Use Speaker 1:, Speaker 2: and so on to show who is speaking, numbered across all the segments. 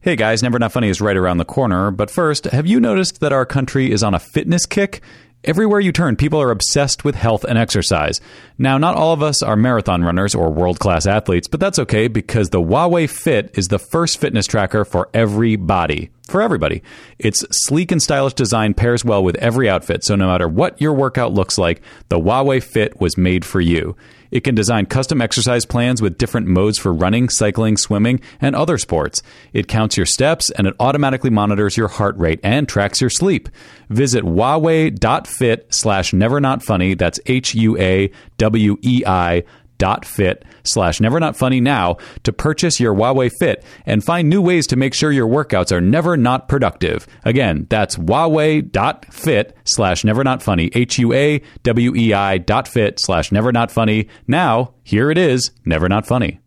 Speaker 1: Hey guys, Never Not Funny is right around the corner, but first, have you noticed that our country is on a fitness kick? Everywhere you turn, people are obsessed with health and exercise. Now, not all of us are marathon runners or world class athletes, but that's okay because the Huawei Fit is the first fitness tracker for every body. For everybody. Its sleek and stylish design pairs well with every outfit, so no matter what your workout looks like, the Huawei Fit was made for you. It can design custom exercise plans with different modes for running, cycling, swimming, and other sports. It counts your steps and it automatically monitors your heart rate and tracks your sleep. Visit huawei.fit slash never not funny. That's H U A W E I dot fit slash never not funny now to purchase your Huawei Fit and find new ways to make sure your workouts are never not productive. Again, that's huawei.fit slash never not funny, H U A W E I dot fit slash never not funny. Now, here it is, never not funny.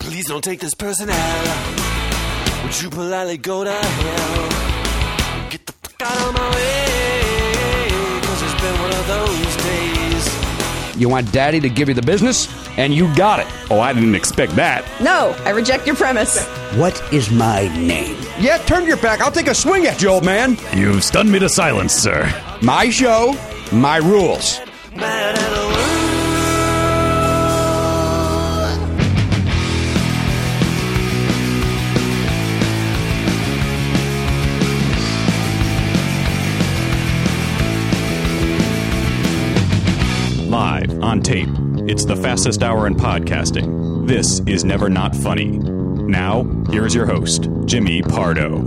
Speaker 2: Please don't take this person out. Would you politely go to hell? Get the fuck out of my way. Cause it's been one of those days.
Speaker 3: You want daddy to give you the business, and you got it.
Speaker 4: Oh, I didn't expect that.
Speaker 5: No, I reject your premise.
Speaker 6: What is my name?
Speaker 3: Yeah, turn your back. I'll take a swing at you, old man.
Speaker 4: You've stunned me to silence, sir.
Speaker 3: My show, my rules.
Speaker 2: Mad at the world.
Speaker 4: Live, on tape. It's the fastest hour in podcasting. This is Never Not Funny. Now, here's your host, Jimmy Pardo.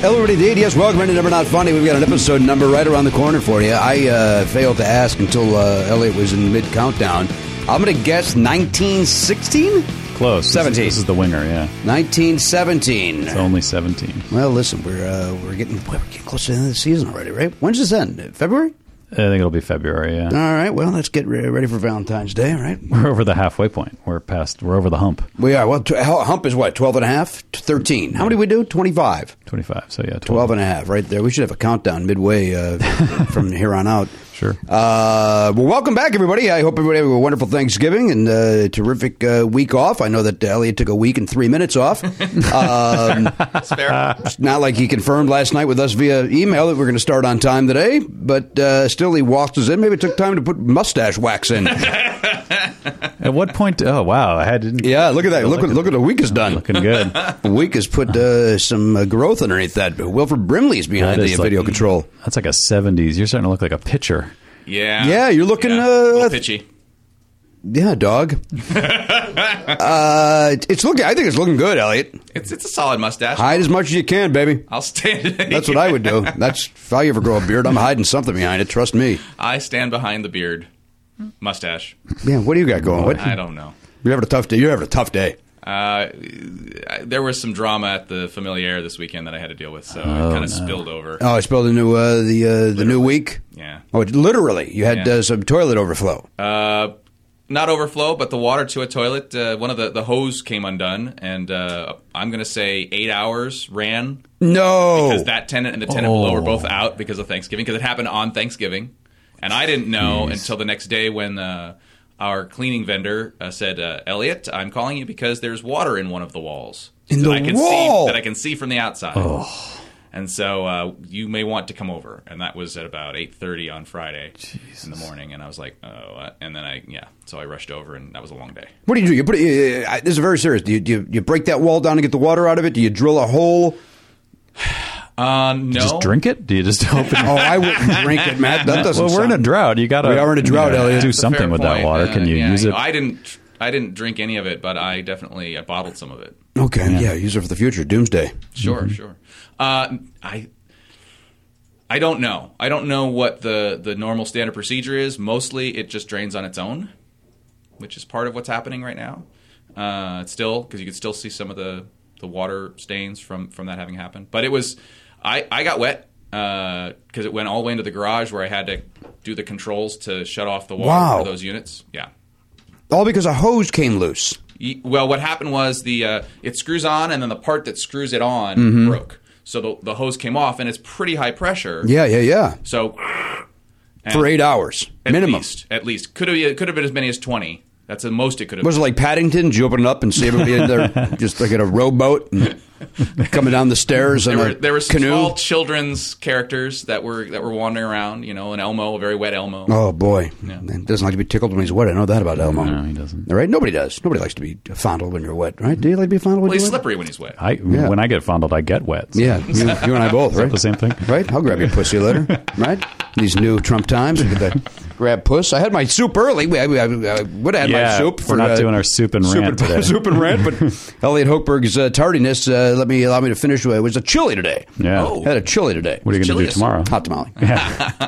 Speaker 3: Hello, everybody.
Speaker 6: Indeed, yes, welcome into Never Not Funny. We've got an episode number right around the corner for you. I uh, failed to ask until uh, Elliot was in mid countdown. I'm going to guess 1916?
Speaker 1: Close. This is-
Speaker 6: 17.
Speaker 1: This is the winger, yeah.
Speaker 6: 1917.
Speaker 1: It's only 17.
Speaker 6: Well, listen, we're uh, we're getting we're getting close to the end of the season already, right? When's this end? February?
Speaker 1: I think it'll be February, yeah.
Speaker 6: All right. Well, let's get re- ready for Valentine's Day, right?
Speaker 1: We're over the halfway point. We're past, we're over the hump.
Speaker 6: We are. Well, t- hump is what? 12 and a half? 13. How many we do? 25.
Speaker 1: 25, so yeah, 12.
Speaker 6: 12 and a half right there. We should have a countdown midway uh, from here on out.
Speaker 1: Sure.
Speaker 6: Uh, well, welcome back, everybody. I hope everybody had a wonderful Thanksgiving and a terrific uh, week off. I know that Elliot took a week and three minutes off. um, it's not like he confirmed last night with us via email that we're going to start on time today, but uh, still he walked us in. Maybe it took time to put mustache wax in.
Speaker 1: At what point? Oh, wow. I had, didn't,
Speaker 6: yeah, look at that. Look,
Speaker 1: Look
Speaker 6: what
Speaker 1: at
Speaker 6: look what a week has done.
Speaker 1: Looking good.
Speaker 6: A week has put uh, some uh, growth underneath that. Wilfred Brimley's behind
Speaker 1: That
Speaker 6: the
Speaker 1: is like-
Speaker 6: video control.
Speaker 1: That's like a 70s. You're starting to look like a pitcher.
Speaker 7: Yeah.
Speaker 6: Yeah, you're looking,
Speaker 7: Yeah,
Speaker 6: uh,
Speaker 7: a little pitchy.
Speaker 6: Yeah, dog. uh, it's looking. I think it's looking good, Elliot.
Speaker 7: It's it's a solid mustache.
Speaker 6: Hide as much as you can, baby.
Speaker 7: I'll stand it.
Speaker 6: That's what I would do. That's if I ever grow a beard, I'm hiding something behind it. Trust me.
Speaker 7: I stand behind the beard. Mustache.
Speaker 6: Yeah, what do you got going? What,
Speaker 7: I don't know.
Speaker 6: you're having a tough day. You're having a tough day.
Speaker 7: Uh, I- there was some drama at the Familiar this weekend that I had to deal with, so it kind of spilled over.
Speaker 6: Oh, I spelled into uh, the uh, the new week.
Speaker 7: Yeah.
Speaker 6: Oh, it- literally, you had
Speaker 7: Yeah.
Speaker 6: uh, some toilet overflow.
Speaker 7: Uh, not overflow, but the water to a toilet. Uh, one of the, the hose came undone, and uh, I'm going to say eight hours ran
Speaker 6: no,
Speaker 7: because that tenant and the tenant below were
Speaker 6: Oh.
Speaker 7: both out because of Thanksgiving because it happened on Thanksgiving, and I didn't know until the next day when uh, our cleaning vendor uh, said, uh, "Elliot, I'm calling you because there's water in one of the walls
Speaker 6: In
Speaker 7: that
Speaker 6: the
Speaker 7: I can
Speaker 6: wall! Oh.
Speaker 7: see, that I can see from the outside." And so uh, you may want to come over, and that was at about eight thirty on Friday in the morning, and I was like, "Oh," uh," and then I yeah, so I rushed over, and that was a long day.
Speaker 6: what do you do? You put it, uh, I- this is very serious. Do you, do you you break that wall down and get the water out of it? Do you drill a hole?
Speaker 7: Uh, no,
Speaker 1: Just drink it? Do you just open
Speaker 6: Oh, I wouldn't drink it, Matt. That doesn't.
Speaker 1: well, we're in a
Speaker 6: sound-
Speaker 1: drought. You gotta.
Speaker 6: We are in a
Speaker 1: you
Speaker 6: drought,
Speaker 1: gotta
Speaker 6: Elliot.
Speaker 1: Do
Speaker 7: That's a fair
Speaker 1: something with that
Speaker 7: point.
Speaker 1: water.
Speaker 7: Uh,
Speaker 1: Can you
Speaker 7: yeah,
Speaker 1: use it?
Speaker 7: I didn't. I didn't drink any of it, but I definitely I bottled some of it.
Speaker 6: Okay, yeah, use it for the future. Doomsday.
Speaker 7: Sure,
Speaker 1: Mm-hmm.
Speaker 7: sure. Uh, I I don't know. I don't know what the the normal standard procedure is. Mostly, it just drains on its own, which is part of what's happening right now. Uh, it's still because you can still see some of the the water stains from from that having happened. But it was I I got wet because it went all the way into the garage where I had to do the controls to shut off the water
Speaker 6: Wow.
Speaker 7: for those units. Yeah.
Speaker 6: All because a hose came loose.
Speaker 7: Y- Well, what happened was the uh, it screws on, and then the part that screws it on
Speaker 6: Mm-hmm.
Speaker 7: broke. So the, the hose came off, and it's pretty high pressure.
Speaker 6: Yeah, yeah, yeah.
Speaker 7: So
Speaker 6: For eight hours
Speaker 7: at
Speaker 6: minimum.
Speaker 7: least, at least could have it could have been as many as twenty. That's the most it could have.
Speaker 6: Was it like Paddington? Did you open it up and see everybody in there, just like in a rowboat and coming down the stairs in
Speaker 7: there were
Speaker 6: a
Speaker 7: there were some
Speaker 6: canoe?
Speaker 7: small children's characters that were that were wandering around. You know, an Elmo, a very wet Elmo.
Speaker 6: Oh boy, Man, doesn't like to be tickled when he's wet. I know that about Elmo. No,
Speaker 1: he doesn't.
Speaker 6: All right, nobody does. Nobody likes to be fondled when you're wet, right? Do you like to be fondled when
Speaker 7: well, he's
Speaker 6: you're wet?
Speaker 7: slippery when he's wet.
Speaker 1: I when I get fondled, I get wet. So
Speaker 6: Yeah, you, you and I both, right?
Speaker 1: the same thing.
Speaker 6: Right? I'll grab your pussy later, right? These new Trump times. Look at that. Grab puss. I had my soup early. We- I, would have had my
Speaker 1: Yeah,
Speaker 6: soup. uh,
Speaker 1: we're not doing our soup and rant today.
Speaker 6: soup and rant, but Elliot Hochberg's uh, tardiness uh, let me allow me to finish. with- It was a chili today.
Speaker 1: Yeah.
Speaker 6: I had a chili today.
Speaker 1: What are you going to do
Speaker 7: Chiliest.
Speaker 1: tomorrow?
Speaker 6: Hot tamale.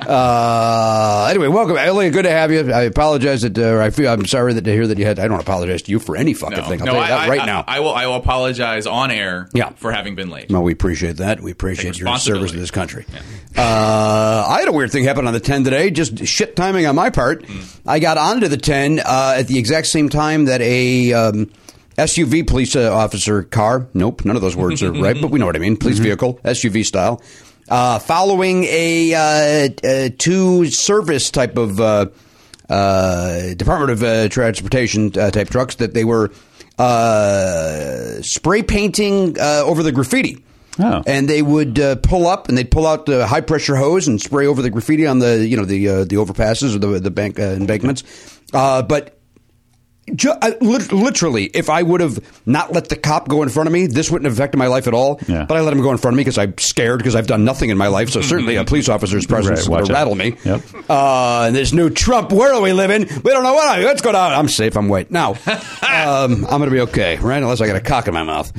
Speaker 6: uh, anyway, welcome, Elliot. Good to have you. I apologize that uh, I feel I'm sorry that to hear that you had. I don't apologize to you for any fucking thing. I'll tell you that right
Speaker 7: I,
Speaker 6: now.
Speaker 7: I will. I will apologize on air.
Speaker 6: Yeah.
Speaker 7: for having been late.
Speaker 6: No, we appreciate that. We appreciate your service
Speaker 7: responsibility.
Speaker 6: to this country. Uh, I had a weird thing happen on the 10 today, just shit timing on my part. I got onto the 10 uh, at the exact same time that a um, SUV police uh, officer car, nope, none of those words are right, but we know what I mean, police vehicle, SUV style, uh, following a uh, uh, two service type of. Uh, uh, Department of uh, Transportation uh, type trucks that they were uh, spray painting uh, over the graffiti.
Speaker 1: Oh.
Speaker 6: And they would uh, pull up, and they'd pull out the high pressure hose and spray over the graffiti on the you know the uh, the overpasses or the the bank uh, embankments. Uh, but ju- I, lit- literally, if I would have not let the cop go in front of me, this wouldn't have affected my life at all.
Speaker 1: Yeah.
Speaker 6: But I let him go in front of me because I'm scared because I've done nothing in my life. So certainly a police officer's presence
Speaker 1: Right, watch
Speaker 6: would
Speaker 1: out.
Speaker 6: rattle me.
Speaker 1: Yep.
Speaker 6: Uh, and this new Trump world we live in, we don't know what. I- What's going on? I'm safe. I'm white now. um, I'm going to be okay, right? Unless I got a cock in my mouth.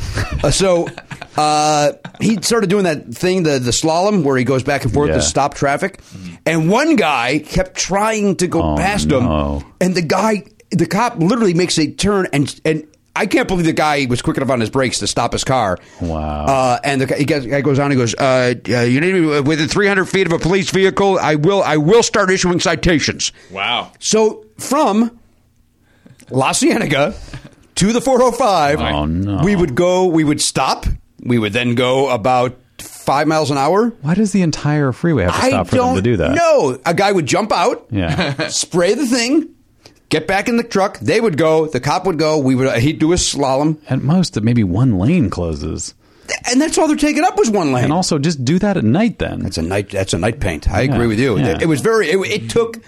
Speaker 6: Uh, so uh, he started doing that thing, the the slalom, where he goes back and forth
Speaker 1: Yeah.
Speaker 6: to stop traffic. And one guy kept trying to go
Speaker 1: Oh,
Speaker 6: past
Speaker 1: no.
Speaker 6: him, and the guy, the cop, literally makes a turn and and. I can't believe the guy was quick enough on his brakes to stop his car.
Speaker 1: Wow.
Speaker 6: Uh, and the guy, he goes- guy goes on. He goes, uh, uh, "You need to be within 300 feet of a police vehicle. I will. I will start issuing citations."
Speaker 7: Wow.
Speaker 6: So from La Cienega to the 405,
Speaker 1: Oh, no.
Speaker 6: we would go. We would stop. We would then go about five miles an hour.
Speaker 1: Why does the entire freeway have to
Speaker 6: I
Speaker 1: stop for them
Speaker 6: don't
Speaker 1: to do that?
Speaker 6: know. A guy would jump out
Speaker 1: Yeah.
Speaker 6: spray the thing, get back in the truck. They would go. The cop would go. We would. uh, He'd do a slalom,
Speaker 1: At most, maybe one lane closes.
Speaker 6: and that's all they're taking up was one lane.
Speaker 1: And also, just do that at night then.
Speaker 6: That's a night. That's a night paint. I
Speaker 1: Yeah,
Speaker 6: agree with you.
Speaker 1: yeah.
Speaker 6: It was very. It, it took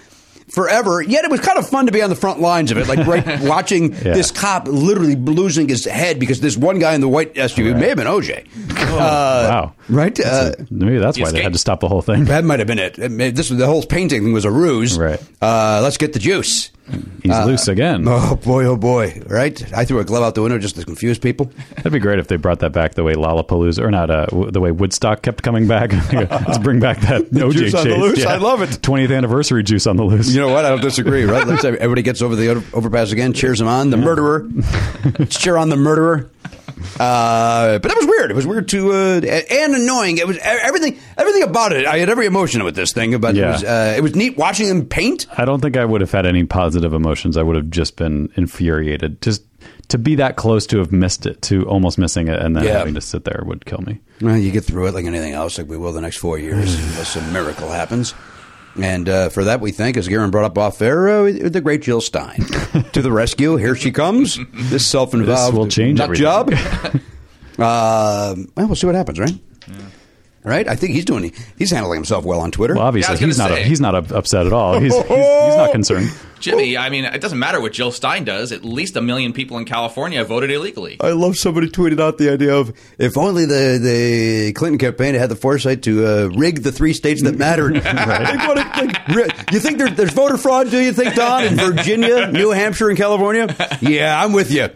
Speaker 6: forever. Yet it was kind of fun to be on the front lines of it, like right, watching
Speaker 1: Yeah.
Speaker 6: this cop literally losing his head because this one guy in the white SUV it may have been OJ.
Speaker 1: Oh, wow.
Speaker 6: Right. Uh,
Speaker 1: That's a- maybe that's why they had
Speaker 7: escaped.
Speaker 1: to stop the whole thing.
Speaker 6: that might have been it. It may- This the whole painting thing was a ruse.
Speaker 1: Right. Mm.
Speaker 6: Uh, let's get the juice.
Speaker 1: He's loose again.
Speaker 6: Oh boy! Oh boy! Right. I threw a glove out the window just to confuse people.
Speaker 1: That'd be great if they brought that back the way Lollapalooza, or not, uh, w- the way Woodstock kept coming back. Let's bring back that OJ
Speaker 6: juice
Speaker 1: chase.
Speaker 6: on the loose, I love it.
Speaker 1: 20th anniversary juice on the loose.
Speaker 6: You know what? I don't disagree. Right? Let's say everybody gets over the over- overpass again. Cheers him on the murderer. Let's cheer on the murderer. Uh, but that was weird. It was weird to uh, and annoying. It was e- everything. Everything about it. I had every emotion with this thing. But it
Speaker 1: Yeah.
Speaker 6: was uh, it was neat watching them paint.
Speaker 1: I don't think I would have had any positive emotions. I would have just been infuriated. Just to be that close to have missed it, to almost missing it, and then
Speaker 6: Yeah.
Speaker 1: having to sit there would kill me.
Speaker 6: Well, you get through it like anything else, like we will the next four years, unless a miracle happens. And uh, for that, we thank, as Garen brought up off air, uh, the great Jill Stein to the rescue. Here she comes. This self-involved
Speaker 1: This will change
Speaker 6: nut
Speaker 1: everything.
Speaker 6: job. Um well, we'll see what happens, right? Right? I think he's doing. He's handling himself well on Twitter.
Speaker 1: Well, obviously,
Speaker 7: Yeah, I was
Speaker 1: he's not
Speaker 7: gonna
Speaker 1: a,
Speaker 7: say.
Speaker 1: he's not up- upset at all. He's, he's, he's not concerned.
Speaker 7: Jimmy, I mean, it doesn't matter what Jill Stein does. At least a million people in California voted illegally.
Speaker 6: I love somebody tweeted out the idea of if only the, the Clinton campaign had the foresight to uh, rig the three states that mattered. They wanna, like, ri- you think there, there's voter fraud? Do you think Don in Virginia, New Hampshire, and California? Yeah, I'm with you.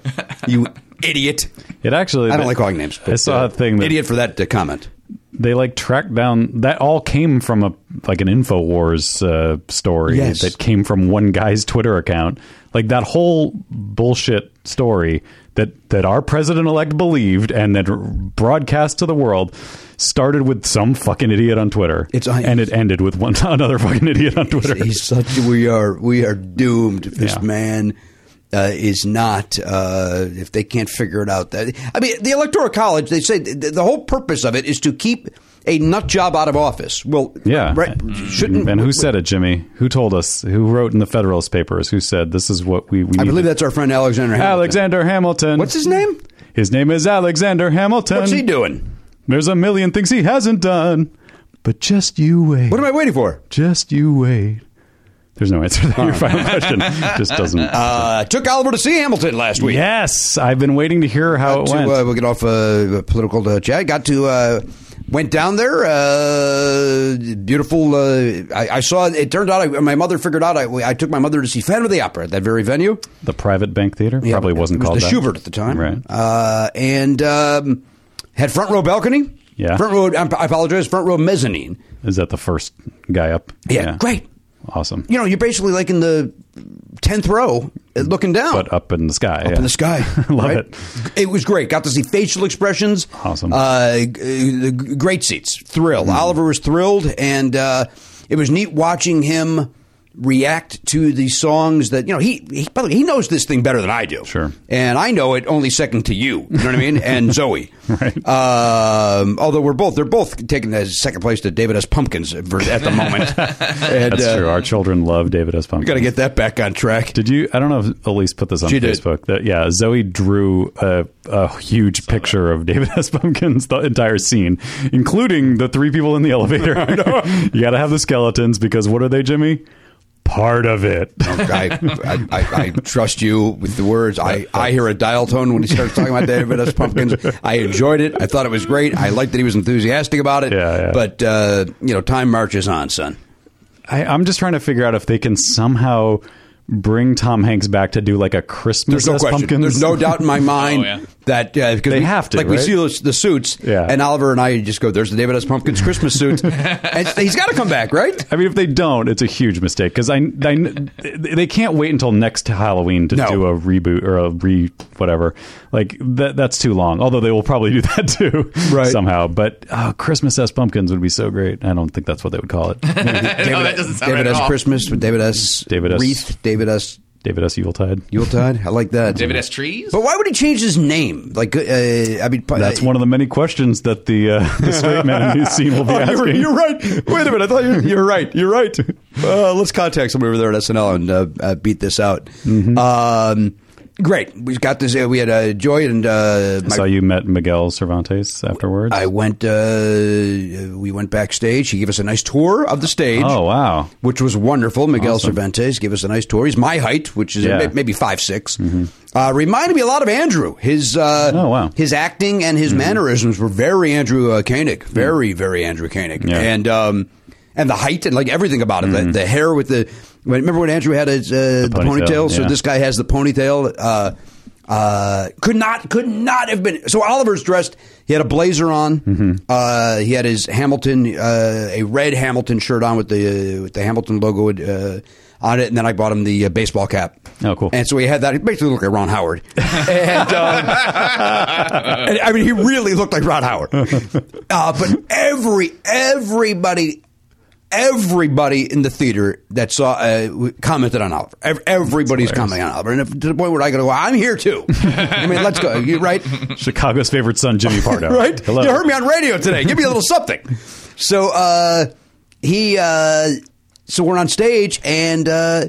Speaker 6: You idiot.
Speaker 1: It actually.
Speaker 6: I don't like calling names.
Speaker 1: I saw a thing that
Speaker 6: idiot for that uh, comment.
Speaker 1: they like tracked down. That all came from a like an Infowars uh, story
Speaker 6: Yes.
Speaker 1: that came from one guy's Twitter account. Like that whole bullshit story that that our president elect believed and that broadcast to the world started with some fucking idiot on Twitter.
Speaker 6: It's- I-
Speaker 1: and it ended with one another fucking idiot on Twitter.
Speaker 6: He's such. We are. We are doomed. If this
Speaker 1: Yeah.
Speaker 6: man uh, is not. Uh, if they can't figure it out, that I mean, the electoral college. They say the, the whole purpose of it is to keep a nut job out of office. Well,
Speaker 1: Yeah.
Speaker 6: right? Shouldn't
Speaker 1: And who said it, Jimmy? Who told us? Who wrote in the Federalist Papers? Who said this is what we, we
Speaker 6: I
Speaker 1: need
Speaker 6: believe
Speaker 1: to-
Speaker 6: that's our friend Alexander. Hamilton.
Speaker 1: Alexander Hamilton.
Speaker 6: What's his name?
Speaker 1: His name is Alexander Hamilton.
Speaker 6: What's he doing?
Speaker 1: There's a million things he hasn't done, but just you wait.
Speaker 6: What am I waiting for?
Speaker 1: Just you wait. There's no answer to your final question. Just doesn't.
Speaker 6: Uh, took Oliver to see Hamilton last week.
Speaker 1: yes, I've been waiting to hear how Oh, it
Speaker 6: to,
Speaker 1: went.
Speaker 6: Uh, we'll get off uh, political uh, chat. Got to uh, went down there. Uh, beautiful. Uh, I, I saw. It turned out. I, my mother figured out. I, I took my mother to see Phantom of the Opera at that very venue.
Speaker 1: the private bank theater probably wasn't
Speaker 6: it was
Speaker 1: called
Speaker 6: the
Speaker 1: that.
Speaker 6: Schubert at the time,
Speaker 1: Right.
Speaker 6: Uh, and um, had front row balcony.
Speaker 1: Yeah.
Speaker 6: Front row. I apologize. Front row mezzanine.
Speaker 1: Is that the first guy up?
Speaker 6: Yeah, great.
Speaker 1: Awesome.
Speaker 6: You know, you're basically like in the tenth row, uh, looking down.
Speaker 1: but up in the sky.
Speaker 6: up in the sky.
Speaker 1: Love
Speaker 6: right?
Speaker 1: it.
Speaker 6: It was great. Got to see facial expressions.
Speaker 1: Awesome. Mm.
Speaker 6: Uh, g- uh, great seats. Thrilled. Oliver was thrilled, and uh, it was neat watching him react to the songs that you know he he, by the way, he knows this thing better than I do.
Speaker 1: Sure.
Speaker 6: And I know it only second to you. You know what I mean? And Zoe.
Speaker 1: Right.
Speaker 6: Um, although we're both they're both taking the second place to David S. Pumpkins at the moment. And,
Speaker 1: That's
Speaker 6: uh,
Speaker 1: true. Our children love David S. Pumpkin.
Speaker 6: We got to get that back on track.
Speaker 1: Did you? I don't know if Elise put this on
Speaker 6: She did.
Speaker 1: Facebook. That yeah, Zoe drew a, a huge picture of David S. Pumpkins, the entire scene, including the three people in the elevator. you got to have the skeletons because what are they, Jimmy? Part of it.
Speaker 6: I, I, I, I trust you with the words. I, I hear a dial tone when he starts talking about David S. Pumpkins. I enjoyed it. I thought it was great. I liked that he was enthusiastic about it.
Speaker 1: Yeah, yeah.
Speaker 6: But, uh, you know, time marches on, son.
Speaker 1: I, I'm just trying to figure out if they can somehow bring Tom Hanks back to do like a Christmas.
Speaker 6: There's no
Speaker 1: S.
Speaker 6: question.
Speaker 1: Pumpkins.
Speaker 6: There's no doubt in my mind
Speaker 7: Oh, yeah.
Speaker 6: that uh, because
Speaker 1: They
Speaker 6: we,
Speaker 1: have to,
Speaker 6: like we
Speaker 1: right?
Speaker 6: see those, the suits,
Speaker 1: Yeah.
Speaker 6: and Oliver and I just go, "There's the David S. Pumpkins Christmas suit." and he's got to come back, right?
Speaker 1: I mean, if they don't, it's a huge mistake because I, I- they can't wait until next Halloween to
Speaker 6: No.
Speaker 1: do a reboot or a re whatever. Like that, that's too long. Although they will probably do that too,
Speaker 6: Right.
Speaker 1: Somehow, but oh, Christmas S pumpkins would be so great. I don't think that's what they would call it.
Speaker 7: no, Oh, that doesn't sound
Speaker 6: David
Speaker 7: right at
Speaker 6: S.
Speaker 7: all.
Speaker 6: Christmas with David S.
Speaker 1: David S.
Speaker 6: Wreath, David S.
Speaker 1: David S. Yuletide.
Speaker 6: Yuletide. I like that.
Speaker 7: David S. Trees.
Speaker 6: But why would he change his name? Like, uh, I mean, uh,
Speaker 1: That's one of the many questions that the uh, the straight man in his scene will be asking.
Speaker 6: Oh, You're, you're right. Wait a minute. I thought you you're right. You're right. Uh, let's contact somebody over there at SNL and uh, uh, beat this out. Um, great. We've got this. Uh, we had uh, Joy and uh,
Speaker 1: I
Speaker 6: my-
Speaker 1: saw you met Miguel Cervantes afterwards.
Speaker 6: I went. Uh, we went backstage. He gave us a nice tour of the stage.
Speaker 1: oh wow,
Speaker 6: Which was wonderful. Miguel Cervantes gave us a nice tour. He's my height, which is
Speaker 1: Yeah. Mm-hmm.
Speaker 6: may- maybe five Uh, reminded me a lot of Andrew. His uh,
Speaker 1: Oh, wow. Mm-hmm.
Speaker 6: his acting and his mannerisms were very Andrew uh, Koenig, very very Andrew Koenig,
Speaker 1: Yeah. Mm-hmm.
Speaker 6: and um, and the height and like everything about it, the, the hair with the. when- Remember when Andrew had his, uh, the,
Speaker 1: ponytail,
Speaker 6: ponytail? So
Speaker 1: yeah.
Speaker 6: this guy has the ponytail. Uh, uh, could not could not have been so. Oliver's dressed. He had a blazer on.
Speaker 1: Mm-hmm.
Speaker 6: Uh, he had his Hamilton, uh, a red Hamilton shirt on with the uh, with the Hamilton logo uh, on it, and then I bought him the uh, baseball cap.
Speaker 1: Oh, cool.
Speaker 6: And so he had that. He basically looked like Ron Howard. and, um, and, I mean, he really looked like Ron Howard. Uh, but every everybody. Everybody in the theater that saw uh, commented on Oliver. Ev- Everybody's commenting on Oliver, and if, to the point where I go, well, I'm here too. I mean, let's go. You right?
Speaker 1: Chicago's favorite son, Jimmy Pardo.
Speaker 6: right?
Speaker 1: Hello.
Speaker 6: You heard me on radio today. Give me a little something. So uh, he, uh, so we're on stage, and uh,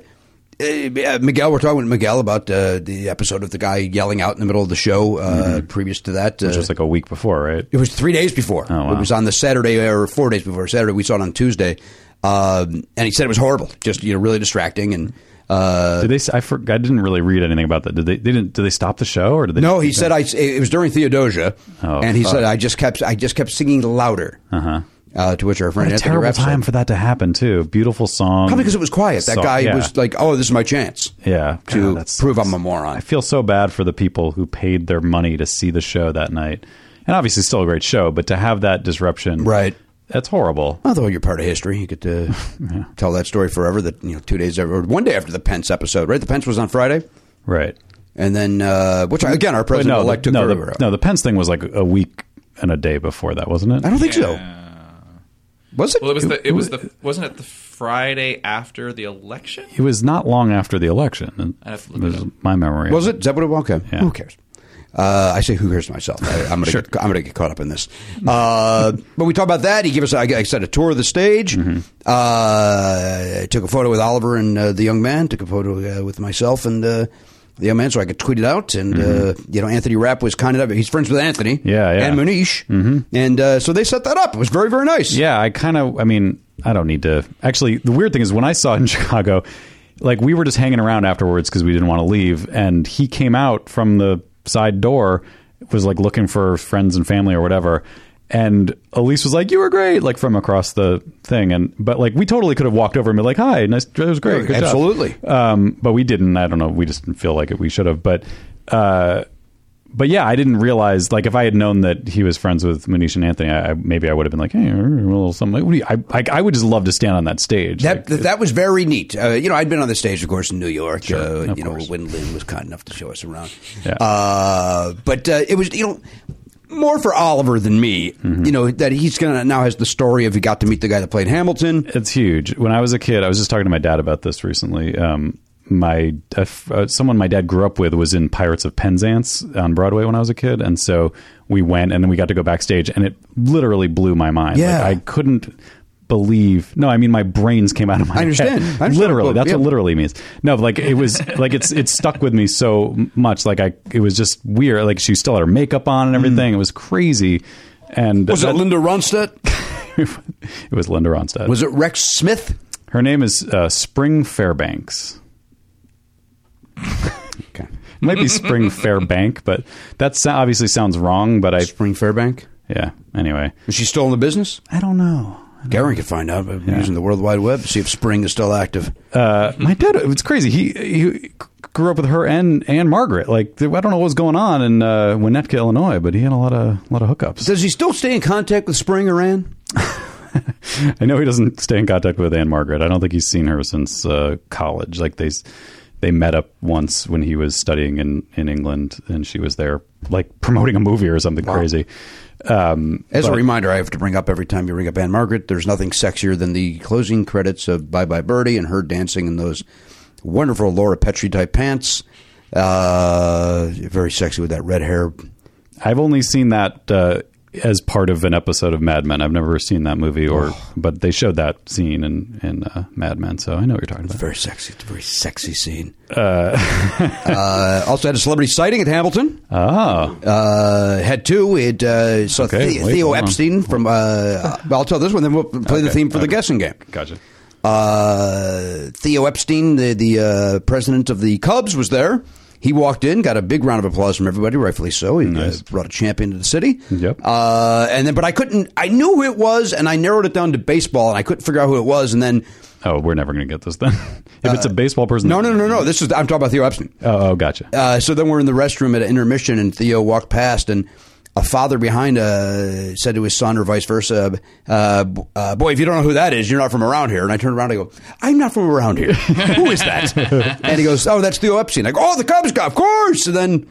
Speaker 6: uh, Miguel, we're talking with Miguel about uh, the episode of the guy yelling out in the middle of the show. Uh, Previous to that, uh,
Speaker 1: Mm-hmm. Which was like a week before, right?
Speaker 6: it was three days before.
Speaker 1: Oh, wow.
Speaker 6: It was on the Saturday or four days before Saturday. We saw it on Tuesday, um, and he said it was horrible. Just you know, really distracting and. Uh,
Speaker 1: Did they? I, for, I didn't really read anything about that. Did they? They didn't. Did they stop the show or did they?
Speaker 6: no, he said I. It was during Theodosia,
Speaker 1: Oh,
Speaker 6: and he
Speaker 1: fuck.
Speaker 6: said I just kept I just kept singing louder. Uh-huh. to which our friend
Speaker 1: What a
Speaker 6: Anthony
Speaker 1: terrible
Speaker 6: Rapp said-
Speaker 1: time for that to happen too. Beautiful song.
Speaker 6: Probably because it was quiet. That
Speaker 1: Song-
Speaker 6: guy
Speaker 1: yeah.
Speaker 6: was like, "Oh, this is my chance."
Speaker 1: yeah,
Speaker 6: to
Speaker 1: God, that's-
Speaker 6: prove I'm a moron.
Speaker 1: I feel so bad for the people who paid their money to see the show that night, and obviously still a great show, but to have that disruption,
Speaker 6: Right.
Speaker 1: That's horrible.
Speaker 6: Although you're part of history, you get to tell that story forever. That you know, two days or one day after the Pence episode, right? The Pence was on Friday,
Speaker 1: Right.
Speaker 6: and then uh, which again, our
Speaker 1: But
Speaker 6: president
Speaker 1: no,
Speaker 6: elect
Speaker 1: the,
Speaker 6: took
Speaker 1: no,
Speaker 6: over.
Speaker 1: the, no. The Pence thing was like a week and a day before that, wasn't it?
Speaker 6: I don't think so. Was it?
Speaker 7: Well, it was the it was the wasn't it the Friday after the election?
Speaker 1: It was not long after the election.
Speaker 7: have to
Speaker 1: It
Speaker 7: look it
Speaker 1: was my memory.
Speaker 6: Was it? Is that what it was? Okay. Who cares? Uh, I say who hears myself. I, I'm going to I'm going to get caught up in this. Uh, but we talk about that. He gave us I, I said a tour of the stage.
Speaker 1: Mm-hmm.
Speaker 6: Uh, I took a photo with Oliver and uh, the young man. Took a photo uh, with myself and. Uh, the young man, so I could tweet it out, and uh, you know, Anthony Rapp was kind enough. He's friends with Anthony,
Speaker 1: Mm-hmm. Yeah, Mm-hmm. yeah.
Speaker 6: and Manish, and uh, so they set that up. It was very, very nice.
Speaker 1: Yeah, I kind of. I mean, I don't need to. Actually, the weird thing is when I saw it in Chicago, like we were just hanging around afterwards because we didn't want to leave, and he came out from the side door, was like looking for friends and family or whatever. And Elise was like, "You were great," like from across the thing, and but like we totally could have walked over and been like, "Hi, nice, it was great, good job."
Speaker 6: Absolutely.
Speaker 1: Um, but we didn't. I don't know. We just didn't feel like it. We should have. But uh, but yeah, I didn't realize. Like, if I had known that he was friends with Manish and Anthony, I, I, maybe I would have been like, hey, a little something. What do you, I, I, I would just love to stand on that stage.
Speaker 6: That,
Speaker 1: Like,
Speaker 6: that that was very neat. Uh, you know, I'd been on the stage, of course, in New York. uh,
Speaker 1: of
Speaker 6: you know,
Speaker 1: course.
Speaker 6: when Lynn was kind enough to show us around.
Speaker 1: Yeah.
Speaker 6: Uh, but uh, it was, you know, more for Oliver than me.
Speaker 1: Mm-hmm.
Speaker 6: You know that he's gonna now has the story of he got to meet the guy that played Hamilton.
Speaker 1: it's huge. When I was a kid, I was just talking to my dad about this recently. Um, my a f- uh, someone my dad grew up with was in Pirates of Penzance on Broadway when I was a kid, and so we went and then we got to go backstage, and it literally blew my mind.
Speaker 6: Yeah.
Speaker 1: like, I couldn't believe. No, I mean my brains came out of my.
Speaker 6: I understand.
Speaker 1: head.
Speaker 6: I understand.
Speaker 1: Literally,
Speaker 6: Well,
Speaker 1: that's what
Speaker 6: yeah.
Speaker 1: literally means. No, but, like it was like it's it stuck with me so much. Like I, it was just weird. Like she still had her makeup on and everything. It was crazy. And
Speaker 6: Mm. Was it Linda Ronstadt?
Speaker 1: it was Linda Ronstadt.
Speaker 6: Was it Rex Smith?
Speaker 1: Her name is uh, Spring Fairbanks.
Speaker 6: Okay.
Speaker 1: It might be Spring Fairbank, but that so- obviously sounds wrong. But I,
Speaker 6: Spring Fairbank.
Speaker 1: yeah. Anyway,
Speaker 6: Is she still in the business?
Speaker 1: I don't know.
Speaker 6: Garen could find out by using the World Wide Web to see if Spring is still active.
Speaker 1: Uh, my dad, it's crazy. He, he grew up with her and and Margaret. Like I don't know what was going on in uh, Winnetka, Illinois, but he had a lot of lot of hookups.
Speaker 6: Does he still stay in contact with Spring or Ann?
Speaker 1: I know he doesn't stay in contact with Anne Margaret. I don't think he's seen her since uh, college. Like they s- they met up once when he was studying in in England, and she was there like promoting a movie or something crazy. Um,
Speaker 6: As a
Speaker 1: but-
Speaker 6: reminder, I have to bring up every time you ring up Anne Margaret, there's nothing sexier than the closing credits of Bye Bye Birdie and her dancing in those wonderful Laura Petrie type pants. Uh, very sexy with that red hair.
Speaker 1: I've only seen that uh, as part of an episode of Mad Men. I've never seen that movie, or
Speaker 6: Oh.
Speaker 1: but they showed that scene in in uh, Mad Men, so I know what you're talking about.
Speaker 6: Very sexy. It's a very sexy scene. Uh, also had a celebrity sighting at Hamilton.
Speaker 1: Oh,
Speaker 6: Uh, had two. It uh, saw
Speaker 1: Okay,
Speaker 6: The-
Speaker 1: wait,
Speaker 6: Theo
Speaker 1: hold on.
Speaker 6: Epstein from. Uh, I'll tell this one, then we'll play the
Speaker 1: Okay,
Speaker 6: theme for the
Speaker 1: okay.
Speaker 6: guessing game.
Speaker 1: gotcha.
Speaker 6: uh, Theo Epstein, the the uh, president of the Cubs, was there. He walked in, got a big round of applause from everybody, rightfully so. He uh, brought a champion to the city.
Speaker 1: Yep.
Speaker 6: Uh, and then, but I couldn't. I knew who it was, and I narrowed it down to baseball, and I couldn't figure out who it was. And then,
Speaker 1: Oh, we're never going to get this then. if it's a baseball person,
Speaker 6: Uh, no, no, no, no. This is I'm talking about Theo Epstein.
Speaker 1: Oh, oh, gotcha.
Speaker 6: Uh, so then we're in the restroom at intermission, and Theo walked past, and a father behind uh, said to his son, or vice versa, uh, b- uh, "Boy, if you don't know who that is, you're not from around here." And I turned around, and I go, "I'm not from around here. who is that?" and he goes, "Oh, that's Theo Epstein." I go, "Oh, the Cubs guy, of course." And then.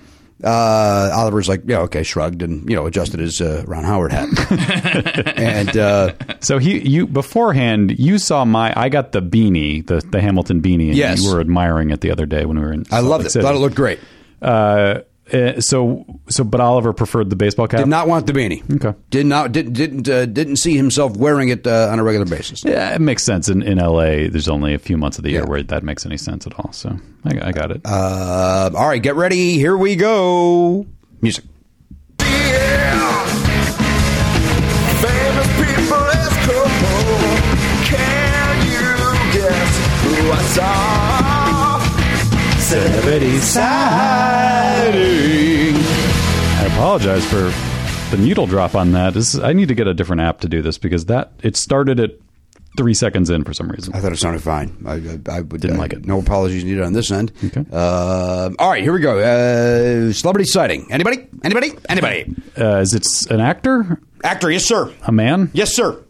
Speaker 6: Uh, Oliver's like, yeah, okay, shrugged and, you know, adjusted his, uh, Ron Howard hat. and, uh,
Speaker 1: so he, you beforehand, you saw my. I got the beanie, the the Hamilton beanie. And
Speaker 6: Yes.
Speaker 1: you were admiring it the other day when we were in.
Speaker 6: I
Speaker 1: Salt
Speaker 6: loved
Speaker 1: Lake
Speaker 6: it.
Speaker 1: City.
Speaker 6: Thought it looked great.
Speaker 1: Uh, eh, so so, but Oliver preferred the baseball cap.
Speaker 6: Did not want the beanie.
Speaker 1: Okay.
Speaker 6: Did not, didn't, didn't, uh, didn't see himself wearing it, uh, on a regular basis.
Speaker 1: Yeah, it makes sense. In, in LA, there's only a few months of the year
Speaker 6: Yeah.
Speaker 1: where that makes any sense at all. So I, I got it.
Speaker 6: Uh, all right, get ready. Here we go. Music.
Speaker 8: Famous people as couple. Can you guess who I saw?
Speaker 1: Celebrity I apologize for the needle drop on that. This is, I need to get a different app to do this because that it started at three seconds in for some reason.
Speaker 6: I thought it sounded fine. I, I, I would,
Speaker 1: Didn't
Speaker 6: I-
Speaker 1: like it.
Speaker 6: No apologies needed on this end.
Speaker 1: Okay.
Speaker 6: Uh, all right, here we go. Uh, celebrity sighting. Anybody? Anybody? Anybody?
Speaker 1: Uh, is it an actor?
Speaker 6: Actor? Yes, sir.
Speaker 1: A man?
Speaker 6: Yes, sir.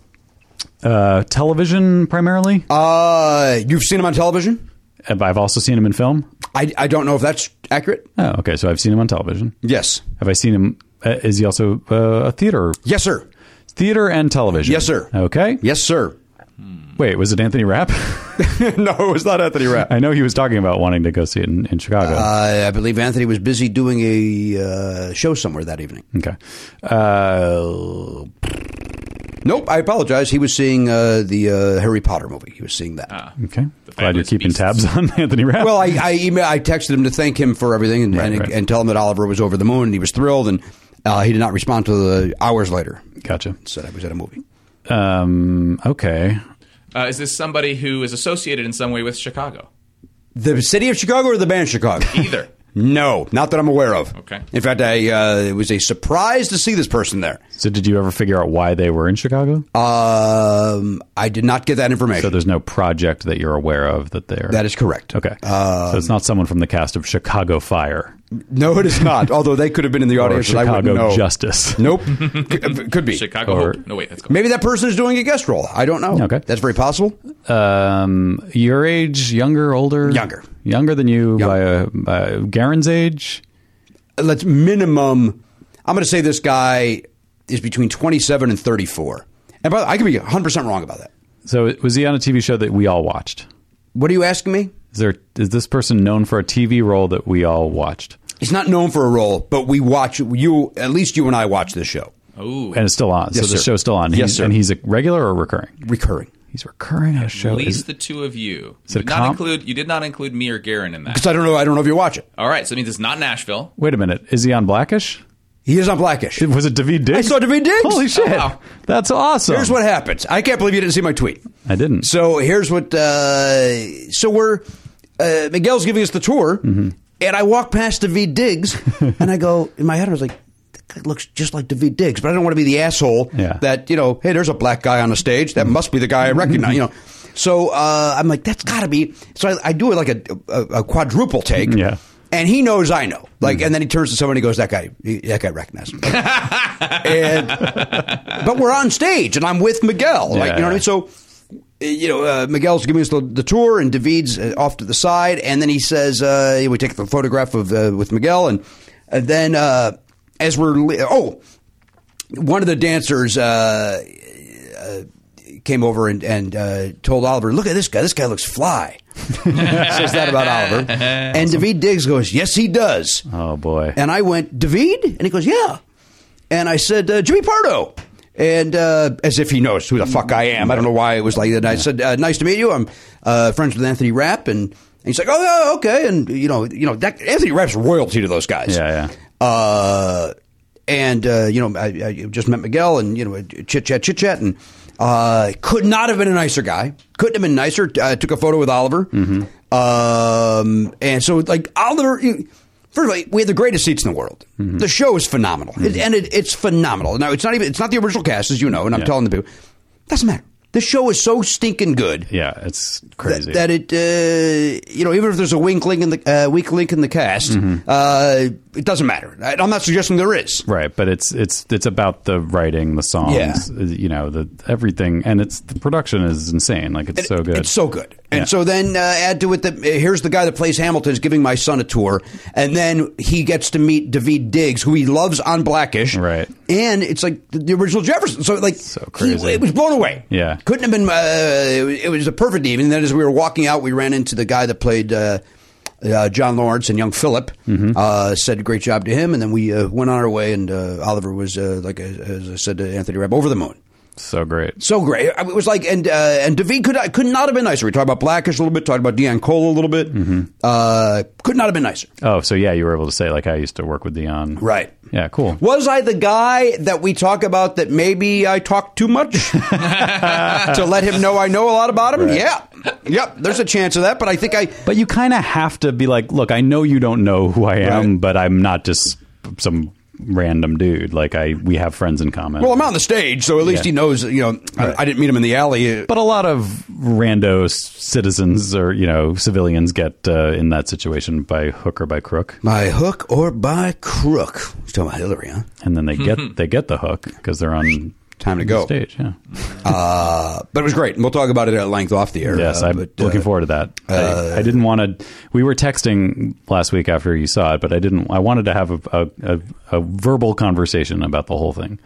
Speaker 1: Uh, television primarily.
Speaker 6: Uh, you've seen him on television.
Speaker 1: Have- I've also seen him in film.
Speaker 6: I, I don't know if that's accurate.
Speaker 1: Oh, okay. So I've seen him on television.
Speaker 6: Yes.
Speaker 1: Have I seen him? Uh, is he also uh, a theater?
Speaker 6: Yes, sir.
Speaker 1: Theater and television.
Speaker 6: Yes, sir.
Speaker 1: Okay.
Speaker 6: Yes, sir.
Speaker 1: Wait, was it Anthony Rapp?
Speaker 6: no, it was not Anthony Rapp.
Speaker 1: I know he was talking about wanting to go see it in, in Chicago.
Speaker 6: Uh, I, I believe Anthony was busy doing a uh, show somewhere that evening.
Speaker 1: okay. Uh,
Speaker 6: Nope, I apologize. He was seeing uh, the uh, Harry Potter movie. He was seeing that.
Speaker 1: okay. Glad you're
Speaker 7: Fabulous
Speaker 1: keeping
Speaker 7: Beasts.
Speaker 1: tabs on Anthony Rapp.
Speaker 6: Well, I I, email, I texted him to thank him for everything and, and,
Speaker 1: right.
Speaker 6: and tell him that Oliver was over the moon and he was thrilled and uh, he did not respond to the hours later.
Speaker 1: gotcha.
Speaker 6: Said I was at a movie.
Speaker 1: Um, okay.
Speaker 7: Uh, is this somebody who is associated in some way with Chicago?
Speaker 6: The city of Chicago or the band Chicago?
Speaker 7: Either.
Speaker 6: no, not that I'm aware of.
Speaker 7: Okay.
Speaker 6: In fact, I uh, it was a surprise to see this person there.
Speaker 1: So, did you ever figure out why they were in Chicago?
Speaker 6: Um, I did not get that
Speaker 1: so,
Speaker 6: information.
Speaker 1: there's no project that you're aware of that they're.
Speaker 6: that is correct. Um,
Speaker 1: Okay. so, it's not someone from the cast of Chicago Fire
Speaker 6: No, it is not. Although they could have been in the
Speaker 1: or
Speaker 6: audience. and I wouldn't
Speaker 1: Chicago
Speaker 6: know.
Speaker 1: Justice.
Speaker 6: Nope. C- uh, could be.
Speaker 7: Chicago
Speaker 1: Or-
Speaker 7: Hope. No, wait, that's cool.
Speaker 6: Maybe that person is doing a guest role. I don't know.
Speaker 1: Okay.
Speaker 6: That's very possible.
Speaker 1: Um, your age, younger, older?
Speaker 6: Younger.
Speaker 1: Younger than you by, a,
Speaker 6: Younger.
Speaker 1: by Garen's age?
Speaker 6: Let's minimum. I'm going to say this guy is between 27 and 34. And by the way, I could be 100 percent wrong about that.
Speaker 1: So, was he on a TV show that we all watched?
Speaker 6: What are you asking me?
Speaker 1: Is there is this person known for a TV role that we all watched
Speaker 6: He's not known for a role, but we watch you. At least you and I watch this show
Speaker 7: Ooh.
Speaker 1: and it's still on? so
Speaker 6: Yes,
Speaker 1: the
Speaker 6: sir.
Speaker 1: show's still on.
Speaker 6: Yes,
Speaker 1: He's-
Speaker 6: sir.
Speaker 1: And he's a regular or recurring?
Speaker 6: recurring
Speaker 1: He's recurring on a
Speaker 7: At
Speaker 1: show. Is-
Speaker 7: least the two of you.
Speaker 1: it
Speaker 7: you did not
Speaker 1: comp?
Speaker 7: include you did not include me or Garen in that.
Speaker 6: because I don't know. I don't know if you watch it.
Speaker 7: All right, so it means it's not Nashville.
Speaker 1: wait a minute. Is he on Blackish?
Speaker 6: He is on Blackish.
Speaker 1: Was it David Diggs?
Speaker 6: I saw David Diggs. Oh,
Speaker 1: Holy shit!
Speaker 7: wow.
Speaker 1: That's awesome.
Speaker 6: Here's what happens. I can't believe you didn't see my tweet.
Speaker 1: I didn't.
Speaker 6: So here's what. Uh, so we're uh, Miguel's giving us the tour,
Speaker 1: Mm-hmm.
Speaker 6: and I walk past David Diggs, and I go in my head. I was like, "That guy looks just like David Diggs," but I don't want to be the asshole
Speaker 1: Yeah. Mm-hmm.
Speaker 6: that you know. Hey, there's a black guy on the stage. That must be the guy I recognize. you know. So uh, I'm like, "That's got to be." So I, I do it like a, a, a quadruple take.
Speaker 1: Yeah. Mm-hmm.
Speaker 6: And he knows I know. Like, and then he turns to someone and he goes, "That guy, that guy recognized him." and but we're on stage and I'm with Miguel. Like, you know what I mean? So, uh, you know, uh, Miguel's giving us the, the tour and David's uh, off to the side. And then he says, uh, we take the photograph of, uh, with Miguel. And, and then, uh, as we're, li- oh, one of the dancers, uh, uh, came over and, and uh, told Oliver, "Look at this guy. This guy looks fly." Says that about Oliver, and David Diggs goes, "Yes, he does."
Speaker 1: oh boy.
Speaker 6: And I went, David? And he goes, yeah. And I said, uh, Jimmy Pardo. And uh, as if he knows who the fuck I am. I don't know why it was like that. And I said, uh, nice to meet you. I'm uh, friends with Anthony Rapp. And, and he's like, oh, yeah, okay. And, you know, you know that, Anthony Rapp's royalty to those guys.
Speaker 1: Yeah,
Speaker 6: yeah. Uh, and, uh, you know, I, I just met Miguel and, you know, chit chat, chit chat. And uh, could not have been a nicer guy. Couldn't have been nicer. I took a photo with Oliver. Um, and so, like, Oliver. You, First of all, we had the greatest seats in the world. The show is phenomenal, It- and it, it's phenomenal. Now, it's not even it's not the original cast, as you know, and I'm
Speaker 1: Yeah.
Speaker 6: telling the people, doesn't matter. The show is so stinking good
Speaker 1: yeah, it's
Speaker 6: that,
Speaker 1: crazy.
Speaker 6: that it, uh, you know, even if there's a weak link in the uh, weak link in the cast, uh, it doesn't matter. I, I'm not suggesting there is.
Speaker 1: Right, but it's it's it's about the writing, the songs,
Speaker 6: Yeah.
Speaker 1: you know, the everything, and it's the production is insane. Like it's so good.
Speaker 6: It's so good. And
Speaker 1: Yeah.
Speaker 6: so then uh, add to it that uh, here's the guy that plays Hamilton is giving my son a tour, and then he gets to meet David Diggs, who he loves on Blackish,
Speaker 1: Right.
Speaker 6: And it's like the, the original Jefferson. So like,
Speaker 1: So crazy.
Speaker 6: he- it was blown away.
Speaker 1: Yeah.
Speaker 6: couldn't have been. Uh, it was- it was a perfect evening. And then as we were walking out, we ran into the guy that played. Uh, uh, John Lawrence and young Philip
Speaker 1: Mm-hmm.
Speaker 6: uh, said great job to him, and then we uh, went on our way. And uh, Oliver was uh, like, uh, as I said to Anthony Rapp, over the moon.
Speaker 1: so great.
Speaker 6: So great. I- It was like, and uh, and David could could not have been nicer. We talked about Blackish a little bit, talked about Deion Cole a little bit.
Speaker 1: Mm-hmm.
Speaker 6: Uh, could not have been nicer.
Speaker 1: Oh, so yeah, you were able to say like I used to work with Dion.
Speaker 6: Right.
Speaker 1: Yeah. Cool.
Speaker 6: Was I the guy that we talk about that maybe I talked too much to let him know I know a lot about him? Yeah. Yep. There's a chance of that, but I think I.
Speaker 1: But you kind of have to be like, look, I know you don't know who I am,
Speaker 6: Right.
Speaker 1: but I'm not just some random dude. Like I, we have friends in common.
Speaker 6: Well, I'm on the stage, so at least
Speaker 1: Yeah.
Speaker 6: he knows. You know, I, I didn't meet him in the alley.
Speaker 1: but a lot of rando s- citizens or you know civilians get uh, in that situation by hook or by crook,
Speaker 6: By hook or by crook. He's talking about Hillary, huh?
Speaker 1: and then they get they get the hook because they're on
Speaker 6: Time to
Speaker 1: the
Speaker 6: go.
Speaker 1: stage. Yeah.
Speaker 6: Uh, but it was great. And we'll talk about it at length off the air.
Speaker 1: Yes,
Speaker 6: Uh,
Speaker 1: I'm
Speaker 6: but,
Speaker 1: looking
Speaker 6: uh,
Speaker 1: forward to that. I, I didn't want to. We were texting last week after you saw it, but I didn't. I wanted to have a, a, a, a verbal conversation about the whole thing,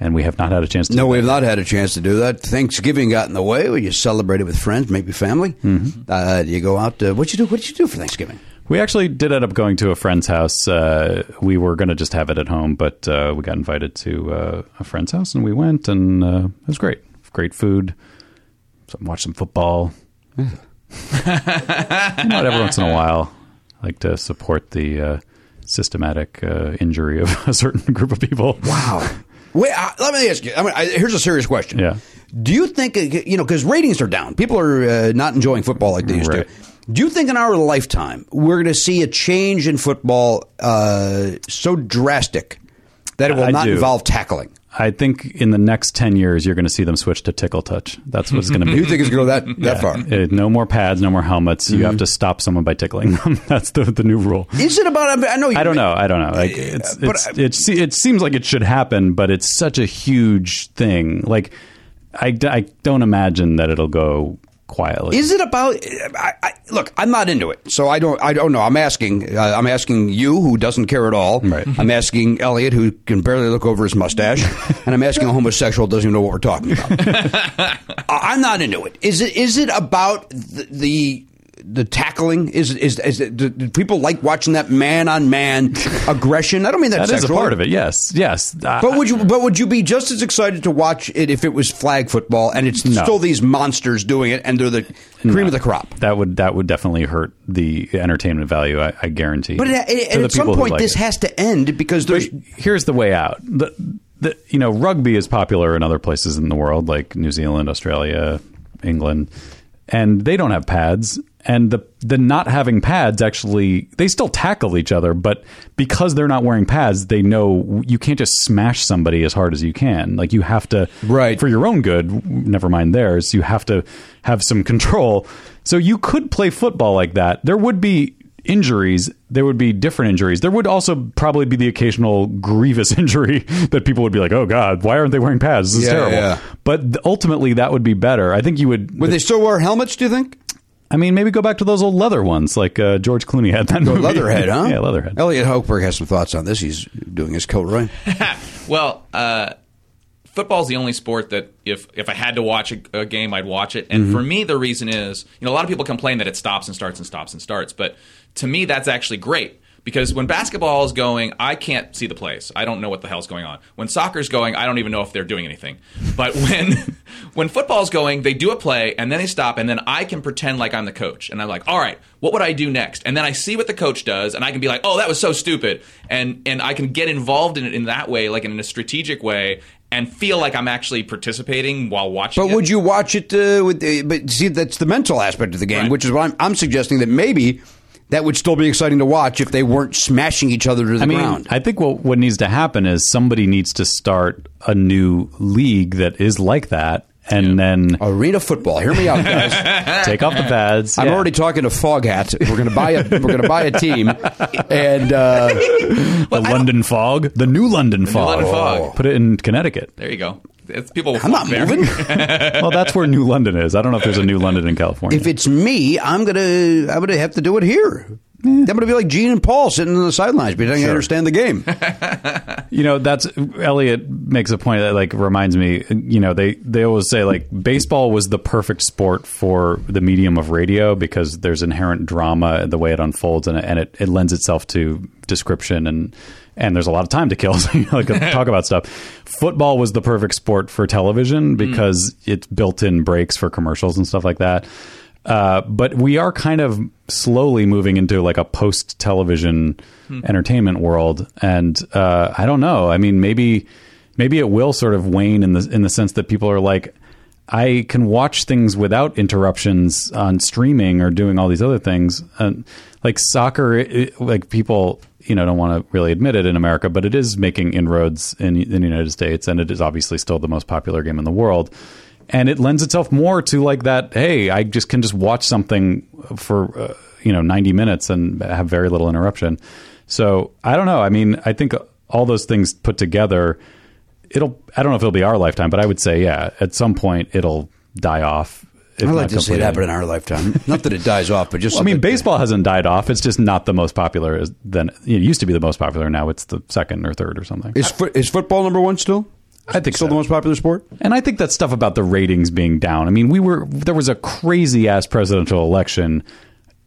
Speaker 1: and we have not had a chance to.
Speaker 6: No,
Speaker 1: do
Speaker 6: we've
Speaker 1: that.
Speaker 6: not had a chance to do that. Thanksgiving got in the way. We just celebrated with friends, maybe family.
Speaker 1: Mm-hmm.
Speaker 6: Uh, you go out. To, what you do? What did you do for Thanksgiving?
Speaker 1: We actually did end up going to a friend's house. Uh, we were going to just have it at home, but uh, we got invited to uh, a friend's house, and we went, and uh, it was great. Great food. Some, watched some football. you know, every once in a while, I like to support the uh, systematic uh, injury of a certain group of people.
Speaker 6: Wow. Wait, uh, let me ask you. I mean, I, here's a serious question.
Speaker 1: Yeah.
Speaker 6: Do you think uh, you know because ratings are down? People are uh, not enjoying football like they used
Speaker 1: Right.
Speaker 6: to. Do you think in our lifetime we're going to see a change in football uh, so drastic that it will
Speaker 1: I
Speaker 6: not
Speaker 1: do.
Speaker 6: involve tackling?
Speaker 1: I think in the next 10 years, you're going to see them switch to tickle touch. That's what it's going to
Speaker 6: Do
Speaker 1: be.
Speaker 6: you think it's going to go that that far? Mm-hmm.
Speaker 1: Uh, no more pads, no more helmets. You have to stop someone by tickling them. That's the, the new rule.
Speaker 6: Is it about? I, mean, I know. You
Speaker 1: I don't know. I don't know. Like it's,
Speaker 6: but
Speaker 1: it's, it, se- it seems like it should happen, but it's such a huge thing. Like I, d- I don't imagine that it'll go quietly.
Speaker 6: Is it about? I, I, look, I'm not into it, so I don't. I don't know. I'm asking. Uh, I'm asking you, who doesn't care at all.
Speaker 1: Right.
Speaker 6: I'm asking Elliot, who can barely look over his mustache, and I'm asking a homosexual, who doesn't even know what we're talking about. I- I'm not into it. Is it? Is it about the? the the tackling is is, is it, do, do people like watching that man on man aggression? I don't mean that's
Speaker 1: that is a
Speaker 6: sexual.
Speaker 1: part of it. Yes. Yes. I-
Speaker 6: But would you? But would you be just as excited to watch it if it was flag football and it's
Speaker 1: No.
Speaker 6: still these monsters doing it and they're the cream of the crop?
Speaker 1: that would that would definitely hurt the entertainment value. I, I guarantee.
Speaker 6: But it, it,
Speaker 1: To the
Speaker 6: at some
Speaker 1: people who
Speaker 6: point,
Speaker 1: like
Speaker 6: this
Speaker 1: it.
Speaker 6: has to end because
Speaker 1: But
Speaker 6: there's.
Speaker 1: here's the way out. The, the, you know, rugby is popular in other places in the world, like New Zealand, Australia, England, and they don't have pads. And the the not having pads actually, they still tackle each other, but because they're not wearing pads, they know you can't just smash somebody as hard as you can. Like you have to,
Speaker 6: Right.
Speaker 1: for your own good, never mind theirs. You have to have some control. So you could play football like that. There would be injuries. There would be different injuries. There would also probably be the occasional grievous injury that people would be like, "Oh God, why aren't they wearing pads? This is
Speaker 6: Yeah,
Speaker 1: terrible."
Speaker 6: yeah.
Speaker 1: But th- ultimately, that would be better. I think you would.
Speaker 6: Would they still wear helmets? Do you think?
Speaker 1: I mean, maybe go back to those old leather ones, like uh, George Clooney had that. movie.
Speaker 6: Leatherhead, huh?
Speaker 1: yeah, Leatherhead.
Speaker 6: Elliot Hochberg has some thoughts on this. He's doing his Kilroy.
Speaker 7: Ah, Well, uh, football's the only sport that if if I had to watch a, a game, I'd watch it. And for me, the reason is you know a lot of people complain that it stops and starts and stops and starts, but to me, that's actually great. Because when basketball is going, I can't see the plays. I don't know what the hell's going on. When soccer's going, I don't even know if they're doing anything. But when when football's going, they do a play and then they stop, and then I can pretend like I'm the coach, and I'm like, all right, what would I do next? And then I see what the coach does, and I can be like, oh, that was so stupid, and and I can get involved in it in that way, like in a strategic way, and feel like I'm actually participating while watching.
Speaker 6: But
Speaker 7: it.
Speaker 6: would you watch it? Uh, with the, but see, that's the mental aspect of the game,
Speaker 7: Right.
Speaker 6: which is what I'm, I'm suggesting that maybe that would still be exciting to watch if they weren't smashing each other to the
Speaker 1: I mean,
Speaker 6: ground.
Speaker 1: I think what what needs to happen is somebody needs to start a new league that is like that, and then
Speaker 6: Arena football. Hear me out, guys.
Speaker 1: take off the pads.
Speaker 6: I'm
Speaker 1: Yeah.
Speaker 6: already talking to Foghat. We're going to buy a we're going to buy a team, and uh,
Speaker 1: the London Fog, the new London Fog.
Speaker 7: London Fog.
Speaker 1: Put it in Connecticut.
Speaker 7: There you go. It's, people will
Speaker 6: I'm not
Speaker 7: flock there.
Speaker 6: moving.
Speaker 1: well, that's where New London is. I don't know if there's a New London in California.
Speaker 6: if it's me, I'm gonna I'm gonna have to do it here. I'm gonna be like Gene and Paul sitting on the sidelines, but I don't understand the game.
Speaker 1: you know, that's Elliot makes a point that like reminds me. You know, they they always say like baseball was the perfect sport for the medium of radio because there's inherent drama in the way it unfolds and it, and it, it lends itself to description and and there's a lot of time to kill. So you know, like talk about stuff. Football was the perfect sport for television because it's built in breaks for commercials and stuff like that. Uh, but we are kind of slowly moving into like a post television entertainment world, and uh, I don't know. I mean, maybe maybe it will sort of wane in the in the sense that people are like, I can watch things without interruptions on streaming or doing all these other things, and like soccer, it, it- like people you know don't want to really admit it in America, but it is making inroads in, in the United States, and it is obviously still the most popular game in the world and it lends itself more to like that hey i just can just watch something for uh, you know 90 minutes and have very little interruption so i don't know i mean i think all those things put together it'll i don't know if it'll be our lifetime but i would say yeah at some point it'll die off if
Speaker 6: I
Speaker 1: not
Speaker 6: like to see
Speaker 1: completely.
Speaker 6: it happen in our lifetime. Not that it dies off, but just
Speaker 1: I mean,
Speaker 6: that-
Speaker 1: baseball hasn't died off. It's just not the most popular. as- Than it used to be the most popular. Now it's the second or third or something.
Speaker 6: Is, fo- is football number one still?
Speaker 1: I think
Speaker 6: Still
Speaker 1: so.
Speaker 6: the most popular sport?
Speaker 1: And I think that stuff about the ratings being down. I mean, we were there was a crazy ass presidential election,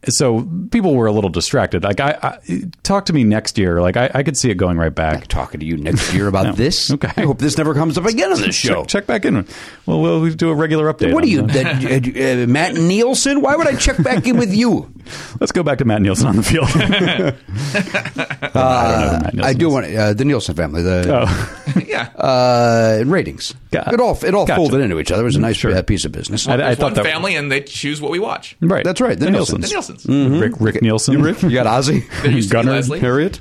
Speaker 1: so people were a little distracted. Like, I, I talk to me next year. Like, I, I could see it going right back.
Speaker 6: Talking to you next year about this.
Speaker 1: Okay.
Speaker 6: I hope this never comes up again on this show.
Speaker 1: Check, check back in. Well, we'll do a regular update.
Speaker 6: What are
Speaker 1: on
Speaker 6: you,
Speaker 1: that.
Speaker 6: that, uh, Matt Nielsen? Why would I check back in with you?
Speaker 1: Let's go back to Matt Nielsen on the field.
Speaker 6: Uh,
Speaker 1: Matt Nielsen
Speaker 6: I do
Speaker 1: is.
Speaker 6: want uh, the Nielsen family. The
Speaker 1: Oh.
Speaker 7: yeah.
Speaker 6: uh, and ratings.
Speaker 1: Got-
Speaker 6: it all it all
Speaker 1: gotcha. Mm,
Speaker 6: folded into each other. It was a nice
Speaker 1: Sure.
Speaker 6: uh, piece of business.
Speaker 1: I, I
Speaker 7: There's
Speaker 1: thought
Speaker 7: one
Speaker 1: that
Speaker 7: family, and they choose what we watch.
Speaker 1: Right,
Speaker 6: That's right, Mm-hmm. the
Speaker 7: The
Speaker 6: Nielsens.
Speaker 7: Nielsen's.
Speaker 1: Rick, Rick Nielsen.
Speaker 6: Rick, you got Ozzy,
Speaker 7: There used to
Speaker 1: Gunnar
Speaker 7: be Leslie.
Speaker 6: Harriet.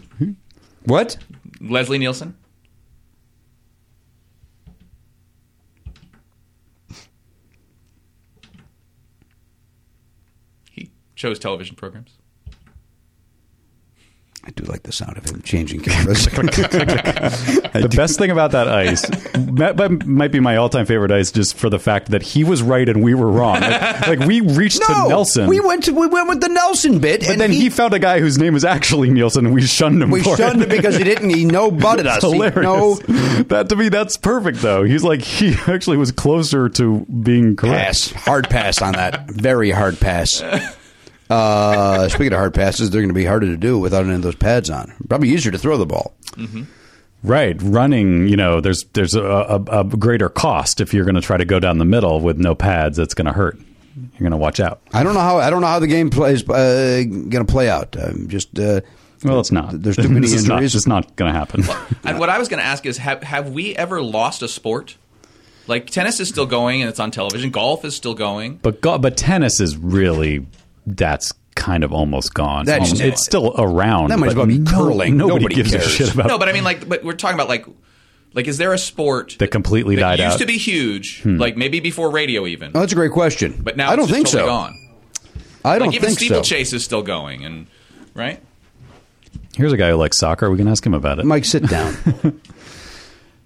Speaker 6: What?
Speaker 7: Leslie Nielsen. He chose television programs.
Speaker 6: I do like the sound of him changing cameras.
Speaker 1: The best thing about that ice that might- might be my all-time favorite ice, just for the fact that he was right and we were wrong. Like, like, we reached
Speaker 6: no,
Speaker 1: to Nelson.
Speaker 6: We went to, we went with the Nelson bit,
Speaker 1: But
Speaker 6: and
Speaker 1: then he, found a guy whose name is actually Nielsen, and we shunned him.
Speaker 6: we
Speaker 1: for
Speaker 6: shunned
Speaker 1: it.
Speaker 6: him because he didn't. He no butted us.
Speaker 1: It's
Speaker 6: He
Speaker 1: hilarious.
Speaker 6: no
Speaker 1: That to me, that's perfect though. He's like he actually was closer to being correct.
Speaker 6: pass, hard pass on that. Very hard pass. Uh, speaking of hard passes, they're going to be harder to do without any of those pads on. Probably easier to throw the ball.
Speaker 1: Right, running. You know, there's there's a, a, a greater cost if you're going to try to go down the middle with no pads. That's going to hurt. You're going to watch out.
Speaker 6: I don't know how I don't know how the game plays uh, going to play out. I'm just uh,
Speaker 1: Well, it's not.
Speaker 6: There's too many
Speaker 1: This is not-
Speaker 6: injuries.
Speaker 1: It's not going to happen.
Speaker 7: And what I was going to ask is, have have we ever lost a sport? Like tennis is still going and it's on television. Golf is still going.
Speaker 1: But go- but tennis is really that's kind of almost gone.
Speaker 6: That's-
Speaker 1: Almost- it's still around.
Speaker 6: That might as
Speaker 1: but
Speaker 6: well be
Speaker 1: no-
Speaker 6: curling.
Speaker 1: Nobody,
Speaker 6: Nobody
Speaker 1: gives a
Speaker 6: cares.
Speaker 1: shit about
Speaker 7: No, but I mean, like, but we're talking about like, like, is there a sport
Speaker 1: That completely
Speaker 7: that
Speaker 1: died
Speaker 7: used
Speaker 1: out? Hmm.
Speaker 7: to be huge, like maybe before radio even,
Speaker 6: oh, that's a great question.
Speaker 7: but now
Speaker 6: I don't
Speaker 7: it's just
Speaker 6: think
Speaker 7: totally
Speaker 6: so.
Speaker 7: Gone.
Speaker 6: I don't
Speaker 7: Like even
Speaker 6: think
Speaker 7: steeplechase
Speaker 6: so.
Speaker 7: is still going, and right.
Speaker 1: Here's a guy who likes soccer. We can ask him about it.
Speaker 6: Mike, sit down.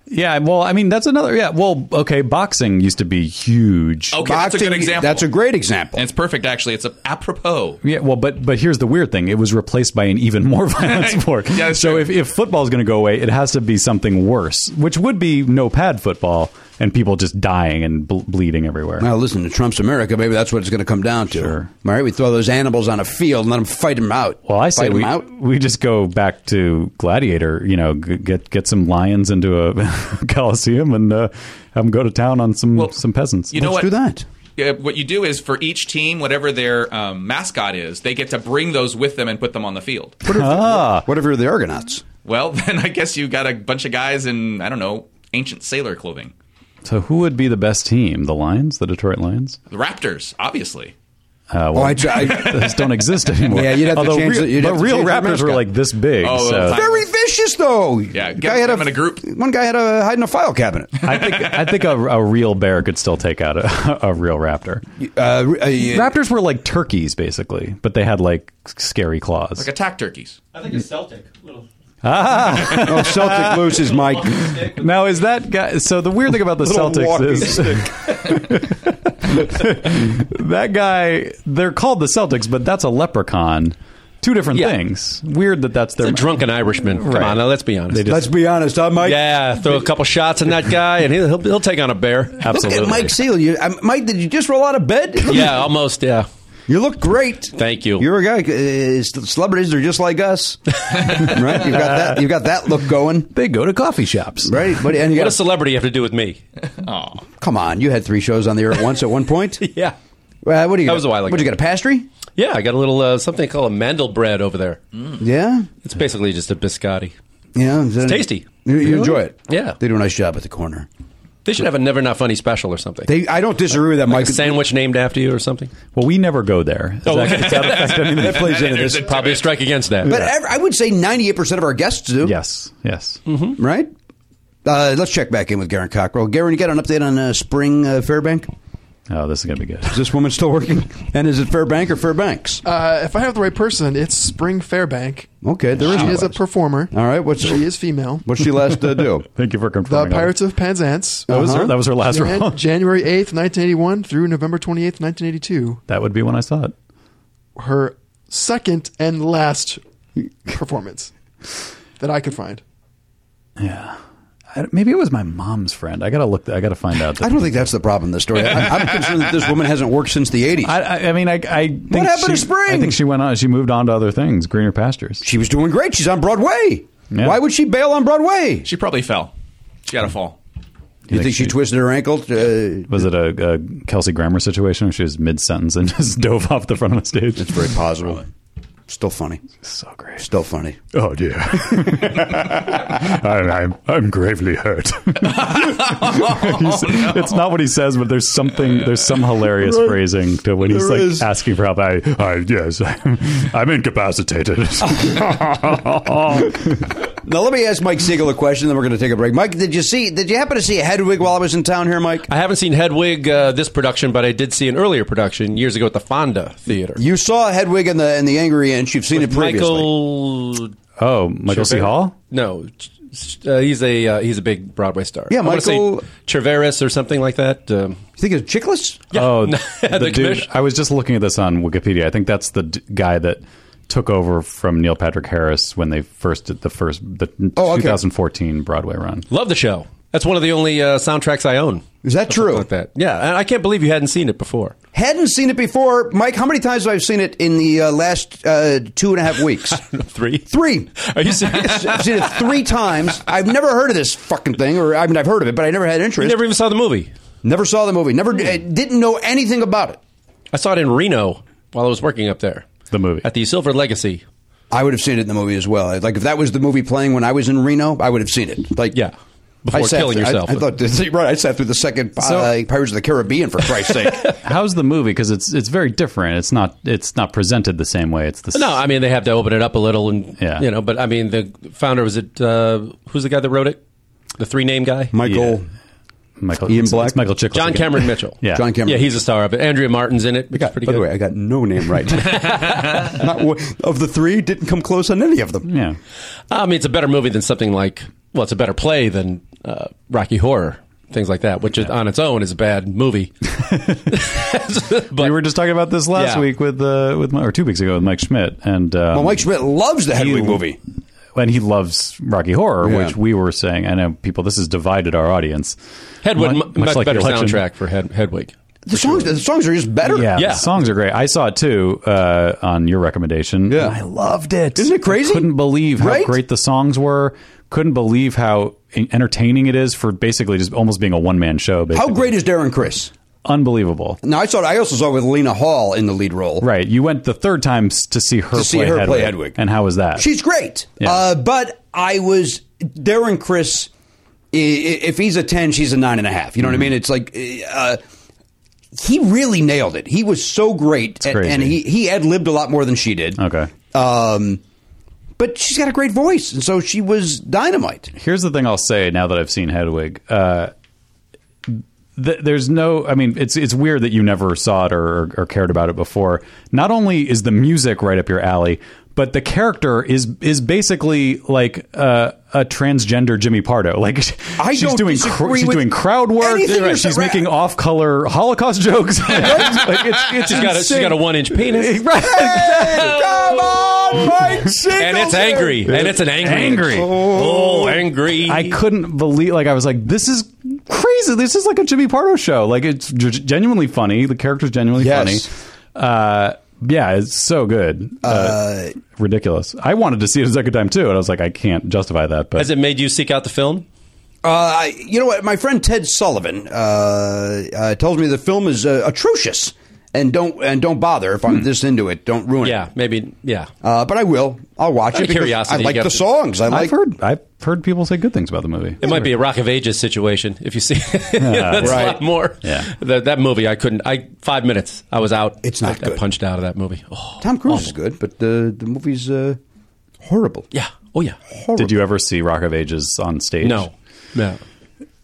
Speaker 1: Yeah, well, I mean, that's another. Yeah, well, okay, boxing used to be huge.
Speaker 7: Okay, that's a good example.
Speaker 6: That's a great example.
Speaker 7: and it's perfect actually. It's a, apropos.
Speaker 1: Yeah, well, but but here's the weird thing: it was replaced by an even more violent sport.
Speaker 7: Yeah, that's
Speaker 1: so
Speaker 7: true.
Speaker 1: if if football is going to go away, it has to be something worse, which would be no pad football and people just dying and ble- bleeding everywhere.
Speaker 6: Now, listen to Trump's America. Maybe that's what it's going to come down to.
Speaker 1: Sure.
Speaker 6: All right, we throw those animals on a field and let them fight them out.
Speaker 1: Well, I say
Speaker 6: fight
Speaker 1: we,
Speaker 6: 'em out.
Speaker 1: we just go back to Gladiator. You know, g- get get some lions into a coliseum and uh, have them go to town on some
Speaker 7: Well,
Speaker 1: some peasants.
Speaker 7: You know
Speaker 6: Let's
Speaker 7: what?
Speaker 6: do that.
Speaker 7: Yeah, what you do is for each team, whatever their um, mascot is, they get to bring those with them and put them on the field.
Speaker 1: Ah.
Speaker 6: What if you're the Argonauts?
Speaker 7: Well, then I guess you got a bunch of guys in I don't know ancient sailor clothing.
Speaker 1: so who would be the best team? The Lions, the Detroit Lions.
Speaker 7: The Raptors, obviously.
Speaker 1: Uh,
Speaker 6: Oh,
Speaker 1: well,
Speaker 6: I, I,
Speaker 1: those don't exist anymore.
Speaker 6: Yeah, you'd have to
Speaker 1: Although
Speaker 6: change
Speaker 1: real,
Speaker 6: the- you'd
Speaker 1: but
Speaker 6: have to
Speaker 1: real
Speaker 6: change the
Speaker 1: Raptors were
Speaker 6: mascot.
Speaker 1: like this big.
Speaker 7: Oh,
Speaker 1: so.
Speaker 7: that's-
Speaker 6: very vicious though. Yeah,
Speaker 7: get them in a group.
Speaker 6: One guy had a hide in a file cabinet.
Speaker 1: I think I think a, a real bear could still take out a, a real raptor.
Speaker 6: Uh, re- uh, yeah.
Speaker 1: Raptors were like turkeys, basically, but they had like scary claws.
Speaker 7: Like attack turkeys.
Speaker 9: I think it's Celtic. Little
Speaker 6: oh, Celtic loses, Mike.
Speaker 9: stick with
Speaker 1: Now is that guy? So the weird thing about the
Speaker 6: Little
Speaker 1: Celtics
Speaker 6: walking
Speaker 1: is that guy. They're called the Celtics, but that's a leprechaun. Two different
Speaker 9: Yeah.
Speaker 1: things. Weird that that's their
Speaker 9: a drunken Irishman. Come
Speaker 1: Right.
Speaker 9: on, now let's be honest.
Speaker 6: Let's be honest, huh, Mike?
Speaker 9: yeah, throw a couple shots in that guy, and he'll he'll, he'll take on a bear.
Speaker 6: Look
Speaker 1: Absolutely.
Speaker 6: at Mike Seal. You, um, Mike, did you just roll out of bed?
Speaker 9: Yeah, almost. Yeah.
Speaker 6: You look great.
Speaker 9: Thank you.
Speaker 6: You're a guy. Uh, celebrities are just like us, right? You've got that. You've got that look going,
Speaker 1: They go to coffee shops.
Speaker 6: right? But and you got
Speaker 9: What does celebrity have to do with me?
Speaker 6: Come on, you had three shows on the air at once at one point. uh,
Speaker 9: Yeah.
Speaker 6: what do you?
Speaker 9: That
Speaker 6: got?
Speaker 9: was a while ago.
Speaker 6: What you got? A pastry?
Speaker 9: Yeah, I got a little uh, something called a mandel bread over there.
Speaker 6: Yeah,
Speaker 9: It's basically just a biscotti.
Speaker 6: yeah. It's
Speaker 9: tasty.
Speaker 6: You, you enjoy it?
Speaker 9: Yeah.
Speaker 6: They do a nice job at the corner.
Speaker 9: They should have a Never Not Funny special or something.
Speaker 6: They. I don't disagree with that,
Speaker 9: like
Speaker 6: Mike.
Speaker 9: a sandwich named after you or something.
Speaker 1: Well, we never go there. Does
Speaker 9: Oh,
Speaker 1: that-
Speaker 9: okay.
Speaker 1: does that affect anything?
Speaker 6: that plays into this.
Speaker 9: Probably a strike against that.
Speaker 6: But ev- I would say ninety-eight percent of our guests do.
Speaker 1: Yes. Yes.
Speaker 9: Mm-hmm.
Speaker 6: Right. Uh, let's check back in with Garen Cockrell. Garen, you got an update on uh, Spring uh, Fairbank?
Speaker 1: Oh, this is gonna be good.
Speaker 6: Is this woman still working? And is it Fairbank or Fairbanks?
Speaker 10: Uh, if I have the right person, it's Spring Fairbank.
Speaker 6: okay, there is.
Speaker 10: She
Speaker 6: no
Speaker 10: is a
Speaker 6: last.
Speaker 10: performer.
Speaker 6: All right, what's
Speaker 10: She is female.
Speaker 6: What's she last uh, do?
Speaker 1: Thank you for
Speaker 10: The
Speaker 1: confirming. all
Speaker 10: Pirates
Speaker 1: that.
Speaker 10: of Penzance.
Speaker 1: That was her,
Speaker 6: Uh-huh.
Speaker 1: that was her last
Speaker 10: Jan-
Speaker 1: role.
Speaker 10: January 8th, 1981 through November 28th, 1982.
Speaker 1: That would be when I saw it.
Speaker 10: Her second and last performance that I could find.
Speaker 1: Yeah. I- maybe it was my mom's friend. I gotta look. I gotta find out.
Speaker 6: I don't think that's the problem in this story. I, I'm concerned that this woman hasn't worked since the 80s.
Speaker 1: I, I, I mean, I, I think
Speaker 6: happened
Speaker 1: she,
Speaker 6: to spring?
Speaker 1: I think she went on. She moved on to other things, greener pastures.
Speaker 6: she was doing great. She's on Broadway.
Speaker 1: Yeah.
Speaker 6: Why would she bail on Broadway?
Speaker 7: She probably fell. She got a fall.
Speaker 6: Do you think she twisted her ankle? To, uh,
Speaker 1: Was it a, a Kelsey Grammer situation where she was mid sentence and just dove off the front of the stage?
Speaker 6: it's very possible. Still funny.
Speaker 1: so great.
Speaker 6: Still funny.
Speaker 1: Oh dear. I, I'm I'm gravely hurt. He's- It's not what he says, but there's something there's some hilarious phrasing to when he's like asking for help. I, I yes, I'm incapacitated.
Speaker 6: Now let me ask Mike Siegel a question. Then we're going to take a break. Mike, did you see? Did you happen to see Hedwig while I was in town here, Mike?
Speaker 9: I haven't seen Hedwig uh, this production, but I did see an earlier production years ago at the Fonda Theater.
Speaker 6: You saw Hedwig in the in the Angry Inch. You've seen it previously.
Speaker 9: Michael?
Speaker 1: oh, Michael C. Hall.
Speaker 9: No, uh, he's a uh, he's a big Broadway star.
Speaker 6: Yeah,
Speaker 9: I wanna say
Speaker 6: Michael-
Speaker 9: Treveris or something like that. Um,
Speaker 6: You think it's Chickless?
Speaker 1: Oh,
Speaker 9: No,
Speaker 1: the,
Speaker 9: the
Speaker 1: dude.
Speaker 9: commission-
Speaker 1: I was just looking at this on Wikipedia. I think that's the d- guy that took over from Neil Patrick Harris when they first did the first the
Speaker 6: Oh, okay.
Speaker 1: 2014 Broadway run.
Speaker 9: love the show. That's one of the only uh, soundtracks I own.
Speaker 6: Is that
Speaker 9: Something
Speaker 6: true?
Speaker 9: Like that. Yeah, and I can't believe you hadn't seen it before.
Speaker 6: Hadn't seen it before, Mike. How many times have I seen it in the uh, last uh, two and a half weeks?
Speaker 9: Three.
Speaker 6: Three.
Speaker 9: Are you serious?
Speaker 6: I've seen it three times. I've never heard of this fucking thing, or I mean, I've heard of it, but I never had
Speaker 9: you
Speaker 6: interest.
Speaker 9: never Hmm. even saw the movie.
Speaker 6: Never saw the movie. Never uh, didn't know anything about it.
Speaker 9: I saw it in Reno while I was working up there.
Speaker 1: The movie.
Speaker 9: at the Silver Legacy.
Speaker 6: I would have seen it in the movie as well. Like if that was the movie playing when I was in Reno, I would have seen it. Like
Speaker 9: Yeah. Before
Speaker 6: sat
Speaker 9: killing
Speaker 6: through- I-
Speaker 9: yourself.
Speaker 6: I, thought right. I sat through the second uh, Pirates of the Caribbean for Christ's sake.
Speaker 1: How's the movie? Because it's it's very different. It's not it's not presented the same way. It's the
Speaker 9: No, I mean they have to open it up a little, and
Speaker 1: Yeah.
Speaker 9: you know. But I mean, the founder was it? Uh, who's the guy that wrote it? The three name guy,
Speaker 6: Michael,
Speaker 1: Michael
Speaker 6: Ian
Speaker 1: it's-
Speaker 6: Black?
Speaker 1: it's Michael Chiklis
Speaker 9: John
Speaker 1: again.
Speaker 9: Cameron Mitchell.
Speaker 1: Yeah.
Speaker 6: John Cameron.
Speaker 9: yeah, he's a star of it. Andrea Martin's in it, which is
Speaker 6: God,
Speaker 9: pretty
Speaker 6: by
Speaker 9: good.
Speaker 6: the way, I got no name right. Not one, of the three, didn't come close on any of them.
Speaker 1: Yeah.
Speaker 9: I mean, it's a better movie than something like well, it's a better play than uh, Rocky Horror, things like that, which is, on its own is a bad movie.
Speaker 1: we
Speaker 9: but
Speaker 1: were just talking about this last
Speaker 9: Yeah.
Speaker 1: week with uh, with Mi- or two weeks ago with Mike Schmidt and um,
Speaker 6: Well, Mike Schmidt loves the Hedwig
Speaker 1: he-
Speaker 6: movie.
Speaker 1: and he loves Rocky Horror,
Speaker 6: Yeah.
Speaker 1: which we were saying. I know people. This has divided our audience.
Speaker 9: Hedwig,
Speaker 1: Mu-
Speaker 9: mu- much,
Speaker 1: like the
Speaker 9: better
Speaker 1: election.
Speaker 9: soundtrack for Hed- Hedwig.
Speaker 6: The songs, the songs are just better.
Speaker 1: Yeah,
Speaker 9: Yeah.
Speaker 1: the songs are great. I saw it too uh, on your recommendation.
Speaker 6: Yeah.
Speaker 1: and I loved it.
Speaker 6: Isn't it crazy?
Speaker 1: I couldn't believe how
Speaker 6: Right?
Speaker 1: great the songs were. Couldn't believe how en- entertaining it is for basically just almost being a one man show.
Speaker 6: How
Speaker 1: Basically.
Speaker 6: great is Darren Chris?
Speaker 1: Unbelievable.
Speaker 6: Now I saw. I also saw it with Lena Hall in the lead role.
Speaker 1: Right. You went the third time s- to see her,
Speaker 6: To see
Speaker 1: play,
Speaker 6: her
Speaker 1: Hedwig.
Speaker 6: play Hedwig.
Speaker 1: And how was that?
Speaker 6: She's great.
Speaker 1: Yeah.
Speaker 6: Uh, but I was Darren Chris. i- i- If he's a ten, she's a nine and a half.
Speaker 1: Mm-hmm.
Speaker 6: You know what I mean? It's like uh, he really nailed it. He was so great, and,
Speaker 1: crazy.
Speaker 6: and he he ad libbed a lot more than she did.
Speaker 1: Okay.
Speaker 6: Um, but she's got a great voice, and so she was dynamite.
Speaker 1: Here's the thing I'll say now that I've seen Hedwig. Uh, th- there's no, I mean, it's it's weird that you never saw it or, or cared about it before. Not only is the music right up your alley, but the character is is basically like uh, a transgender Jimmy Pardo. Like
Speaker 6: I
Speaker 1: she's
Speaker 6: don't
Speaker 1: doing
Speaker 6: disagree
Speaker 1: she's
Speaker 6: with
Speaker 1: doing crowd work.
Speaker 6: anything you're
Speaker 1: She's
Speaker 6: sa-
Speaker 1: making off color Holocaust jokes. like it's, it's
Speaker 9: She's got a, she's
Speaker 1: insane.
Speaker 9: got a one inch penis,
Speaker 1: Right, exactly.
Speaker 6: Come on, Mike Siegel.
Speaker 9: Oh! and it's angry, and it's an angry,
Speaker 1: Angry.
Speaker 9: oh, angry.
Speaker 1: I couldn't believe. Like I was like, this is crazy. This is like a Jimmy Pardo show. Like it's g- genuinely funny. The character's genuinely
Speaker 6: Yes.
Speaker 1: funny. Uh, yeah, it's so good. Uh, ridiculous. I wanted to see it a second time too, and I was like, I can't justify that. But
Speaker 9: Has it made you seek out the film?
Speaker 6: Uh, I- you know what? My friend Ted Sullivan uh, uh, tells me the film is uh, atrocious, and don't and don't bother if I'm this into it. Don't ruin
Speaker 9: Hmm. Yeah,
Speaker 6: it.
Speaker 9: maybe. Yeah,
Speaker 6: Uh, but I will. I'll watch
Speaker 9: Out
Speaker 6: it
Speaker 9: of
Speaker 6: because
Speaker 9: curiosity,
Speaker 6: I like
Speaker 9: you
Speaker 6: the
Speaker 9: have to-
Speaker 6: songs. I like
Speaker 1: I've heard I've heard people say good things about the movie.
Speaker 9: It might be a Rock of Ages situation if you see. you know, that's
Speaker 6: right.
Speaker 9: a lot more.
Speaker 1: Yeah.
Speaker 9: That, that movie, I couldn't. I five minutes, I was out.
Speaker 6: It's not
Speaker 9: I, I
Speaker 6: good.
Speaker 9: punched out of that movie. Oh,
Speaker 6: Tom Cruise is good, but the the movie's uh, horrible.
Speaker 9: yeah. Oh yeah.
Speaker 1: Did you ever see Rock of Ages on stage?
Speaker 9: No. No.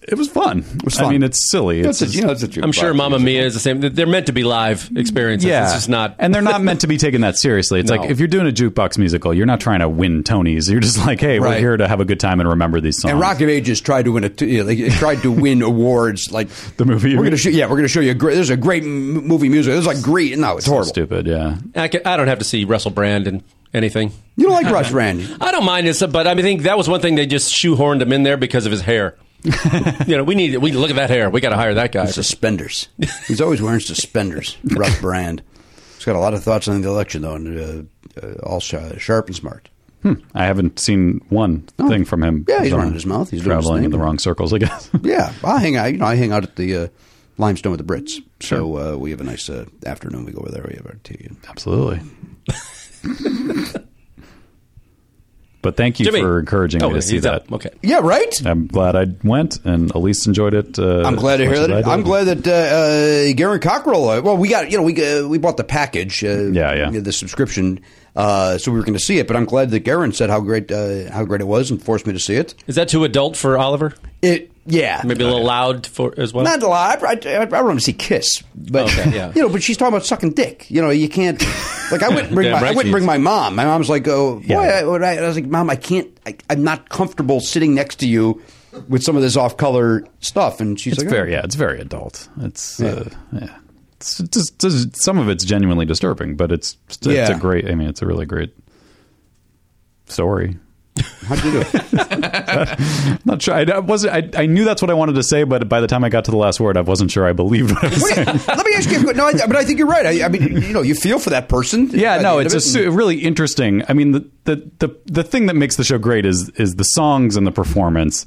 Speaker 1: it was fun. I
Speaker 6: fun.
Speaker 1: mean, it's silly. It's
Speaker 6: That's it.
Speaker 1: just-
Speaker 6: You know, that's a
Speaker 9: I'm sure Mamma Mia is the same. They're meant to be live experiences.
Speaker 1: Yeah,
Speaker 9: It's just not.
Speaker 1: and they're not meant to be taken that seriously. It's
Speaker 9: No.
Speaker 1: like if you're doing a jukebox musical, you're not trying to win Tonys. You're just like, hey, we're
Speaker 6: Right.
Speaker 1: here to have a good time and remember these songs.
Speaker 6: And Rock of Ages tried to win a t- you know, they tried to win awards like
Speaker 1: The movie, you
Speaker 6: We're
Speaker 1: mean?
Speaker 6: gonna show, yeah, we're gonna show you a great. There's a great m- movie music. There's like great. No, it's horrible.
Speaker 1: stupid. Yeah,
Speaker 9: I, can, I don't have to see Russell Brand and anything.
Speaker 6: You don't like Rush Rand.
Speaker 9: I don't mind this, but I mean, I think that was one thing they just shoehorned him in there because of his hair. you know, we need we look at that hair. We got to hire that guy.
Speaker 6: Suspenders. He's always wearing suspenders. Russ Brand. He's got a lot of thoughts on the election, though, and uh, uh, all sh- sharp and smart.
Speaker 1: Hmm. I haven't seen one thing from him.
Speaker 6: Yeah, he's
Speaker 1: So
Speaker 6: running his mouth. He's doing his
Speaker 1: traveling in
Speaker 6: thing.
Speaker 1: the wrong circles, I guess.
Speaker 6: Yeah, I hang out. You know, I hang out at the uh, Limestone with the Brits. So uh, we have a nice uh, afternoon. We go over there. We have our tea.
Speaker 1: Absolutely. but thank you
Speaker 9: Jimmy.
Speaker 1: for encouraging
Speaker 9: Oh,
Speaker 1: me to see
Speaker 9: he's
Speaker 1: that.
Speaker 9: up. Okay.
Speaker 6: Yeah, right.
Speaker 1: I'm glad I went, and Elise enjoyed it. Uh,
Speaker 6: Uh, I'm glad to
Speaker 1: as much
Speaker 6: hear
Speaker 1: as I
Speaker 6: that.
Speaker 1: did.
Speaker 6: I'm glad that uh, uh, Garen Cockrell. Uh, well, we got you know we uh, we bought the package. Uh,
Speaker 1: Yeah, yeah.
Speaker 6: The subscription. Uh, so we were going to see it, but I'm glad that Garen said how great uh, how great it was and forced me to see it.
Speaker 9: Is that too adult for Oliver?
Speaker 6: It yeah.
Speaker 9: Maybe a
Speaker 1: Uh,
Speaker 9: little loud for as well.
Speaker 6: Not a lot. I, I, I want to see Kiss, but
Speaker 9: Okay, yeah.
Speaker 6: you know, but she's talking about sucking dick. You know, you can't. Like I wouldn't bring
Speaker 9: Damn
Speaker 6: my
Speaker 9: right
Speaker 6: I
Speaker 9: she
Speaker 6: wouldn't bring my
Speaker 9: is.
Speaker 6: mom. My mom's like, oh boy, I, would- I, I was like, mom, I can't. I, I'm not comfortable sitting next to you with some of this off color stuff. And she's
Speaker 1: It's
Speaker 6: like,
Speaker 1: very, yeah, it's very adult. It's, uh, yeah. It's, it's- it's- some of it's genuinely disturbing, but it's it's
Speaker 6: Yeah.
Speaker 1: a great. I mean, it's a really great story.
Speaker 6: oh, how'd you do it?
Speaker 1: Not sure. I, I wasn't. I, I knew that's what I wanted to say, but by the time I got to the last word, I wasn't sure I believed what I was
Speaker 6: Wait,
Speaker 1: saying.
Speaker 6: let me ask you. a que- No, I, but I think you're right. I, I mean, you know, you feel for that person.
Speaker 1: Yeah,
Speaker 6: At
Speaker 1: no,
Speaker 6: the end
Speaker 1: it's
Speaker 6: of
Speaker 1: a
Speaker 6: it,
Speaker 1: su-
Speaker 6: and-
Speaker 1: really interesting. I mean, the, the the the thing that makes the show great is is the songs and the performance,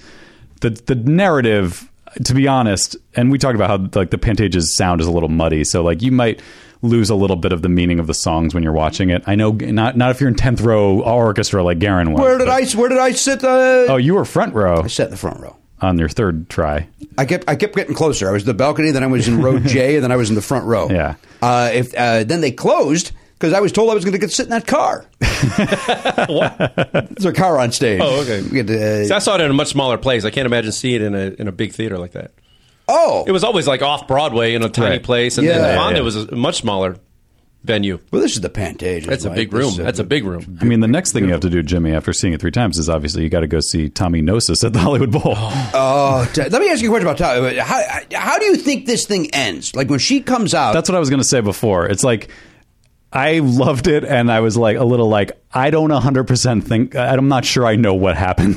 Speaker 1: the the narrative. To be honest, and we talked about how like the Pantages sound is a little muddy, so like you might lose a little bit of the meaning of the songs when you're watching it. I know not not if you're in tenth row orchestra like Garen was.
Speaker 6: Where did
Speaker 1: but-
Speaker 6: I? Where did I sit? Uh,
Speaker 1: Oh, you were front row
Speaker 6: I sat in the front row.
Speaker 1: on your third try.
Speaker 6: I kept I kept getting closer. I was the balcony, then I was in row J, and then I was in the front row.
Speaker 1: Yeah.
Speaker 6: Uh, if uh, then they closed because I was told I was going to get sit in that car. There's a car on stage.
Speaker 9: Oh, okay.
Speaker 6: We had to,
Speaker 9: See,
Speaker 6: uh,
Speaker 9: I saw it in a much smaller place. I can't imagine seeing it in a in a big theater like that.
Speaker 6: oh,
Speaker 9: It was always like off Broadway in a tiny
Speaker 1: Right.
Speaker 9: place, and,
Speaker 6: Yeah.
Speaker 9: and the
Speaker 6: Yeah,
Speaker 9: Fonda
Speaker 1: yeah.
Speaker 9: was a much smaller venue.
Speaker 6: well, this is the Pantages.
Speaker 9: That's a
Speaker 6: right?
Speaker 9: big
Speaker 6: This,
Speaker 9: room.
Speaker 6: uh,
Speaker 9: That's a big room.
Speaker 1: I mean, the next thing you have to do, Jimmy, after seeing it three times, is obviously you got to go see Tommy Gnosis at the Hollywood Bowl.
Speaker 6: Oh, t- let me ask you a question about Tyler. How how do you think this thing ends? Like when she comes out.
Speaker 1: That's what I was going to say before. It's like I loved it, and I was like a little like I don't hundred percent think I'm not sure I know what happened.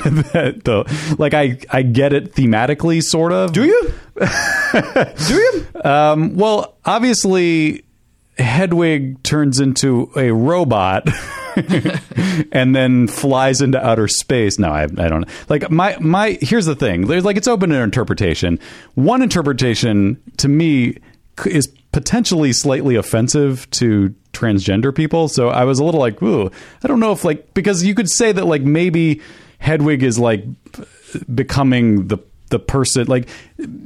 Speaker 1: Though, like I I get it thematically, sort of. Do
Speaker 6: you? do you?
Speaker 1: Um, well, obviously, Hedwig turns into a robot. and then flies into outer space. No, I, I don't like my my. Here's the thing: there's like it's open to interpretation. One interpretation to me c- is potentially slightly offensive to transgender people. So I was a little like, ooh, I don't know if like because you could say that like maybe Hedwig is like b- becoming the the person like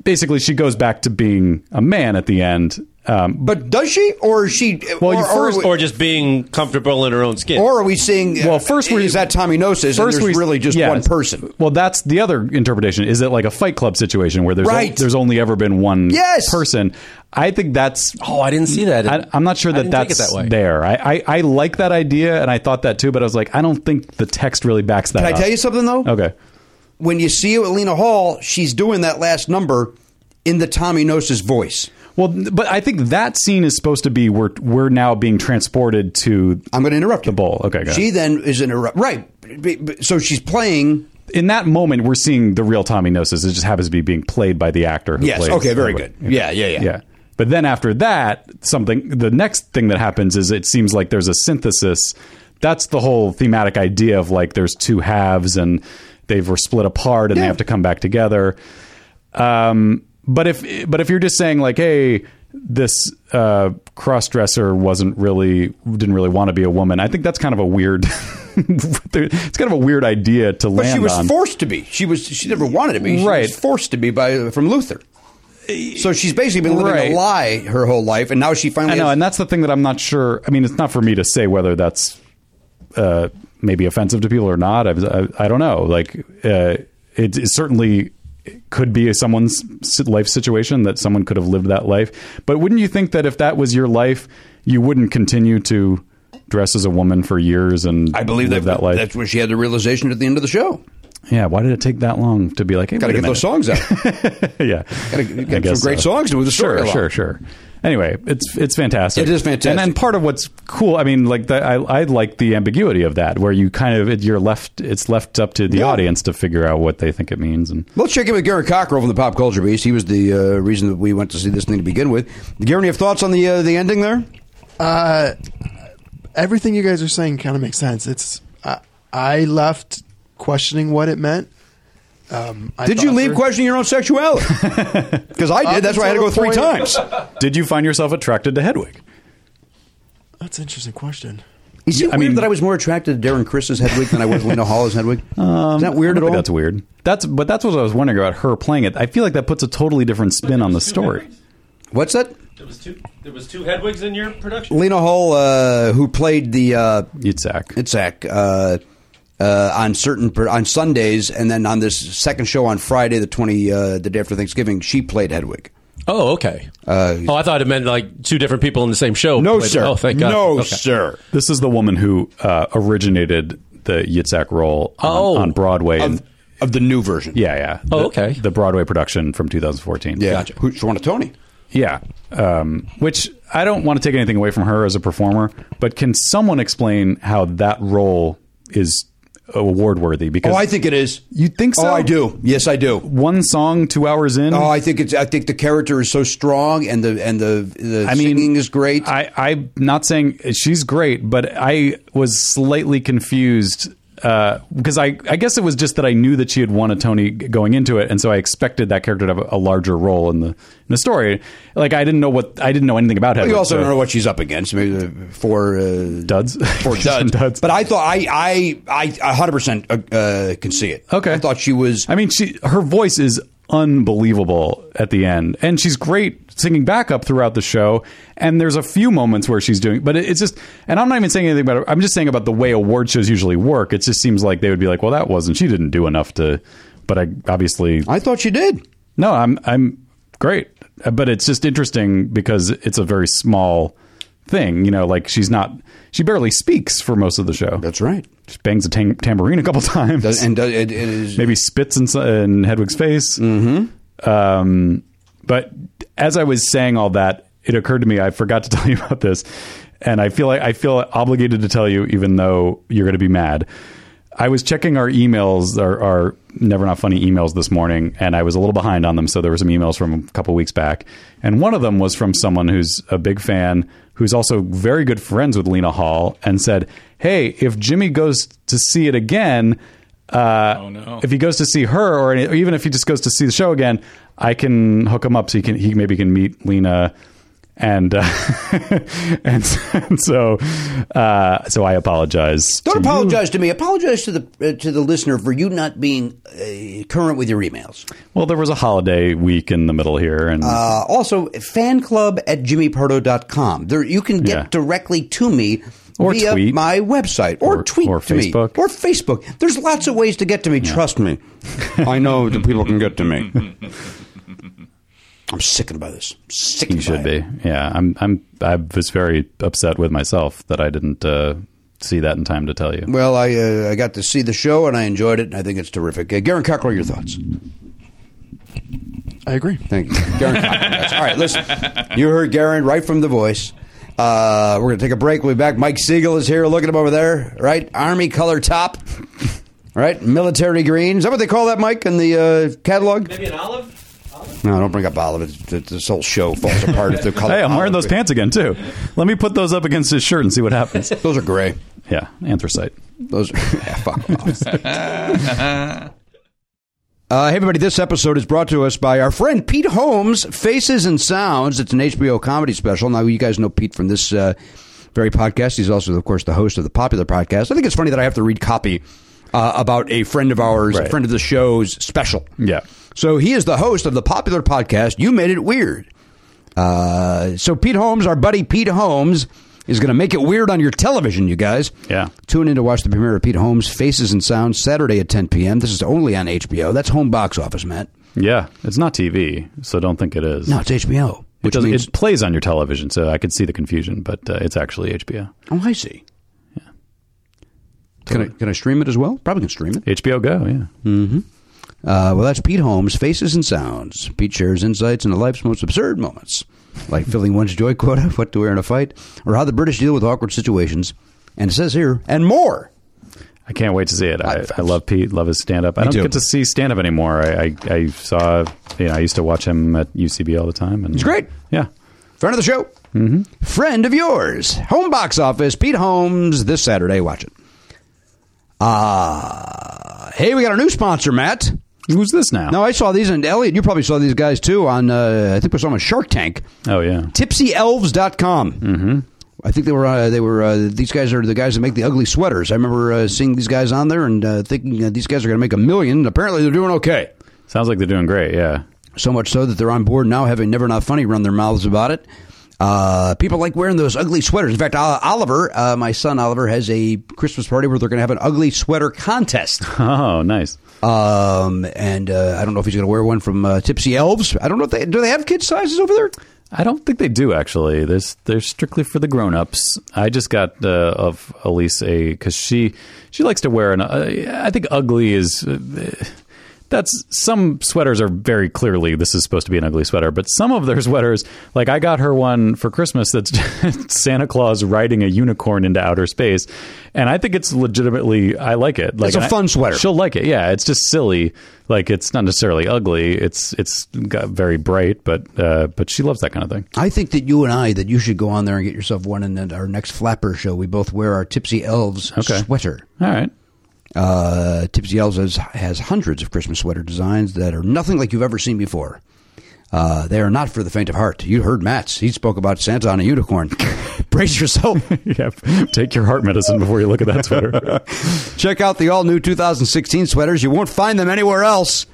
Speaker 1: basically she goes back to being a man at the end. Um,
Speaker 6: But does she, or is she?
Speaker 1: Well,
Speaker 6: or,
Speaker 1: you
Speaker 6: or are
Speaker 1: first-
Speaker 6: we-
Speaker 9: Or just being comfortable in her own skin.
Speaker 6: or are we seeing? uh,
Speaker 1: Well, first we-
Speaker 6: is that Tommy Gnosis, and there's
Speaker 1: we-
Speaker 6: really just
Speaker 1: yeah,
Speaker 6: one
Speaker 1: it's-
Speaker 6: person.
Speaker 1: Well, that's the other interpretation. Is it like a Fight Club situation where there's
Speaker 6: Right.
Speaker 1: o- there's only ever been one
Speaker 6: Yes.
Speaker 1: person? I think that's.
Speaker 9: oh, I didn't see that.
Speaker 1: I, I'm not sure that
Speaker 9: I didn't take
Speaker 1: that's
Speaker 9: it that way.
Speaker 1: there. I, I, I like that idea, and I thought that too, but I was like, I don't think the text really backs that.
Speaker 9: Uh,
Speaker 6: Can I
Speaker 1: up.
Speaker 6: tell you something though?
Speaker 1: Okay.
Speaker 6: When you see it with Lena Hall, she's doing that last number in the Tommy Gnosis voice.
Speaker 1: Well, but I think that scene is supposed to be we're we're now being transported to
Speaker 6: I'm going to interrupt
Speaker 1: the
Speaker 6: you.
Speaker 1: bowl. Okay, good.
Speaker 6: She then is interrupt. Right. B- b- So she's playing.
Speaker 1: in that moment we're seeing the real Tommy Gnosis. It just happens to be being played by the actor. Who
Speaker 6: Yes,
Speaker 1: Plays
Speaker 6: okay, very good. Yeah, yeah, yeah.
Speaker 1: Yeah. But then after that, something the next thing that happens is it seems like there's a synthesis. That's the whole thematic idea of like there's two halves and they were split apart and they
Speaker 6: Yeah.
Speaker 1: have to come back together. Um, but if but if you're just saying like, hey, this uh, cross dresser wasn't really didn't really want to be a woman, I think that's kind of a weird. it's kind of a weird idea to
Speaker 6: But
Speaker 1: land
Speaker 6: she was
Speaker 1: on.
Speaker 6: forced to be. She was. She never wanted to be. She
Speaker 1: Right.
Speaker 6: was forced to be by from Luther. So she's basically been living
Speaker 1: Right.
Speaker 6: a lie her whole life, and now she finally.
Speaker 1: I know,
Speaker 6: has-
Speaker 1: and that's the thing that I'm not sure. I mean, it's not for me to say whether that's uh, maybe offensive to people or not. I, I, I don't know. Like, uh, it, it certainly could be someone's si- life situation that someone could have lived that life. But wouldn't you think that if that was your life, you wouldn't continue to dress as a woman for years and
Speaker 6: I believe
Speaker 1: live
Speaker 6: that,
Speaker 1: that, life?
Speaker 6: that's where she had the realization at the end of the show.
Speaker 1: yeah. Why did it take that long to be like, hey,
Speaker 6: Got to
Speaker 1: wait a
Speaker 6: get those
Speaker 1: minute.
Speaker 6: songs out.
Speaker 1: yeah,
Speaker 6: Gotta get some great songs to do with the
Speaker 1: sure,
Speaker 6: story along.
Speaker 1: Sure, sure. Anyway, it's it's fantastic.
Speaker 6: It is fantastic.
Speaker 1: And then part of what's cool, I mean, like the, I I like the ambiguity of that, where you kind of it- you're left. It's left up to the
Speaker 6: Yeah.
Speaker 1: audience to figure out what they think it means. And
Speaker 6: Let's check in with Garen Cockrell from the Pop Culture Beast. He was the uh, reason that we went to see this thing to begin with. Garen, you have thoughts on the uh, the ending there?
Speaker 10: Uh, everything you guys are saying kind of makes sense. It's I I left questioning what it meant. Um, I
Speaker 6: Did you
Speaker 10: thought
Speaker 6: leave
Speaker 10: for-
Speaker 6: questioning your own sexuality? Because I
Speaker 10: Up
Speaker 6: did. That's why I had to go
Speaker 10: until
Speaker 6: three
Speaker 10: the point-
Speaker 6: times.
Speaker 1: did you find yourself attracted to Hedwig?
Speaker 10: That's an interesting question.
Speaker 6: Is it
Speaker 1: I
Speaker 6: weird
Speaker 1: mean-
Speaker 6: that I was more attracted to Darren Chris's Hedwig than I was Lena Hall's Hedwig? Is that weird
Speaker 1: I
Speaker 6: at
Speaker 1: don't
Speaker 6: all?
Speaker 1: think That's weird. That's but that's what I was wondering about her playing it. I feel like that puts a totally different spin on the story.
Speaker 6: What's that?
Speaker 11: There was two. There was two Hedwigs in your production.
Speaker 6: Lena Hall, uh, who played the uh,
Speaker 1: Yitzhak.
Speaker 6: Itzhak, uh, uh, on certain per- on Sundays, and then on this second show on Friday, the twenty, uh, the day after Thanksgiving, she played Hedwig.
Speaker 9: Oh, okay. oh, I thought it meant like two different people in the same show.
Speaker 6: Uh, No,
Speaker 9: Wait,
Speaker 6: sir.
Speaker 9: Oh, thank God.
Speaker 6: No,
Speaker 9: Okay.
Speaker 6: sir.
Speaker 1: This is the woman who uh, originated the Yitzhak role on,
Speaker 9: Oh.
Speaker 1: on Broadway. and-
Speaker 6: Of, of the new version.
Speaker 1: yeah, yeah.
Speaker 9: Oh,
Speaker 1: The-
Speaker 9: okay.
Speaker 1: The Broadway production from 2014.
Speaker 6: Yeah. Who, she won a Tony.
Speaker 1: Yeah. Um, which I don't want to take anything away from her as a performer, but can someone explain how that role is award worthy? Because
Speaker 6: Oh, I think it is.
Speaker 1: You think so?
Speaker 6: Oh, I do. Yes, I do.
Speaker 1: one song, two hours in.
Speaker 6: Oh, I think it's. I think the character is so strong, and the and the the
Speaker 1: I mean,
Speaker 6: singing is great.
Speaker 1: I, I'm not saying she's great, but I was slightly confused because I, I guess it was just that I knew that she had won a Tony g- going into it, and so I expected that character to have a larger role in the in the story. Like I didn't know what I didn't know anything about Hedwig.
Speaker 6: you also
Speaker 1: so-
Speaker 6: don't know what she's up against. Maybe the four uh,
Speaker 1: duds
Speaker 6: Four duds.
Speaker 1: duds.
Speaker 6: But I thought I I I a hundred percent uh, can see it.
Speaker 1: Okay.
Speaker 6: I thought she was.
Speaker 1: I mean, she her voice is unbelievable at the end, and she's great singing backup throughout the show. And there's a few moments where she's doing, but it, it's just. And I'm not even saying anything about it. I'm just saying about the way award shows usually work. It just seems like they would be like, "Well, that wasn't. She didn't do enough to." But I obviously
Speaker 6: I thought she did.
Speaker 1: no. I'm I'm great, Uh, but it's just interesting because it's a very small thing. You know, like she's not. She barely speaks for most of the show.
Speaker 6: That's right.
Speaker 1: She bangs a tam- tambourine a couple times
Speaker 6: Does, and does, it, it is
Speaker 1: maybe spits in, in Hedwig's face. Mm-hmm. Um, but as I was saying all that, it occurred to me I forgot to tell you about this, and I feel like I feel obligated to tell you, even though you're going to be mad. I was checking our emails, our, our never not funny emails this morning, and I was a little behind on them. So there were some emails from a couple weeks back, and one of them was from someone who's a big fan, who's also very good friends with Lena Hall, and said, "Hey, if Jimmy goes to see it again, uh,
Speaker 7: Oh, no.
Speaker 1: if he goes to see her, or, any, or even if he just goes to see the show again, I can hook him up so he can he maybe can meet Lena, and uh, and, so uh, so I apologize.
Speaker 6: Don't
Speaker 1: to you.
Speaker 6: apologize to me. Apologize to the uh, to the listener for you not being uh, current with your emails.
Speaker 1: Well, there was a holiday week in the middle here, and
Speaker 6: Uh, also, fanclub at jimmypardo.com. There, you can get
Speaker 1: Yeah.
Speaker 6: directly to me
Speaker 1: Or
Speaker 6: via
Speaker 1: tweet.
Speaker 6: my website or,
Speaker 1: Or-
Speaker 6: tweet
Speaker 1: or
Speaker 6: to
Speaker 1: Facebook.
Speaker 6: me or Facebook. There's lots of ways to get to me. Trust me. I know the people can get to me. I'm sickened by this. I'm Sickened
Speaker 1: you should
Speaker 6: by it.
Speaker 1: be. Yeah, I'm. I'm. I was very upset with myself that I didn't uh, see that in time to tell you.
Speaker 6: Well, I uh, I got to see the show and I enjoyed it and I think it's terrific. Uh, Garen Cockrell, your thoughts?
Speaker 10: I agree.
Speaker 6: Thank you. Garen Cockrell. That's- All right, listen. You heard Garen right from the voice. Uh, we're going to take a break. We'll be back. Mike Siegel is here. Look at him over there, right? Army color top, right? Military green. Is that what they call that, Mike, in the uh, catalog?
Speaker 11: Maybe an olive. olive?
Speaker 6: No, don't bring up olive. It's- it's- This whole show falls apart if the color.
Speaker 1: Hey, I'm wearing those
Speaker 6: olive.
Speaker 1: pants again too. Let me put those up against his shirt and see what happens.
Speaker 6: Those are gray.
Speaker 1: Yeah, anthracite.
Speaker 6: Those are yeah, fuck off. Uh, hey everybody! This episode is brought to us by our friend Pete Holmes, Faces and Sounds. It's an HBO comedy special. Now you guys know Pete from this uh, very podcast. He's also, of course, the host of the popular podcast. I think it's funny that I have to read copy uh, about a friend of ours, a
Speaker 1: Right.
Speaker 6: friend of the show's special.
Speaker 1: Yeah.
Speaker 6: So he is the host of the popular podcast. You made it weird. Uh, so Pete Holmes, our buddy Pete Holmes, is going to make it weird on your television, you guys.
Speaker 1: Yeah.
Speaker 6: Tune in to watch the premiere of Pete Holmes' Faces and Sounds Saturday at 10 p.m. This is only on HBO. That's home box office, Matt.
Speaker 1: Yeah, it's not TV, so don't think it is.
Speaker 6: No, it's HBO.
Speaker 1: it
Speaker 6: Which
Speaker 1: doesn't.
Speaker 6: means,
Speaker 1: it plays on your television, so I could see the confusion, but uh, it's actually HBO.
Speaker 6: oh, I see. Can I, can I stream it as well? Probably can stream it.
Speaker 1: HBO Go. Yeah.
Speaker 6: Uh, well, that's Pete Holmes, Faces and Sounds. Pete shares insights into life's most absurd moments, like filling one's joy quota, what to wear in a fight, or how the British deal with awkward situations. And it says here, and more.
Speaker 1: I can't wait to see it. I, I love Pete. Love his stand up. I
Speaker 6: Me
Speaker 1: don't
Speaker 6: too.
Speaker 1: get to see stand up anymore. I, I, I saw, you know, I used to watch him at UCB all the time. And
Speaker 6: He's great.
Speaker 1: Yeah.
Speaker 6: Friend of the show. Mm-hmm. Friend of yours. Home box office. Pete Holmes this Saturday. Watch it. Ah, hey, we got our new sponsor, Matt.
Speaker 1: Who's this now?
Speaker 6: No, I saw these, and Elliot, you probably saw these guys too on, uh, I think we saw them on Shark Tank.
Speaker 1: Oh, yeah.
Speaker 6: tipsyelves.com. Mm-hmm. I think they were uh, they were uh, these guys are the guys that make the ugly sweaters. I remember uh, seeing these guys on there and uh, thinking uh, these guys are going to make a million. Apparently, they're doing okay.
Speaker 1: Sounds like they're doing great. Yeah.
Speaker 6: So much so that they're on board now, having Never Not Funny run their mouths about it. Uh, people like wearing those ugly sweaters. In fact, Ol- Oliver, uh, my son Oliver, has a Christmas party where they're going to have an ugly sweater contest.
Speaker 1: Oh, nice.
Speaker 6: Um, and uh, I don't know if he's going to wear one from uh, Tipsy Elves. I don't know if they do they have kid sizes over there.
Speaker 1: I don't think they do actually. There's they're strictly for the grown-ups. I just got uh, of Elise a cuz she she likes to wear an uh, I think ugly is uh, that's some sweaters are very clearly this is supposed to be an ugly sweater, but some of their sweaters like I got her one for Christmas that's Santa Claus riding a unicorn into outer space and I think it's legitimately I like it. Like
Speaker 6: It's a
Speaker 1: and I-
Speaker 6: fun sweater.
Speaker 1: She'll like it. Yeah, it's just silly. Like it's not necessarily ugly. It's it's got very bright, but uh, but she loves that kind of thing.
Speaker 6: I think that you and I that you should go on there and get yourself one. And then our next flapper show, we both wear our Tipsy Elves
Speaker 1: Okay.
Speaker 6: sweater.
Speaker 1: All right.
Speaker 6: Uh, Tipsy Elves has, has hundreds of Christmas sweater designs that are nothing like you've ever seen before. Uh, they are not for the faint of heart. You heard Matt's; he spoke about Santa on a unicorn. Brace yourself.
Speaker 1: yeah, take your heart medicine before you look at that sweater.
Speaker 6: Check out the all new 2016 sweaters. You won't find them anywhere else.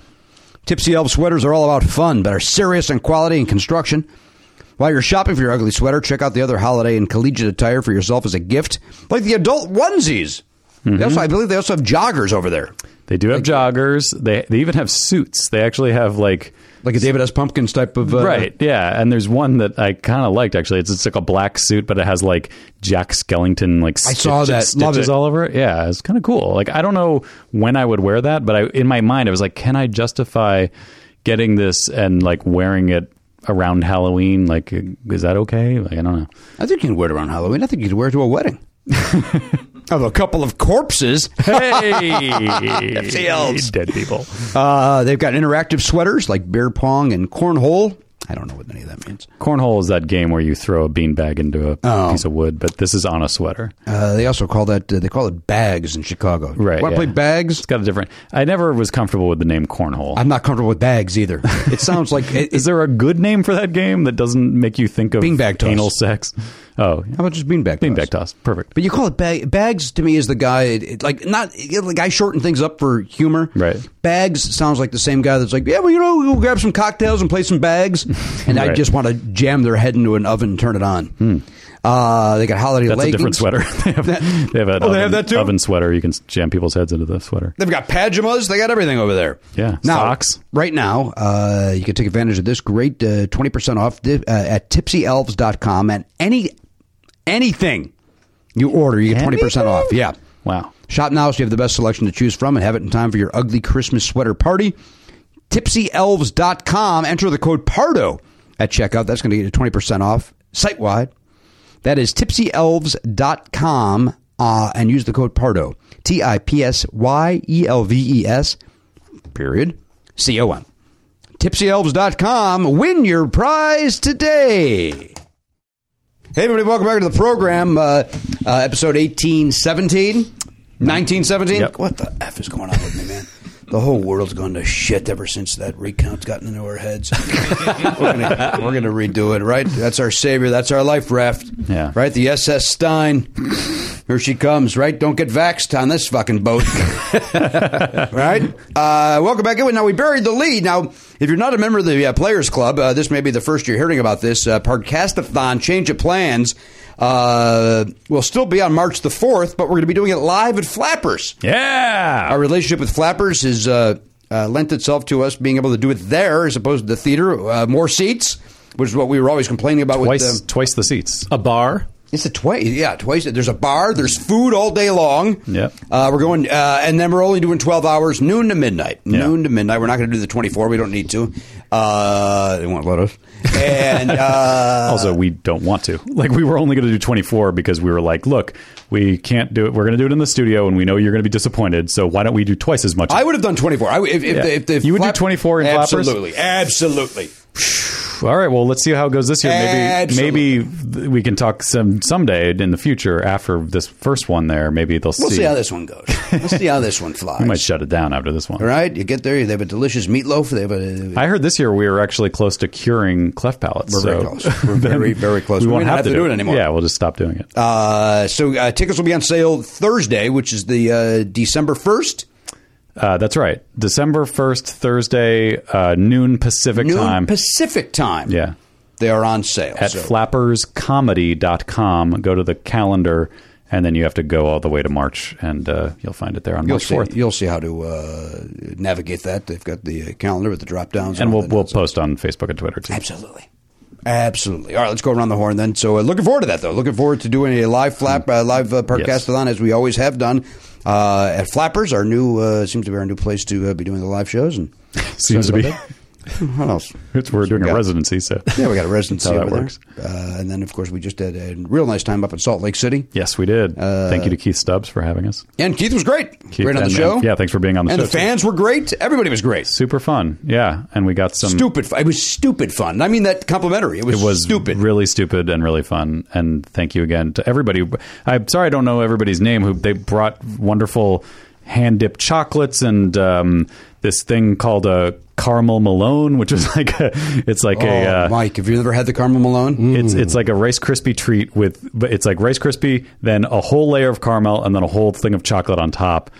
Speaker 6: Tipsy Elf sweaters are all about fun, but are serious in quality and construction. While you're shopping for your ugly sweater, check out the other holiday and collegiate attire for yourself as a gift, like the adult onesies. They also, I believe they also have joggers over there,
Speaker 1: they do have joggers. They they even have suits. They actually have like
Speaker 6: like a David S. Pumpkins type of. Uh,
Speaker 1: right, yeah. And there's one that I kind of liked actually. It's it's like a black suit, but it has like Jack Skellington like
Speaker 6: I saw
Speaker 1: stitches-
Speaker 6: that. Love
Speaker 1: stitches
Speaker 6: it.
Speaker 1: all over it. Yeah, it's kind of cool. Like I don't know when I would wear that, but I in my mind I was like, can I justify getting this and like wearing it around Halloween? Like, is that okay? Like I don't know.
Speaker 6: I think you can wear it around Halloween. I think you can wear it to a wedding. of a couple of corpses.
Speaker 1: Hey, dead people.
Speaker 6: Uh, they've got interactive sweaters like beer pong and cornhole. I don't know what any of that means.
Speaker 1: Cornhole is that game where you throw a beanbag into a
Speaker 6: Oh.
Speaker 1: piece of wood, but this is on a sweater.
Speaker 6: Uh, they also call that uh, they call it bags in Chicago.
Speaker 1: Right.
Speaker 6: Want to
Speaker 1: yeah.
Speaker 6: play bags?
Speaker 1: It's got a different. I never was comfortable with the name cornhole.
Speaker 6: I'm not comfortable with bags either. It sounds like it,
Speaker 1: is there a good name for that game that doesn't make you think of
Speaker 6: Beanbag toss.
Speaker 1: anal sex? Oh,
Speaker 6: how about just beanbag?
Speaker 1: beanbag toss.
Speaker 6: toss?
Speaker 1: Perfect.
Speaker 6: But you call it bag, bags to me is the guy it- it- like not it- like I shorten things up for humor.
Speaker 1: Right.
Speaker 6: Bags sounds like the same guy that's like, yeah, well, you know, we'll grab some cocktails and play some bags, and
Speaker 1: Right.
Speaker 6: I
Speaker 1: Hmm.
Speaker 6: just want to jam their head into an oven and turn it on. Uh, they got holiday
Speaker 1: That's
Speaker 6: leggings.
Speaker 1: a different sweater. they have, they have an
Speaker 6: Oh,
Speaker 1: oven,
Speaker 6: they have that too?
Speaker 1: oven sweater. You can jam people's heads into the sweater.
Speaker 6: They've got pajamas. They got everything over there.
Speaker 1: Yeah,
Speaker 6: Now,
Speaker 1: socks.
Speaker 6: Right now, uh, you can take advantage of this great uh, 20% off di- uh, at tipsyelves.com and any anything you order, you get 20% off. Yeah.
Speaker 1: Wow.
Speaker 6: Shop now so you have the best selection to choose from and have it in time for your ugly Christmas sweater party. Tipsyelves.com. Enter the code PARDO at checkout. That's going to get you 20% off site wide. That is tipsyelves.com uh, and use the code PARDO. T I P S Y E L V E S, period, C O M. Tipsyelves.com. Win your prize today. Hey, everybody, welcome back to the program. Uh, uh, episode 1817. 1917?
Speaker 1: Yep.
Speaker 6: What the F is going on with me, man? The whole world's gone to shit ever since that recount's gotten into our heads. we're going to redo it, right? That's our savior. That's our life raft.
Speaker 1: Yeah.
Speaker 6: Right? The SS Stein. Here she comes, right? Don't get vaxxed on this fucking boat. right? Uh, welcome back. in. Now, we buried the lead. Now, if you're not a member of the uh, Players Club, uh, this may be the first you're hearing about this. Uh, Podcastathon Change of Plans uh, will still be on March the 4th, but we're going to be doing it live at Flappers.
Speaker 1: Yeah.
Speaker 6: Our relationship with Flappers has uh, uh, lent itself to us being able to do it there as opposed to the theater. Uh, more seats, which is what we were always complaining about
Speaker 1: Twice
Speaker 6: with the
Speaker 1: twice the seats.
Speaker 9: A bar.
Speaker 6: It's a twice. Yeah, twice. There's a bar. There's food all day long.
Speaker 1: Yep.
Speaker 6: Uh, we're going, uh, and then we're only doing 12 hours, noon to midnight. Noon to midnight. We're not going to do the 24. We don't need to. Uh, they won't let us. And uh,
Speaker 1: also, we don't want to. Like, we were only going to do 24 because we were like, look, we can't do it. We're going to do it in the studio, and we know you're going to be disappointed. So why don't we do twice as much?
Speaker 6: I would have done 24. I, would- if, if,
Speaker 1: Yeah.
Speaker 6: the, if the
Speaker 1: You would do
Speaker 6: flap-
Speaker 1: 24 in flappers?
Speaker 6: Absolutely. Absolutely.
Speaker 1: All right. Well, let's see how it goes this year. Maybe maybe we can talk some someday in the future after this first one. There, maybe they'll
Speaker 6: We'll
Speaker 1: see.
Speaker 6: see how this one goes. Let's see how this one flies.
Speaker 1: We might shut it down after this one.
Speaker 6: All right, you get there. They have a delicious meatloaf. They have a
Speaker 1: I heard this year we were actually close to curing cleft palates.
Speaker 6: We're very
Speaker 1: so
Speaker 6: close. We're
Speaker 1: then
Speaker 6: very, very close.
Speaker 1: We,
Speaker 6: We
Speaker 1: won't
Speaker 6: don't
Speaker 1: have, to, do it anymore. Yeah, we'll just stop doing it.
Speaker 6: Uh, so uh, tickets will be on sale Thursday, which is the uh, December first.
Speaker 1: Uh, that's right. December first, Thursday, uh, noon Pacific
Speaker 6: Noon
Speaker 1: time.
Speaker 6: Pacific time.
Speaker 1: yeah,
Speaker 6: They are on sale.
Speaker 1: at
Speaker 6: so.
Speaker 1: flapperscomedy.com. Go to the calendar, and then you have to go all the way to March, and uh, you'll find it there on
Speaker 6: You'll
Speaker 1: March
Speaker 6: see,
Speaker 1: fourth.
Speaker 6: you'll see how to uh, navigate that. They've got the uh, calendar with the drop downs.
Speaker 1: And we'll we'll post on Facebook and Twitter too.
Speaker 6: Absolutely. Absolutely. All right, let's go around the horn then. So, uh, looking forward to that, though. Looking forward to doing a live flap, uh, live uh, podcastathon as we always have done uh, at Flappers. Our new uh, seems to be our new place to uh, be doing the live shows and
Speaker 1: Seems to be.
Speaker 6: Excited about that. what else?
Speaker 1: It's, we're doing
Speaker 6: We
Speaker 1: a
Speaker 6: got-
Speaker 1: residency, so
Speaker 6: Yeah, we got a residency
Speaker 1: That's how that
Speaker 6: over there.
Speaker 1: works.
Speaker 6: Uh, and then, of course, we just had a real nice time up in Salt Lake City.
Speaker 1: Yes, we did.
Speaker 6: Uh,
Speaker 1: Thank you to Keith Stubbs for having us.
Speaker 6: And Keith was great.
Speaker 1: Keith,
Speaker 6: great on the
Speaker 1: and-
Speaker 6: show.
Speaker 1: and- yeah, thanks for being on the
Speaker 6: and
Speaker 1: show,
Speaker 6: the
Speaker 1: too.
Speaker 6: fans were great. Everybody was great.
Speaker 1: Super fun. Yeah, and we got some.
Speaker 6: Stupid. Fun. It was stupid fun. I mean that complimentary. It was,
Speaker 1: It was
Speaker 6: stupid.
Speaker 1: really stupid and really fun. And thank you again to everybody. I'm sorry I don't know everybody's name. Who they brought wonderful hand dipped chocolates and um, this thing called a caramel Malone, which is like a, it's like a
Speaker 6: Oh,
Speaker 1: uh,
Speaker 6: Mike, have you ever had the caramel Malone?
Speaker 1: It's it's like a Rice Krispie treat with, but it's like Rice Krispie, then a whole layer of caramel, and then a whole thing of chocolate on top.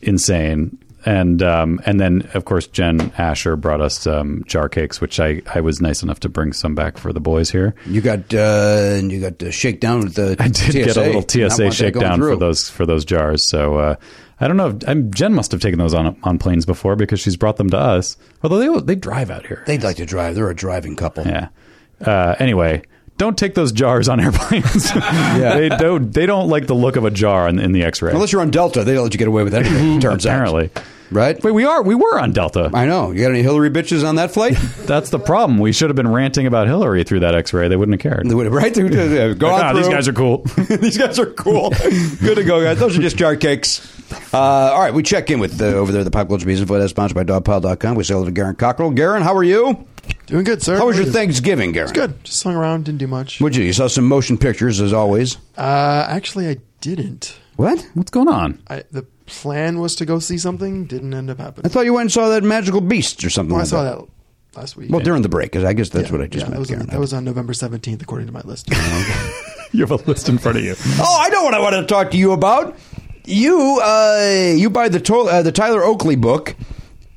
Speaker 1: Insane. And um, and then of course Jen Asher brought us um, jar cakes, which I, I was nice enough to bring some back for the boys here.
Speaker 6: You got uh, and you got uh, shakedown with the
Speaker 1: I did
Speaker 6: TSA.
Speaker 1: get a little
Speaker 6: Not want
Speaker 1: TSA
Speaker 6: that going
Speaker 1: shakedown
Speaker 6: through.
Speaker 1: for those for those jars. So uh, I don't know. If, i Jen must have taken those on on planes before because she's brought them to us. Although they they drive out here.
Speaker 6: They'd like to drive. They're a driving couple.
Speaker 1: Yeah. Uh, anyway, don't take those jars on airplanes. They don't. They don't like the look of a jar in, in the X-ray.
Speaker 6: Unless you're on Delta, they don't let you get away with that. it turns out,
Speaker 1: apparently,
Speaker 6: right?
Speaker 1: wait, we are. We were on Delta.
Speaker 6: I know. You got any Hillary bitches on that flight?
Speaker 1: That's the problem. We should have been ranting about Hillary through that X-ray. They wouldn't have cared.
Speaker 6: They would have- right? They would have- yeah, Go
Speaker 1: Like,
Speaker 6: on
Speaker 1: "Ah, these
Speaker 6: through.
Speaker 1: guys are cool.
Speaker 6: these guys are cool. Good to go, guys. Those are just jar cakes. Uh, all right, we check in with uh, over there, the Pop Culture Music Void, that's sponsored by dogpile.com. We say hello to Garen Cockrell. Garen, how are you?
Speaker 10: Doing good, sir.
Speaker 6: How was your
Speaker 10: It's
Speaker 6: Thanksgiving, Garen?
Speaker 10: Good. Just hung around. Didn't do much.
Speaker 6: What'd you do? You saw some motion pictures, as always.
Speaker 10: Uh, actually, I didn't.
Speaker 6: What?
Speaker 1: What's going on?
Speaker 10: I, the plan was to go see something. Didn't end up
Speaker 6: I
Speaker 10: happening.
Speaker 6: thought you went and saw that Magical Beast or something
Speaker 10: Well, Oh, I
Speaker 6: like
Speaker 10: saw that last week.
Speaker 6: Well, during the break, 'cause I guess that's what I just
Speaker 10: Yeah, that
Speaker 6: meant,
Speaker 10: was, on,
Speaker 6: Garen.
Speaker 10: that was on November seventeenth, according to my list.
Speaker 1: You have a list in front of you.
Speaker 6: Oh, I know what I want to talk to you about. You uh, you buy the to- uh, the Tyler Oakley book, and,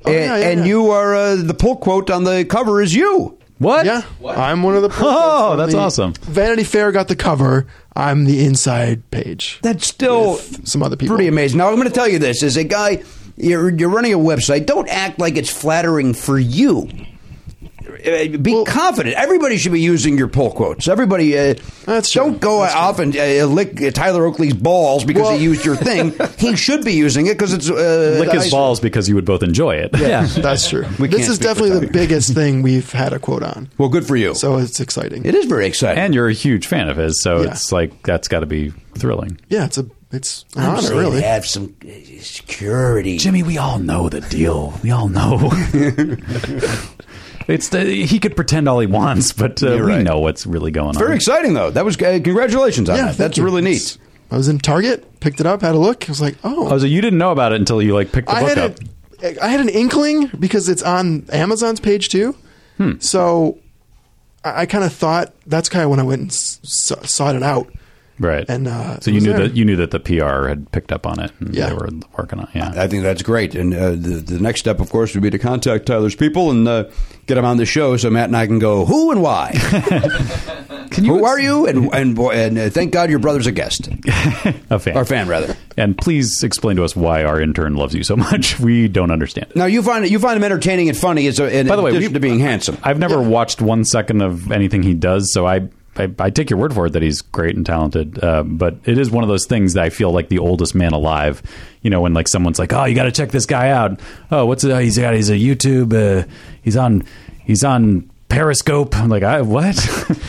Speaker 10: Oh, yeah, yeah,
Speaker 6: and
Speaker 10: yeah.
Speaker 6: you are uh, the pull quote on the cover is you.
Speaker 1: What?
Speaker 10: yeah, I'm one of the.
Speaker 1: Oh, that's
Speaker 10: the-
Speaker 1: awesome.
Speaker 10: Vanity Fair got the cover. I'm the inside page.
Speaker 6: That's still
Speaker 10: With some other people.
Speaker 6: pretty amazing. Now I'm going to tell you this: as a guy, you're, you're running a website. Don't act like it's flattering for you. Uh, Be confident. Everybody should be using your pull quotes. Everybody, uh,
Speaker 10: That's true.
Speaker 6: don't go off and uh, lick uh, Tyler Oakley's balls because
Speaker 10: Well-
Speaker 6: he used your thing. he should be using it because it's uh,
Speaker 1: Lick his
Speaker 6: nice.
Speaker 1: balls because you would both enjoy it.
Speaker 10: Yeah, that's true.
Speaker 6: We can't
Speaker 10: this is
Speaker 6: speak for
Speaker 10: definitely the
Speaker 6: Tyler.
Speaker 10: biggest thing we've had a quote on.
Speaker 6: Well, good for you.
Speaker 10: So it's exciting.
Speaker 6: It is very exciting.
Speaker 1: And you're a huge fan of his, so
Speaker 10: Yeah.
Speaker 1: it's like that's got to be thrilling.
Speaker 10: yeah, it's a it's an
Speaker 6: I'm
Speaker 10: honor,
Speaker 6: saying
Speaker 10: really.
Speaker 6: Have some uh, security.
Speaker 1: Jimmy, we all know the deal. We all know. it's the, he could pretend all he wants, but uh,
Speaker 6: You're
Speaker 1: we
Speaker 6: right.
Speaker 1: know what's really going
Speaker 6: Very
Speaker 1: on.
Speaker 6: exciting though. That was uh, congratulations on
Speaker 10: Yeah,
Speaker 6: that.
Speaker 10: thank
Speaker 6: That's
Speaker 10: you.
Speaker 6: really
Speaker 10: It's-
Speaker 6: neat.
Speaker 10: I was in Target, picked it up, had a look. I was like, oh,
Speaker 1: Oh, so you didn't know about it until you like picked the
Speaker 10: I
Speaker 1: book
Speaker 10: had
Speaker 1: up.
Speaker 10: a, I had an inkling because it's on Amazon's page too. So I, I kind of thought that's kind of when I went and s- s- sought it out.
Speaker 1: right.
Speaker 10: and, uh,
Speaker 1: so you
Speaker 10: it was
Speaker 1: knew
Speaker 10: there.
Speaker 1: that you knew that the PR had picked up on it. And
Speaker 10: Yeah.
Speaker 1: they were working on it. Yeah.
Speaker 6: I think that's great. And uh, the, the next step, of course, would be to contact Tyler's people and uh, get them on the show so Matt and I can go who and why. can you who are you? And and boy- and uh, thank God your brother's a guest,
Speaker 1: a fan.
Speaker 6: our fan rather.
Speaker 1: And please explain to us why our intern loves you so much. We don't understand it.
Speaker 6: Now you find you find him entertaining and funny. As a, in
Speaker 1: By the way,
Speaker 6: addition
Speaker 1: we-
Speaker 6: to being handsome,
Speaker 1: I've never watched one second of anything he does, so I I, I take your word for it that he's great and talented, uh, but it is one of those things that I feel like the oldest man alive. You know, when like someone's like, "Oh, you got to check this guy out." Oh, what's uh, he's got? He's a YouTube. Uh, he's on. He's on Periscope. I'm like, I what?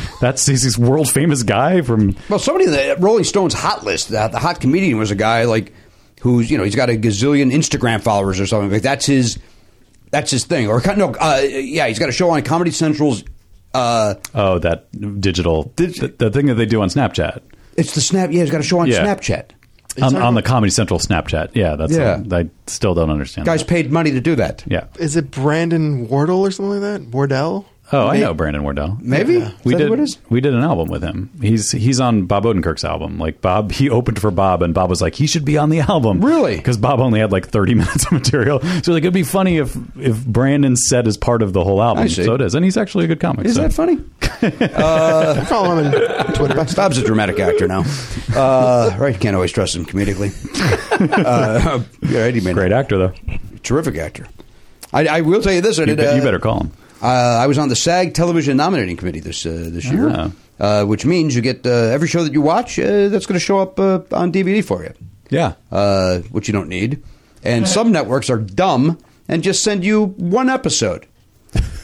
Speaker 1: That's he's this world famous guy from.
Speaker 6: Well, somebody in the Rolling Stones hot list, the, the hot comedian was a guy like who's you know he's got a gazillion Instagram followers or something like that's his that's his thing or kind- no uh, yeah he's got a show on Comedy Central's uh,
Speaker 1: Oh, that digital. the, the thing that they do on Snapchat.
Speaker 6: it's the snap yeah he's got a show on
Speaker 1: Yeah.
Speaker 6: Snapchat
Speaker 1: On, on the Comedy Central Snapchat. Yeah, that's.
Speaker 6: Yeah.
Speaker 1: the- I still don't understand.
Speaker 6: guys paid money to do that
Speaker 1: that. Yeah.
Speaker 10: Is it Brandon Wardle or something like that? Wardell?
Speaker 1: Oh, I
Speaker 10: May-
Speaker 1: know Brandon Wardell.
Speaker 6: Maybe? Is
Speaker 1: we
Speaker 6: that
Speaker 1: did.
Speaker 6: who it is?
Speaker 1: We did an album with him. He's he's on Bob Odenkirk's album. Like Bob, he opened for Bob, and Bob was like, he should be on the album. Really? Because Bob only had like thirty minutes of material, so like it'd be funny if if Brandon said is part of the whole album.
Speaker 6: I see.
Speaker 1: So it is, and he's actually a good comic.
Speaker 6: is
Speaker 1: so.
Speaker 6: that funny
Speaker 10: I follow him on Twitter.
Speaker 6: Bob's a dramatic actor now uh, right you can't always trust him comedically uh, yeah, right, he made-
Speaker 1: Great actor though.
Speaker 6: terrific actor I, I will tell you this I
Speaker 1: You,
Speaker 6: did,
Speaker 1: be-
Speaker 6: uh,
Speaker 1: you better call him.
Speaker 6: Uh, I was on the SAG Television Nominating Committee this uh, this year,
Speaker 1: Ah.
Speaker 6: uh, which means you get uh, every show that you watch uh, that's going to show up uh, on DVD for you,
Speaker 1: Yeah.
Speaker 6: uh, which you don't need. And some networks are dumb and just send you one episode,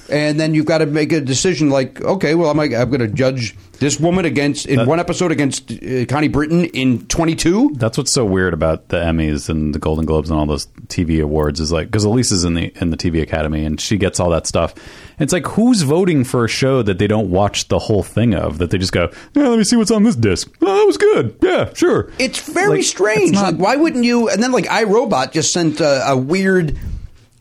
Speaker 6: and then you've got to make a decision like, okay, well, am I, I'm going to judge this woman against in
Speaker 1: That-
Speaker 6: one episode against uh, Connie Britton in 22?
Speaker 1: That's what's so weird about the Emmys and the Golden Globes and all those TV awards is like because Elise is in the in the TV Academy and she gets all that stuff. It's like who's voting for a show that they don't watch the whole thing of that they just go, yeah, let me see what's on this disc. Oh, that was good. Yeah, sure.
Speaker 6: It's very
Speaker 1: Like,
Speaker 6: strange.
Speaker 1: it's not-
Speaker 6: like, why wouldn't you? And then, like, iRobot just sent uh, a weird,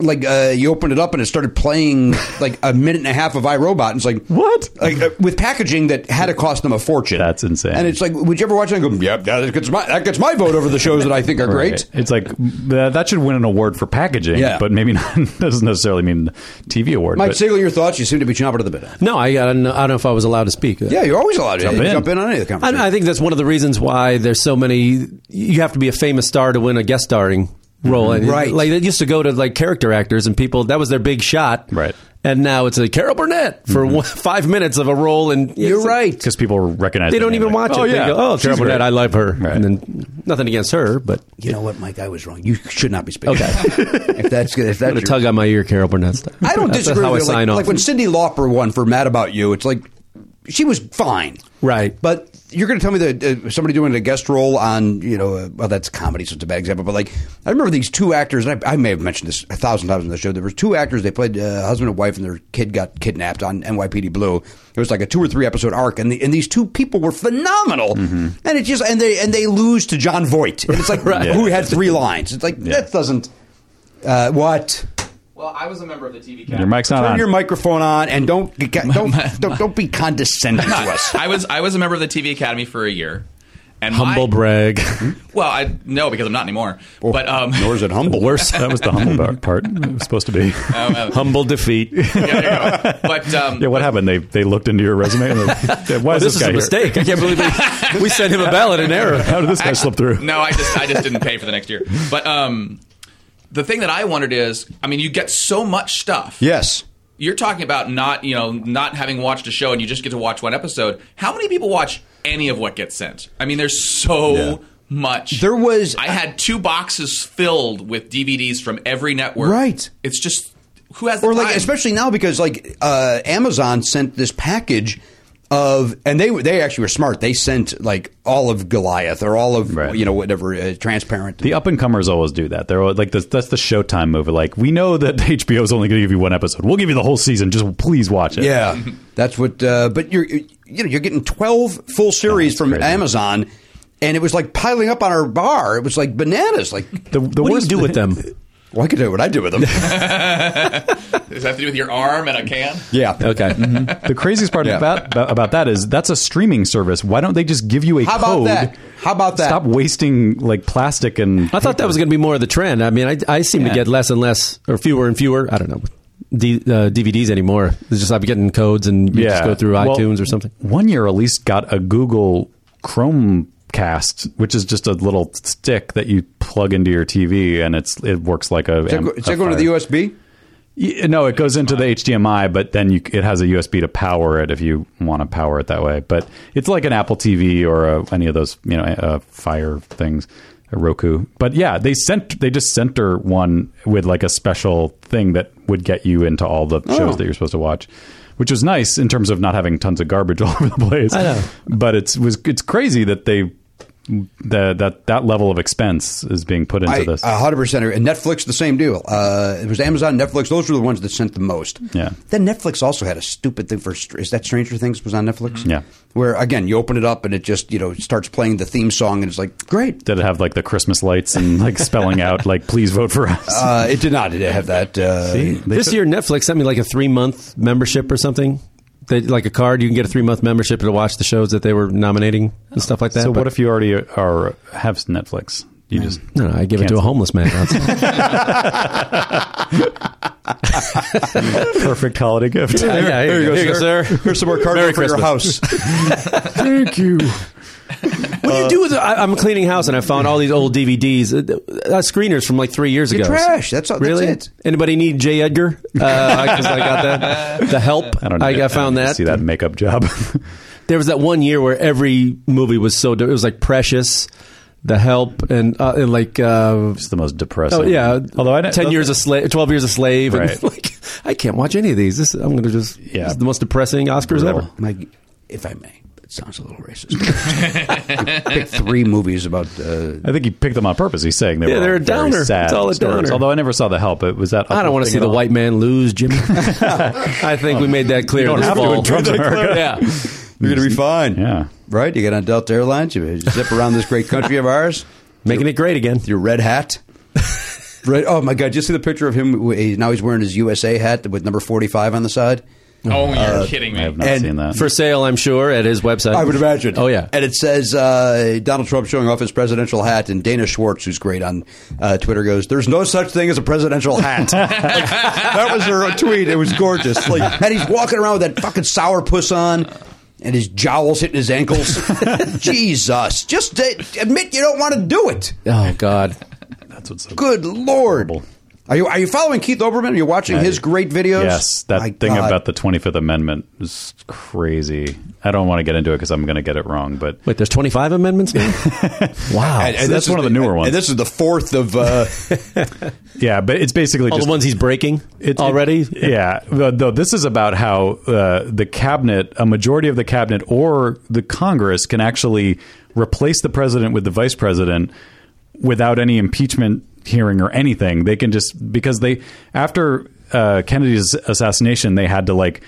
Speaker 6: like, uh, you opened it up and it started playing like a minute and a half of iRobot. And it's like
Speaker 1: What?
Speaker 6: like uh, with packaging that had to cost them a fortune.
Speaker 1: That's insane.
Speaker 6: And it's like, would you ever watch it and go, "Yep, that gets my that gets my vote over the shows that I think are great."
Speaker 1: Right. It's like that, that should win an award for packaging,
Speaker 6: Yeah.
Speaker 1: but maybe not doesn't necessarily mean TV award.
Speaker 6: Mike
Speaker 1: but-
Speaker 6: Siegel, your thoughts? You seem to be chomping at the bit.
Speaker 9: No, I, I, don't know, I don't know if I was allowed to speak.
Speaker 6: Yeah, you're always allowed to
Speaker 1: Jump
Speaker 6: jump in,
Speaker 1: in.
Speaker 6: on any of the
Speaker 9: I,
Speaker 6: conversation.
Speaker 9: I think that's one of the reasons why there's so many. You have to be a famous star to win a guest starring role, And,
Speaker 6: Mm-hmm. Right.
Speaker 9: Like it used to go to like character actors and people. That was their big shot,
Speaker 1: Right.
Speaker 9: And now it's a Carol Burnett for one, five minutes of a role, and
Speaker 6: Mm-hmm. You're right.
Speaker 1: because people recognize
Speaker 9: They
Speaker 1: the
Speaker 9: don't
Speaker 1: name,
Speaker 9: even
Speaker 1: like,
Speaker 9: watch
Speaker 1: oh,
Speaker 9: it.
Speaker 1: Yeah.
Speaker 9: They go, oh, Carol
Speaker 1: She's great."
Speaker 9: Burnett, I love her.
Speaker 1: Right.
Speaker 9: And then nothing against her, but
Speaker 6: You know what, Mike? I was wrong. You should not be speaking. Okay, if that's good, if that's
Speaker 9: I'm gonna tug on my ear, Carol Burnett stuff.
Speaker 6: I don't
Speaker 9: That's
Speaker 6: disagree
Speaker 9: how
Speaker 6: with
Speaker 9: I
Speaker 6: you. Like,
Speaker 9: sign off.
Speaker 6: like when Cindy Lauper won for Mad About You, it's like she was fine.
Speaker 9: Right.
Speaker 6: But you're going to tell me that uh, somebody doing a guest role on, you know, uh, well, that's comedy, so it's a bad example. But like, I remember these two actors, and I, I may have mentioned this a thousand times on the show. There were two actors, they played uh, husband and wife, and their kid got kidnapped on NYPD Blue. It was like a two or three episode arc, and, the, and these two people were phenomenal.
Speaker 9: Mm-hmm.
Speaker 6: And it just, and they, and they lose to John Voight. And it's like, who had three lines? It's like, that doesn't, uh, what?
Speaker 7: Well, I was a member of the TV.
Speaker 1: Your mic's not
Speaker 6: Turn
Speaker 1: on.
Speaker 6: your microphone on and don't don't don't, don't be condescending to us.
Speaker 7: I was I was a member of the TV Academy for a year. And my-
Speaker 9: humble brag.
Speaker 7: Well, I no because I'm not anymore.
Speaker 6: Oh,
Speaker 7: but um,
Speaker 6: Nor is it humble.
Speaker 1: Worse. That was the humble bar- part. It was supposed to be.
Speaker 9: humble defeat.
Speaker 7: yeah, there you go. but um,
Speaker 1: Yeah, what happened? They they looked into your resume. And they're like, "Yeah, why is
Speaker 9: this
Speaker 1: this,
Speaker 9: is
Speaker 1: guy
Speaker 9: a
Speaker 1: here?
Speaker 9: mistake. I can't believe we, we sent him a ballot in error.
Speaker 1: How did this guy slip through?
Speaker 7: No, I just I just didn't pay for the next year. But um, the thing that I wondered is, I mean, you get so much stuff.
Speaker 6: Yes.
Speaker 7: You're talking about not you know not having watched a show and you just get to watch one episode. How many people watch any of what gets sent? I mean, there's so. Much
Speaker 6: There was-
Speaker 7: I had two boxes filled with DVDs from every network.
Speaker 6: Right.
Speaker 7: it's just who has the
Speaker 6: Or like
Speaker 7: time?
Speaker 6: especially now because like uh, Amazon sent this package of and they they actually were smart. They sent like all of Goliath or all of
Speaker 1: Right.
Speaker 6: you know whatever uh, transparent.
Speaker 1: The up and comers always do that. They're always- like this, that's the Showtime movie. Like we know that HBO is only going to give you one episode. We'll give you the whole season. Just please watch it.
Speaker 6: yeah, that's what. Uh, but you're you know you're getting twelve full series from
Speaker 1: crazy.
Speaker 6: Amazon. And it was like piling up on our bar. It was like bananas. Like,
Speaker 1: The, the
Speaker 9: What do you
Speaker 1: worst-
Speaker 9: do with them?
Speaker 6: well, I could do what I do with them.
Speaker 7: Does that have to do with your arm and a can?
Speaker 6: yeah.
Speaker 9: Okay.
Speaker 1: The craziest part
Speaker 6: Yeah.
Speaker 1: about about that is that's a streaming service. Why don't they just give you a
Speaker 6: How about
Speaker 1: code?
Speaker 6: that? How about that?
Speaker 1: Stop wasting like plastic and.
Speaker 9: I thought that was going to be more of the trend. I mean, I, I seem
Speaker 1: Yeah.
Speaker 9: to get less and less, or fewer and fewer. I don't know. D, uh, DVDs anymore. It's just I'm getting codes and you just go through
Speaker 1: Well,
Speaker 9: iTunes or something.
Speaker 1: One year, Elise got a Google Chromecast, which is just a little stick that you plug into your TV, and it's it works like a.
Speaker 6: Is that, go- is that going to the USB?
Speaker 1: Y- No, it goes into the HDMI, but then you, it has a USB to power it if you want to power it that way. But it's like an Apple TV or a, any of those, you know, uh, Fire things, a Roku. But yeah, they sent they just sent her one with like a special thing that would get you into all the shows
Speaker 6: Oh.
Speaker 1: that you're supposed to watch, which was nice in terms of not having tons of garbage all over the place.
Speaker 6: I know.
Speaker 1: but it's was it's crazy that they that that that level of expense is being put into
Speaker 6: I, uh,
Speaker 1: this.
Speaker 6: 100% agree. And Netflix, the same deal. Uh, it was Amazon, Netflix. Those were the ones that sent the most.
Speaker 1: Yeah.
Speaker 6: Then Netflix also had a stupid thing for is that Stranger Things was on Netflix?
Speaker 1: Yeah.
Speaker 6: Where again, you open it up and it just you know starts playing the theme song and it's like great.
Speaker 1: Did it have like the Christmas lights and like spelling out like please vote for us?
Speaker 6: Uh, it did not. It did have that. Uh,
Speaker 9: this year, Netflix sent me like a three month membership or something. They, like a card, you can get a three month membership to watch the shows that they were nominating and stuff like that.
Speaker 1: So
Speaker 9: but-
Speaker 1: what if you already are have Netflix? You just
Speaker 9: No, no, I give it to
Speaker 1: Cancel.
Speaker 9: a homeless man. That's-
Speaker 1: perfect holiday gift.
Speaker 9: Yeah, yeah, here you go, sir.
Speaker 6: Here's some more cardboard
Speaker 9: Merry
Speaker 6: for your house.
Speaker 9: Christmas.
Speaker 1: Thank you.
Speaker 9: What
Speaker 6: Uh,
Speaker 9: do you do with it? I, I'm cleaning house and I found all these old DVDs, uh, uh, screeners from like three years
Speaker 6: You're
Speaker 9: ago.
Speaker 6: trash. That's all- that's
Speaker 9: really.
Speaker 6: it.
Speaker 9: Anybody need J. Edgar? Because I got that. The help.
Speaker 1: I don't know.
Speaker 9: I, found
Speaker 1: need to
Speaker 9: that.
Speaker 1: See that makeup job.
Speaker 9: There was that one year where every movie was so. de- It was like Precious, The Help, and, uh, and like. Uh,
Speaker 1: it's the most depressing.
Speaker 9: Oh yeah,
Speaker 1: Although I don't-
Speaker 9: ten years a slave, twelve years a slave,
Speaker 1: Right.
Speaker 9: and like I can't watch any of these. This I'm going to just yeah. the most depressing Oscars
Speaker 1: Brutal.
Speaker 9: ever.
Speaker 6: Mike, if I may, it sounds a little racist. You picked three movies about. Uh,
Speaker 1: I think he picked them on purpose. He's saying they
Speaker 9: Yeah,
Speaker 1: were
Speaker 9: they're
Speaker 1: all
Speaker 9: a
Speaker 1: very
Speaker 9: downer.
Speaker 1: Sad
Speaker 9: It's all a
Speaker 1: stories.
Speaker 9: downer.
Speaker 1: Although I never saw the help. It was that.
Speaker 9: I don't want
Speaker 1: uplifting
Speaker 9: to see
Speaker 1: at
Speaker 9: the
Speaker 1: all?
Speaker 9: white man lose, Jimmy. I think we made that clear.
Speaker 1: You don't
Speaker 9: this
Speaker 1: have to
Speaker 9: fall.
Speaker 1: in Trump's America.
Speaker 9: Yeah.
Speaker 6: You're going to be fine.
Speaker 1: Yeah.
Speaker 6: Right? You get on Delta Airlines, you zip around this great country of ours,
Speaker 9: Making it great again.
Speaker 6: your red hat. Red, oh my God! Just see the picture of him. He- Now he's wearing his USA hat with number forty-five on the side.
Speaker 7: Oh, you're kidding me.
Speaker 1: Uh, I have not
Speaker 6: And
Speaker 1: seen that.
Speaker 9: For sale, I'm sure, at his website.
Speaker 6: I would imagine.
Speaker 9: Oh, yeah.
Speaker 6: And it says uh, Donald Trump showing off his presidential hat, and Dana Schwartz, who's great on uh, Twitter, goes, "There's no such thing as a presidential hat." Like, that was her tweet. It was gorgeous. Like, and he's walking around with that fucking sour puss on. And his jowls hitting his ankles. Jesus. Just uh, admit you don't want to do it.
Speaker 9: Oh, God.
Speaker 1: That's what's so
Speaker 6: Good Lord. Are you, are you following Keith Oberman? Are you watching
Speaker 1: I-
Speaker 6: his great videos?
Speaker 1: Yes, that
Speaker 6: My
Speaker 1: thing
Speaker 6: God.
Speaker 1: about the 25th Amendment is crazy. I don't want to get into it because I'm going to get it wrong, but
Speaker 9: Wait, there's 25 amendments now? wow.
Speaker 1: So that's
Speaker 6: this
Speaker 1: one of
Speaker 6: is
Speaker 1: the newer ones.
Speaker 6: And this is the fourth of. Uh,
Speaker 1: yeah, but it's basically
Speaker 9: All
Speaker 1: just
Speaker 9: the ones he's breaking
Speaker 1: It's-
Speaker 9: already?
Speaker 1: it- yeah. Though though this is about how uh, the cabinet, a majority of the cabinet or the Congress can actually replace the president with the vice president without any impeachment hearing or anything. They can just because they after uh, Kennedy's assassination, they had to like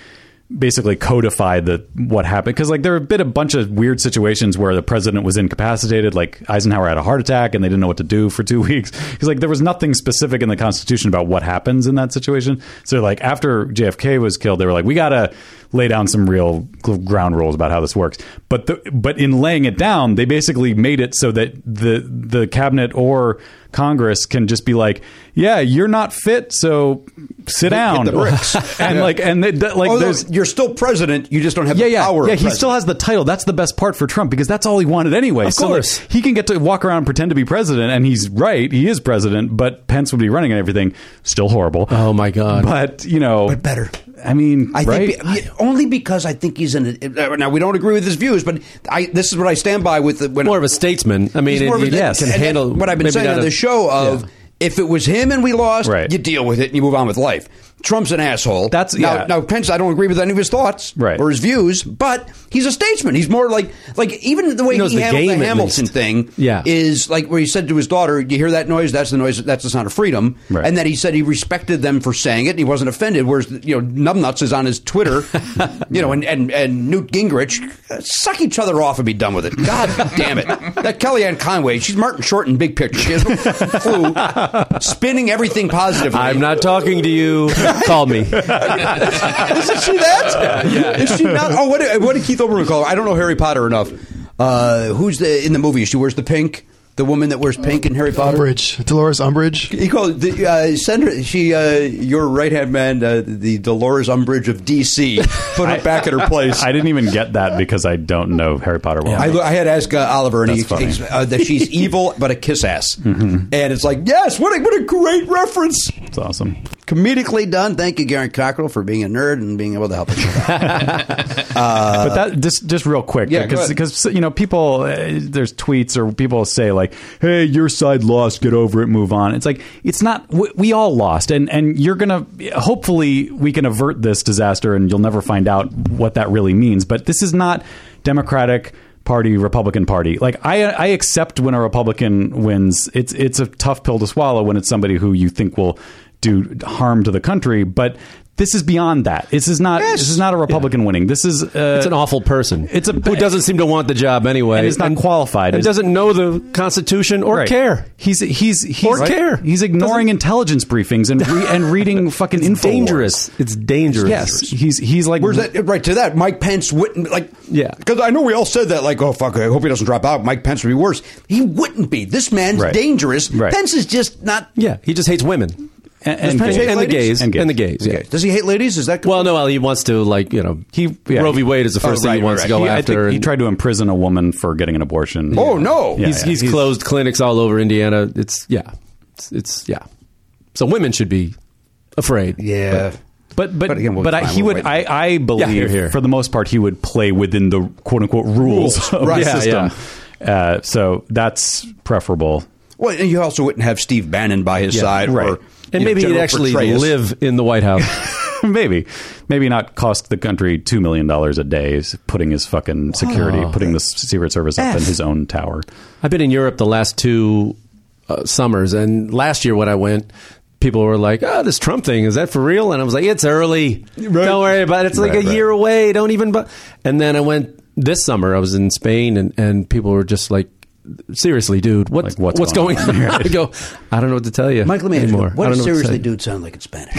Speaker 1: basically codify the what happened because like there have been a bunch of weird situations where the president was incapacitated like eisenhower had a heart attack and they didn't know what to do for two weeks because like there was nothing specific in the constitution about what happens in that situation so like after jfk was killed they were like we gotta lay down some real g- ground rules about how this works but the, but in laying it down they basically made it so that the the cabinet or congress can just be like yeah you're not fit so sit down
Speaker 6: the bricks.
Speaker 1: and
Speaker 6: Yeah.
Speaker 1: like and they, that, like
Speaker 6: oh,
Speaker 1: there's
Speaker 6: no, you're still president. You just don't have
Speaker 1: yeah,
Speaker 6: the
Speaker 1: yeah,
Speaker 6: power.
Speaker 1: yeah.
Speaker 6: of
Speaker 1: He
Speaker 6: president.
Speaker 1: still has the title. That's the best part for Trump because that's all he wanted anyway. Of
Speaker 9: course.
Speaker 1: he can get to walk around and pretend to be president, and he's right. He is president, but Pence would be running and everything. Still horrible.
Speaker 9: Oh, my God.
Speaker 1: But you know,
Speaker 6: But better.
Speaker 1: I mean,
Speaker 6: I
Speaker 1: right?
Speaker 6: think be- only because I think he's in. A, uh, now we don't agree with his views, but I this is what I stand by with. The, when
Speaker 9: more of a statesman. I mean,
Speaker 6: He's more of a-
Speaker 9: it, yes, can
Speaker 6: and that-
Speaker 9: handle
Speaker 6: what I've been
Speaker 9: maybe
Speaker 6: saying
Speaker 9: not
Speaker 6: on
Speaker 9: a-
Speaker 6: the show of
Speaker 9: Yeah.
Speaker 6: if it was him and we lost,
Speaker 1: Right.
Speaker 6: you deal with it and you move on with life. Trump's an asshole.
Speaker 1: That's-
Speaker 6: now,
Speaker 1: yeah.
Speaker 6: now Pence. I don't agree with any of his thoughts
Speaker 1: Right.
Speaker 6: or his views, but he's a statesman. He's more like like even the way
Speaker 9: He
Speaker 6: he,
Speaker 9: knows the
Speaker 6: handled
Speaker 9: game,
Speaker 6: the
Speaker 9: at
Speaker 6: Hamilton
Speaker 9: least.
Speaker 6: thing.
Speaker 9: Yeah.
Speaker 6: is like where he said to his daughter, "You hear that noise? That's the noise. That's the sound of freedom."
Speaker 1: Right.
Speaker 6: And then he said he respected them for saying it. and He wasn't offended. Whereas you know, numbnuts is on his Twitter, you know, and and, and Newt Gingrich uh, suck each other off and be done with it. God damn it! That Kellyanne Conway, she's Martin Short in Big Picture. She has no clue, spinning everything positively.
Speaker 9: I'm not talking to you. Call me.
Speaker 6: Isn't she that? Is she not? Oh, what did, what did Keith Olbermann call her? I don't know Harry Potter enough. Uh, who's the in the movie? She wears the pink. The woman that wears pink in Harry Potter.
Speaker 10: Umbridge, Dolores Umbridge.
Speaker 6: He called the uh, Sandra. She, uh, your right hand man, uh, the Dolores Umbridge of DC, put her back at her place.
Speaker 1: I didn't even get that because I don't know Harry Potter well.
Speaker 6: I,
Speaker 1: enough.
Speaker 6: I had asked uh, Oliver, and he,
Speaker 1: That's funny. Mm-hmm.
Speaker 6: he's, uh, that she's evil but a kiss ass, and it's like, yes, what a what a great reference.
Speaker 1: it's awesome.
Speaker 6: comedically done. Thank you, Garen Cockrell, for being a nerd and being able to help us. with that. uh,
Speaker 1: but that just just real quick,
Speaker 6: Yeah, go ahead.
Speaker 1: because you know people, uh, there's tweets or people say like, "Hey, your side lost, get over it, move on." It's like it's not. We, we all lost, and and you're gonna. Hopefully, we can avert this disaster, and you'll never find out what that really means. But this is not Democratic Party, Republican Party. Like I I accept when a Republican wins. It's it's a tough pill to swallow when it's somebody who you think will do harm to the country, but. This is beyond that. This is not. This is not a Republican winning. This is. Uh,
Speaker 9: It's an awful person.
Speaker 1: It's a
Speaker 9: who doesn't seem to want the job anyway,
Speaker 1: and is not qualified.
Speaker 9: and doesn't know the Constitution or
Speaker 1: Right.
Speaker 9: care.
Speaker 1: He's he's he's
Speaker 9: Or care.
Speaker 1: He's ignoring intelligence briefings and re, and reading fucking it's
Speaker 9: dangerous. It's dangerous.
Speaker 1: Yes, he's he's like
Speaker 6: Where's that? Right to that, Mike Pence wouldn't like.
Speaker 9: Yeah.
Speaker 6: because I know we all said that. Like, oh fuck, I hope he doesn't drop out. Mike Pence would be worse. He wouldn't be. This man's
Speaker 9: Right.
Speaker 6: dangerous.
Speaker 9: Right.
Speaker 6: Pence is just not.
Speaker 9: Yeah, he just hates women.
Speaker 1: And,
Speaker 6: Does Pence hate
Speaker 9: and the
Speaker 6: ladies?
Speaker 9: gays. And, the gays. Yeah.
Speaker 6: Does he hate ladies? Is that
Speaker 9: Well, no, well, he wants to like you know he
Speaker 1: yeah,
Speaker 9: Roe
Speaker 1: he-
Speaker 9: v. Wade is the first
Speaker 1: Oh,
Speaker 9: thing
Speaker 1: right,
Speaker 9: he wants
Speaker 1: right,
Speaker 9: to go
Speaker 1: right. He- I
Speaker 9: after.
Speaker 1: think
Speaker 9: and-
Speaker 1: he tried to imprison a woman for getting an abortion.
Speaker 6: Oh no,
Speaker 9: he's he's, closed clinics all over Indiana. It's yeah, it's, it's yeah. So women should be afraid.
Speaker 6: Yeah,
Speaker 1: But but but,
Speaker 9: again, we'll
Speaker 1: I,
Speaker 9: find-
Speaker 1: he
Speaker 9: we'll
Speaker 1: would
Speaker 9: wait.
Speaker 1: I, I believe
Speaker 9: here, here.
Speaker 1: for the most part he would play within the quote unquote rules,
Speaker 6: Rules,
Speaker 1: of
Speaker 6: right.
Speaker 1: the
Speaker 6: Yeah,
Speaker 1: system. Uh, so that's preferable.
Speaker 6: Well, and you also wouldn't have Steve Bannon by his
Speaker 1: Yeah,
Speaker 6: side,
Speaker 1: right.
Speaker 6: Or,
Speaker 9: And
Speaker 6: you know,
Speaker 9: maybe he'd
Speaker 6: General
Speaker 9: actually
Speaker 6: Petraeus.
Speaker 9: live in the White House.
Speaker 1: maybe, maybe not cost the country two million dollars a day is putting his fucking security,
Speaker 9: Wow.
Speaker 1: putting the s- Secret Service up in
Speaker 9: F.
Speaker 1: his own tower.
Speaker 9: I've been in Europe the last two uh, summers, and last year when I went, people were like, "Oh, this Trump thing is that for real?" And I was like, "It's early. Don't worry about it. It's like
Speaker 1: Right,
Speaker 9: a
Speaker 1: right.
Speaker 9: year away. Don't even." Bu-. And then I went this summer. I was in Spain, and and people were just like. Seriously, dude, what,
Speaker 1: what's
Speaker 9: what's,
Speaker 1: going
Speaker 9: going,
Speaker 1: on?"
Speaker 9: on? I go, I don't know what to tell you.
Speaker 6: Mike, let me ask you,
Speaker 9: anymore. I
Speaker 6: what
Speaker 9: don't
Speaker 6: does
Speaker 9: know to
Speaker 6: seriously
Speaker 9: tell you.
Speaker 6: dude sound like in Spanish?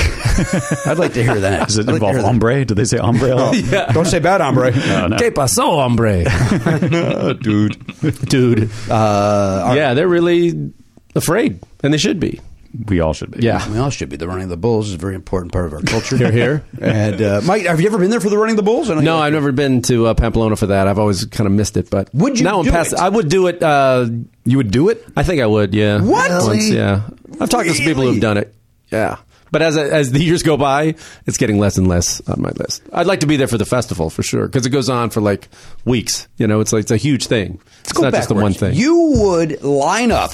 Speaker 6: I'd like to hear that.
Speaker 1: Does it
Speaker 6: I'd like to
Speaker 1: involve
Speaker 6: hear that.
Speaker 1: hombre? Do they say hombre? a lot?
Speaker 6: Oh, Don't say bad, hombre.
Speaker 1: No, no.
Speaker 9: Que paso, hombre?
Speaker 1: dude.
Speaker 9: Dude.
Speaker 6: Uh, all
Speaker 9: Yeah, they're really afraid, and they should be.
Speaker 1: We all should be.
Speaker 9: Yeah.
Speaker 6: We all should be. The running of the bulls is a very important part of our culture.
Speaker 9: Here, here.
Speaker 6: And uh, Mike, have you ever been there for the running of the bulls? I know
Speaker 9: No,
Speaker 6: you-
Speaker 9: I've never been to uh, Pamplona for that. I've always kind of missed it, but
Speaker 6: Would you
Speaker 9: Now I'm
Speaker 6: do
Speaker 9: past.
Speaker 6: it?
Speaker 9: I would do it. Uh,
Speaker 1: You would do it?
Speaker 9: I think I would. Yeah.
Speaker 6: What?
Speaker 9: Once, yeah. I've talked to some people
Speaker 6: Really?
Speaker 9: who've done it. Yeah. But as as the years go by, it's getting less and less on my list. I'd like to be there for the festival for sure because it goes on for like weeks. You know, it's like it's a huge thing. it's
Speaker 6: Go
Speaker 9: not just the one
Speaker 6: backwards.
Speaker 9: thing.
Speaker 6: You would line up,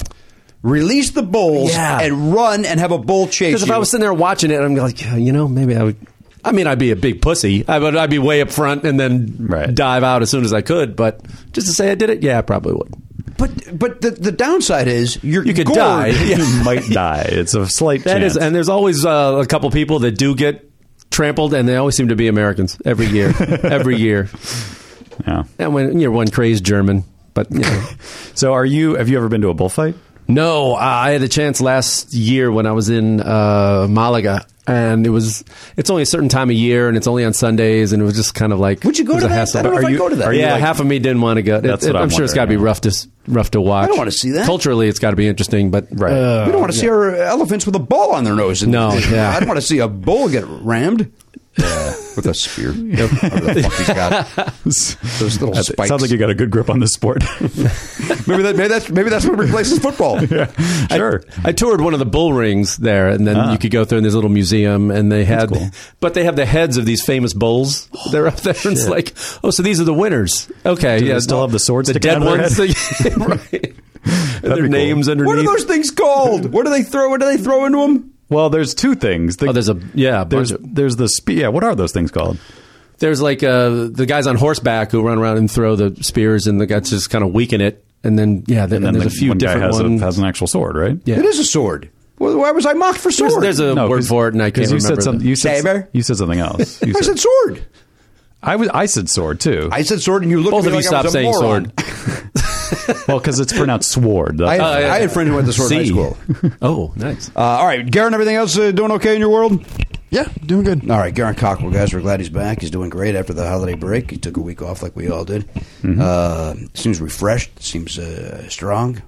Speaker 6: release the bulls,
Speaker 9: Yeah.
Speaker 6: and run and have a bull chase.
Speaker 9: Because if
Speaker 6: you.
Speaker 9: I was sitting there watching it, I'm like, yeah, you know, maybe I would. I mean, I'd be a big pussy. I would. I'd be way up front and then
Speaker 1: Right.
Speaker 9: dive out as soon as I could. But just to say I did it, yeah, I probably would.
Speaker 6: but but the, the downside is you're
Speaker 9: You could
Speaker 6: gored.
Speaker 9: die. Yeah.
Speaker 1: you might die. It's a slight
Speaker 9: That
Speaker 1: chance.
Speaker 9: is, and there's always uh, a couple people that do get trampled, and they always seem to be Americans every year, every year.
Speaker 1: yeah.
Speaker 9: And when you're one crazed German, but you know.
Speaker 1: So, are you? Have you ever been to a bullfight?
Speaker 9: No, uh, I had a chance last year when I was in uh, Malaga, and it was it's only a certain time of year, and it's only on Sundays, and it was just kind of like
Speaker 6: Would you go
Speaker 9: it was
Speaker 6: to
Speaker 9: a
Speaker 6: that?
Speaker 9: hassle.
Speaker 6: I don't know if Are I'd you- go to that. are you
Speaker 9: Yeah,
Speaker 1: like-
Speaker 9: half of me didn't want to go. It-
Speaker 1: That's
Speaker 9: it-
Speaker 1: what
Speaker 9: I'm,
Speaker 1: I'm
Speaker 9: sure it's got to be
Speaker 1: wondering.
Speaker 9: rough to s- rough to watch.
Speaker 6: I don't wanna see that.
Speaker 9: Culturally, it's got to be interesting, but
Speaker 1: Right.
Speaker 9: uh,
Speaker 6: we don't want to see our elephants with a ball on their nose.
Speaker 9: No, yeah.
Speaker 6: I don't want to see a bull get rammed with a spear. Whatever the fuck he's got. Those little
Speaker 1: That's- it
Speaker 6: spikes.
Speaker 1: Sounds like you got a good grip on this sport.
Speaker 6: maybe, that, maybe that's maybe that's what replaces football.
Speaker 9: I-
Speaker 1: sure. Ah.
Speaker 9: I, toured one of the bull rings there, and then you could go through in this little museum, and they had,
Speaker 1: cool. Oh,
Speaker 9: but they have the heads of these famous bulls. They're up there, and it's like, oh, so these are the winners. Okay,
Speaker 1: Do
Speaker 9: yeah,
Speaker 1: they still have the swords
Speaker 9: the
Speaker 1: sticking
Speaker 9: dead
Speaker 1: out of their
Speaker 9: ones,
Speaker 1: head?
Speaker 9: that- right? And
Speaker 1: be
Speaker 9: their
Speaker 1: cool.
Speaker 9: names underneath.
Speaker 6: What are those things called? What do they throw? What do they throw into them?
Speaker 1: well, there's two things. The-
Speaker 9: Oh, there's a yeah. a bunch
Speaker 1: there's
Speaker 9: of-
Speaker 1: there's the spe- yeah. What are those things called?
Speaker 9: there's like uh, the guys on horseback who run around and throw the spears, and the guys just kind of weaken it, and then yeah, there, and
Speaker 1: And
Speaker 9: there's a
Speaker 1: the
Speaker 9: few
Speaker 1: one guy
Speaker 9: different
Speaker 1: has, a-
Speaker 9: ones.
Speaker 1: has an actual sword, right?
Speaker 9: Yeah.
Speaker 6: It is a sword. Well, why was I mocked for sword?
Speaker 9: There's, there's a
Speaker 1: No,
Speaker 9: word
Speaker 1: 'cause-
Speaker 9: for it, and I
Speaker 1: 'cause
Speaker 9: can't
Speaker 1: you
Speaker 9: remember.
Speaker 1: Said some,
Speaker 9: the-
Speaker 1: you, said,
Speaker 6: Saber?
Speaker 1: you said something else. You
Speaker 6: I said sword.
Speaker 1: I was. I said sword too.
Speaker 6: I said sword, and you looked
Speaker 9: Both
Speaker 6: at
Speaker 9: of
Speaker 6: me
Speaker 9: you
Speaker 6: like I
Speaker 9: stopped
Speaker 6: was a
Speaker 9: saying
Speaker 6: moron.
Speaker 9: sword.
Speaker 1: well, because it's pronounced sword.
Speaker 6: I,
Speaker 1: That's-
Speaker 6: had-
Speaker 9: Oh, yeah.
Speaker 6: I had a friend who went to sword in high
Speaker 9: See.
Speaker 6: school.
Speaker 9: Oh, nice.
Speaker 6: Uh, all right, Garen, everything else uh, doing okay in your world?
Speaker 10: Yeah, doing good.
Speaker 6: All right, Garen Cockrell, guys, we're glad he's back. He's doing great after the holiday break. He took a week off like we all did. Uh, seems refreshed, seems uh, strong.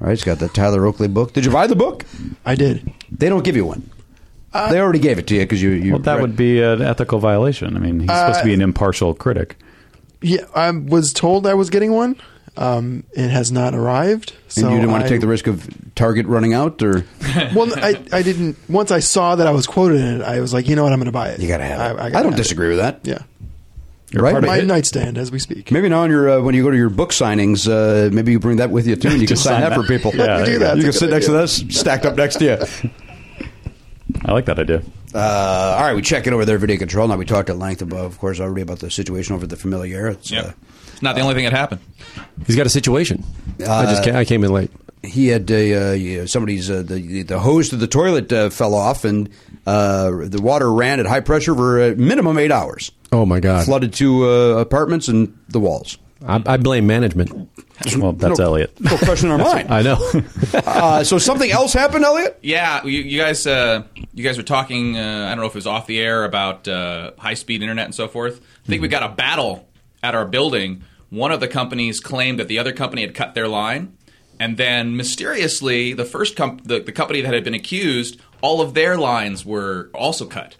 Speaker 6: All right, he's got the Tyler Oakley book. Did you buy the book?
Speaker 10: I did.
Speaker 6: They don't give you one. they already gave it to you because you, you.
Speaker 1: well, that
Speaker 6: read-
Speaker 1: would be an ethical
Speaker 6: Uh,
Speaker 1: violation. I mean, he's supposed to be an impartial critic.
Speaker 10: Yeah, I was told I was getting one. Um, it has not arrived. So
Speaker 6: and you didn't want
Speaker 10: I-
Speaker 6: to take the risk of Target running out, or
Speaker 10: well, I, I didn't. Once I saw that I was quoted in it, I was like, you know what, I'm going to buy it. You got to have I,
Speaker 6: I
Speaker 10: gotta
Speaker 6: don't
Speaker 10: have it.
Speaker 6: disagree with that.
Speaker 10: Yeah,
Speaker 6: You're right.
Speaker 10: My nightstand as we speak.
Speaker 6: Maybe now on your uh, when you go to your book signings, uh, maybe you bring that with you too, and you can
Speaker 10: Just
Speaker 6: sign
Speaker 10: sign
Speaker 6: that for
Speaker 10: that.
Speaker 6: people.
Speaker 10: Yeah, Let me there do you go. that.
Speaker 6: You can
Speaker 10: That's a
Speaker 6: sit
Speaker 10: good
Speaker 6: next
Speaker 10: idea.
Speaker 6: to this, stacked up next to you.
Speaker 1: I like that idea.
Speaker 6: Uh, all right, we check in over there, video control. Now we talked at length about, of course, already about the situation over at the familiar. It's, uh,
Speaker 7: Yep. It's not the only thing that happened.
Speaker 12: He's got a situation. I just
Speaker 6: Uh,
Speaker 12: ca- I came in late.
Speaker 6: he had a, uh, yeah, somebody's uh, the the hose to the toilet uh, fell off, and uh, the water ran at high pressure for a minimum eight hours,
Speaker 12: Oh my god!
Speaker 6: flooded two uh, apartments and the walls.
Speaker 12: I, I blame management.
Speaker 1: Well, that's Elliot.
Speaker 6: No question in our mind.
Speaker 12: I know.
Speaker 6: Uh, so something else happened, Elliot.
Speaker 7: Yeah, you, you guys, uh, you guys were talking. Uh, I don't know if it was off the air about uh, high speed internet and so forth. I
Speaker 1: Hmm.
Speaker 7: think we got a battle at our building. One of the companies claimed that the other company had cut their line, and then mysteriously, the first comp- the, the company that had been accused, all of their lines were also cut.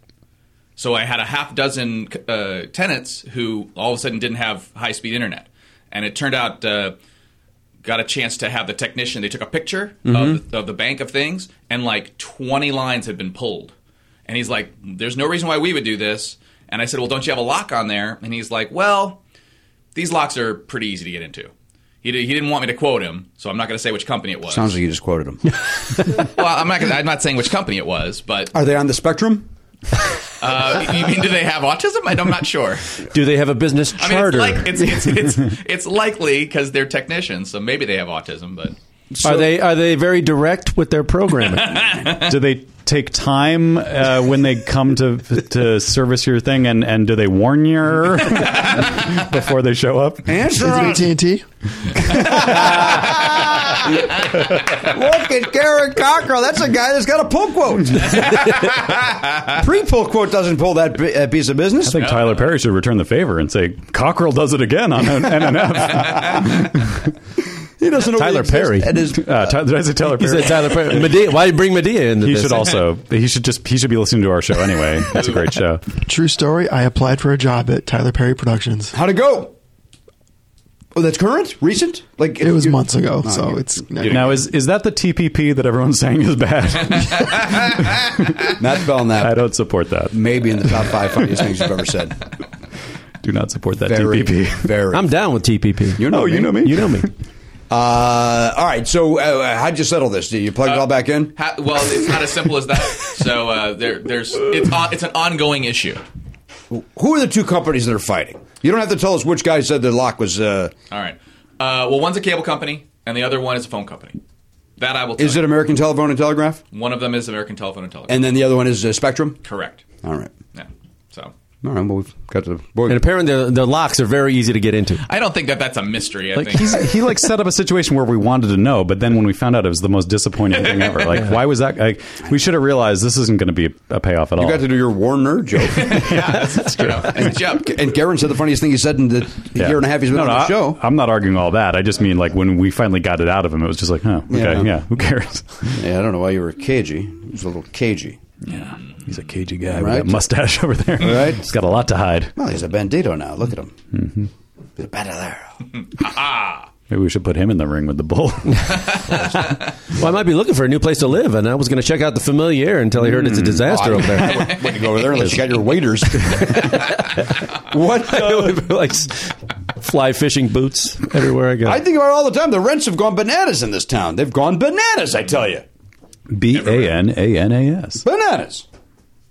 Speaker 7: So I had a half dozen uh, tenants who all of a sudden didn't have high speed internet, and it turned out. Uh, got a chance to have the technician. They took a picture of,
Speaker 6: Mm-hmm.
Speaker 13: Mhm.
Speaker 7: the, of the bank of things, and like 20 lines had been pulled. And he's like, "There's no reason why we would do this." And I said, "Well, don't you have a lock on there?" And he's like, "Well, these locks are pretty easy to get into." He, did, he didn't want me to quote him, so I'm not going to say which company it was.
Speaker 6: Sounds like you just quoted him.
Speaker 7: well, I'm not. Gonna, I'm not saying which company it was, but
Speaker 6: Are they on the spectrum?
Speaker 7: uh, you mean do they have autism? I- I'm not sure.
Speaker 12: Do they have a business
Speaker 7: I mean, it's,
Speaker 12: charter?
Speaker 7: like, it's, it's, it's, it's likely because they're technicians, so maybe they have autism. But
Speaker 12: are they are they very direct with their programming?
Speaker 1: do they take time uh, when they come to to service your thing, and, and do they warn you before they show up?
Speaker 6: Answer
Speaker 10: Is it AT&T?
Speaker 6: Look at Garrett Cockrell. That's a guy that's got a pull quote. Pre pull quote doesn't pull that bi- uh, piece of
Speaker 1: I
Speaker 6: business.
Speaker 1: think Tyler Perry should return the favor and say Cockrell does it again on an NNF.
Speaker 6: he doesn't know
Speaker 12: Tyler Perry.
Speaker 6: It is
Speaker 1: Uh, Ty- did I say Tyler
Speaker 12: He
Speaker 1: Perry?
Speaker 12: said Tyler Perry. Medea, why bring Medea into
Speaker 1: He
Speaker 12: this?
Speaker 1: should also. He should just. He should be listening to our show anyway. That's a great show.
Speaker 10: True story. I applied for a job at Tyler Perry Productions.
Speaker 6: How'd it go? Oh, that's current, recent. Like
Speaker 10: It was
Speaker 6: you- Oh,
Speaker 10: months ago,
Speaker 6: No,
Speaker 10: so
Speaker 6: you-
Speaker 10: it's
Speaker 1: Now is is that the TPP that everyone's saying is bad?
Speaker 6: Matt Belknap.
Speaker 1: I don't support that.
Speaker 6: Maybe in the top five funniest things you've ever said.
Speaker 1: Do not support that
Speaker 6: Very,
Speaker 1: TPP.
Speaker 6: very.
Speaker 12: I'm down with TPP.
Speaker 6: You know
Speaker 1: oh,
Speaker 6: me.
Speaker 1: you know me.
Speaker 12: You know me.
Speaker 6: Uh, all right. So uh, how'd you settle this? Did you plug it all back in?
Speaker 7: Ha- well, it's not as simple as that. So uh, there, there's it's on, it's an ongoing issue.
Speaker 6: Who are the two companies that are fighting? You don't have to tell us which guy said the lock was. Uh,
Speaker 7: All right. Uh, well, one's a cable company, and the other one is a phone company. That I will. Tell
Speaker 6: is
Speaker 7: you.
Speaker 6: it American Telephone and Telegraph?
Speaker 7: one of them is American Telephone and Telegraph?
Speaker 6: And then the other one is uh, Spectrum.
Speaker 7: Correct.
Speaker 6: All right.
Speaker 7: Yeah. So
Speaker 6: All right. Well, we've got to. Boy,
Speaker 12: And apparently, the, the locks are very easy to get into.
Speaker 7: I don't think that that's a mystery. I
Speaker 1: Like
Speaker 7: think.
Speaker 1: he's, he like set up a situation where we wanted to know, but then when we found out, it was the most disappointing thing ever. Like, why was that? Like, we should have realized this isn't going to be a payoff at all.
Speaker 6: you got to do your war nerd joke.
Speaker 7: you know, it's a job.
Speaker 6: and Garen said the funniest thing he said in the
Speaker 1: Yeah.
Speaker 6: year and a half he's been
Speaker 1: No,
Speaker 6: on
Speaker 1: no,
Speaker 6: the
Speaker 1: I-
Speaker 6: show.
Speaker 1: I'm not arguing all that. I just mean like when we finally got it out of him, it was just like, oh, okay,
Speaker 6: Yeah.
Speaker 1: yeah, who cares?
Speaker 6: Yeah, I don't know why you were cagey. He was a little cagey.
Speaker 1: Yeah, he's a cagey guy
Speaker 6: Right.
Speaker 1: with that mustache over there.
Speaker 6: Right.
Speaker 1: he's got a lot to hide.
Speaker 6: Well, he's a bandito now. Look at him. He's a bandolero.
Speaker 1: Maybe we should put him in the ring with the bull.
Speaker 12: Well, I might be looking for a new place to live, and I was going to check out the familiar until I heard it's a
Speaker 6: Hmm. Oh,
Speaker 12: disaster over there.
Speaker 6: Way to go over there unless you got your waiters. what?
Speaker 12: I would, like s- fly fishing boots everywhere I go.
Speaker 6: I think about it all the time. The rents have gone bananas in this town. They've gone bananas, I tell you.
Speaker 1: B a n a n a s.
Speaker 6: Bananas.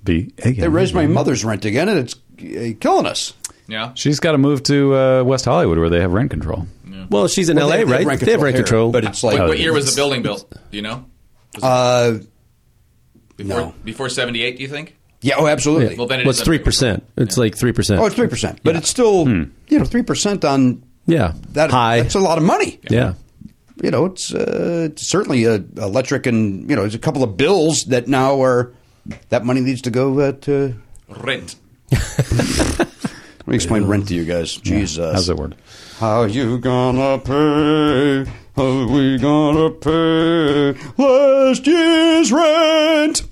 Speaker 1: B a n.
Speaker 6: They raised my mother's rent again, and it's uh, killing us.
Speaker 7: Yeah.
Speaker 1: She's got to move to uh, West Hollywood where they have rent control.
Speaker 12: well, she's in
Speaker 6: Well,
Speaker 12: L.A.,
Speaker 6: they- they have
Speaker 12: right?
Speaker 6: rent
Speaker 12: they have rent
Speaker 6: control here,
Speaker 12: control,
Speaker 6: but it's like-
Speaker 7: What, what year was the building built? Do you know?
Speaker 6: Oh, Uh,
Speaker 7: Before,
Speaker 6: No.
Speaker 7: Before seventy eight? Do you think?
Speaker 6: yeah, oh, absolutely.
Speaker 7: Well, then it
Speaker 12: Well, it's
Speaker 7: is
Speaker 12: three percent. It's like three percent.
Speaker 6: Oh, it's three percent, but it's still you know three percent on
Speaker 12: yeah,
Speaker 6: that.
Speaker 12: high.
Speaker 6: That's a lot of money.
Speaker 12: yeah.
Speaker 6: You know, it's, uh, it's certainly uh electric, and you know, there's a couple of bills that now are that money needs to go uh, to.
Speaker 7: Rent.
Speaker 6: Let me explain rent to you guys. Jesus,
Speaker 1: How's that word?
Speaker 6: How you gonna pay? How we gonna pay last year's rent?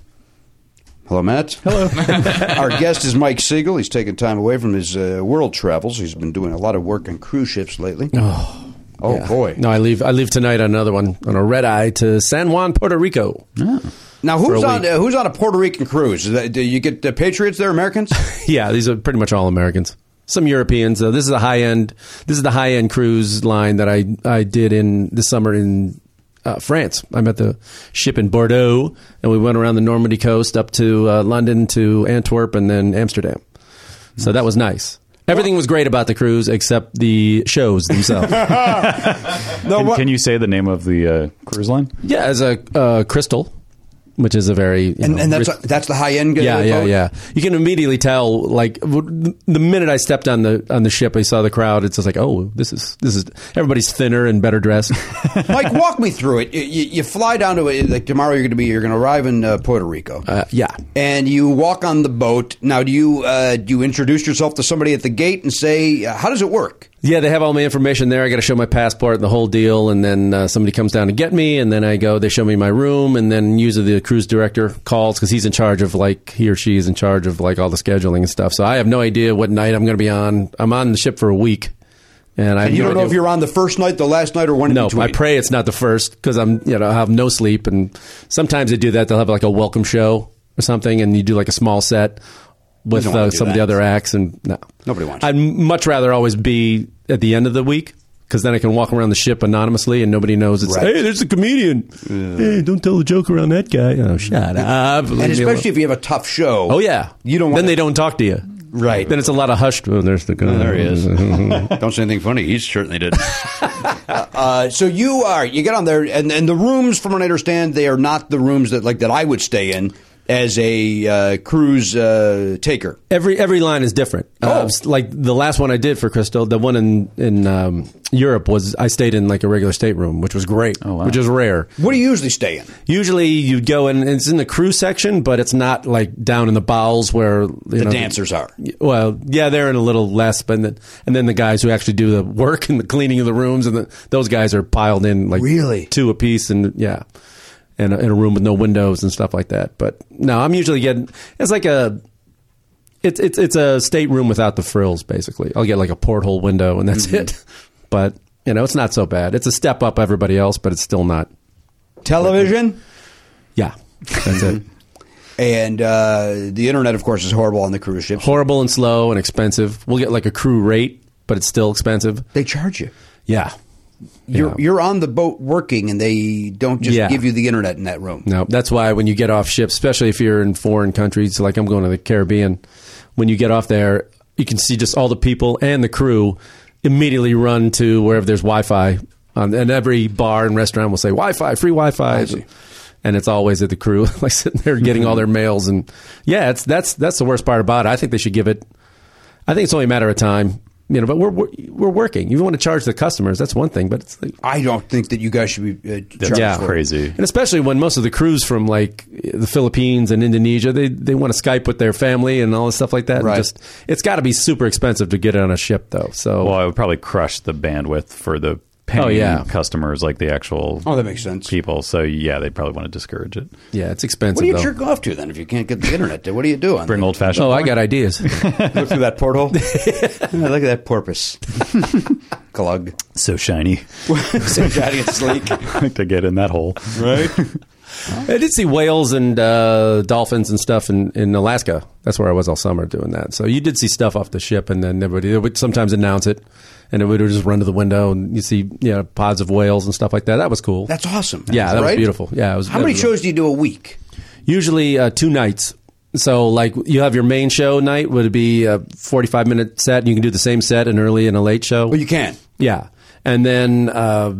Speaker 6: Hello, Matt. Hello. Our guest is Mike Siegel. He's taken time away from his uh, world travels. He's been doing a lot of work on cruise ships lately.
Speaker 9: Oh boy! No, I leave. I leave tonight on another one on a red eye to San Juan, Puerto Rico.
Speaker 6: Now
Speaker 9: For a
Speaker 6: who's on
Speaker 9: week.
Speaker 6: uh, who's on a Puerto Rican cruise? Is that- Do you get the Patriots there, Americans?
Speaker 9: yeah, these are pretty much all Americans. Some Europeans. Uh, this is a high end. This is the high end cruise line that I I did in this summer in uh, France. I met the ship in Bordeaux, and we went around the Normandy coast up to uh, London to Antwerp and then Amsterdam. So that was nice. Everything was great about the cruise except the shows themselves.
Speaker 1: can, can you say the name of the uh, cruise line?
Speaker 9: Yeah, as a uh, crystal, which is a very you
Speaker 6: And,
Speaker 9: know,
Speaker 6: and that's
Speaker 9: rich-
Speaker 6: that's the high end.
Speaker 9: yeah, yeah,
Speaker 6: boat?
Speaker 9: yeah. You can immediately tell, like w- the minute I stepped on the on the ship, I saw the crowd. It's just like, oh, this is this is everybody's thinner and better dressed.
Speaker 6: Mike, walk me through it. You, you, you fly down to it like tomorrow. You're going to be you're going to arrive in uh, Puerto Rico.
Speaker 9: Uh, yeah,
Speaker 6: and you walk on the boat. Now, do you uh, do you introduce yourself to somebody at the gate and say uh, how does it work?
Speaker 9: yeah. They have all my information there. I got to show my passport and the whole deal, and then uh, somebody comes down to get me, and then I go. They show me my room, and then usually the cruise director calls because he's in charge of like he or she is in charge of like all the scheduling and stuff. So I have no idea what night I'm going to be on. I'm on the ship for a week, and I have
Speaker 6: And you
Speaker 9: no
Speaker 6: don't know
Speaker 9: idea-
Speaker 6: if you're on the first night, the last night, or one. in
Speaker 9: No, I
Speaker 6: between.
Speaker 9: pray it's not the first because I'm, you know, I have no sleep. And sometimes they do that. They'll have like a welcome show or something, and you do like a small set with
Speaker 6: You don't wanna
Speaker 9: uh,
Speaker 6: do
Speaker 9: some of the
Speaker 6: that.
Speaker 9: other acts. And no,
Speaker 6: Nobody wants
Speaker 9: I'd much rather always be at the end of the week because then I can walk around the ship anonymously and nobody knows it's
Speaker 6: Right.
Speaker 9: hey, there's a comedian. Hey, don't tell a joke around that guy. Oh, shut up.
Speaker 6: and especially if you have a tough show.
Speaker 9: oh yeah,
Speaker 6: you don't.
Speaker 9: Then
Speaker 6: Want
Speaker 9: they don't talk to you.
Speaker 6: Right.
Speaker 9: Then it's a lot of hushed. Oh, there's the guy.
Speaker 6: there he is. Don't say anything funny. He certainly did. uh, so you are you get on there, and, and the rooms, from what I understand, they are not the rooms that like that I would stay in as a uh, cruise uh, taker.
Speaker 9: Every every line is different.
Speaker 6: Oh.
Speaker 9: Uh, s- like the last one I did for Crystal, the one in in um, Europe was I stayed in like a regular stateroom, which was great,
Speaker 6: Oh,
Speaker 9: which is rare.
Speaker 6: What do you usually stay in?
Speaker 9: Usually you'd go in, and it's in the crew section, but it's not like down in the bowels where you
Speaker 6: The
Speaker 9: know,
Speaker 6: dancers are.
Speaker 9: Well, yeah, they're in a little less, but then, and then the guys who actually do the work and the cleaning of the rooms, and the, those guys are piled in like
Speaker 6: Really?
Speaker 9: two a piece, and yeah, and a- in a room with no windows and stuff like that. But no, I'm usually getting it's like a it's it's it's a stateroom without the frills. Basically, I'll get like a porthole window, and
Speaker 6: Mm-hmm.
Speaker 9: that's it. But you know, it's not so bad. It's a step up everybody else, but it's still not.
Speaker 6: Television
Speaker 9: Yeah, that's it.
Speaker 6: and uh, the internet, of course, is horrible on the cruise ships.
Speaker 9: Horrible and slow and expensive. We'll get like a crew rate, but it's still expensive.
Speaker 6: They charge you.
Speaker 9: Yeah.
Speaker 6: You're
Speaker 9: Yeah.
Speaker 6: you're on the boat working, and they don't just
Speaker 9: Yeah.
Speaker 6: give you the internet in that room.
Speaker 9: No, that's why when you get off ships, especially if you're in foreign countries, like I'm going to the Caribbean, when you get off there, you can see just all the people and the crew immediately run to wherever there's Wi-Fi, um, and every bar and restaurant will say Wi-Fi, free Wi-Fi, and it's always at the crew, like sitting there getting all their mails, and yeah, it's that's that's the worst part about it. I think they should give it. I think it's only a matter of time, you know. But we're we're, we're working. You want to charge the customers, that's one thing, but it's like
Speaker 6: I don't think that you guys should be uh, charged for it.
Speaker 9: and especially when most of the crews from like the Philippines and Indonesia, they they want to Skype with their family and all this stuff like that. And
Speaker 6: Right.
Speaker 9: just it's got to be super expensive to get it on a ship though. So
Speaker 1: Well, I would probably crush the bandwidth for the paying
Speaker 9: Oh, yeah.
Speaker 1: customers, like the actual
Speaker 6: Oh, that makes sense.
Speaker 1: people. So yeah, they probably want to discourage it.
Speaker 9: yeah, it's expensive.
Speaker 6: What do you
Speaker 9: though.
Speaker 6: jerk off to then if you can't get the internet? What do you do? on
Speaker 1: Bring old fashioned.
Speaker 9: Oh, I got ideas.
Speaker 6: Look through that porthole. Yeah, look at that porpoise. Glug.
Speaker 1: so shiny.
Speaker 6: So shiny and sleek.
Speaker 1: I like to get in that hole.
Speaker 6: Right?
Speaker 9: I did see whales and uh, dolphins and stuff in, in Alaska. That's where I was all summer doing that. So you did see stuff off the ship, and then everybody they would sometimes announce it, and it would just run to the window, and you see you know, pods of whales and stuff like that. That was cool.
Speaker 6: That's awesome.
Speaker 9: yeah, that
Speaker 6: Right?
Speaker 9: was beautiful. Yeah, it was.
Speaker 6: How many
Speaker 9: it was-
Speaker 6: shows do you do a week?
Speaker 9: usually uh, two nights. So like you have your main show night would be a forty-five minute set. and You can do the same set an early and a late show.
Speaker 6: Well, you can.
Speaker 9: yeah, and then uh,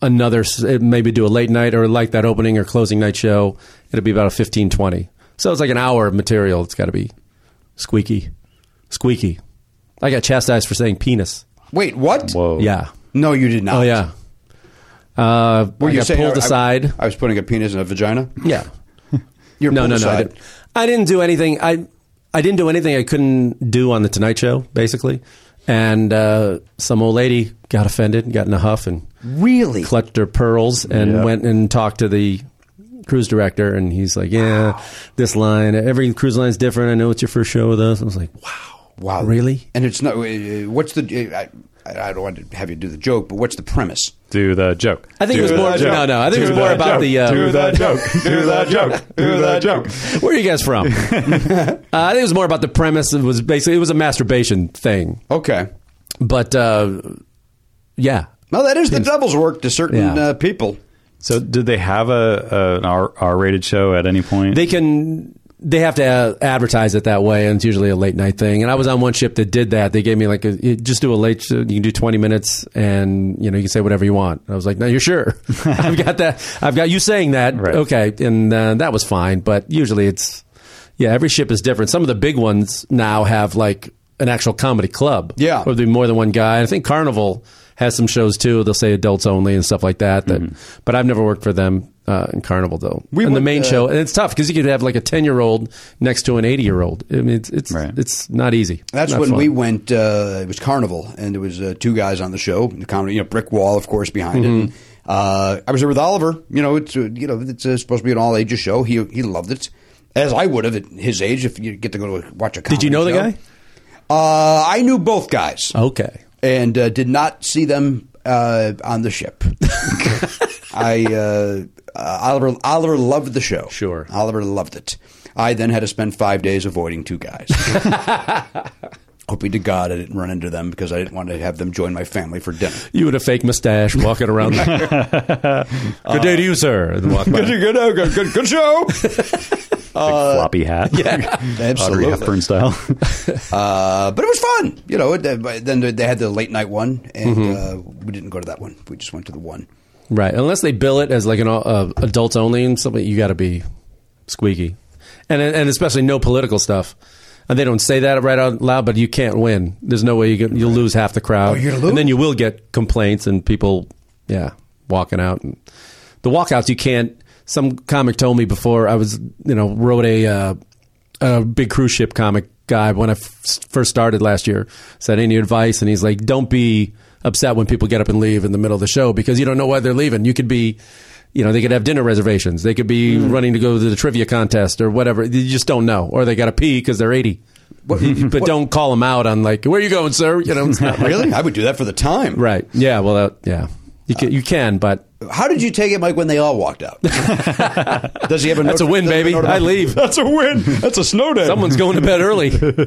Speaker 9: another s- it maybe do a late night or like that opening or closing night show. It'll be about a 15, 20. So it's like an hour of material. It's got to be squeaky, squeaky. I got chastised for saying penis.
Speaker 6: Wait, what?
Speaker 1: Whoa.
Speaker 9: Yeah.
Speaker 6: No, you did not.
Speaker 9: Oh yeah. Uh,
Speaker 6: Were
Speaker 9: I
Speaker 6: you
Speaker 9: got
Speaker 6: saying-
Speaker 9: pulled
Speaker 6: I-
Speaker 9: aside.
Speaker 6: I, was putting a penis in a vagina.
Speaker 9: yeah.
Speaker 6: You're
Speaker 9: no,
Speaker 6: pulled
Speaker 9: no, no. I
Speaker 6: aside.
Speaker 9: didn't, I didn't do anything. I I didn't do anything I couldn't do on the Tonight Show, basically. And uh, some old lady got offended, and got in a huff, and
Speaker 6: Really?
Speaker 9: clutched her pearls and
Speaker 1: Yeah.
Speaker 9: went and talked to the cruise director. And he's like, "Yeah, this line. Every cruise line's different. I know it's your first show with us." I was like, "Wow,
Speaker 6: Wow.
Speaker 9: really?"
Speaker 6: And it's not. uh, What's the? uh, I- I I don't want to have you do the joke, but what's the premise?
Speaker 1: Do the joke.
Speaker 6: I think it was more- no, no, I think it was more about the, uh,
Speaker 12: Do the joke. Do the joke. Do the joke.
Speaker 9: Where are you guys from? uh, I think it was more about the premise. It was basically it was a masturbation thing.
Speaker 6: Okay,
Speaker 9: but uh, yeah,
Speaker 6: Well, that is the devil's work to certain uh, people.
Speaker 1: So, did they have a, a an R, R-rated show at any point?
Speaker 9: they can they have to uh, advertise it that way and it's usually a late night thing and i was on one ship that did that they gave me like a, you just do a late you can do 20 minutes and you know you can say whatever you want i was like no you're sure i've got that i've got you saying that okay and uh, that was fine but usually it's yeah every ship is different some of the big ones now have like an actual comedy club yeah or there'll be more than one guy i think carnival has some shows too they'll say adults only and stuff like that, that
Speaker 6: Mm-hmm.
Speaker 9: but i've never worked for them uh, in carnival though we and the
Speaker 12: went,
Speaker 9: main
Speaker 12: uh,
Speaker 9: show and it's tough because you could have like a ten year old next to an eighty year old. I mean, it's it's it's not easy.
Speaker 6: That's
Speaker 9: Not
Speaker 6: when
Speaker 9: fun.
Speaker 6: we went. Uh, it was Carnival, and there was uh, two guys on the show. The comedy, you know, brick wall, of course, behind it.
Speaker 9: Mhm.
Speaker 6: And, uh, I was there with Oliver. You know, it's uh, you know, it's uh, supposed to be an all ages show. He he loved it, as I would have at his age if you get to go to watch a. Comedy
Speaker 9: you know the
Speaker 6: show.
Speaker 9: guy?
Speaker 6: Uh, I knew both guys.
Speaker 9: Okay,
Speaker 6: and uh, did not see them uh, on the ship. I uh, uh, Oliver Oliver loved the show. Sure, Oliver loved it. I then had to spend five days avoiding two guys, hoping to God I didn't run into them because I didn't want to have them join my family for dinner.
Speaker 9: you would have fake mustache walking around. Good day to you, sir. And walk by.
Speaker 6: Good, good, good, good, good show.
Speaker 1: floppy hat.
Speaker 9: Yeah,
Speaker 1: Audrey Hepburn style.
Speaker 6: uh, but it was fun. You know, it, uh, then they had the late night one, and uh, we didn't go to that one. We just went to the one.
Speaker 9: Right, unless they bill it as like an uh, adults only and something, you got to be squeaky, and and especially no political stuff. And they don't say that right out loud, but you can't win. There's no way you can, you'll lose half the crowd,
Speaker 6: Oh, you're gonna lose?
Speaker 9: and then you will get complaints and people, yeah, walking out. And the walkouts, you can't. Some comic told me before I was, you know, wrote a uh, a big cruise ship comic guy when I f- first started last year said any advice and he's like don't be upset when people get up and leave in the middle of the show because you don't know why they're leaving you could be you know they could have dinner reservations they could be
Speaker 6: Hmm.
Speaker 9: running to go to the trivia contest or whatever you just don't know or they got to pee because they're 80 but don't call them out on like where you going sir you know it's not like-
Speaker 6: Really? I would do that for the time.
Speaker 9: right yeah well that, yeah you can, you can but
Speaker 6: How did you take it, Mike, when they all walked out? Does he have a
Speaker 9: That's
Speaker 6: note-
Speaker 9: a win,
Speaker 6: does he have
Speaker 9: baby.
Speaker 6: note about-
Speaker 9: I leave.
Speaker 6: That's a win. That's a snow day.
Speaker 9: Someone's going to bed early.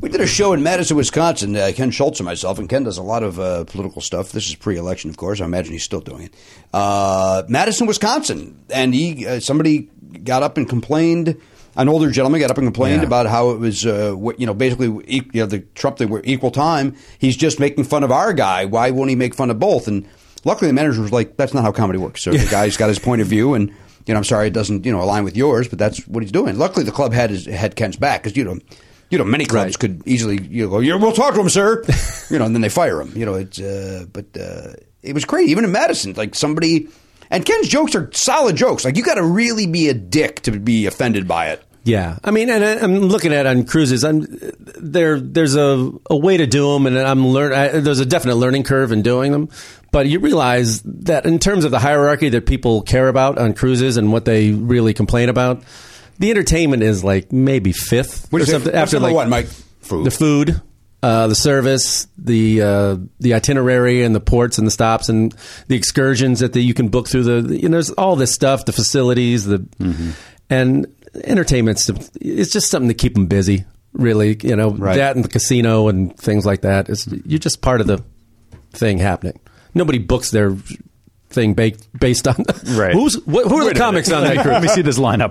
Speaker 6: we did a show in Madison, Wisconsin. Uh, Ken Schultz and myself, and Ken does a lot of uh, political stuff. This is pre-election, of course. I imagine he's still doing it. Uh, Madison, Wisconsin, and he uh, somebody got up and complained. An older gentleman got up and complained about how it was, uh, what- you know, basically, e- you know, the Trump they were equal time. He's just making fun of our guy. Why won't he make fun of both? And luckily, the manager was like, "That's not how comedy works." So the guy's got his point of view, and you know, I'm sorry it doesn't, you know, align with yours, but that's what he's doing. Luckily, the club had his, had Ken's back because you know, you know, many clubs could easily you know, go, yeah, we'll talk to him, sir. you know, and then they fire him. You know, it's uh, but uh, it was crazy. Even in Madison, like somebody and Ken's jokes are solid jokes. Like you got to really be a dick to be offended by it.
Speaker 9: Yeah, I mean, and I, I'm looking at on cruises. I'm there. There's a, a way to do them, and I'm learn. I, there's a definite learning curve in doing them. But you realize that in terms of the hierarchy that people care about on cruises and what they really complain about, the entertainment is like maybe fifth
Speaker 6: What
Speaker 9: or
Speaker 6: is it-
Speaker 9: something.
Speaker 6: what's number one, Mike? Food.
Speaker 9: the food, uh, the service, the uh, the itinerary, and the ports and the stops and the excursions that the, you can book through the. You know, there's all this stuff, the facilities, the
Speaker 1: Mm-hmm.
Speaker 9: and entertainment's it's just something to keep them busy. Really, you know that and the casino and things like that. It's,
Speaker 1: Mm-hmm.
Speaker 9: you're just part of the thing happening. Nobody books their thing ba- based on
Speaker 1: Right.
Speaker 9: Who's what, who are
Speaker 1: Wait a
Speaker 9: the comics
Speaker 1: minute.
Speaker 9: on that group?
Speaker 1: Let me see this lineup.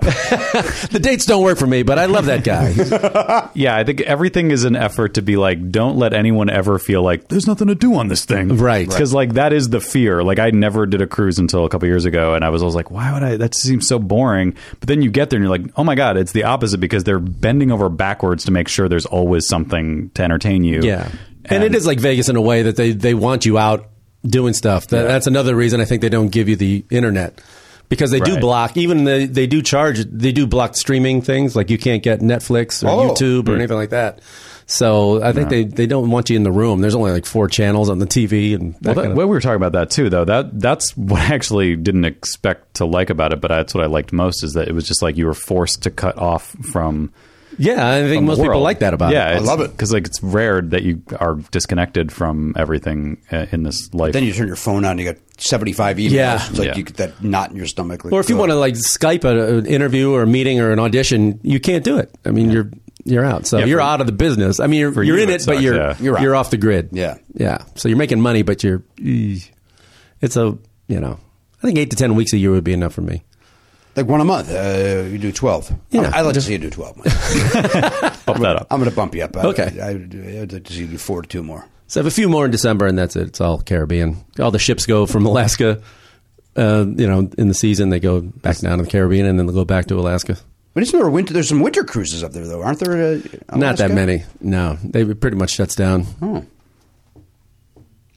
Speaker 9: the dates don't work for me, but I love that guy.
Speaker 1: yeah, I think everything is an effort to be like, don't let anyone ever feel like there's nothing to do on this thing,
Speaker 9: Right.
Speaker 1: Because like that is the fear. Like I never did a cruise until a couple years ago, and I was always like, why would I? That seems so boring. But then you get there and you're like, oh my god, it's the opposite because they're bending over backwards to make sure there's always something to entertain you.
Speaker 9: Yeah. And, it is like Vegas in a way that they, they want you out doing stuff. That, That's another reason I think they don't give you the internet because they do
Speaker 1: Right.
Speaker 9: block, even they, they do charge, they do block streaming things. Like you can't get Netflix or
Speaker 12: Oh.
Speaker 9: YouTube or
Speaker 12: Mm.
Speaker 9: anything like that. So I think
Speaker 1: Hmm. Yeah.
Speaker 9: they, they don't want you in the room. There's only like four channels on the TV and that
Speaker 1: Well, that,
Speaker 9: kind of-
Speaker 1: well, we were talking about that too, though. That that's what I actually didn't expect to like about it, but that's what I liked most is that it was just like you were forced to cut off from
Speaker 9: Yeah, I think
Speaker 1: from the
Speaker 9: most people
Speaker 1: world.
Speaker 9: like that about it.
Speaker 1: yeah,
Speaker 9: I love
Speaker 1: it because like it's rare that you are disconnected from everything uh, in this life.
Speaker 6: Then you turn your phone on and you got 75 emails.
Speaker 9: Yeah.
Speaker 6: It's like
Speaker 1: Yeah.
Speaker 6: you get that knot in your stomach. Like,
Speaker 9: or if you
Speaker 6: ugh.
Speaker 9: want to like Skype a, an interview or a meeting or an audition, you can't do it. I mean, you're you're out. So
Speaker 1: Yeah,
Speaker 9: you're
Speaker 1: for-
Speaker 9: out of the business. I mean, you're,
Speaker 1: for
Speaker 9: you're
Speaker 1: you,
Speaker 9: in
Speaker 1: it
Speaker 9: it, but
Speaker 1: sucks,
Speaker 9: you're
Speaker 1: yeah.
Speaker 9: you're,
Speaker 1: You're
Speaker 9: off the grid.
Speaker 6: Yeah.
Speaker 9: yeah. So you're making money, but you're it's a you know I think eight to ten weeks a year would be enough for me.
Speaker 6: Like one a month. Uh, you do 12.
Speaker 9: Yeah.
Speaker 6: I, I like to see you do 12.
Speaker 1: Bump that up.
Speaker 6: I'm going to bump you up. I,
Speaker 9: Okay.
Speaker 6: I, I, would like to see you do four to two more.
Speaker 9: So I have a few more in December, and that's it. It's all Caribbean. All the ships go from Alaska. Uh, you know, in the season they go back down to the Caribbean, and then they will go back to Alaska.
Speaker 6: But isn't there a winter? There's some winter cruises up there, though, aren't there? Uh,
Speaker 9: Not that
Speaker 6: Alaska?
Speaker 9: many. No, they pretty much shuts down.
Speaker 6: Oh.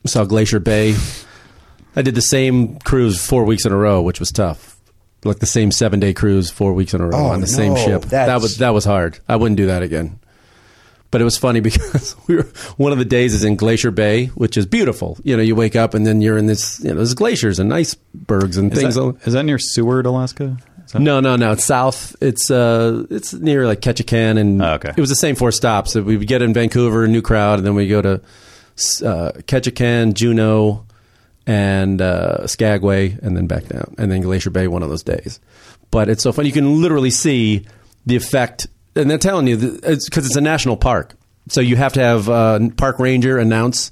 Speaker 9: saw Glacier Bay. I did the same cruise four weeks in a row, which was tough. Like the same seven day cruise four weeks in a row
Speaker 6: Oh,
Speaker 9: on the same
Speaker 6: no,
Speaker 9: ship. That
Speaker 6: that's-
Speaker 9: was that was hard. I wouldn't do that again. But it was funny because we were one of the days is in Glacier Bay, which is beautiful. You know, you wake up and then you're in this you know, there's glaciers and icebergs and
Speaker 1: Is
Speaker 9: things.
Speaker 1: that, is that near Seward, Alaska? Is that-
Speaker 9: No, no, no. It's south. It's uh, it's near like Ketchikan, and
Speaker 1: Oh, okay.
Speaker 9: it was the same four stops. We would get in Vancouver, new crowd, and then we go to uh, Ketchikan, Juneau, and uh, Skagway, and then back down, and then Glacier Bay one of those days. But it's so fun. You can literally see the effect, and they're telling you because it's, 'cause it's a national park, so you have to have a park ranger announce.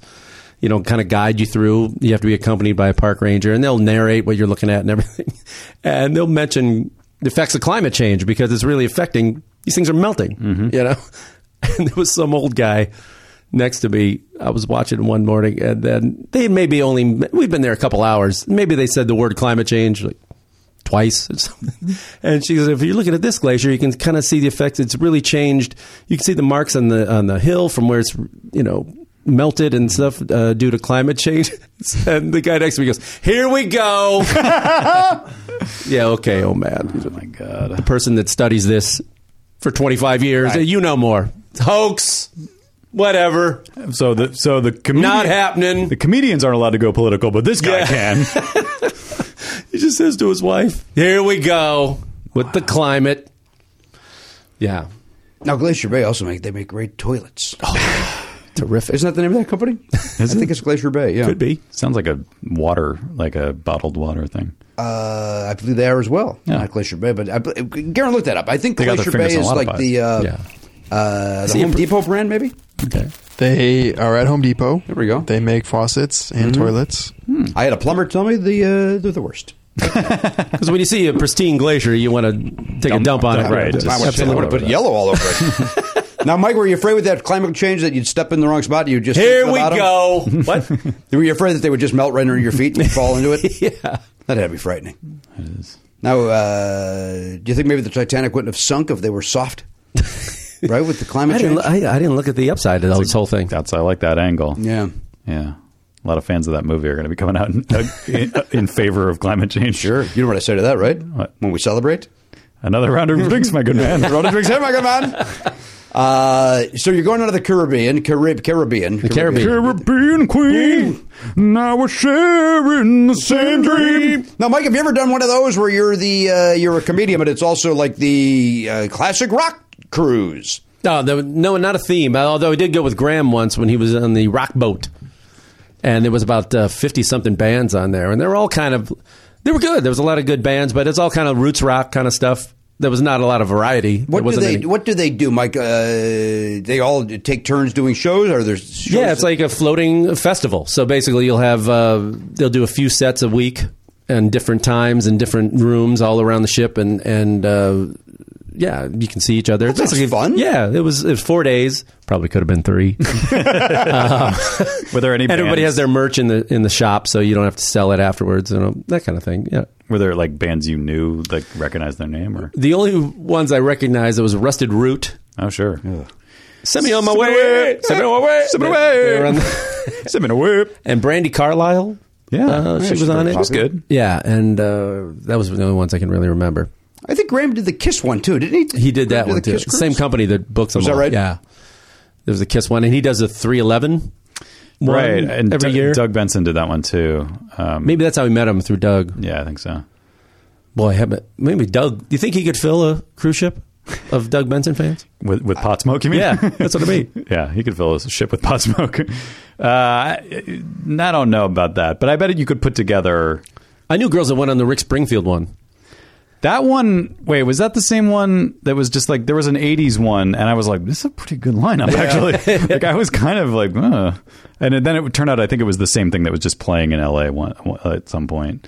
Speaker 9: You know, kind of guide you through. You have to be accompanied by a park ranger, and they'll narrate what you're looking at and everything. And they'll mention the effects of climate change because it's really affecting. These things are melting. You know, and there was some old guy next to me. I was watching one morning, and then they maybe only we've been there a couple hours. Maybe they said the word climate change like twice or something.
Speaker 1: Mm-hmm.
Speaker 9: And she goes, if you're looking at this glacier, you can kind of see the effects. It's really changed. You can see the marks on the on the hill from where it's you know melted and stuff uh, due to climate change. and the guy next to me goes, "Here we go." yeah. Okay. Oh man. Oh my god. The person that studies this for 25 years, you know more. Hoax. Whatever.
Speaker 1: So the so the comedian,
Speaker 9: Not happening.
Speaker 1: The comedians aren't allowed to go political, but this guy
Speaker 9: Yeah.
Speaker 1: can.
Speaker 9: He just says to his wife, "Here we go with the climate." Yeah.
Speaker 6: Now, Glacier Bay also make they make great toilets.
Speaker 9: Oh, Terrific.
Speaker 6: Isn't that the name of that company? I
Speaker 1: Is it?
Speaker 6: think it's Glacier Bay. Yeah,
Speaker 9: Could be.
Speaker 1: Sounds like a water, like a bottled water thing.
Speaker 6: Uh, I believe they are as well.
Speaker 1: Yeah.
Speaker 6: Not Glacier Bay, but I, Garen looked that up. I think
Speaker 1: They got their
Speaker 6: Glacier
Speaker 1: fingers
Speaker 6: Bay
Speaker 1: in a
Speaker 6: is
Speaker 1: lot of
Speaker 6: like the uh,
Speaker 9: Yeah.
Speaker 6: uh, the
Speaker 9: See,
Speaker 6: Home
Speaker 9: impro-
Speaker 6: Depot brand, maybe.
Speaker 9: Okay.
Speaker 10: They are at Home Depot.
Speaker 6: There we go.
Speaker 10: They make faucets and toilets.
Speaker 1: Hmm.
Speaker 6: I had a plumber tell me the uh, they're the worst.
Speaker 9: Because when you see a pristine glacier, you want to take a dump on it.
Speaker 1: right, just-
Speaker 6: I would,
Speaker 1: Absolutely.
Speaker 6: put yellow all over it. now, Mike, were you afraid with that climate change that you'd step in the wrong spot? You would just
Speaker 9: Here
Speaker 6: hit the
Speaker 9: we
Speaker 6: bottom?
Speaker 9: go. what?
Speaker 6: Were you afraid that they would just melt right under your feet and you'd fall into it?
Speaker 9: Yeah.
Speaker 6: That'd be frightening. Now, uh, do you think maybe the Titanic wouldn't have sunk if they were soft? right with the
Speaker 9: I
Speaker 6: climate
Speaker 9: didn't,
Speaker 6: change.
Speaker 9: lo- I, I didn't look at the upside of this whole thing.
Speaker 1: That's I like that angle.
Speaker 6: yeah.
Speaker 1: yeah. A lot of fans of that movie are going to be coming out in, uh, in, in favor of climate change.
Speaker 6: Sure. You know what I say to that, right?
Speaker 1: What?
Speaker 6: When we celebrate?
Speaker 1: Another round of drinks, my good man.
Speaker 6: Road to drinks, hey, my good man. Uh, so you're going out of the Caribbean, Carib- Caribbean, the
Speaker 9: Caribbean.
Speaker 1: Caribbean queen. Now we're sharing the same dream.
Speaker 6: Now, Mike, have you ever done one of those where you're the uh, you're a comedian, but it's also like the uh, classic rock cruise?
Speaker 9: No, there, was- no, not a theme. Although I did go with Graham once when he was on the rock boat, and there was about fifty something bands on there, and they were all kind of they were good. There was a lot of good bands, but it's all kind of roots rock kind of stuff. There was not a lot of variety.
Speaker 6: What
Speaker 9: there
Speaker 6: do
Speaker 9: wasn't
Speaker 6: they
Speaker 9: any-
Speaker 6: What do they do, Mike? Uh, they all take turns doing shows. Are there shows
Speaker 9: Yeah, it's
Speaker 6: that-
Speaker 9: like a floating festival. So basically, you'll have uh, they'll do a few sets a week and different times and different rooms all around the ship, and and uh, yeah, you can see each other. It's
Speaker 6: sounds fun.
Speaker 9: Yeah, it was it was four days. Probably could have been three.
Speaker 1: Were there any?
Speaker 9: Everybody
Speaker 1: bands-
Speaker 9: has their merch in the in the shop, so you don't have to sell it afterwards and that kind of thing. Yeah.
Speaker 1: Were there like bands you knew, like recognize their name or?
Speaker 9: The only ones I recognized it was Rusted Root.
Speaker 1: Oh, sure.
Speaker 9: Send me on my way.
Speaker 1: Send me on my way. Send me on my way.
Speaker 9: They were on the-
Speaker 1: Send me a whip.
Speaker 9: and Brandy Carlisle.
Speaker 1: Yeah.
Speaker 9: Uh,
Speaker 1: Yeah,
Speaker 9: she
Speaker 1: she's
Speaker 9: was on
Speaker 1: pretty
Speaker 9: it.
Speaker 1: popular. She's good.
Speaker 9: Yeah, and uh, that was the only ones I can really remember.
Speaker 6: I think Graham did the Kiss one too, didn't he?
Speaker 9: He did that
Speaker 6: the
Speaker 9: one too.
Speaker 6: Kiss cruise?
Speaker 9: Same company that books them.
Speaker 6: Was that
Speaker 9: all.
Speaker 6: right?
Speaker 9: Yeah. There was a Kiss one, and he does a three eleven.
Speaker 1: Right. And
Speaker 9: every
Speaker 1: Doug-
Speaker 9: year.
Speaker 1: Doug Benson did that one too. Um,
Speaker 9: Maybe that's how we met him through Doug.
Speaker 1: Yeah, I think so.
Speaker 9: Boy, I haven't- maybe Doug. Do you think he could fill a cruise ship? of Doug Benson fans?
Speaker 1: With, with pot smoke, you mean?
Speaker 9: Yeah, that's what I mean.
Speaker 1: yeah, he could fill his ship with pot smoke. Uh, I, I don't know about that, but I bet you could put together.
Speaker 9: I knew girls that went on the Rick Springfield one.
Speaker 1: That one, wait, was that the same one that was just like there was an '80s one, and I was like, "This is a pretty good lineup, actually." like I was kind of like, Ugh. and then it turned out I think it was the same thing that was just playing in LA one, at some point.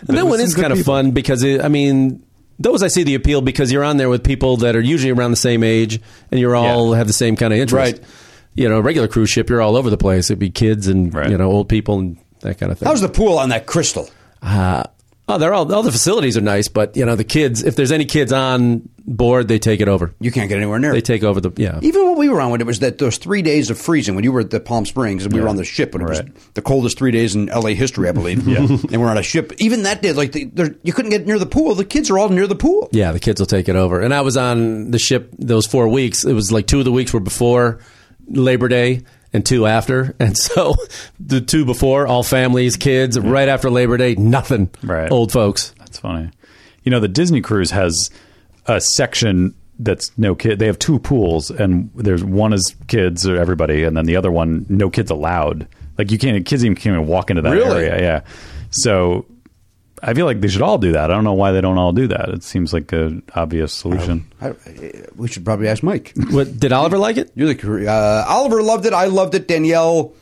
Speaker 9: And but that one is kind of people. fun because it, I mean, those I see the appeal because you're on there with people that are usually around the same age, and you're all yeah. have the same kind of interest.
Speaker 6: Right.
Speaker 9: You know, a regular cruise ship, you're all over the place. It'd be kids and right. you know old people and that kind of thing.
Speaker 6: How's the pool on that crystal?
Speaker 9: Uh, Oh, they're all all the facilities are nice, but you know the kids. If there's any kids on board, they take it over.
Speaker 6: You can't get anywhere near.
Speaker 9: They take over the yeah.
Speaker 6: Even when we were on, when it was that those three days of freezing, when you were at the Palm Springs and we yeah. were on the ship, and right. it was the coldest three days in LA history, I believe.
Speaker 1: yeah,
Speaker 6: and we're on a ship. Even that day, like the, you couldn't get near the pool. The kids are all near the pool.
Speaker 9: Yeah, the kids will take it over. And I was on the ship those four weeks. It was like two of the weeks were before Labor Day and two after. And so the two before, all families, kids, yeah. right after Labor Day, nothing.
Speaker 1: Mm-hmm. Right.
Speaker 9: Old folks.
Speaker 1: That's funny. You know, the Disney cruise has a section that's no kid. They have two pools, and there's one is kids or everybody, and then the other one, no kids allowed. Like you can't, kids even can't even walk into that
Speaker 6: really?
Speaker 1: area. Yeah. So I feel like they should all do that. I don't know why they don't all do that. It seems like an obvious solution.
Speaker 6: I, I, we should probably ask Mike.
Speaker 9: What, did Oliver like it?
Speaker 6: You're the uh, Oliver loved it. I loved it. Danielle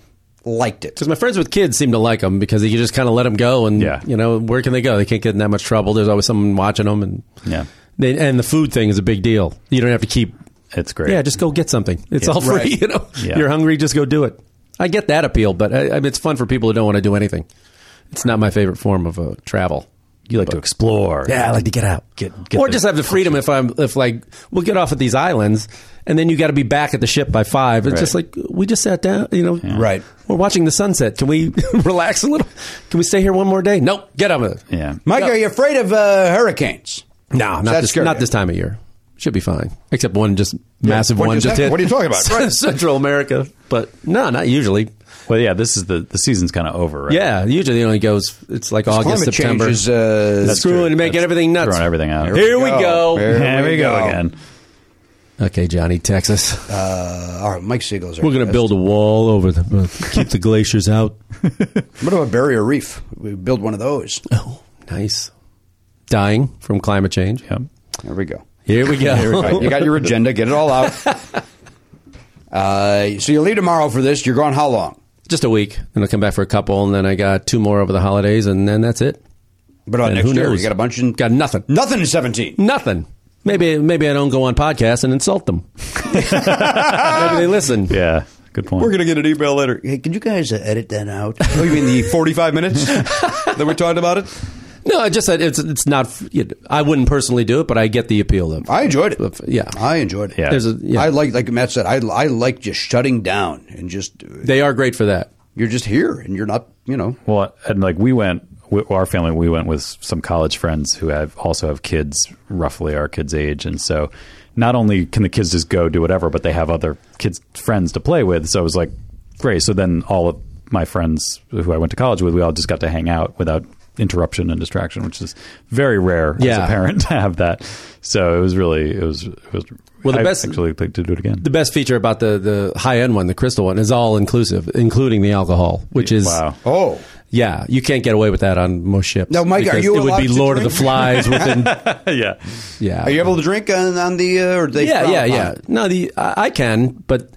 Speaker 6: liked it
Speaker 9: because my friends with kids seem to like them because you just kind of let them go and
Speaker 1: yeah.
Speaker 9: you know where can they go? They can't get in that much trouble. There's always someone watching them and
Speaker 1: yeah.
Speaker 9: They, and the food thing is a big deal. You don't have to keep.
Speaker 1: It's great.
Speaker 9: Yeah, just go get something. It's yeah, all free. Right. You know, yeah. you're hungry, just go do it. I get that appeal, but I, it's fun for people who don't want to do anything. It's not my favorite form of uh, travel.
Speaker 1: You like but, to explore.
Speaker 9: Yeah, I like to get out.
Speaker 1: Get, get
Speaker 9: or just have the freedom if I'm if like we'll get off at these islands and then you got to be back at the ship by 5. It's right. just like we just sat down, you know.
Speaker 6: Yeah. Right.
Speaker 9: We're watching the sunset. Can we relax a little? Can we stay here one more day? Nope. Get out of it.
Speaker 1: Yeah.
Speaker 6: Mike, are you afraid of uh, hurricanes?
Speaker 9: No, not this, scary. not this time of year. Should be fine. Except one just yeah, massive one just hit.
Speaker 6: What are you talking about?
Speaker 9: Right. Central America. But no, not usually.
Speaker 1: Well, yeah, this is the the season's kind of over, right?
Speaker 9: Yeah, usually it only goes. It's like August, September.
Speaker 6: Change is, uh,
Speaker 9: That's screwing true. and making That's everything nuts,
Speaker 1: throwing everything out.
Speaker 9: Here, Here we go.
Speaker 1: Here, Here we go. go. again.
Speaker 9: Okay, Johnny, Texas.
Speaker 6: Uh, all right, Mike Siegel's.
Speaker 9: We're going to build a wall over the keep the glaciers out.
Speaker 6: what about barrier reef? We build one of those.
Speaker 9: Oh, nice. Dying from climate change.
Speaker 1: Yep.
Speaker 6: There we go.
Speaker 9: Here we go. Here we go.
Speaker 6: you got your agenda. Get it all out. Uh, so you leave tomorrow for this. You're gone how long?
Speaker 9: just a week, and I'll come back for a couple, and then I got two more over the holidays, and then that's it.
Speaker 6: But on and next year, you got a bunch and
Speaker 9: got nothing,
Speaker 6: nothing in seventeen,
Speaker 9: nothing. Maybe maybe I don't go on podcasts and insult them. maybe they listen.
Speaker 1: Yeah, good point.
Speaker 6: We're gonna get an email later. Hey, can you guys uh, edit that out? oh, you mean the forty-five minutes that we talked about it?
Speaker 9: No, I just said it's it's not. You know, I wouldn't personally do it, but I get the appeal of.
Speaker 6: I enjoyed it.
Speaker 9: Of, yeah,
Speaker 6: I enjoyed it.
Speaker 1: Yeah,
Speaker 9: a, yeah.
Speaker 6: I like like Matt said. I I like just shutting down and just.
Speaker 9: They are great for that.
Speaker 6: You're just here, and you're not. You know.
Speaker 1: Well, and like we went, we, our family, we went with some college friends who have also have kids, roughly our kids' age, and so not only can the kids just go do whatever, but they have other kids friends to play with. So it was like great. So then all of my friends who I went to college with, we all just got to hang out without interruption and distraction, which is very rare yeah. as a parent to have that. So it was really it was it was.
Speaker 9: Well, the I best
Speaker 1: actually like to do it again.
Speaker 9: The best feature about the the high end one, the crystal one, is all inclusive, including the alcohol, which is
Speaker 1: wow.
Speaker 6: Oh,
Speaker 9: yeah, you can't get away with that on most ships.
Speaker 6: No, Mike, are you?
Speaker 9: It would be Lord
Speaker 6: drink?
Speaker 9: of the Flies within.
Speaker 1: yeah,
Speaker 9: yeah.
Speaker 6: Are you able to drink on, on the? Uh, or they
Speaker 9: yeah, yeah, yeah. It? No, the I, I, can, but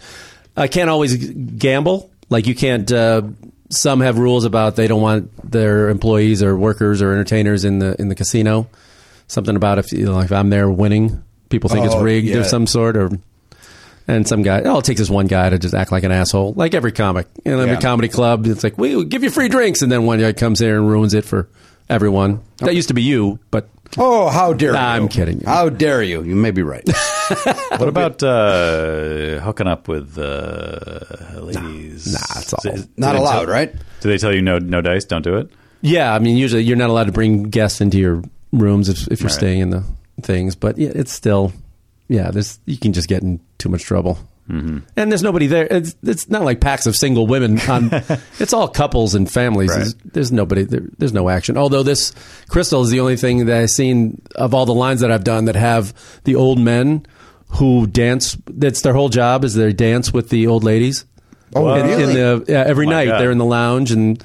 Speaker 9: I can't always gamble. Like you can't. Uh, some have rules about they don't want their employees or workers or entertainers in the in the casino. Something about if you know, if I'm there winning, people think oh, it's rigged yeah. of some sort or and some guy, oh, it takes this one guy to just act like an asshole, like every comic. You know, every yeah. comedy club, it's like, we give you free drinks. And then one guy comes here and ruins it for everyone. Okay. That used to be you, but.
Speaker 6: Oh, how dare
Speaker 9: nah,
Speaker 6: you.
Speaker 9: I'm kidding. You.
Speaker 6: How dare you? You may be right.
Speaker 1: what about uh, hooking up with uh, ladies?
Speaker 9: Nah, nah it's all. Is,
Speaker 6: not allowed, tell, right?
Speaker 1: Do they tell you no, no dice, don't do it?
Speaker 9: Yeah, I mean, usually you're not allowed to bring guests into your rooms if, if you're right. staying in the things, but yeah, it's still, yeah, there's, you can just get in too much trouble.
Speaker 1: Mm-hmm.
Speaker 9: And there's nobody there. It's, it's not like packs of single women. On, it's all couples and families.
Speaker 1: Right.
Speaker 9: There's, there's nobody. There, there's no action. Although this crystal is the only thing that I've seen of all the lines that I've done that have the old men who dance. That's their whole job is they dance with the old ladies.
Speaker 6: Oh,
Speaker 9: in,
Speaker 6: really?
Speaker 9: in the, yeah, every
Speaker 1: Oh, my
Speaker 9: night
Speaker 1: God.
Speaker 9: they're in the lounge and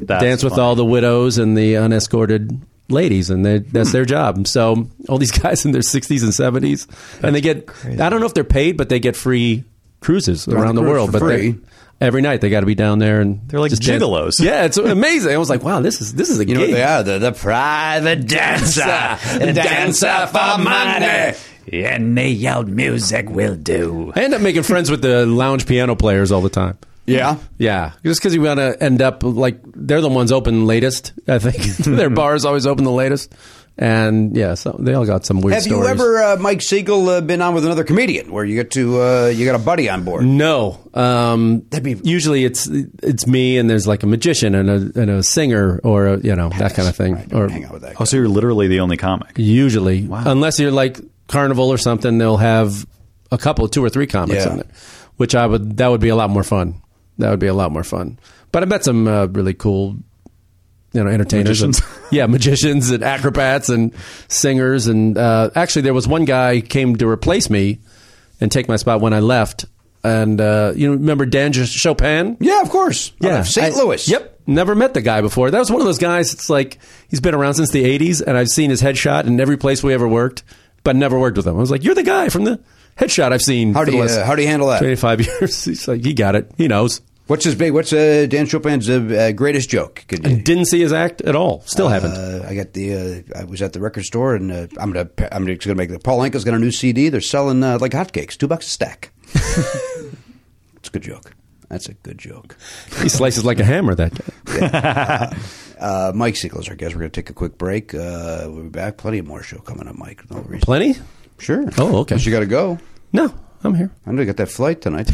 Speaker 1: That's
Speaker 9: dance with
Speaker 1: funny.
Speaker 9: all the widows and the unescorted ladies and they,
Speaker 6: Hmm.
Speaker 9: that's their job so all these guys in their 60s and 70s and they get i don't know if they're paid but they get free cruises
Speaker 6: on
Speaker 9: around
Speaker 6: the
Speaker 9: the
Speaker 6: cruise
Speaker 9: world
Speaker 6: for
Speaker 9: but they,
Speaker 6: free.
Speaker 9: every night they got to be down there and
Speaker 1: They're like
Speaker 9: just dance.
Speaker 1: gigolos.
Speaker 9: yeah it's amazing i was like wow this is this is a
Speaker 6: You know
Speaker 9: gig.
Speaker 6: what they are? They're the private dancer, the dancer for money.
Speaker 1: Any old music will do.
Speaker 9: i end up making friends with the lounge piano players all the time
Speaker 6: Yeah,
Speaker 9: Yeah, just because you want to end up like they're the ones open latest. I think their bar is always open the latest, and yeah, so they all got some weird.
Speaker 6: Have
Speaker 9: stories.
Speaker 6: you ever, uh, Mike Siegel, uh, been on with another comedian where you get to uh, you got a buddy on board?
Speaker 9: No. Um, usually it's it's me and there's like a magician and a and a singer or a, you know that kind of thing. or
Speaker 6: Hang out with that.
Speaker 1: Oh,
Speaker 6: Guy.
Speaker 1: so you're literally the only comic.
Speaker 9: usually, unless you're like carnival or something, they'll have a couple, two or three comics
Speaker 6: Yeah.
Speaker 9: in there, which I would that would be a lot more fun. That would be a lot more fun. But I met some uh, really cool. You know, entertainers. and-
Speaker 1: Magicians.
Speaker 9: yeah, magicians and acrobats and singers. And uh, actually, there was one guy came to replace me and take my spot when I left. And uh, you remember Dan Chopin?
Speaker 6: Yeah, of course. Out of St.
Speaker 9: I-
Speaker 6: Louis.
Speaker 9: Yep. Never met the guy before. That was one of those guys. It's like he's been around since the '80s, and I've seen his headshot in every place we ever worked, but never worked with him. I was like, "You're the guy from the headshot I've seen."
Speaker 6: How
Speaker 9: for
Speaker 6: do
Speaker 9: the
Speaker 6: you
Speaker 9: last
Speaker 6: uh, how do you handle that?
Speaker 9: 25 years. He's like, "He got it. He knows."
Speaker 6: What's his big? What's uh, Dan Chopin's uh, uh, greatest joke? Could you-
Speaker 9: Didn't see his act at all. Still haven't.
Speaker 6: Uh, I got the. Uh, I was at the record store, and uh, I'm gonna. I'm just gonna make the. Paul Anka's got a new CD. They're selling uh, like hotcakes, two bucks a stack. it's a good joke. That's a good joke.
Speaker 9: He slices like a hammer. That guy.
Speaker 6: Uh, Mike Siegel is our guest. We're gonna take a quick break. Uh, we'll be back. Plenty of more show coming up, Mike. No reason.
Speaker 9: Plenty.
Speaker 6: Sure.
Speaker 9: Oh, okay.
Speaker 6: But you got to go.
Speaker 9: No, I'm here.
Speaker 6: I know you got that flight tonight.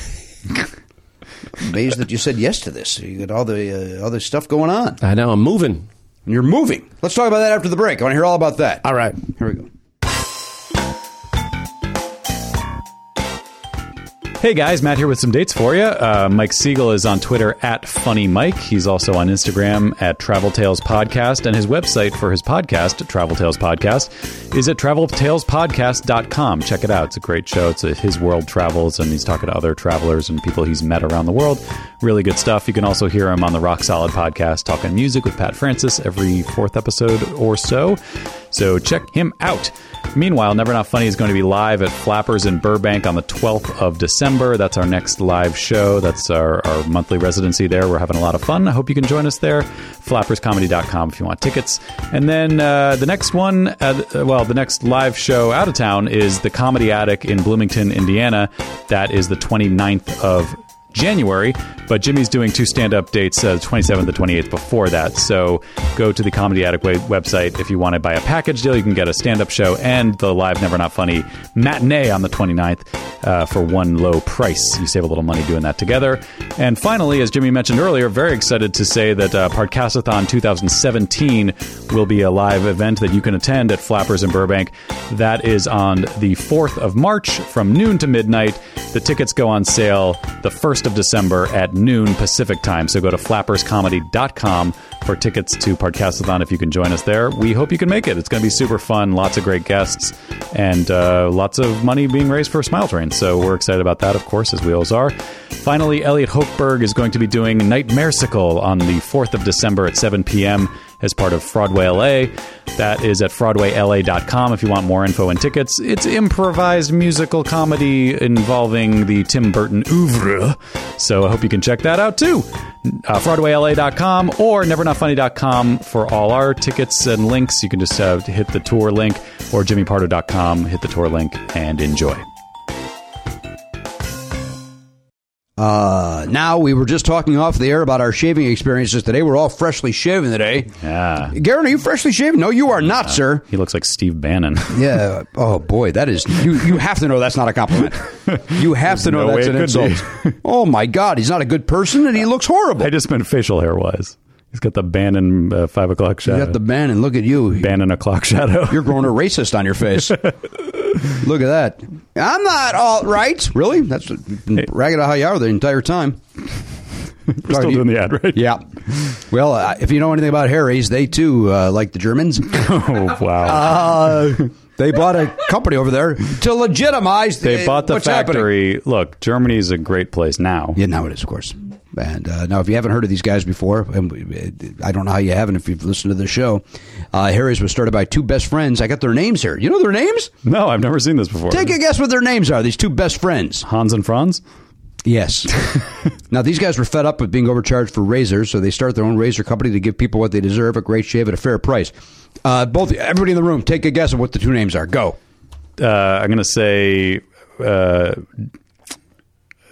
Speaker 6: Amazed that you said yes to this. You got all the uh, all this stuff going on.
Speaker 9: I know. I'm moving.
Speaker 6: And you're moving. Let's talk about that after the break. I want to hear all about that.
Speaker 9: All right.
Speaker 6: Here we go.
Speaker 1: Hey guys, Matt here with some dates for you. Uh, Mike Siegel is on Twitter at Funny Mike. He's also on Instagram at Travel Tales Podcast, and his website for his podcast, Travel Tales Podcast, is at traveltalespodcast.com. Check it out. It's a great show. It's uh his world travels, and he's talking to other travelers and people he's met around the world. Really good stuff. You can also hear him on the Rock Solid Podcast, talking music with Pat Francis every fourth episode or so. So check him out. Meanwhile, Never Not Funny is going to be live at Flappers in Burbank on the 12th of December. That's our next live show. That's our, our monthly residency there. We're having a lot of fun. I hope you can join us there. Flapperscomedy.com if you want tickets. And then uh, the next one, uh, th- well, the next live show out of town is the Comedy Attic in Bloomington, Indiana. That is the 29th of January, but Jimmy's doing two stand up dates, uh, the 27th and 28th before that. So go to the Comedy Attic wa- website if you want to buy a package deal. You can get a stand up show and the live Never Not Funny matinee on the 29th uh, for one low price. You save a little money doing that together. And finally, as Jimmy mentioned earlier, very excited to say that uh, Podcastathon 2017 will be a live event that you can attend at Flappers in Burbank. That is on the 4th of March from noon to midnight. The tickets go on sale the 1st of December at noon Pacific time. So go to flapperscomedy.com for tickets to Podcastathon if you can join us there. We hope you can make it. It's going to be super fun, lots of great guests, and uh, lots of money being raised for Smile Train. So we're excited about that, of course, as we always are. Finally, Elliot Hochberg is going to be doing Nightmaresicle on the 4th of December at 7 p.m. as part of Broadway LA. That is at FroadwayLA.com if you want more info and tickets. It's improvised musical comedy involving the Tim Burton oeuvre. So I hope you can check that out too. Uh, FroadwayLA.com or NeverNotFunny.com for all our tickets and links. You can just uh, hit the tour link or JimmyPardo.com, hit the tour link, and enjoy.
Speaker 6: Uh, now we were just talking off the air about our shaving experiences today. We're all freshly shaven today.
Speaker 1: Yeah.
Speaker 6: Garen, are you freshly shaven? No, you are not, sir.
Speaker 1: Ah, He looks like Steve Bannon.
Speaker 6: Yeah. Oh boy, that is you. You have to know that's not a compliment. You have to know
Speaker 1: no
Speaker 6: that's
Speaker 1: way
Speaker 6: an
Speaker 1: it could
Speaker 6: insult. oh my God, he's not a good person, and he looks horrible.
Speaker 1: I just meant facial hair wise. He's got the Bannon uh, five o'clock shadow.
Speaker 6: You got the Bannon. Look at you.
Speaker 1: Bannon o'clock shadow.
Speaker 6: You're growing a racist on your face. Look at that. I'm not alt right. Really? That's hey. ragged how you are the entire time.
Speaker 1: We're still doing the ad, right?
Speaker 6: Yeah. Well, uh, if you know anything about Harry's, they too, uh, like the Germans.
Speaker 1: oh, wow.
Speaker 6: Uh, they bought a company over there to legitimize.
Speaker 1: They the, bought the factory. Happening. Look, Germany is a great place now.
Speaker 6: Yeah, now it is, of course. And uh, now, if you haven't heard of these guys before, and I don't know how you haven't if you've listened to the show, uh, Harry's was started by two best friends. I got their names here. You know their names?
Speaker 1: No, I've never seen this before.
Speaker 6: Take a guess what their names are. These two best friends,
Speaker 1: Hans and Franz.
Speaker 6: Yes. now these guys were fed up with being overcharged for razors, so they start their own razor company to give people what they deserve—a great shave at a fair price. Uh, both everybody in the room, take a guess of what the two names are. Go.
Speaker 1: Uh, I'm going to say uh,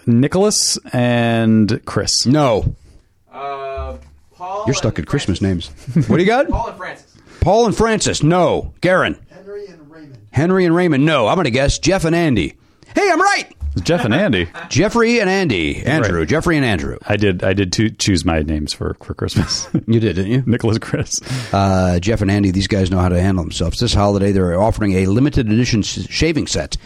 Speaker 1: Nicholas and Chris.
Speaker 6: No.
Speaker 11: Uh, Paul.
Speaker 6: You're stuck at
Speaker 11: and
Speaker 6: Christmas
Speaker 11: Francis.
Speaker 6: names. what do you got?
Speaker 11: Paul and Francis.
Speaker 6: Paul and Francis. No. Garen.
Speaker 11: Henry and Raymond.
Speaker 6: Henry and Raymond. No. I'm going to guess Jeff and Andy. Hey, I'm right.
Speaker 1: It's Jeff and Andy.
Speaker 6: Jeffrey and Andy. Andrew.
Speaker 1: Right.
Speaker 6: Jeffrey and Andrew.
Speaker 1: I did. I did to choose my names for, for Christmas.
Speaker 6: you did, didn't you?
Speaker 1: Nicholas Chris.
Speaker 6: Uh, Jeff and Andy. These guys know how to handle themselves. This holiday, they're offering a limited edition sh- shaving set.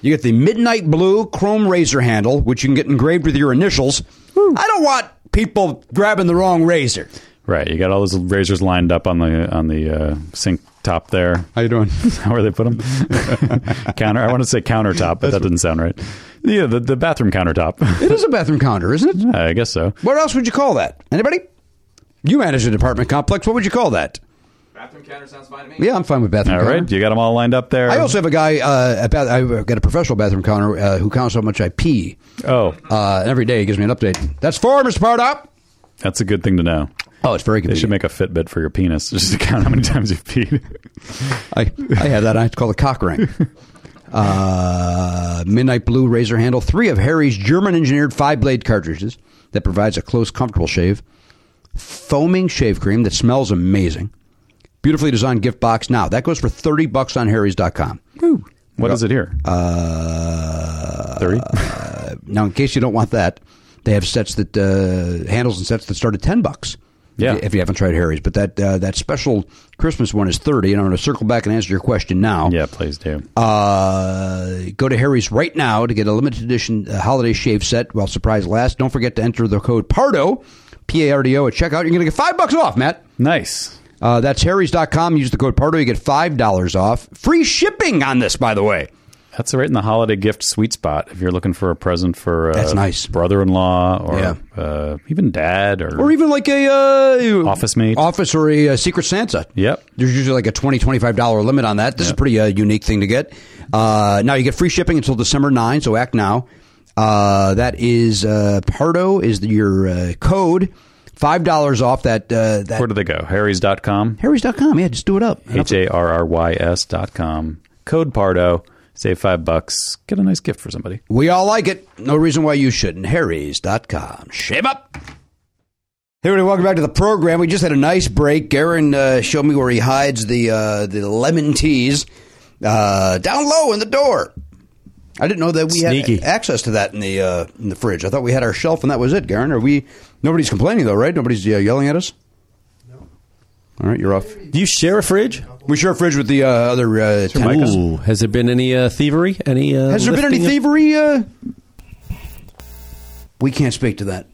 Speaker 6: You get the midnight blue chrome razor handle, which you can get engraved with your initials. Woo. I don't want people grabbing the wrong razor.
Speaker 1: Right. You got all those razors lined up on the on the uh, sink top there.
Speaker 6: How you doing?
Speaker 1: Where they put them? counter. I want to say countertop, but That's that doesn't sound right. Yeah, the, the bathroom countertop.
Speaker 6: it is a bathroom counter, isn't it?
Speaker 1: I guess so.
Speaker 6: What else would you call that? Anybody? You manage an apartment complex. What would you call that?
Speaker 11: Bathroom counter sounds fine to me.
Speaker 6: Yeah, I'm fine with bathroom.
Speaker 1: All
Speaker 6: counter.
Speaker 1: right, you got them all lined up there.
Speaker 6: I also have a guy. Uh, a bath- I've got a professional bathroom counter uh, who counts how much I pee.
Speaker 1: Oh,
Speaker 6: uh, and every day he gives me an update. That's four, Mister Pardop.
Speaker 1: That's a good thing to know.
Speaker 6: Oh, it's very convenient.
Speaker 1: They should make a Fitbit for your penis just to count how many times you've peed.
Speaker 6: I, I have that. I call it cock ring. Uh, midnight blue razor handle. Three of Harry's German engineered five blade cartridges that provides a close, comfortable shave. Foaming shave cream that smells amazing. Beautifully designed gift box. Now, that goes for 30 bucks on harrys.com.
Speaker 1: Woo. What is it here?
Speaker 6: Uh,
Speaker 1: 30?
Speaker 6: uh, now, in case you don't want that, they have sets that, uh, handles and sets that start at 10 bucks.
Speaker 1: Yeah.
Speaker 6: If you haven't tried Harry's, but that uh, that special Christmas one is thirty, and I'm going to circle back and answer your question now.
Speaker 1: Yeah, please do.
Speaker 6: Uh, go to Harry's right now to get a limited edition uh, holiday shave set. Well, surprise last. Don't forget to enter the code Pardo, P A R D O at checkout. You're going to get five bucks off, Matt.
Speaker 1: Nice.
Speaker 6: Uh, that's Harry's.com. Use the code Pardo. You get five dollars off. Free shipping on this, by the way.
Speaker 1: That's right in the holiday gift sweet spot. If you're looking for a present for uh,
Speaker 6: That's nice.
Speaker 1: brother-in-law or
Speaker 6: Yeah.
Speaker 1: uh, even dad or,
Speaker 6: Or even like a uh,
Speaker 1: Office mate.
Speaker 6: office or a, uh secret Santa.
Speaker 1: Yep.
Speaker 6: There's usually like a $20, $25 limit on that. This is a pretty uh, unique thing to get. Uh, now you get free shipping until December 9, so act now. Uh, that is uh, Pardo is the, your uh, code. $5 off that. Uh, that
Speaker 1: where do they go? Harrys.com,
Speaker 6: Harry's.com. Yeah, just do it up.
Speaker 1: H A R R Y S dot com. Code Pardo. Save five bucks. Get a nice gift for somebody.
Speaker 6: We all like it. No reason why you shouldn't. Harry's.com. Shave up. Hey, everybody, welcome back to the program. We just had a nice break. Garen uh, showed me where he hides the uh, the lemon teas uh, down low in the door. I didn't know that we
Speaker 9: Sneaky.
Speaker 6: had access to that in the uh, in the fridge. I thought we had our shelf and that was it. Garen, are we? Nobody's complaining though, right? Nobody's uh, yelling at us. No. All right, you're off.
Speaker 9: Do you share a fridge?
Speaker 6: We share a fridge with the uh, other uh, tenants.
Speaker 9: Ooh, has there been any uh, thievery? Any uh,
Speaker 6: Has there been any
Speaker 9: lifting of-
Speaker 6: thievery? Uh... We can't speak to that.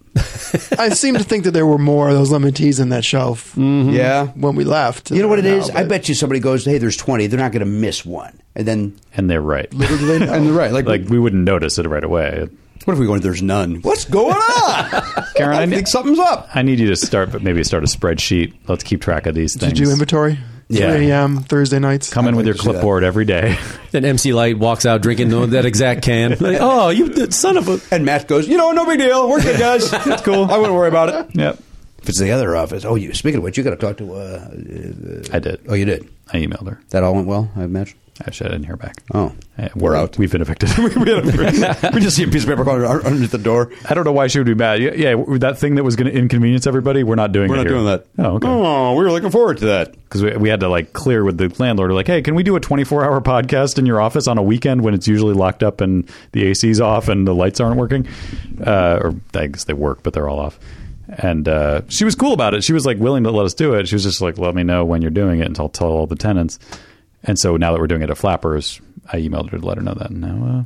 Speaker 10: I seem to think that there were more of those lemon teas in that shelf
Speaker 6: Mm-hmm. Yeah.
Speaker 10: when we left.
Speaker 6: You know what it is? I
Speaker 10: But-
Speaker 6: bet you somebody goes, hey, there's 20. They're not going to miss one. And then.
Speaker 1: And they're right.
Speaker 6: and they're right. Like,
Speaker 1: like we wouldn't notice it right away.
Speaker 6: what if we go and there's none? What's going on?
Speaker 1: Karen, I
Speaker 6: I
Speaker 1: kn-
Speaker 6: think something's up.
Speaker 1: I need you to start, but maybe start a spreadsheet. Let's keep track of these things.
Speaker 10: Did you do inventory?
Speaker 1: Yeah.
Speaker 10: 3 a.m. Thursday nights.
Speaker 1: Come in with your
Speaker 6: to do that.
Speaker 1: clipboard every day.
Speaker 9: Then MC Light walks out drinking the- that exact can. Like, oh, you the son of a.
Speaker 6: And Matt goes, you know, no big deal. We're good, guys. That's cool. I wouldn't worry about it.
Speaker 1: yep,
Speaker 6: If it's the other office. Oh, you. speaking of which, you got to talk to. Uh, uh,
Speaker 1: I did.
Speaker 6: oh, you did?
Speaker 1: I emailed her.
Speaker 6: That all went well, I imagine?
Speaker 1: Actually, I didn't hear back.
Speaker 6: Oh.
Speaker 1: Eh,
Speaker 6: We're out.
Speaker 1: We've been evicted.
Speaker 6: we just see a piece of paper going underneath the door.
Speaker 1: I don't know why she would be mad. Yeah, yeah that thing that was going to inconvenience everybody, we're not doing
Speaker 6: We're
Speaker 1: it
Speaker 6: not
Speaker 1: here.
Speaker 6: doing that.
Speaker 1: Oh, okay.
Speaker 6: Oh, we were looking forward to that.
Speaker 1: Because we, we had to like clear with the landlord. We're like, hey, can we do a 24 hour podcast in your office on a weekend when it's usually locked up and the AC's off and the lights aren't working? Uh, or I guess they work, but they're all off. and uh, she was cool about it. She was like willing to let us do it. She was just like, "Let me know when you're doing it, and I'll tell all the tenants." And so now that we're doing it at Flappers, I emailed her to let her know that. And now, uh,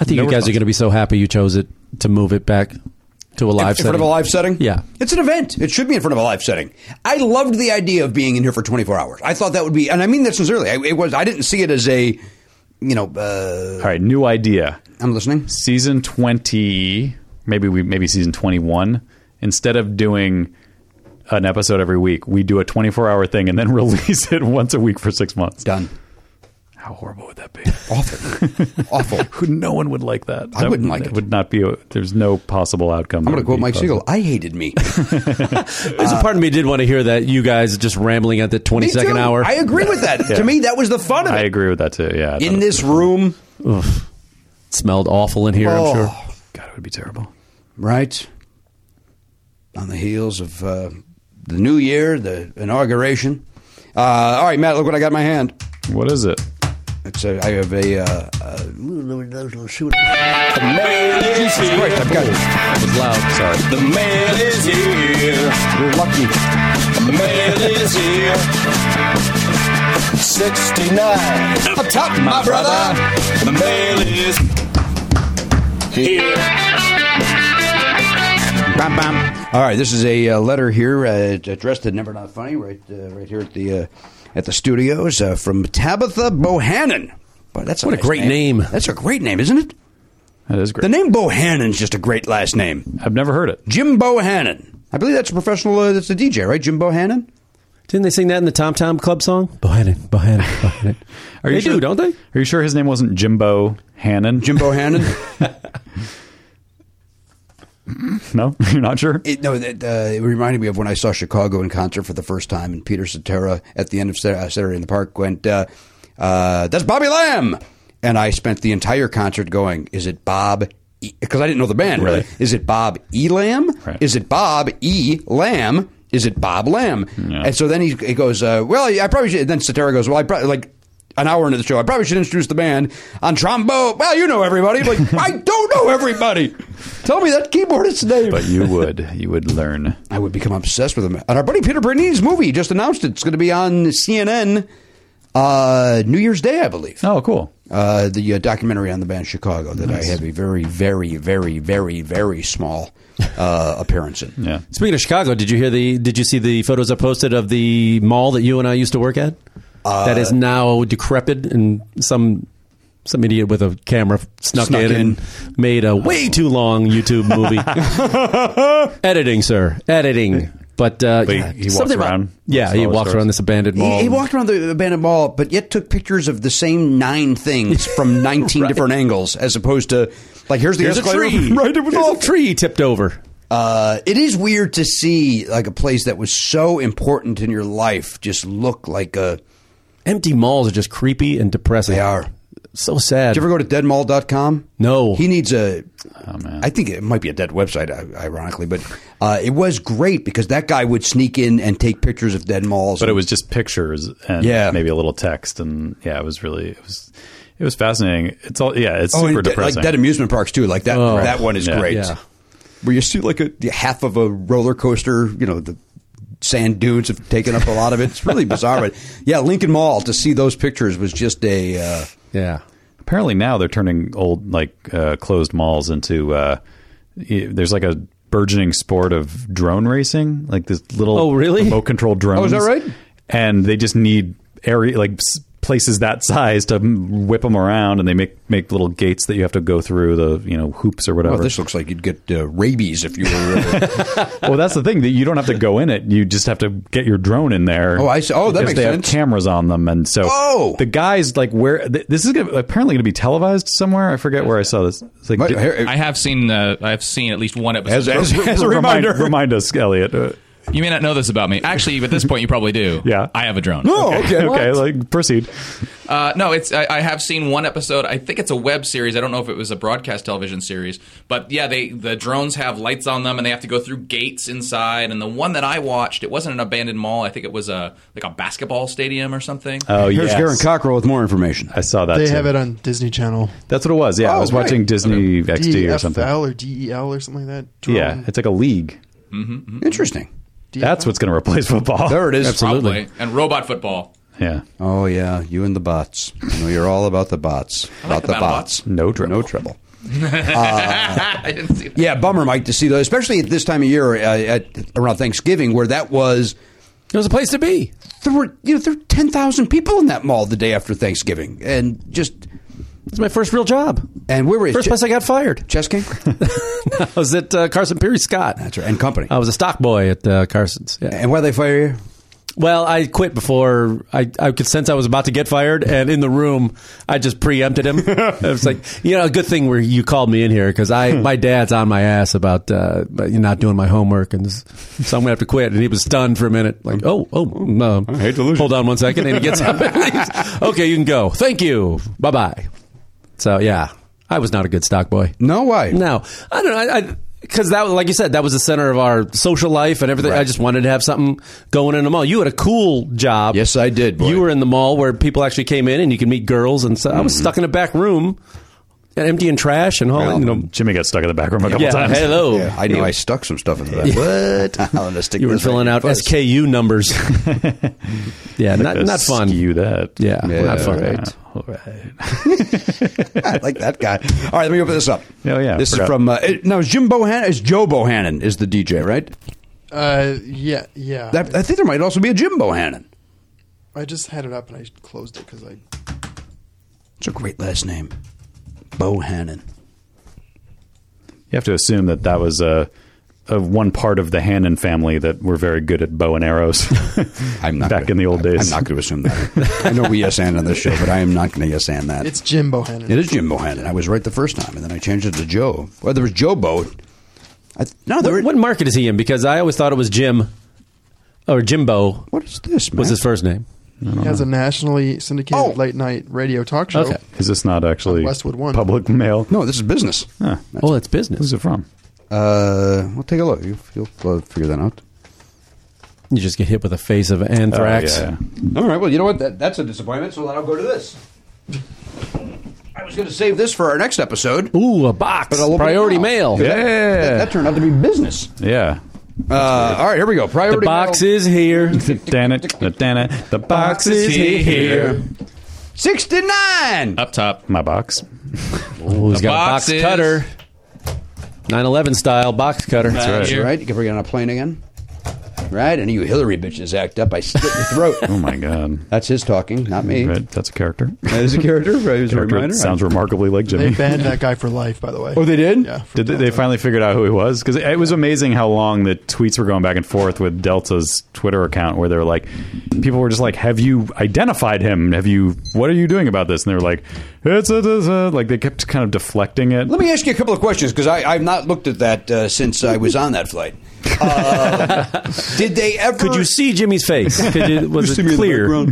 Speaker 12: I think
Speaker 1: no
Speaker 12: you guys are
Speaker 1: response.
Speaker 12: going to be so happy you chose it to move it back to a live
Speaker 6: in
Speaker 12: setting.
Speaker 6: front of a live setting.
Speaker 12: Yeah.
Speaker 6: it's an event. It should be in front of a live setting. I loved the idea of being in here for 24 hours. I thought that would be, and I mean that sincerely. I, it was. I didn't see it as a, you know, uh,
Speaker 1: All right, new idea.
Speaker 6: I'm listening.
Speaker 1: Season twenty, maybe we maybe season twenty one. Instead of doing an episode every week, we do a twenty four hour thing and then release it once a week for six months.
Speaker 6: Done.
Speaker 1: How horrible would that be?
Speaker 6: Awful. Awful.
Speaker 1: Who- no one would like that.
Speaker 6: I
Speaker 1: That
Speaker 6: wouldn't
Speaker 1: would-
Speaker 6: like
Speaker 1: that
Speaker 6: it.
Speaker 1: Would not be. a- There's no possible outcome.
Speaker 6: I'm going to quote Mike Siegel. I hated me.
Speaker 12: There's a part of me did want to hear that you guys just rambling at the 20
Speaker 6: Me
Speaker 12: second
Speaker 6: too.
Speaker 12: hour.
Speaker 6: I agree with that.
Speaker 1: Yeah.
Speaker 6: To me, that was the fun of
Speaker 1: I
Speaker 6: it.
Speaker 1: agree with that too. Yeah. I thought
Speaker 6: In
Speaker 1: it-
Speaker 6: this room,
Speaker 12: smelled awful in here. I'm sure.
Speaker 6: Oh,
Speaker 1: God, it would be terrible.
Speaker 6: right on the heels of uh, the new year, the inauguration. Uh, all right, Matt, look what I got in my hand.
Speaker 1: What is it?
Speaker 6: It's a, I have a. Uh, uh, Jesus Christ, I've got it.
Speaker 12: That was loud. Sorry.
Speaker 2: The man is here.
Speaker 6: We're lucky.
Speaker 2: The man is here. 69.
Speaker 6: Up top, my brother.
Speaker 2: The man is here.
Speaker 6: Bam, bam. All right, this is a uh, letter here uh, addressed to Never Not Funny, right, uh, right here at the uh, at the studios uh, from Tabitha Bohannon. Boy, that's a
Speaker 12: What a
Speaker 6: nice
Speaker 12: great name.
Speaker 6: That's a great name, isn't it?
Speaker 1: That is great.
Speaker 6: The name Bohannon's just a great last name.
Speaker 1: I've never heard it.
Speaker 6: Jim Bohannon. I believe that's a professional. Uh, that's a DJ, right? Jim Bohannon.
Speaker 12: Didn't they sing that in the Tom Tom Club song? Bohannon, Bohannon, Bohannon.
Speaker 1: Are you
Speaker 12: they
Speaker 1: sure?
Speaker 12: do, don't they?
Speaker 1: Are you sure his name wasn't Jimbo Hannon?
Speaker 6: Jim Bohannon.
Speaker 1: no, you're not sure.
Speaker 6: It, no, that, uh, it reminded me of when I saw Chicago in concert for the first time, and Peter Cetera at the end of Saturday, Saturday in the Park went, uh, uh, "That's Bobby Lamb," and I spent the entire concert going, "Is it Bob?" Because I didn't know the band really.
Speaker 1: Right.
Speaker 6: Is it Bob E. Lamb?
Speaker 1: Right.
Speaker 6: Is it Bob E. Lamb? Is it Bob Lamb?
Speaker 1: Yeah.
Speaker 6: And so then he, he goes, uh, "Well, I probably should." And then Cetera goes, "Well, I probably like." An hour into the show, I probably should introduce the band on trombone. Well, you know everybody. Like, I don't know everybody. Tell me that keyboardist's name.
Speaker 1: But you would. You would learn.
Speaker 6: I would become obsessed with him. And our buddy Peter Bernini's movie just announced it. it's going to be on CNN uh, New Year's Day, I believe.
Speaker 1: Oh, cool.
Speaker 6: Uh, the uh, documentary on the band Chicago that I have a very, very, very, very, very small uh, appearance in.
Speaker 1: Yeah.
Speaker 12: Speaking of Chicago, did you hear the? Did you see the photos I posted of the mall that you and I used to work at? that
Speaker 6: Uh,
Speaker 12: is now decrepit, and some some idiot with a camera snuck,
Speaker 6: Snuck
Speaker 12: in, and made a way too long YouTube movie. editing, sir, editing. But, uh,
Speaker 1: But he-
Speaker 12: yeah,
Speaker 1: he walks
Speaker 12: something about-
Speaker 1: around.
Speaker 12: yeah,
Speaker 1: Saw
Speaker 12: he
Speaker 1: the
Speaker 12: walks
Speaker 1: stores.
Speaker 12: around this abandoned mall.
Speaker 6: He, he walked around the abandoned mall, but yet took pictures of the same nine things from 19 different angles, as opposed to, like, here's the
Speaker 12: There's a
Speaker 6: escalator.
Speaker 12: tree.
Speaker 6: Right, it was
Speaker 12: There's
Speaker 6: all
Speaker 12: a tree tipped over.
Speaker 6: Uh, it is weird to see, like, a place that was so important in your life just look like a.
Speaker 12: Empty malls are just creepy and depressing.
Speaker 6: They are.
Speaker 12: so sad.
Speaker 6: Did you ever go to deadmall.com?
Speaker 12: No.
Speaker 6: He needs a.
Speaker 1: Oh man.
Speaker 6: I think it might be a dead website, i- ironically, but uh, it was great because that guy would sneak in and take pictures of dead malls.
Speaker 1: but it was just pictures and
Speaker 6: Yeah.
Speaker 1: maybe a little text and yeah, it was really it was it was fascinating. It's all yeah, it's
Speaker 6: Oh, and
Speaker 1: super
Speaker 6: de-
Speaker 1: depressing.
Speaker 6: Like dead amusement parks too. Like that.
Speaker 12: Oh.
Speaker 6: that one is
Speaker 1: Yeah.
Speaker 6: great.
Speaker 12: Yeah.
Speaker 6: Where you see like a the half of a roller coaster. You know the sand dunes have taken up a lot of it. It's really bizarre, but yeah, Lincoln Mall to see those pictures was just a. Uh,
Speaker 12: yeah.
Speaker 1: Apparently now they're turning old like uh, closed malls into uh, y- there's like a burgeoning sport of drone racing, like this little
Speaker 12: Oh, really?
Speaker 1: remote controlled drones.
Speaker 6: Oh, is that right?
Speaker 1: And they just need area like s- places that size to mm, whip them around, and they make make little gates that you have to go through the you know hoops or whatever.
Speaker 6: well, this looks like you'd get uh, rabies if you were. Uh,
Speaker 1: well, that's the thing that you don't have to go in it. You just have to get your drone in there.
Speaker 6: Oh, I see. Oh, that
Speaker 1: Because
Speaker 6: makes
Speaker 1: they
Speaker 6: sense.
Speaker 1: have cameras on them, and so
Speaker 6: Oh!
Speaker 1: the guys like where th- this is gonna, apparently going to be televised somewhere. I forget where I saw this. It's like,
Speaker 6: but
Speaker 1: di-
Speaker 6: here-
Speaker 7: I have seen uh, I've seen at least one episode.
Speaker 6: as- as a
Speaker 1: remind,
Speaker 6: reminder. Oh,
Speaker 1: remind us, Elliot. Uh,
Speaker 7: you may not know this about me. Actually, at this point, you probably do.
Speaker 1: Yeah.
Speaker 7: I have a drone.
Speaker 6: No, okay,
Speaker 1: okay,
Speaker 6: what?
Speaker 1: like proceed.
Speaker 7: Uh, no, it's I, I have seen one episode. I think it's a web series. I don't know if it was a broadcast television series, but yeah, they the drones have lights on them and they have to go through gates inside. And the one that I watched, it wasn't an abandoned mall. I think it was a like a basketball stadium or something.
Speaker 1: Oh,
Speaker 6: here's
Speaker 1: yes.
Speaker 6: Karen Cockrell with more information.
Speaker 1: I saw that.
Speaker 10: They
Speaker 1: too.
Speaker 10: have it on Disney Channel.
Speaker 1: That's what it was. Yeah, I
Speaker 6: Oh,
Speaker 1: was
Speaker 6: right.
Speaker 1: watching Disney XD or something.
Speaker 10: DFL or DEL or E something like that. Drone.
Speaker 1: Yeah, it's like a league.
Speaker 6: Interesting.
Speaker 1: That's what's going to replace football.
Speaker 6: There it is.
Speaker 7: Probably. And robot football.
Speaker 1: Yeah.
Speaker 6: Oh yeah, you and the bots. I know you're all about the bots. about the
Speaker 7: battle
Speaker 6: bots.
Speaker 7: bots.
Speaker 1: No dribble.
Speaker 6: No trouble.
Speaker 7: I didn't see that.
Speaker 6: Yeah, bummer, Mike, to see those, especially at this time of year, uh, at around Thanksgiving, where that was.
Speaker 9: It was a place to be.
Speaker 6: There were you know there were ten thousand people in that mall the day after Thanksgiving, and just
Speaker 9: It's my first real job.
Speaker 6: and where were you?
Speaker 9: First place I got fired.
Speaker 6: chess game
Speaker 9: I was at uh, Carson Peary Scott.
Speaker 6: That's right, and company.
Speaker 1: Oh.
Speaker 9: I was a stock boy at uh, Carson's. Yeah.
Speaker 6: and why they fire you?
Speaker 9: Well, I quit before I, I could sense I was about to get fired, and in the room, I just preempted him. I was like, you know, a good thing where you called me in here because I my dad's on my ass about uh, about you not doing my homework, and this- so I'm gonna have to quit. And he was stunned for a minute, like, oh, oh, um,
Speaker 12: I hate to lose
Speaker 9: Hold
Speaker 12: you.
Speaker 9: on one second, and he gets up. and leaves. okay, you can go. Thank you. Bye bye. So yeah, I was not a good stock boy.
Speaker 6: No, why?
Speaker 9: No, I don't know. I, I, because that, was- like you said, that was the center of our social life and everything. I just wanted to have something going in the mall. You had a cool job.
Speaker 6: Yes, I did, boy.
Speaker 9: You were in the mall where people actually came in and you could meet girls. And so I
Speaker 6: Mm-hmm.
Speaker 9: was stuck in a back room, emptying trash and all. You know,
Speaker 1: Jimmy got stuck in the back room a couple
Speaker 9: yeah.
Speaker 1: times.
Speaker 9: Hello.
Speaker 6: Oh, Yeah, I know I stuck some stuff into that. What? I'm gonna stick
Speaker 9: You were
Speaker 6: this
Speaker 9: filling
Speaker 6: right
Speaker 9: out
Speaker 6: in first.
Speaker 9: SKU numbers. yeah, not not fun.
Speaker 1: You that.
Speaker 9: Yeah, not
Speaker 6: Yeah,
Speaker 9: fun.
Speaker 6: right.
Speaker 1: All right.
Speaker 6: I like that guy. All right, let me open this up.
Speaker 1: Oh, yeah,
Speaker 6: this
Speaker 1: forgot.
Speaker 6: is from uh, it- no it's Jim Bohannon. It's Joe Bohannon is the DJ, right?
Speaker 10: Uh, yeah, yeah.
Speaker 6: That, I think there might also be a Jim Bohannon.
Speaker 10: I just had it up and I closed it because I.
Speaker 6: It's a great last name, Bohannon.
Speaker 1: You have to assume that that was a, a one part of the Hannon family that were very good at bow and arrows.
Speaker 6: I'm not
Speaker 1: back
Speaker 6: gonna-
Speaker 1: in the old
Speaker 6: I'm-
Speaker 1: days.
Speaker 6: I'm not going to assume that. I know we yes and on this show, but I am not going to yes and that.
Speaker 10: It's Jim Bohannon.
Speaker 6: it is Jim Bohannon. I was right the first time, and then I changed it to Joe. Well, there was Joe Bo. I, no, there.
Speaker 9: What, what
Speaker 6: What,
Speaker 9: market is he in? Because I always thought it was Jim or Jimbo
Speaker 6: what is this? Man?
Speaker 9: was his first name.
Speaker 10: He has a nationally syndicated
Speaker 6: Oh.
Speaker 10: late night radio talk show.
Speaker 9: Okay.
Speaker 1: Is this not actually
Speaker 10: Westwood One.
Speaker 1: public mail?
Speaker 6: No, this is business.
Speaker 1: Huh.
Speaker 9: Oh, that's business.
Speaker 1: Who's it from?
Speaker 6: Uh, we'll take a look. You, you'll uh, figure that out.
Speaker 9: You just get hit with a face of anthrax.
Speaker 1: Oh, yeah, yeah.
Speaker 6: All right. Well, you know what? That, that's a disappointment. So then I'll go to this. I was going to save this for our next episode.
Speaker 9: Ooh, a box.
Speaker 6: But I'll open
Speaker 9: Priority
Speaker 6: it now.
Speaker 9: mail.
Speaker 1: Yeah.
Speaker 6: That, that turned out to be business.
Speaker 1: Yeah.
Speaker 6: Uh, all right. Here we go. Priority
Speaker 9: The box
Speaker 6: mail.
Speaker 9: is here.
Speaker 1: Dan it, dan it. The box is here.
Speaker 6: sixty-nine.
Speaker 7: Up top.
Speaker 1: My box.
Speaker 9: Ooh, he's
Speaker 7: The box
Speaker 9: got a box
Speaker 7: is-
Speaker 9: cutter. 911 style box cutter. That's
Speaker 7: right.
Speaker 6: That's
Speaker 7: Here.
Speaker 6: right. You can bring it on a plane again. Right? And you Hillary bitches act up. I slit your throat.
Speaker 1: Oh, my God.
Speaker 6: That's his talking, not me.
Speaker 1: Right, That's a character.
Speaker 6: That is a character. Right? It was a
Speaker 1: character
Speaker 6: reminder.
Speaker 1: that sounds remarkably like
Speaker 10: They
Speaker 1: Jimmy.
Speaker 10: banned that guy for life, by the way.
Speaker 6: Oh, they did?
Speaker 10: Yeah. for
Speaker 1: Did they, they
Speaker 10: Delta.
Speaker 1: finally figured out who he was? Because it was amazing how long the tweets were going back and forth with Delta's Twitter account, where they were like, people were just like, "Have you identified him? Have you? What are you doing about this?" And they were like, "It's a, it's a-" like they kept kind of deflecting it.
Speaker 6: Let me ask you a couple of questions because I've not looked at that uh, since I was on that flight. Uh, did they ever?
Speaker 9: Could you see Jimmy's face? Could you, was it clear?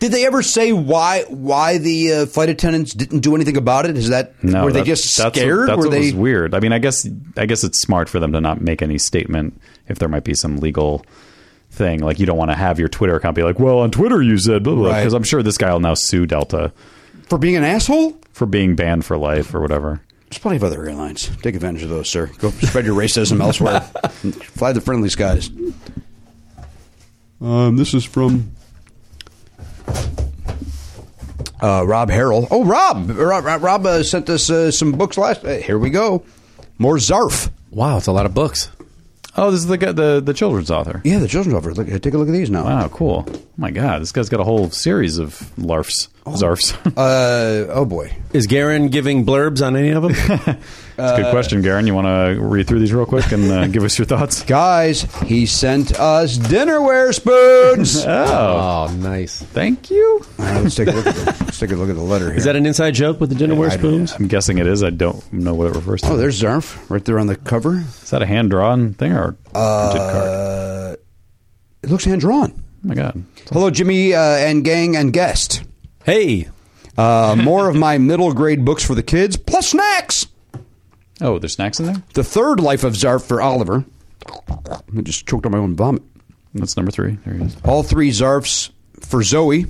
Speaker 6: Did they ever say why why the uh, flight attendants didn't do anything about it? Is that
Speaker 1: No,
Speaker 6: were they
Speaker 1: that-
Speaker 6: just
Speaker 1: that's what-
Speaker 6: scared?
Speaker 1: That's
Speaker 6: were
Speaker 1: what
Speaker 6: they
Speaker 1: was weird. I mean, I guess I guess it's smart for them to not make any statement if there might be some legal thing. Like you don't want to have your Twitter account be like, "Well, on Twitter you said," blah blah.
Speaker 6: Right.
Speaker 1: Because I'm sure this guy will now sue Delta
Speaker 6: for being an asshole?
Speaker 1: for being banned for life or whatever.
Speaker 6: There's plenty of other airlines. Take advantage of those, sir. Go spread your racism elsewhere. Fly the friendly skies. Um, this is from uh, Rob Harrell. Oh, Rob! Rob, Rob, Rob, uh, sent us uh, some books last. Uh, here we go. More Zarf.
Speaker 9: Wow, it's a lot of books.
Speaker 1: Oh, this is the guy, the the children's author.
Speaker 6: Yeah, the children's offer. Look, take a look at these now.
Speaker 1: Wow, cool. Oh my God, this guy's got a whole series of larfs, zarfs.
Speaker 6: Uh, oh boy.
Speaker 9: Is Garen giving blurbs on any of them?
Speaker 1: That's a good question, Garen. You want to read through these real quick and uh, give us your thoughts?
Speaker 6: Guys, he sent us dinnerware spoons.
Speaker 9: oh, nice.
Speaker 1: Thank you.
Speaker 6: Uh, let's, take a look at the, let's take a look at the letter here.
Speaker 9: Is that an inside joke with the dinnerware
Speaker 6: I don't-
Speaker 9: spoons?
Speaker 1: I'm guessing it is. I don't know what it refers to.
Speaker 6: oh, there's Zarf right there on the cover.
Speaker 1: is that a hand drawn thing or a printed card?
Speaker 6: Uh, it looks hand drawn.
Speaker 1: Oh my God.
Speaker 6: Hello, Jimmy uh, and gang and guest.
Speaker 9: Hey,
Speaker 6: Uh, more of my middle grade books for the kids, plus snacks.
Speaker 1: Oh, there's snacks in there.
Speaker 6: The third life of Zarf for Oliver. I just choked on my own vomit.
Speaker 1: That's number three. There he is.
Speaker 6: All three Zarfs for Zoe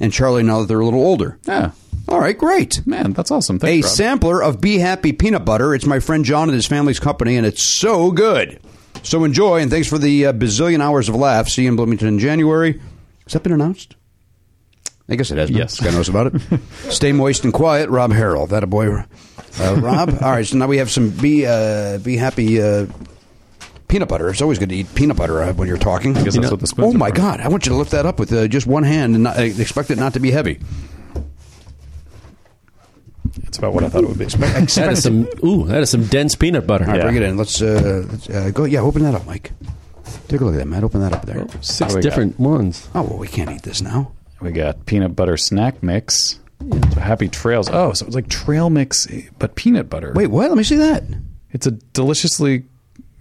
Speaker 6: and Charlie now that they're a little older.
Speaker 1: Yeah,
Speaker 6: All right, great.
Speaker 1: man, that's awesome.
Speaker 6: a
Speaker 1: Thanks, Rob.
Speaker 6: sampler of Be Happy peanut butter. It's my friend John and his family's company, and it's so good.
Speaker 12: So enjoy, and thanks for the uh, bazillion hours of laughs. See you in Bloomington in January. Has that been announced? I guess it has.
Speaker 1: Yes.
Speaker 12: Guy knows about it. Stay moist and quiet, Rob Harrell. That a boy, uh, Rob. All right, so now we have some be uh, be happy uh, peanut butter. It's always good to eat peanut butter uh, when you're talking.
Speaker 1: guess that's Peanut- what the spoons
Speaker 12: Oh
Speaker 1: are
Speaker 12: my
Speaker 1: for.
Speaker 12: God! I want you to lift that up with uh, just one hand and not, uh, expect it not to be heavy.
Speaker 1: That's about what I thought it would be.
Speaker 9: That is some ooh, that is some dense peanut butter.
Speaker 12: All right,
Speaker 1: Yeah.
Speaker 12: bring it in. Let's, uh, let's uh, go. Yeah, open that up, Mike. Take a look at that, Matt. Open that up there.
Speaker 1: Oh.
Speaker 9: Six different ones.
Speaker 12: Oh well, we can't eat this now.
Speaker 1: We got peanut butter snack mix. So happy trails. Oh, so it's like trail mix, but peanut butter.
Speaker 12: Wait, what? Let me see that.
Speaker 1: It's a deliciously,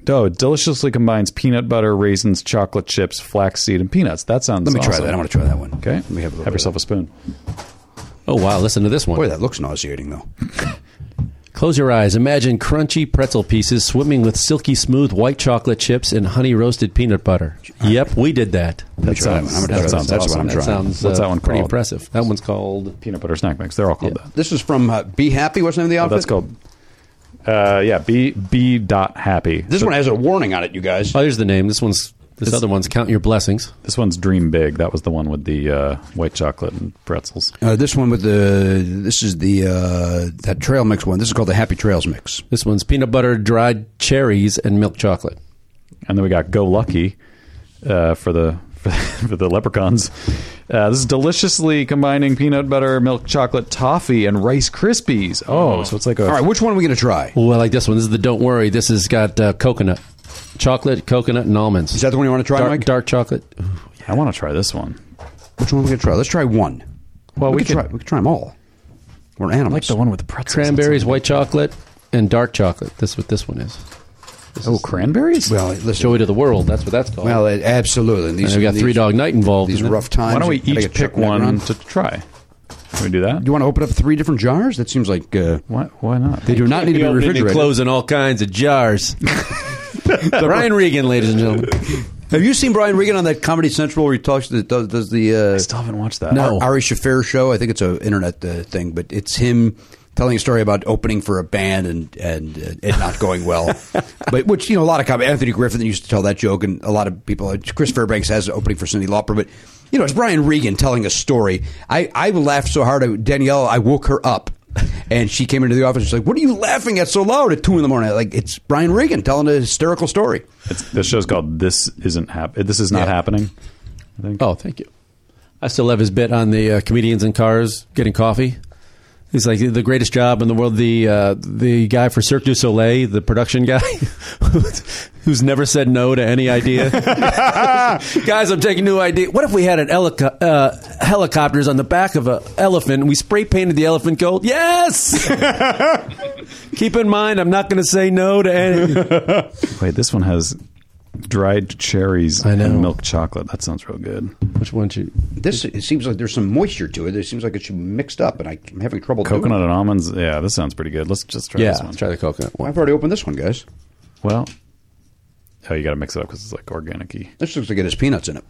Speaker 1: oh, it deliciously combines peanut butter, raisins, chocolate chips, flaxseed, and peanuts. That sounds.
Speaker 12: Let me try
Speaker 1: awesome.
Speaker 12: that. I want to try that one.
Speaker 1: Okay,
Speaker 12: Let me have, a
Speaker 1: have
Speaker 12: little bit of
Speaker 1: yourself a spoon.
Speaker 9: Oh wow, listen to this
Speaker 12: that.
Speaker 9: one.
Speaker 12: Boy, that looks nauseating though.
Speaker 9: Close your eyes. Imagine crunchy pretzel pieces swimming with silky smooth white chocolate chips and honey roasted peanut butter. Yep, we did that.
Speaker 12: That
Speaker 1: sounds- that sounds
Speaker 12: That's what
Speaker 1: awesome.
Speaker 12: I'm
Speaker 1: That
Speaker 12: trying.
Speaker 9: Sounds
Speaker 1: What's
Speaker 9: uh,
Speaker 1: that one
Speaker 9: pretty
Speaker 1: called?
Speaker 9: impressive. That one's called
Speaker 1: Peanut butter snack mix. They're all called that.
Speaker 12: This is from uh, Be Happy. What's the name of the
Speaker 1: Oh,
Speaker 12: outfit?
Speaker 1: that's called. Uh, yeah, B B dot happy.
Speaker 12: This
Speaker 1: So
Speaker 12: one has a warning on it, you guys.
Speaker 9: Oh, here's the name. This one's this
Speaker 1: This-
Speaker 9: other one's count your blessings.
Speaker 1: This one's dream big. That was the one with the uh, white chocolate and pretzels.
Speaker 12: Uh, this one with the this is the uh, that trail mix one. This is called the Happy Trails mix.
Speaker 9: This one's peanut butter, dried cherries, and milk chocolate.
Speaker 1: and then we got Go Lucky uh, for the for, the leprechauns. Uh, this is deliciously combining peanut butter, milk chocolate, toffee, and Rice Krispies. Oh, so it's like a
Speaker 12: All right, which one are we going to try?
Speaker 9: Well, I like this one. This is the don't worry. This has got uh, coconut, chocolate, coconut, and almonds.
Speaker 12: Is that the one you want to try,
Speaker 9: dark,
Speaker 12: Mike?
Speaker 9: dark chocolate.
Speaker 1: I want to try this one.
Speaker 12: Which one are we going to try? Let's try one.
Speaker 1: Well, we
Speaker 12: could
Speaker 1: could-
Speaker 12: try. We could try them all. We're animals.
Speaker 1: like the one with the pretzels.
Speaker 9: Cranberries, white chocolate, and dark chocolate. That's what this one is.
Speaker 1: Oh, cranberries.
Speaker 12: Well, listen.
Speaker 9: Joy to the world. That's what that's called.
Speaker 12: Well, it, absolutely. And
Speaker 9: and
Speaker 12: these
Speaker 9: we got
Speaker 12: these-
Speaker 9: Three Dog Night involved.
Speaker 12: These
Speaker 9: in it.
Speaker 12: rough times.
Speaker 1: Why don't we
Speaker 12: Gotta
Speaker 1: each
Speaker 12: get
Speaker 1: pick
Speaker 12: Chuck Necker
Speaker 1: one
Speaker 12: on.
Speaker 1: to try? Can we do
Speaker 12: Do you
Speaker 1: that?
Speaker 12: want to open up three different jars? That seems like uh,
Speaker 1: Why, why not?
Speaker 12: they do not need to be refrigerated.
Speaker 9: closing all kinds of jars. Brian Regan, ladies and gentlemen.
Speaker 12: Have you seen Brian Regan on that Comedy Central where he talks that does, does the uh,
Speaker 1: I still haven't watched that.
Speaker 9: No.
Speaker 12: Ari Shaffir show? I think it's a internet uh, thing, but it's him telling a story about opening for a band and and uh, it not going well. but which you know a lot of comedy. Anthony Griffin used to tell that joke, and a lot of people. uh, Chris Fairbanks has an opening for Cindy Lauper, but you know it's Brian Regan telling a story. I I laughed so hard. I, Danielle, I woke her up. And she came into the office. She's like, "What are you laughing at so loud at two in the morning?" I'm Like it's Brian Regan telling a hysterical story.
Speaker 1: It's, this show's called "This Isn't Hap- This Is Not
Speaker 12: Yeah.
Speaker 1: Happening." I think.
Speaker 9: Oh, thank you. I still love his bit on the uh, comedians in cars getting coffee. He's like the greatest job in the world. The uh, the guy for Cirque du Soleil, the production guy, who's never said no to any idea. Guys, I'm taking new idea. What if we had an helico- uh, helicopters on the back of an elephant and we spray painted the elephant gold? Yes. Keep in mind, I'm not going to say no to any.
Speaker 1: Wait, this one has dried cherries
Speaker 9: I know.
Speaker 1: and milk chocolate. That sounds real good.
Speaker 9: Which one? Should,
Speaker 12: This it seems like there's some moisture to it. It seems like it should be mixed up, and I, am having trouble. doing
Speaker 1: Coconut
Speaker 12: it.
Speaker 1: and almonds. Yeah, this sounds pretty good. Let's just try
Speaker 9: yeah,
Speaker 1: this one.
Speaker 9: let's try the coconut one.
Speaker 12: I've already opened this one, guys.
Speaker 1: Well, oh, you got to mix it up because it's like organic-y.
Speaker 12: This looks like it has peanuts in it.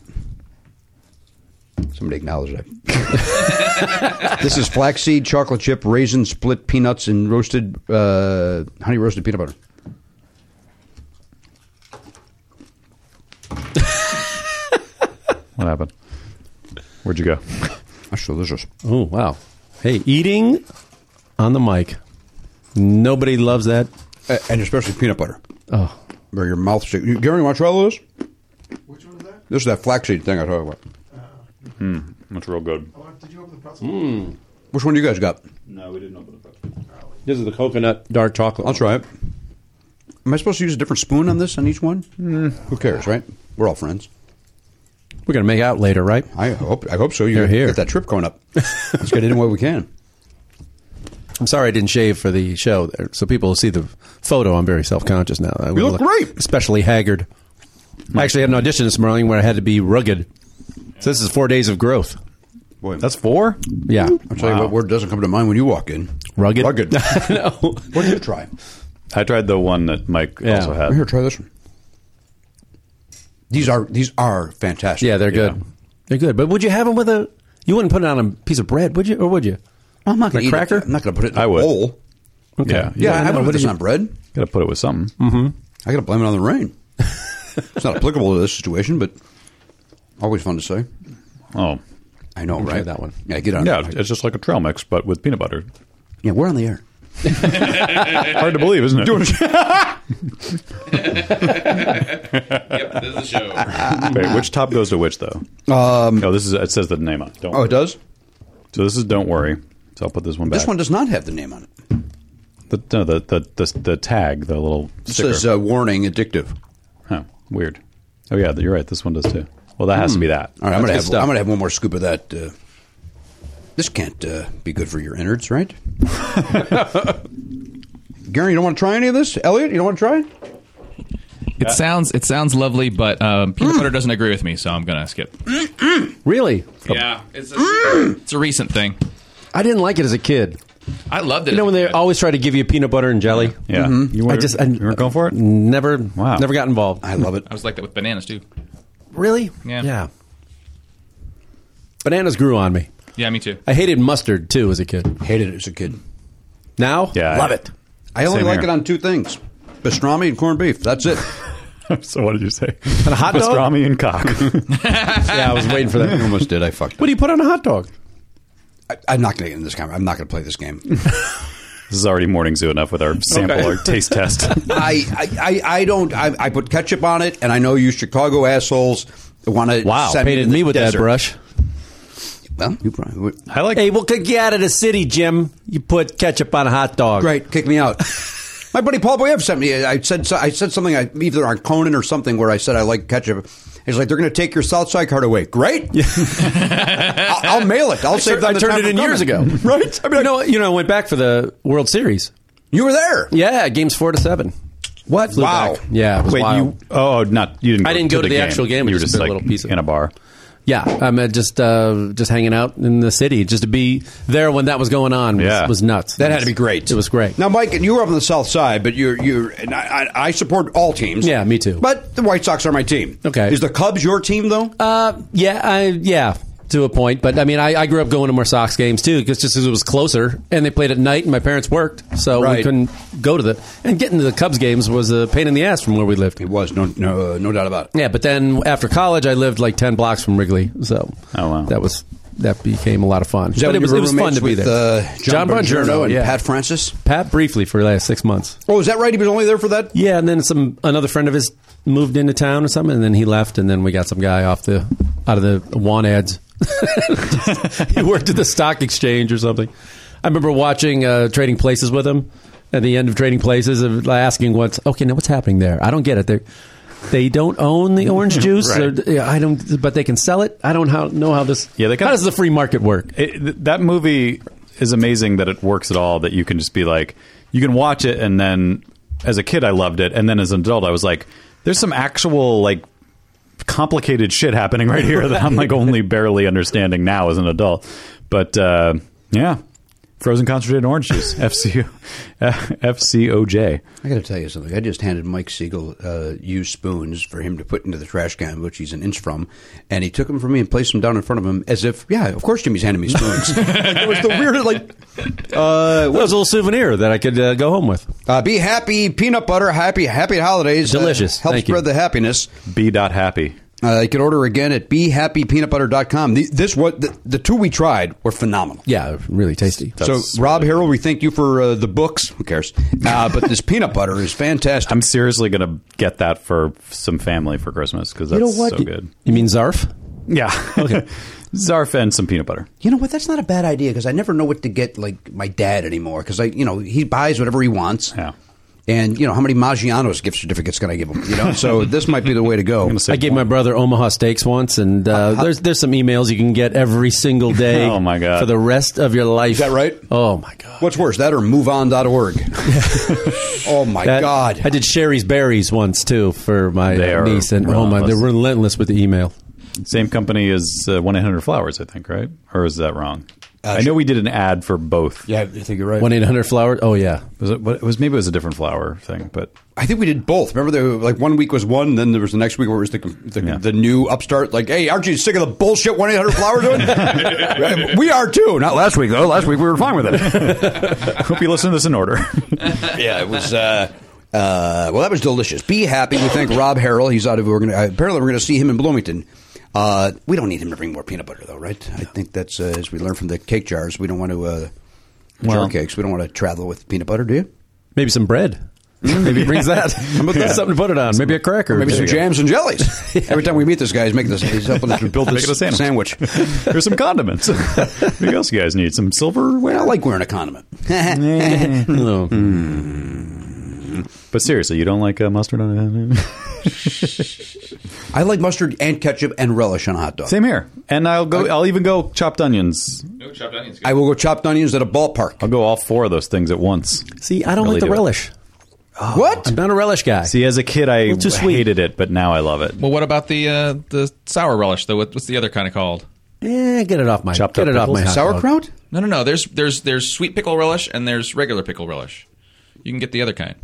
Speaker 12: Somebody acknowledged it. this is flaxseed, chocolate chip, raisin, split peanuts, and roasted uh, honey roasted peanut butter.
Speaker 1: What happened? Where'd you go?
Speaker 12: That's delicious.
Speaker 9: Oh wow! Hey, eating on the mic. Nobody loves that.
Speaker 12: Uh, and especially peanut butter.
Speaker 9: Oh,
Speaker 12: Where your mouth. You, Gary, want to try all this?
Speaker 14: Which one is that?
Speaker 12: This is that flaxseed thing I talked about.
Speaker 1: That's real good.
Speaker 14: Oh, did you open the pretzel?
Speaker 12: Which one do you guys got?
Speaker 1: No, we didn't open it.
Speaker 9: this is the coconut dark chocolate.
Speaker 12: I'll try it. Am I supposed to use a different spoon on this on each one?
Speaker 9: Mm.
Speaker 12: Who cares, right? We're all friends.
Speaker 9: We're gonna make out later, right?
Speaker 12: I hope. I hope so. You
Speaker 9: They're here.
Speaker 12: get that trip going up. Let's get it in while we can.
Speaker 9: I'm sorry I didn't shave for the show, there, so people will see the photo. I'm very self conscious now. I
Speaker 12: look great.
Speaker 9: especially haggard. I actually had an audition this morning where I had to be rugged. So this is four days of growth.
Speaker 12: Boy,
Speaker 1: That's four.
Speaker 9: Yeah,
Speaker 12: I'll tell you what word doesn't come to mind when you walk in.
Speaker 9: rugged.
Speaker 12: Rugged. what
Speaker 9: no.
Speaker 12: do you try?
Speaker 1: I tried the one that Mike
Speaker 9: Yeah.
Speaker 1: also had.
Speaker 12: Here, try this one. These are these are fantastic.
Speaker 9: Yeah, they're good.
Speaker 1: Yeah.
Speaker 9: They're good. But would you have them with a? You wouldn't put it on a piece of bread, would you? Or would you?
Speaker 12: I'm not going
Speaker 9: A
Speaker 12: to eat
Speaker 9: cracker?
Speaker 12: It. I'm not going to put it in
Speaker 1: I
Speaker 12: a
Speaker 1: would.
Speaker 12: bowl.
Speaker 1: Yeah,
Speaker 12: Yeah, Mm-hmm.
Speaker 9: know.
Speaker 12: I would
Speaker 9: What
Speaker 12: put
Speaker 9: did
Speaker 12: this
Speaker 9: you-
Speaker 12: on bread.
Speaker 1: Got to put it with something.
Speaker 12: I got to blame it on the rain. it's not applicable to this situation, but always fun to say.
Speaker 1: Oh,
Speaker 12: I know,
Speaker 1: Try
Speaker 12: right?
Speaker 1: that one.
Speaker 12: Yeah, get on.
Speaker 1: Yeah,
Speaker 12: it.
Speaker 1: it's just like a trail mix, but with peanut butter.
Speaker 12: Yeah, we're on the air.
Speaker 1: Hard to believe, isn't it?
Speaker 12: Doing
Speaker 7: yep, this is the
Speaker 9: Mm.
Speaker 1: Wait, which top goes to which though?
Speaker 12: Um,
Speaker 1: oh, this is it says the name on. it. Don't
Speaker 12: Oh, it does.
Speaker 1: So this is don't worry. So I'll put this one back.
Speaker 12: This one does not have the name on it.
Speaker 1: the, no, the, the the the tag, the little
Speaker 12: It
Speaker 1: sticker.
Speaker 12: says uh, warning, addictive.
Speaker 1: Huh, weird. Oh yeah, you're right. This one does too. Well, that
Speaker 9: Hmm.
Speaker 1: has to be that.
Speaker 12: All right,
Speaker 1: That's
Speaker 12: I'm gonna
Speaker 1: good
Speaker 12: have
Speaker 1: stuff.
Speaker 12: I'm gonna have one more scoop of that. Uh, this can't uh, be good for your innards, right? Gary, you don't want to try any of this. Elliot, you don't want to try it.
Speaker 7: It sounds it sounds lovely, but um, peanut butter doesn't agree with me, so I'm gonna skip.
Speaker 9: Really?
Speaker 7: Mm. Yeah, it's a, it's a recent thing.
Speaker 9: I didn't like it as a kid.
Speaker 7: I loved it.
Speaker 9: You know when they always try to give you peanut butter and jelly? Mm-hmm.
Speaker 1: Yeah. Mhm. You
Speaker 9: I
Speaker 1: weren't-
Speaker 9: just I,
Speaker 1: you weren't going for it?
Speaker 9: Never.
Speaker 1: Wow.
Speaker 9: Never got involved.
Speaker 12: I love it.
Speaker 7: I was like that with bananas too.
Speaker 9: Really?
Speaker 7: Yeah.
Speaker 9: Yeah. Bananas grew on me.
Speaker 7: Yeah, me too.
Speaker 9: I hated mustard too as a kid.
Speaker 12: Hated it as a kid.
Speaker 9: Now,
Speaker 1: Yeah.
Speaker 9: love it.
Speaker 12: I only
Speaker 1: Same
Speaker 12: like
Speaker 1: here.
Speaker 12: it on two things: pastrami and corned beef. That's it.
Speaker 1: so what did you say?
Speaker 9: And a hot dog?
Speaker 1: Pastrami and cock.
Speaker 9: Yeah, I was waiting for
Speaker 12: I
Speaker 9: that.
Speaker 12: almost did. I fucked.
Speaker 9: What
Speaker 12: Up.
Speaker 9: do you put on a hot dog?
Speaker 12: I, I'm not going to get in this game. I'm not going to play this game.
Speaker 1: this is already morning zoo enough with our sample,
Speaker 9: Okay.
Speaker 1: our taste test.
Speaker 12: I, I, I, I don't. I, I put ketchup on it, and I know you Chicago assholes want to.
Speaker 9: Wow,
Speaker 12: send
Speaker 9: painted
Speaker 12: to the
Speaker 9: me with
Speaker 12: desert.
Speaker 9: that brush.
Speaker 12: Well, you probably would.
Speaker 1: I like.
Speaker 9: Hey, well, get out of the city, Jim. You put ketchup on a hot dog.
Speaker 12: Great, kick me out. My buddy Paul Boyev sent me. I said so- I said something I, either on Conan or something where I said I like ketchup. He's like, they're going to take your South Side card away. Great. I'll, I'll mail it. I'll save
Speaker 9: I
Speaker 12: them. the
Speaker 9: turned
Speaker 12: time
Speaker 9: it
Speaker 12: for
Speaker 9: in years ago,
Speaker 12: coming.
Speaker 9: right? I mean, you know, you know, I went back for the World Series.
Speaker 12: You were there.
Speaker 9: Yeah, games four to seven. What? Flew
Speaker 12: Wow.
Speaker 9: back. Yeah, it was
Speaker 1: Wait,
Speaker 9: wild.
Speaker 1: you? Oh, not you didn't.
Speaker 9: I didn't go to the actual game, I
Speaker 1: You were
Speaker 9: just
Speaker 1: just
Speaker 9: bit a
Speaker 1: like
Speaker 9: little piece of-
Speaker 1: in a bar.
Speaker 9: Yeah, I'm uh, just uh, just hanging out in the city, just to be there when that was going on. Was,
Speaker 1: Yeah.
Speaker 9: was nuts.
Speaker 12: That had to be great.
Speaker 9: It was great.
Speaker 12: Now, Mike, and you were up on the South Side, but you're you're. And I, I I support all teams.
Speaker 9: Yeah, me too.
Speaker 12: But the White Sox are my team.
Speaker 9: Okay.
Speaker 12: Is the Cubs your team though?
Speaker 9: Uh, yeah, I, yeah, to a point. But I mean, I, I grew up going to more Sox games too, because just 'cause it was closer, and they played at night, and my parents worked, so
Speaker 12: Right.
Speaker 9: we couldn't go to the and getting to the Cubs games was a pain in the ass from where we lived.
Speaker 12: it was no no no doubt about it.
Speaker 9: Yeah, but then after college, I lived like ten blocks from Wrigley, so
Speaker 1: Oh, wow.
Speaker 9: that was that became a lot of fun.
Speaker 12: that
Speaker 9: But
Speaker 12: when
Speaker 9: it was
Speaker 12: you
Speaker 9: it
Speaker 12: were
Speaker 9: was fun
Speaker 12: roommates
Speaker 9: to be
Speaker 12: with,
Speaker 9: there.
Speaker 12: uh, John,
Speaker 9: Bongiorno,
Speaker 12: Bongiorno and
Speaker 9: yeah.
Speaker 12: Pat Francis.
Speaker 9: Pat briefly for the last six months.
Speaker 12: Oh, is that right? He was only there for that.
Speaker 9: Yeah, and then some another friend of his moved into town or something, and then he left, and then we got some guy off the out of the want ads. he worked at the stock exchange or something. I remember watching uh, Trading Places with him at the end of Trading Places, of asking what's okay now what's happening there. I don't get it. They they don't own the orange juice.
Speaker 1: Right.
Speaker 9: They're- yeah, I don't, but they can sell it. I don't how, know how this.
Speaker 1: Yeah, they kinda-
Speaker 9: how does the free market work?
Speaker 1: It, th- that movie is amazing that it works at all. That you can just be like, you can watch it, and then as a kid, I loved it, and then as an adult, I was like, there's some actual like complicated shit happening right here that I'm like only barely understanding now as an adult. But uh, yeah, frozen concentrated orange juice, FCO, FCOJ.
Speaker 12: I got to tell you something. I just handed Mike Siegel uh, used spoons for him to put into the trash can, which he's an inch from, and he took them from me and placed them down in front of him as if, yeah, of course, Jimmy's handing me spoons. like, it was the weirdest. Like, uh,
Speaker 9: Well, it was a little souvenir that I could uh, go home with.
Speaker 12: uh, be happy, peanut butter, happy, happy holidays.
Speaker 9: Delicious.
Speaker 12: Uh, help
Speaker 9: Thank you.
Speaker 12: spread the happiness.
Speaker 1: B dot happy.
Speaker 12: Uh, you can order again at behappypeanutbutter.com. The, this what the, the two we tried were phenomenal.
Speaker 9: Yeah, really tasty.
Speaker 1: That's
Speaker 12: so, Rob Harrell, we thank you for uh, the books. Who cares? Uh, but this peanut butter is fantastic.
Speaker 1: I'm seriously gonna get that for some family for Christmas because that's so good.
Speaker 9: You mean Zarf?
Speaker 1: Yeah. Okay. Zarf and some peanut butter.
Speaker 12: You know what? That's not a bad idea because I never know what to get like my dad anymore because I, you know, he buys whatever he wants.
Speaker 1: Yeah.
Speaker 12: And you know how many Maggiano's gift certificates can I give him? You know, so this might be the way to go.
Speaker 1: gonna say-
Speaker 9: I gave my brother Omaha Steaks once, and uh, there's there's some emails you can get every single day.
Speaker 1: Oh, my God.
Speaker 9: For the rest of your life. Is
Speaker 12: that right?
Speaker 9: Oh my god.
Speaker 12: What's worse, that or MoveOn.org? oh my
Speaker 9: That-
Speaker 12: God!
Speaker 9: I did Sherry's Berries once too for my
Speaker 1: They are
Speaker 9: niece, and oh my, they're
Speaker 1: relentless.
Speaker 9: relentless with the email.
Speaker 1: Same company as uh, one eight hundred flowers, I think, right? Or is that wrong?
Speaker 9: Uh,
Speaker 1: I know we did an ad for both.
Speaker 12: yeah, I think you're right.
Speaker 9: One eight hundred flower. Oh yeah,
Speaker 1: Was it, what, it was maybe it was a different flower thing, but
Speaker 12: I think we did both. Remember, there, like one week was one, then there was the next week where it was the the,
Speaker 1: Yeah.
Speaker 12: the new upstart. Like, hey, aren't you sick of the bullshit one eight hundred flower doing? we are too. Not last week though. Last week we were fine with it.
Speaker 1: hope you listen to this in order.
Speaker 12: yeah, it was. Uh, Uh, well, that was delicious. Be happy. We thank Rob Harrell. He's out of. We're gonna, apparently, we're going to see him in Bloomington. Uh, we don't need him to bring more peanut butter, though, right? I think that's uh, as we learned from the cake jars. We don't want to uh,
Speaker 1: Well-
Speaker 12: jar cakes. We don't want to travel with peanut butter, do you?
Speaker 9: Maybe some bread. Maybe he brings that. Something to put it on. Maybe a cracker.
Speaker 12: Maybe some
Speaker 9: There you go.
Speaker 12: jams and jellies. Every time we meet this guy, he's making this. He's helping us build this
Speaker 1: Making a sandwich. There's some condiments. what do you else you guys need? Some silverware?
Speaker 12: I like wearing a condiment.
Speaker 9: No.
Speaker 1: But seriously, you don't like uh, mustard on a
Speaker 12: I like mustard and ketchup and relish on a hot dog.
Speaker 1: Same here. And I'll go. I'll even go chopped onions.
Speaker 7: No chopped onions.
Speaker 12: I will go chopped onions at a ballpark.
Speaker 1: I'll go all four of those things at once.
Speaker 9: See, I don't
Speaker 1: Really
Speaker 9: like the
Speaker 1: do it.
Speaker 9: relish.
Speaker 12: what?
Speaker 9: I'm not a relish guy.
Speaker 1: See, as a kid, I
Speaker 9: Well, too sweet.
Speaker 1: hated it, but now I love it.
Speaker 7: Well, what about the uh, the sour relish though? What- What's the other kind of called?
Speaker 9: Eh, get it off my
Speaker 1: Chopped
Speaker 9: get
Speaker 1: up
Speaker 9: it off
Speaker 1: pickles?
Speaker 9: my hot dog.
Speaker 12: Sauerkraut?
Speaker 7: No, no, no. There's there's there's sweet pickle relish and there's regular pickle relish. You can get the other kind.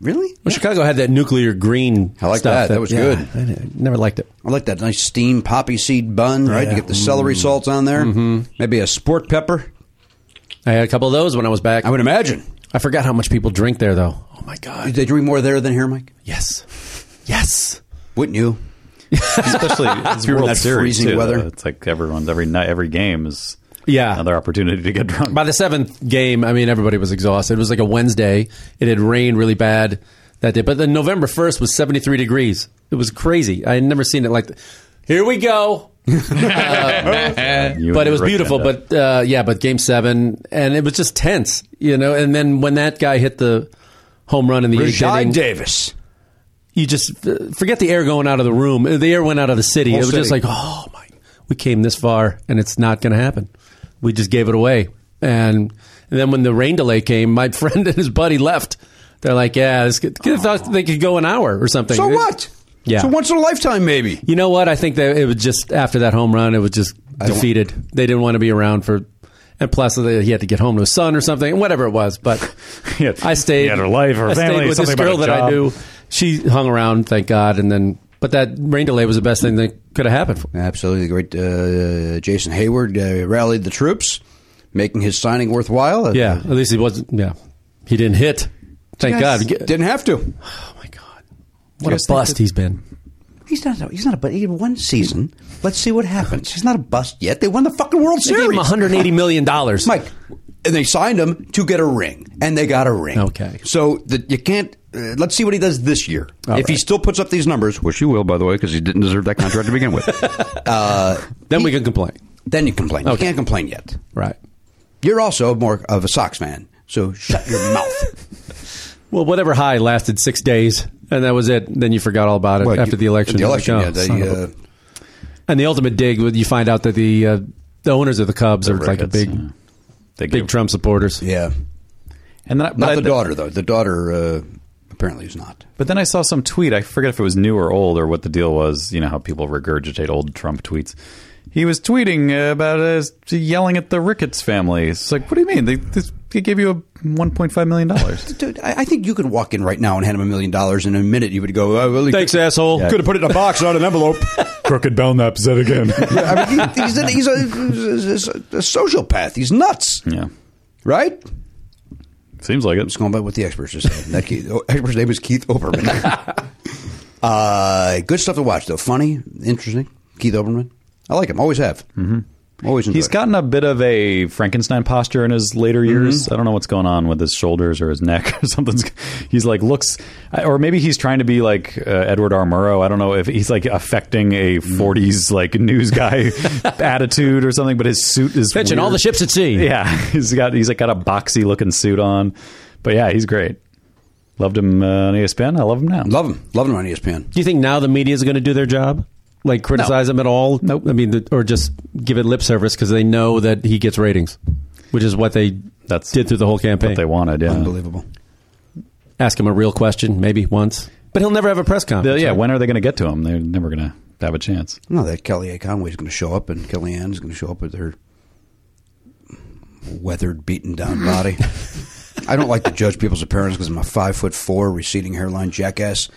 Speaker 12: Really?
Speaker 9: Well, Chicago had that nuclear green.
Speaker 12: I like
Speaker 9: stuff
Speaker 12: that. That was
Speaker 9: yeah,
Speaker 12: good.
Speaker 9: I, I never liked it.
Speaker 12: I like that nice steamed poppy seed bun, right? You get the celery salts on there.
Speaker 6: Mm-hmm.
Speaker 9: Mm-hmm.
Speaker 12: Maybe a sport pepper.
Speaker 9: I had a couple of those when I was back.
Speaker 12: I would imagine.
Speaker 9: I forgot how much people drink there, though. Oh my god!
Speaker 12: They drink more there than here, Mike.
Speaker 9: Yes, yes.
Speaker 12: Wouldn't you?
Speaker 1: Especially it's
Speaker 12: You're in
Speaker 1: World
Speaker 12: that
Speaker 1: Series
Speaker 12: freezing
Speaker 1: too.
Speaker 12: weather. Ah.
Speaker 1: though. It's like everyone's every night, every game is
Speaker 9: Yeah.
Speaker 1: another opportunity to get drunk.
Speaker 9: By the seventh game, I mean everybody was exhausted. It was like a Wednesday. It had rained really bad that day, but then November first was seventy three degrees. It was crazy. I had never seen it like. th- Here we go.
Speaker 7: Oh,
Speaker 1: You
Speaker 9: but
Speaker 1: and
Speaker 9: it was
Speaker 1: Rick
Speaker 9: beautiful.
Speaker 1: end up-
Speaker 9: But uh, yeah, but game seven, and it was just tense, you know. And then when that guy hit the home run in the eighth inning,
Speaker 12: Rashad Davis.
Speaker 9: you just uh, forget the air going out of the room. Uh, The air went out of the city.
Speaker 12: Whole
Speaker 9: it was just
Speaker 12: city.
Speaker 9: like, oh my, we came this far, and it's not going to happen. We just gave it away. And, and then when the rain delay came, my friend and his buddy left. They're like, yeah, this could, they thought they could go an hour or something.
Speaker 12: So
Speaker 9: It-
Speaker 12: what?
Speaker 9: Yeah.
Speaker 12: So once in a lifetime, maybe.
Speaker 9: you know what? I think that it was just after that home run, it was just defeated. They didn't want to be around for, and plus they- he had to get home to his son or something, whatever it was. But
Speaker 1: Yeah.
Speaker 9: I stayed.
Speaker 1: He had her life, her
Speaker 9: I
Speaker 1: family,
Speaker 9: stayed with this
Speaker 1: something about
Speaker 9: girl
Speaker 1: a
Speaker 9: that I
Speaker 1: job.
Speaker 9: knew. She hung around, thank God. And then, but that rain delay was the best thing that could have happened. For
Speaker 12: Absolutely. The great uh, Jason Hayward uh, rallied the troops, making his signing worthwhile. Uh,
Speaker 9: yeah, at least he wasn't. Yeah, he didn't hit. Thank God. Get-
Speaker 12: Uh, Didn't have to.
Speaker 9: Oh my God, what a bust he's been.
Speaker 12: He's not. He's not a. But he had one season. Let's see what happens. He's not a bust yet. They won the fucking World
Speaker 9: They gave him
Speaker 12: Series.
Speaker 9: 180 million dollars.
Speaker 12: Mike, and they signed him to get a ring, and they got a ring.
Speaker 9: Okay.
Speaker 12: So that you can't. Uh, let's see what he does this year.
Speaker 9: All
Speaker 12: if he
Speaker 9: right.
Speaker 12: still puts up these numbers, which he will, by the way, because he didn't deserve that contract to begin with. uh,
Speaker 9: then we can complain.
Speaker 12: then you complain. You
Speaker 9: Okay.
Speaker 12: can't complain yet.
Speaker 9: Right.
Speaker 12: You're also more of a Sox fan, so shut your mouth.
Speaker 9: Well, whatever high lasted six days, and that was it. Then you forgot all about it
Speaker 12: Well,
Speaker 9: after
Speaker 12: you-
Speaker 9: the election.
Speaker 12: The election.
Speaker 9: Like, oh,
Speaker 12: yeah, they,
Speaker 9: son of a-
Speaker 12: uh,
Speaker 9: and the ultimate dig, was you find out that the uh, the owners of the Cubs are like a
Speaker 1: Ricketts,
Speaker 9: big
Speaker 1: yeah. They
Speaker 9: big
Speaker 1: gave-
Speaker 9: Trump supporters.
Speaker 12: yeah.
Speaker 1: And then, I- but
Speaker 12: Not
Speaker 1: I-
Speaker 12: the daughter though. The daughter uh, apparently is not.
Speaker 1: But then I saw some tweet. I forget if it was new or old or what the deal was. You know how people regurgitate old Trump tweets. He was tweeting about us yelling at the Ricketts family. It's like, what do you mean? They, this, they gave you a one point five million dollars.
Speaker 12: Dude, I, I think you could walk in right now and hand him a million dollars in a minute. You would go, oh, well, he
Speaker 9: Thanks,
Speaker 12: could-
Speaker 9: asshole.
Speaker 12: Could have put it in a box, not an envelope.
Speaker 1: Crooked Belknap said again.
Speaker 12: Yeah, I mean, he- he's, a, he's, a, he's a, a sociopath. He's nuts,
Speaker 1: yeah,
Speaker 12: right?
Speaker 1: seems like it.
Speaker 12: Just going by what the experts are saying. That Keith, oh, expert's name is Keith Oberman. uh, good stuff to watch, though. Funny, interesting. Keith Oberman. I like him. Always have. Mm-hmm. Always.
Speaker 1: He's
Speaker 12: enjoyed him.
Speaker 1: gotten a bit of a Frankenstein posture in his later
Speaker 9: Mm-hmm.
Speaker 1: years. I don't know what's going on with his shoulders or his neck or something's. He's like looks, or maybe he's trying to be like uh, Edward R. Murrow. I don't know if he's like affecting a
Speaker 9: Mm-hmm.
Speaker 1: '40s like news guy attitude or something. But his suit is
Speaker 9: Pitching all
Speaker 1: weird.
Speaker 9: the ships at sea.
Speaker 1: Yeah, he's got he's like got a boxy looking suit on, but yeah, he's great. Loved him uh, on ESPN. I love him now.
Speaker 12: Love him. Love him on E ESPN.
Speaker 9: Do you think now the media is going to do their job, like criticize him at all?
Speaker 1: Nope.
Speaker 9: I mean, the, or just give it lip service because they know that he gets ratings, which is what they
Speaker 1: That's
Speaker 9: did through the whole campaign.
Speaker 1: what they wanted. Yeah,
Speaker 12: Unbelievable.
Speaker 9: Ask him a real question, maybe once, but he'll never have a press
Speaker 1: The-
Speaker 9: conference.
Speaker 1: yeah.
Speaker 9: right?
Speaker 1: When are they going to get to him? They're never going to have a chance.
Speaker 12: No, that Kelly A. Conway's going to show up, and Kellyanne is going to show up with her weathered, beaten down body. I don't like to judge people's appearance because I'm a five foot four, receding hairline jackass.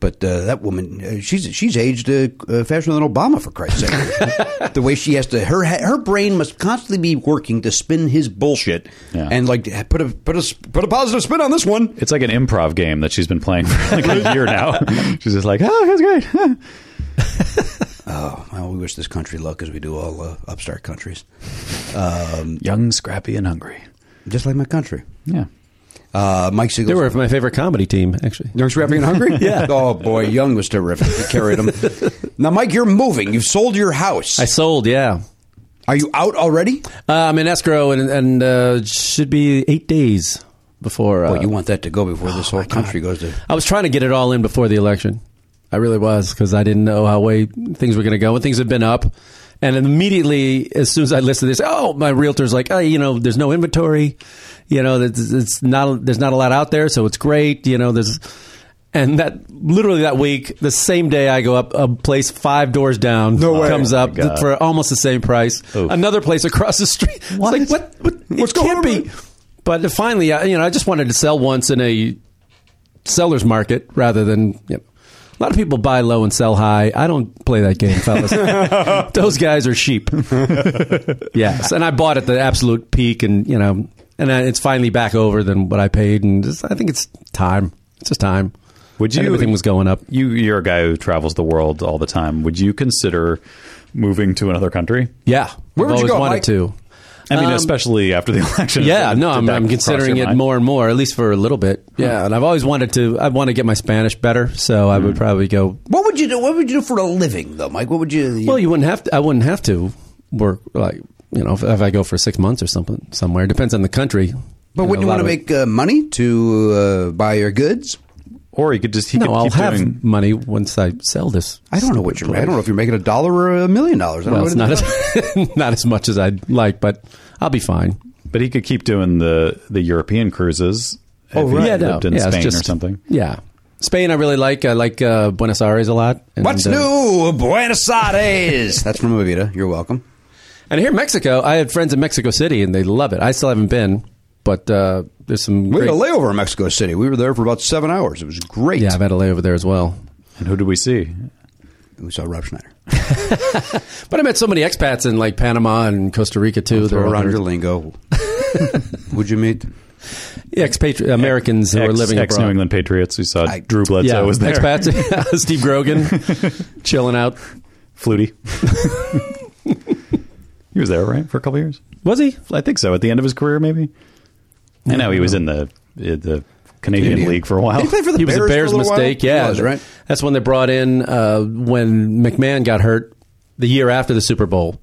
Speaker 12: But uh, that woman, uh, she's she's aged uh, uh, faster than Obama for Christ's sake. the way she has to, her her brain must constantly be working to spin his bullshit and like put a put a put a positive spin on this one.
Speaker 1: It's like an improv game that she's been playing for like a year now. she's just like, oh, that's great.
Speaker 12: Oh, well, we wish this country luck as we do all uh, upstart countries.
Speaker 1: Young, scrappy, and hungry.
Speaker 12: Just like my country.
Speaker 1: Yeah.
Speaker 12: Uh, Mike Siegel.
Speaker 9: They were my favorite comedy team, actually.
Speaker 12: Young, scrappy, and hungry?
Speaker 9: Yeah.
Speaker 12: Oh, boy. Young was terrific. He carried him. now, Mike, you're moving. You've sold your house.
Speaker 9: I sold, yeah.
Speaker 12: Are you out already?
Speaker 9: Uh, I'm in escrow, and, and uh, should be eight days before. Uh,
Speaker 12: Boy, you want that to go before this whole country goes to.
Speaker 9: I was trying to get it all in before the election. I really was because I didn't know how way things were going to go, and things had been up. And immediately, as soon as I listed this, oh, my realtor's like, oh, you know, there's no inventory, you know, it's, it's not there's not a lot out there, so it's great, you know, there's. And that literally that week, the same day I go up, a place five doors down
Speaker 15: No way.
Speaker 9: comes up
Speaker 1: God.
Speaker 9: for almost the same price. Another place across the street. What? It's like what? what
Speaker 15: What's
Speaker 9: it can't
Speaker 15: going on?
Speaker 9: Be. But finally, I, you know, I just wanted to sell once in a seller's market rather than you know, a lot of people buy low and sell high. I don't play that game, fellas. Those guys are sheep. yes, and I bought at the absolute peak, and you know, and I, it's finally back over than what I paid, and just, I think it's time. It's just time.
Speaker 1: Would
Speaker 9: And
Speaker 1: you-
Speaker 9: everything was going up.
Speaker 1: You, you're a guy who travels the world all the time. Would you consider moving to another country?
Speaker 9: Yeah,
Speaker 12: Where
Speaker 9: I've
Speaker 12: would you
Speaker 9: always
Speaker 12: go,
Speaker 9: wanted
Speaker 12: Mike?
Speaker 9: to.
Speaker 1: I mean,
Speaker 9: Um,
Speaker 1: especially after the election.
Speaker 9: Yeah,
Speaker 1: Did
Speaker 9: no,
Speaker 1: that
Speaker 9: I'm, I'm
Speaker 1: cross
Speaker 9: considering
Speaker 1: your
Speaker 9: it
Speaker 1: mind?
Speaker 9: more and more, at least for a little bit. Yeah, and I've always wanted to. I want to get my Spanish better, so I
Speaker 1: Hmm.
Speaker 9: would probably go.
Speaker 12: What would you do? What would you do for a living, though, Mike? What would you?
Speaker 9: Well, you wouldn't have to. I wouldn't have to work like you know if, if I go for six months or something somewhere. Depends on the country.
Speaker 12: but wouldn't you
Speaker 9: know, a lot
Speaker 12: want to
Speaker 9: of-
Speaker 12: make uh, money to uh, buy your goods?
Speaker 1: Or you could just he
Speaker 9: No,
Speaker 1: could
Speaker 9: I'll
Speaker 1: keep
Speaker 9: have
Speaker 1: doing.
Speaker 9: money once I sell this.
Speaker 12: I don't know what you're. I don't know if you're making a dollar or a million dollars. I don't
Speaker 9: Well, it's
Speaker 12: know
Speaker 9: not
Speaker 12: what it is.
Speaker 9: as not as much as I'd like, but I'll be fine.
Speaker 1: But he could keep doing the the European cruises. Oh, if he
Speaker 9: Yeah, no,
Speaker 1: lived in
Speaker 9: yeah, it's
Speaker 1: Spain
Speaker 9: just-
Speaker 1: or something.
Speaker 9: Yeah, Spain. I really like. I like uh, Buenos Aires a lot. And,
Speaker 12: What's
Speaker 9: uh,
Speaker 12: new, Buenos Aires? That's from Avita. You're welcome.
Speaker 9: And here in Mexico, I had friends in Mexico City, and they love it. I still haven't been, but uh, there's some.
Speaker 12: We
Speaker 9: Great,
Speaker 12: had a layover in Mexico City. We were there for about seven hours. It was great.
Speaker 9: yeah, I've had a layover there as well.
Speaker 1: And who do we see?
Speaker 12: we saw Rob Schneider.
Speaker 9: But I met so many expats in like Panama and Costa Rica too. They're
Speaker 12: Oh, Throw
Speaker 9: all-
Speaker 12: around your lingo. Would you meet?
Speaker 9: expatri- Americans who are
Speaker 1: ex,
Speaker 9: living
Speaker 1: ex
Speaker 9: abroad.
Speaker 1: New England Patriots. We saw
Speaker 12: I-
Speaker 1: Drew Bledsoe
Speaker 9: yeah,
Speaker 1: was there.
Speaker 9: expats. Yeah, Steve Grogan chilling out.
Speaker 1: Flutie. he was there, right, for a couple years.
Speaker 9: Was he?
Speaker 1: I think so. At the end of his career, maybe. I know he was in the in the Canadian
Speaker 12: Canadian.
Speaker 1: League for a while.
Speaker 12: Did he play for the
Speaker 9: he was
Speaker 12: Bears?
Speaker 9: a
Speaker 12: for
Speaker 9: Bears
Speaker 12: little while?
Speaker 9: mistake. Yeah,
Speaker 12: He was, right.
Speaker 9: That's when they brought in uh, when McMahon got hurt the year after the Super Bowl,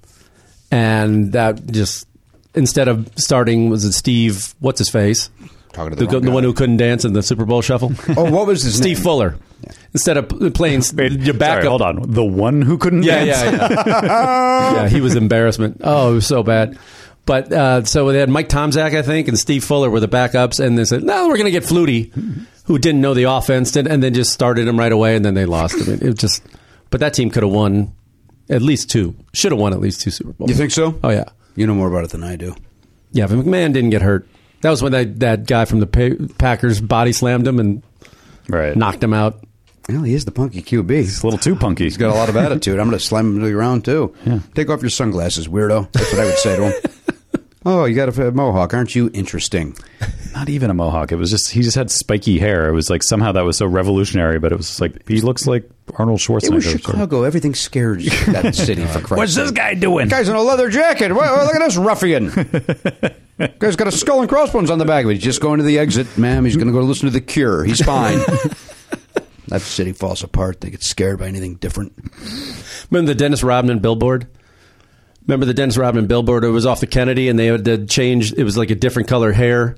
Speaker 9: and that just instead of starting was it Steve? What's his face?
Speaker 12: Talking to the
Speaker 9: The,
Speaker 12: wrong
Speaker 9: the
Speaker 12: guy.
Speaker 9: one who couldn't dance in the Super Bowl shuffle.
Speaker 12: Oh, what was his
Speaker 9: Steve
Speaker 12: name?
Speaker 9: Fuller. Instead of playing s-
Speaker 1: Wait,
Speaker 9: your backup,
Speaker 1: Sorry, hold on. The one who couldn't
Speaker 9: Yeah,
Speaker 1: dance?
Speaker 9: yeah, yeah. yeah, he was embarrassment. Oh, it was so bad. But uh, so they had Mike Tomzak, I think, and Steve Fuller were the backups, and they said, "No, we're going to get Flutie, who didn't know the offense, and, and then just started him right away, and then they lost him. It, it just, but that team could have won at least two, should have won at least two Super Bowls.
Speaker 12: You think so?
Speaker 9: Oh yeah,
Speaker 12: You know more about it than I do.
Speaker 9: yeah. If McMahon didn't get hurt, that was when that that guy from the pa- Packers body slammed him and
Speaker 1: Right.
Speaker 9: knocked him out.
Speaker 12: Well, he is the punky QB.
Speaker 1: It's a little too punky.
Speaker 12: He's got a lot of attitude. I'm going to slam him to the ground too. Take off your sunglasses, weirdo. That's what I would say to him. Oh, you got a mohawk, aren't you? Interesting.
Speaker 1: not even a mohawk. It was just he just had spiky hair. It was like somehow that was so revolutionary, but it was like he looks like Arnold Schwarzenegger.
Speaker 12: It was
Speaker 1: sort of.
Speaker 12: Chicago. Everything scared you, that city for Christ's
Speaker 1: What's this
Speaker 12: sake.
Speaker 1: guy doing?
Speaker 12: Guy's in a leather jacket. Whoa, whoa, look at this ruffian. Guy's got a skull and crossbones on the back of it. He's just going to the exit, ma'am. He's going to go listen to The Cure. He's fine. that city falls apart. They get scared by anything different.
Speaker 9: Remember the Dennis Rodman billboard? Remember the Dennis Rodman billboard? It was off the Kennedy, and they had to change. It was like a different color hair.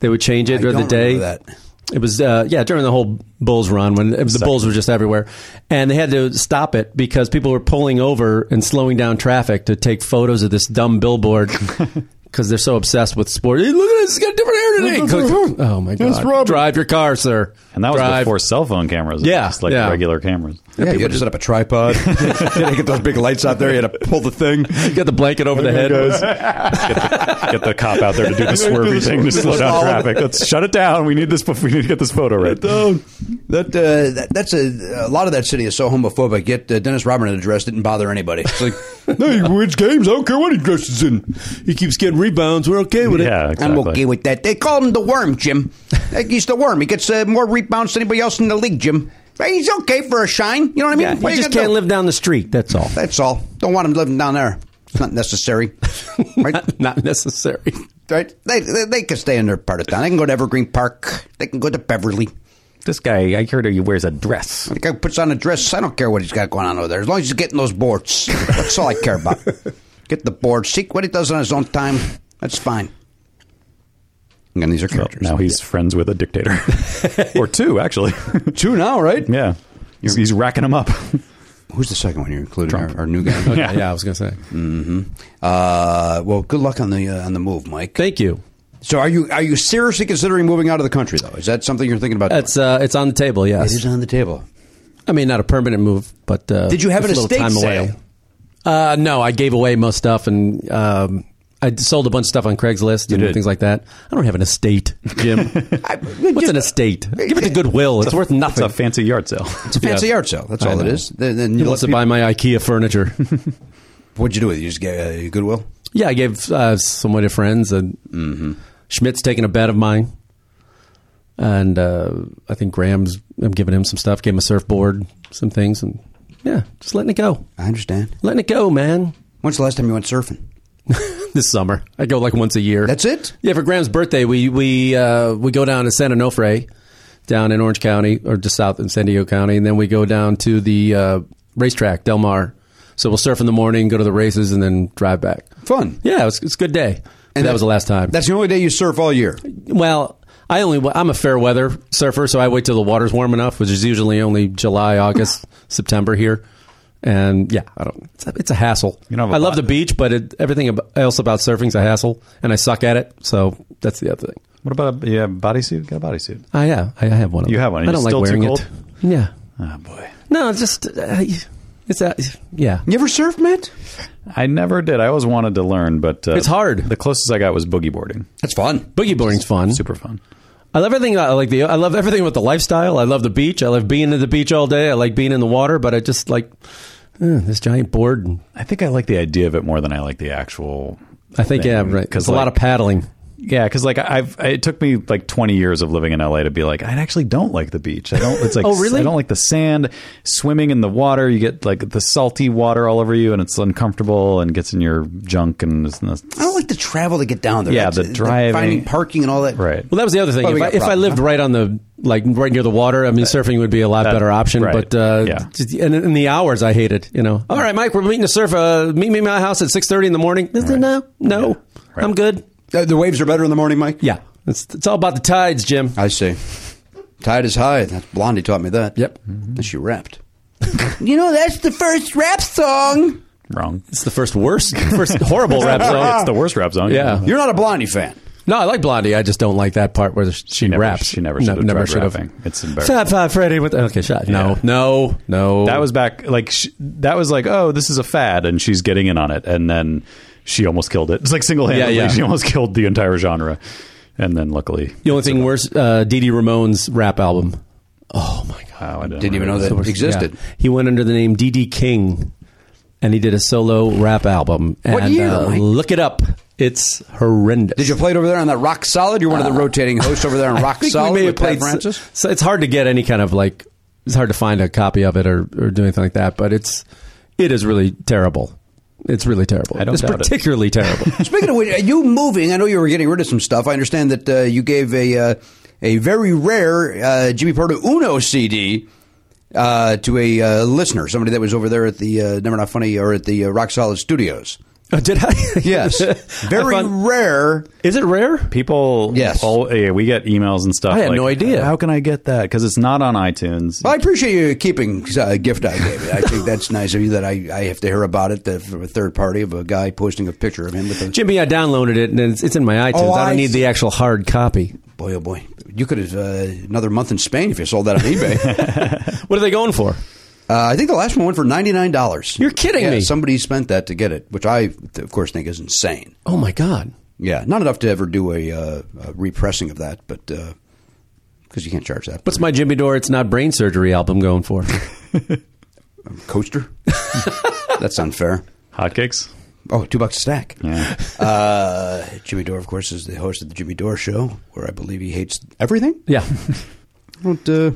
Speaker 9: They would change it
Speaker 12: I
Speaker 9: during the
Speaker 12: don't
Speaker 9: day.
Speaker 12: remember that.
Speaker 9: It was uh, yeah during the whole Bulls run when it was, the Bulls were just everywhere, and they had to stop it because people were pulling over and slowing down traffic to take photos of this dumb billboard because they're so obsessed with sport. Hey, look at this; it's got a different hair today. oh my
Speaker 12: Dennis
Speaker 9: god!
Speaker 12: Rodman.
Speaker 9: Drive your car, sir.
Speaker 1: And that was
Speaker 9: Drive.
Speaker 1: before cell phone cameras. It was
Speaker 9: Yeah,
Speaker 1: just like
Speaker 9: yeah.
Speaker 1: regular cameras.
Speaker 12: Yeah, you had to set up a tripod. you had to get those big lights out there. You had to pull the thing.
Speaker 9: Got the blanket over the head.
Speaker 1: Get the cop out there to do the swervy thing to slow down traffic. Let's shut it down. We need this. We need to get this photo right.
Speaker 12: Down. That, uh, that that's a, a lot of that city is so homophobic. Yet uh, Dennis Rodman in a dress didn't bother anybody. It's like no, he wins games. I don't care what he dresses in.
Speaker 9: He keeps getting rebounds. We're okay with
Speaker 1: Yeah,
Speaker 9: it.
Speaker 1: exactly.
Speaker 12: I'm okay with that. They call him the worm, Jim. Like, he's the worm. He gets uh, more rebounds than anybody else in the league, Jim. Like, He's okay for a shine. You know what I mean?
Speaker 9: Yeah,
Speaker 12: What
Speaker 9: he
Speaker 12: you
Speaker 9: just
Speaker 12: gonna
Speaker 9: can't
Speaker 12: do?
Speaker 9: live down the street. That's all.
Speaker 12: That's all. Don't want him living down there. It's not necessary. Right?
Speaker 9: Not necessary.
Speaker 12: right? They, they they can stay in their part of town. They can go to Evergreen Park. They can go to Beverly.
Speaker 16: This guy, I heard he wears a dress.
Speaker 12: The guy puts on a dress. I don't care what he's got going on over there. As long as he's getting those boards, that's all I care about. Get the boards. See what he does on his own time. That's fine. And these are characters.
Speaker 1: Now he's friends with a dictator, or two actually.
Speaker 12: two now, right?
Speaker 1: yeah, he's, he's racking them up.
Speaker 12: Who's the second one you're including? Our, our new guy.
Speaker 1: Yeah.
Speaker 9: yeah, I was gonna say.
Speaker 12: hmm Uh, well, good luck on the uh, on the move, Mike.
Speaker 9: Thank you.
Speaker 12: So, are you are you seriously considering moving out of the country though? Is that something you're thinking about?
Speaker 9: It's uh, it's on the table. Yes,
Speaker 12: It is on the table.
Speaker 9: I mean, not a permanent move, but uh,
Speaker 12: Did you have
Speaker 9: it's
Speaker 12: an
Speaker 9: a little
Speaker 12: estate
Speaker 9: time
Speaker 12: sale?
Speaker 9: away. Uh, no, I gave away most stuff, and um, I sold a bunch of stuff on Craigslist and
Speaker 1: did.
Speaker 9: things like that. I don't have an estate, Jim. What's an estate? Give it to Goodwill. It's, worth
Speaker 1: It's
Speaker 9: nothing.
Speaker 1: a fancy yard sale.
Speaker 12: It's a fancy
Speaker 9: Yeah.
Speaker 12: art sale. That's
Speaker 9: I
Speaker 12: all it
Speaker 9: know.
Speaker 12: is. Then, then
Speaker 9: He
Speaker 12: you
Speaker 9: wants
Speaker 12: let
Speaker 9: to buy my IKEA furniture.
Speaker 12: people- What'd you do with it? You just get uh, Goodwill.
Speaker 9: yeah, I gave uh, some of to friends, and Schmidt's taking a bet of mine, and uh, I think Graham's. I'm giving him some stuff. Gave him a surfboard, some things, and yeah, just letting it go,
Speaker 12: I understand.
Speaker 9: letting it go, man.
Speaker 12: When's the last time you went surfing?
Speaker 9: this summer. I go like once a year.
Speaker 12: That's it.
Speaker 9: yeah, for Graham's birthday, we we uh, we go down to San Onofre, down in Orange County or just south in San Diego County, and then we go down to the uh, racetrack, Del Mar. So we'll surf in the morning, go to the races, and then drive back.
Speaker 12: Fun.
Speaker 9: Yeah, it's it's a good day. And that, was the last time.
Speaker 12: That's the only day you surf all year.
Speaker 9: well, I only I'm a fair weather surfer, so I wait till the water's warm enough, which is usually only July, August, September here. And yeah, I don't. It's a, it's a hassle.
Speaker 1: You don't have a
Speaker 9: I love
Speaker 1: lot.
Speaker 9: the beach, but it, everything ab- else about surfing's a hassle, and I suck at it. So that's the other thing.
Speaker 1: What about a yeah bodysuit? Got a bodysuit?
Speaker 9: I yeah, I I have one. Of
Speaker 1: Ah, You
Speaker 9: them.
Speaker 1: have one.
Speaker 9: I
Speaker 1: You're
Speaker 9: don't like
Speaker 1: still too
Speaker 9: wearing
Speaker 1: cold?
Speaker 9: it. Yeah.
Speaker 1: Oh boy,
Speaker 9: No, it's just uh, it's a, yeah.
Speaker 12: You ever surfed, Matt?
Speaker 1: I never did. I always wanted to learn, but uh,
Speaker 9: It's hard.
Speaker 1: The closest I got was boogie boarding.
Speaker 12: That's fun.
Speaker 9: Boogie boarding's fun.
Speaker 1: Super fun.
Speaker 9: I love everything. I like the. I love everything about the lifestyle. I love the beach. I love being at the beach all day. I like being in the water, but I just like eh, this giant board. And
Speaker 1: I think I like the idea of it more than I like the actual.
Speaker 9: I think yeah, right. Because a lot of paddling.
Speaker 1: Yeah, because like I've it took me like twenty years of living in LA to be like I actually don't like the beach. I don't. It's like
Speaker 9: Oh, really?
Speaker 1: I don't like the sand. Swimming in the water, you get like the salty water all over you, and it's uncomfortable and gets in your junk and it's,
Speaker 9: Oh.
Speaker 12: I don't like the travel to get down there.
Speaker 1: Yeah,
Speaker 12: That's-
Speaker 1: the driving.
Speaker 12: finding parking, and all that.
Speaker 1: right.
Speaker 9: Well, that was the other thing.
Speaker 12: Well, we
Speaker 9: if, I,
Speaker 12: got
Speaker 9: if I
Speaker 12: problems,
Speaker 9: lived
Speaker 12: huh?
Speaker 9: right on the like right near the water, I mean, surfing would be a lot
Speaker 1: that-
Speaker 9: better option.
Speaker 1: right.
Speaker 9: But uh,
Speaker 1: Yeah.
Speaker 9: just- and in the hours, I hated. You know, all right, Mike, we're meeting to surf. Uh, meet me at my house at six thirty in the morning. No, no,
Speaker 1: Right.
Speaker 9: I'm good.
Speaker 12: Uh, The waves are better in the morning, Mike.
Speaker 9: Yeah, it's, it's all about the tides, Jim.
Speaker 12: I see. Tide is high. That's Blondie taught me that. Yep.
Speaker 9: Mm-hmm.
Speaker 12: And she rapped. you know, that's the first rap song.
Speaker 1: Wrong.
Speaker 9: It's the first worst, first horrible rap song.
Speaker 1: it's the worst rap song.
Speaker 9: Yeah.
Speaker 12: You're not a Blondie fan.
Speaker 9: No, I like Blondie. I just don't like that part where she,
Speaker 1: never-
Speaker 9: raps.
Speaker 1: she never should've tried
Speaker 9: should've.
Speaker 1: rapping. It's embarrassing.
Speaker 9: Fat Fat Freddy with okay, shut.
Speaker 1: Yeah.
Speaker 9: No, no, no.
Speaker 1: That was back like sh- that was like oh this is a fad and she's getting in on it and then she almost killed it. It's like single handedly
Speaker 9: Yeah, yeah.
Speaker 1: she almost killed the entire genre. And then luckily,
Speaker 9: the only thing worse. Uh, Dee Dee Ramone's rap album. Oh my god,
Speaker 1: wow, I don't
Speaker 12: Didn't even know that
Speaker 9: Worst-
Speaker 12: existed.
Speaker 9: yeah. He went under the name Dee Dee King, and he did a solo rap album. And,
Speaker 12: What year,
Speaker 9: uh,
Speaker 12: Mike?
Speaker 9: look it up. It's horrendous.
Speaker 12: Did you play it over there on that Rock Solid? You're one of the rotating hosts over there on Rock
Speaker 9: I think
Speaker 12: Solid
Speaker 9: we may
Speaker 12: with
Speaker 9: have played
Speaker 12: Pat Francis.
Speaker 9: So, so it's hard to get any kind of like it's hard to find a copy of it or, or do anything like that. But it's it is really terrible. It's really terrible.
Speaker 1: I don't
Speaker 9: it's
Speaker 1: doubt it.
Speaker 9: particularly terrible.
Speaker 12: Speaking of which, are you moving? I know you were getting rid of some stuff. I understand that uh, you gave a uh, a very rare uh, Jimmy Pardo Uno CD uh, to a uh, listener, somebody that was over there at the uh, Never Not Funny or at the uh, Rock Solid Studios.
Speaker 9: Oh, Did I?
Speaker 12: Yes, very
Speaker 9: I found-
Speaker 12: rare.
Speaker 9: Is it rare?
Speaker 1: people.
Speaker 12: Yes.
Speaker 1: all- yeah, we get emails and stuff.
Speaker 9: I had
Speaker 1: like,
Speaker 9: no idea.
Speaker 1: How can I get that? Because it's not on iTunes.
Speaker 12: Well, I appreciate you keeping uh, a gift I gave you. I think that's nice of you that I, I have to hear about it uh, from a third party of a guy posting a picture of him with a
Speaker 9: Jimmy, I downloaded it and it's, it's in my iTunes.
Speaker 12: Oh,
Speaker 9: I don't
Speaker 12: I
Speaker 9: need
Speaker 12: see.
Speaker 9: the actual hard copy.
Speaker 12: boy oh boy. You could have uh, another month in Spain if you sold that on eBay.
Speaker 9: What are they going for?
Speaker 12: Uh, I think the last one went for ninety nine dollars.
Speaker 9: You're kidding me.
Speaker 12: Somebody spent that to get it, which I, of course, think is insane.
Speaker 9: Oh my god!
Speaker 12: Yeah, not enough to ever do a, uh, a repressing of that, but uh, because you can't charge that.
Speaker 9: What's my Jimmy Dore? It's not brain surgery album going for?
Speaker 12: Coaster. That's unfair.
Speaker 1: Hotcakes.
Speaker 12: Oh, two bucks a stack.
Speaker 1: Yeah.
Speaker 12: Uh, Jimmy Dore, of course, is the host of the Jimmy Dore Show, where I believe he hates everything.
Speaker 9: Yeah.
Speaker 12: Don't, uh,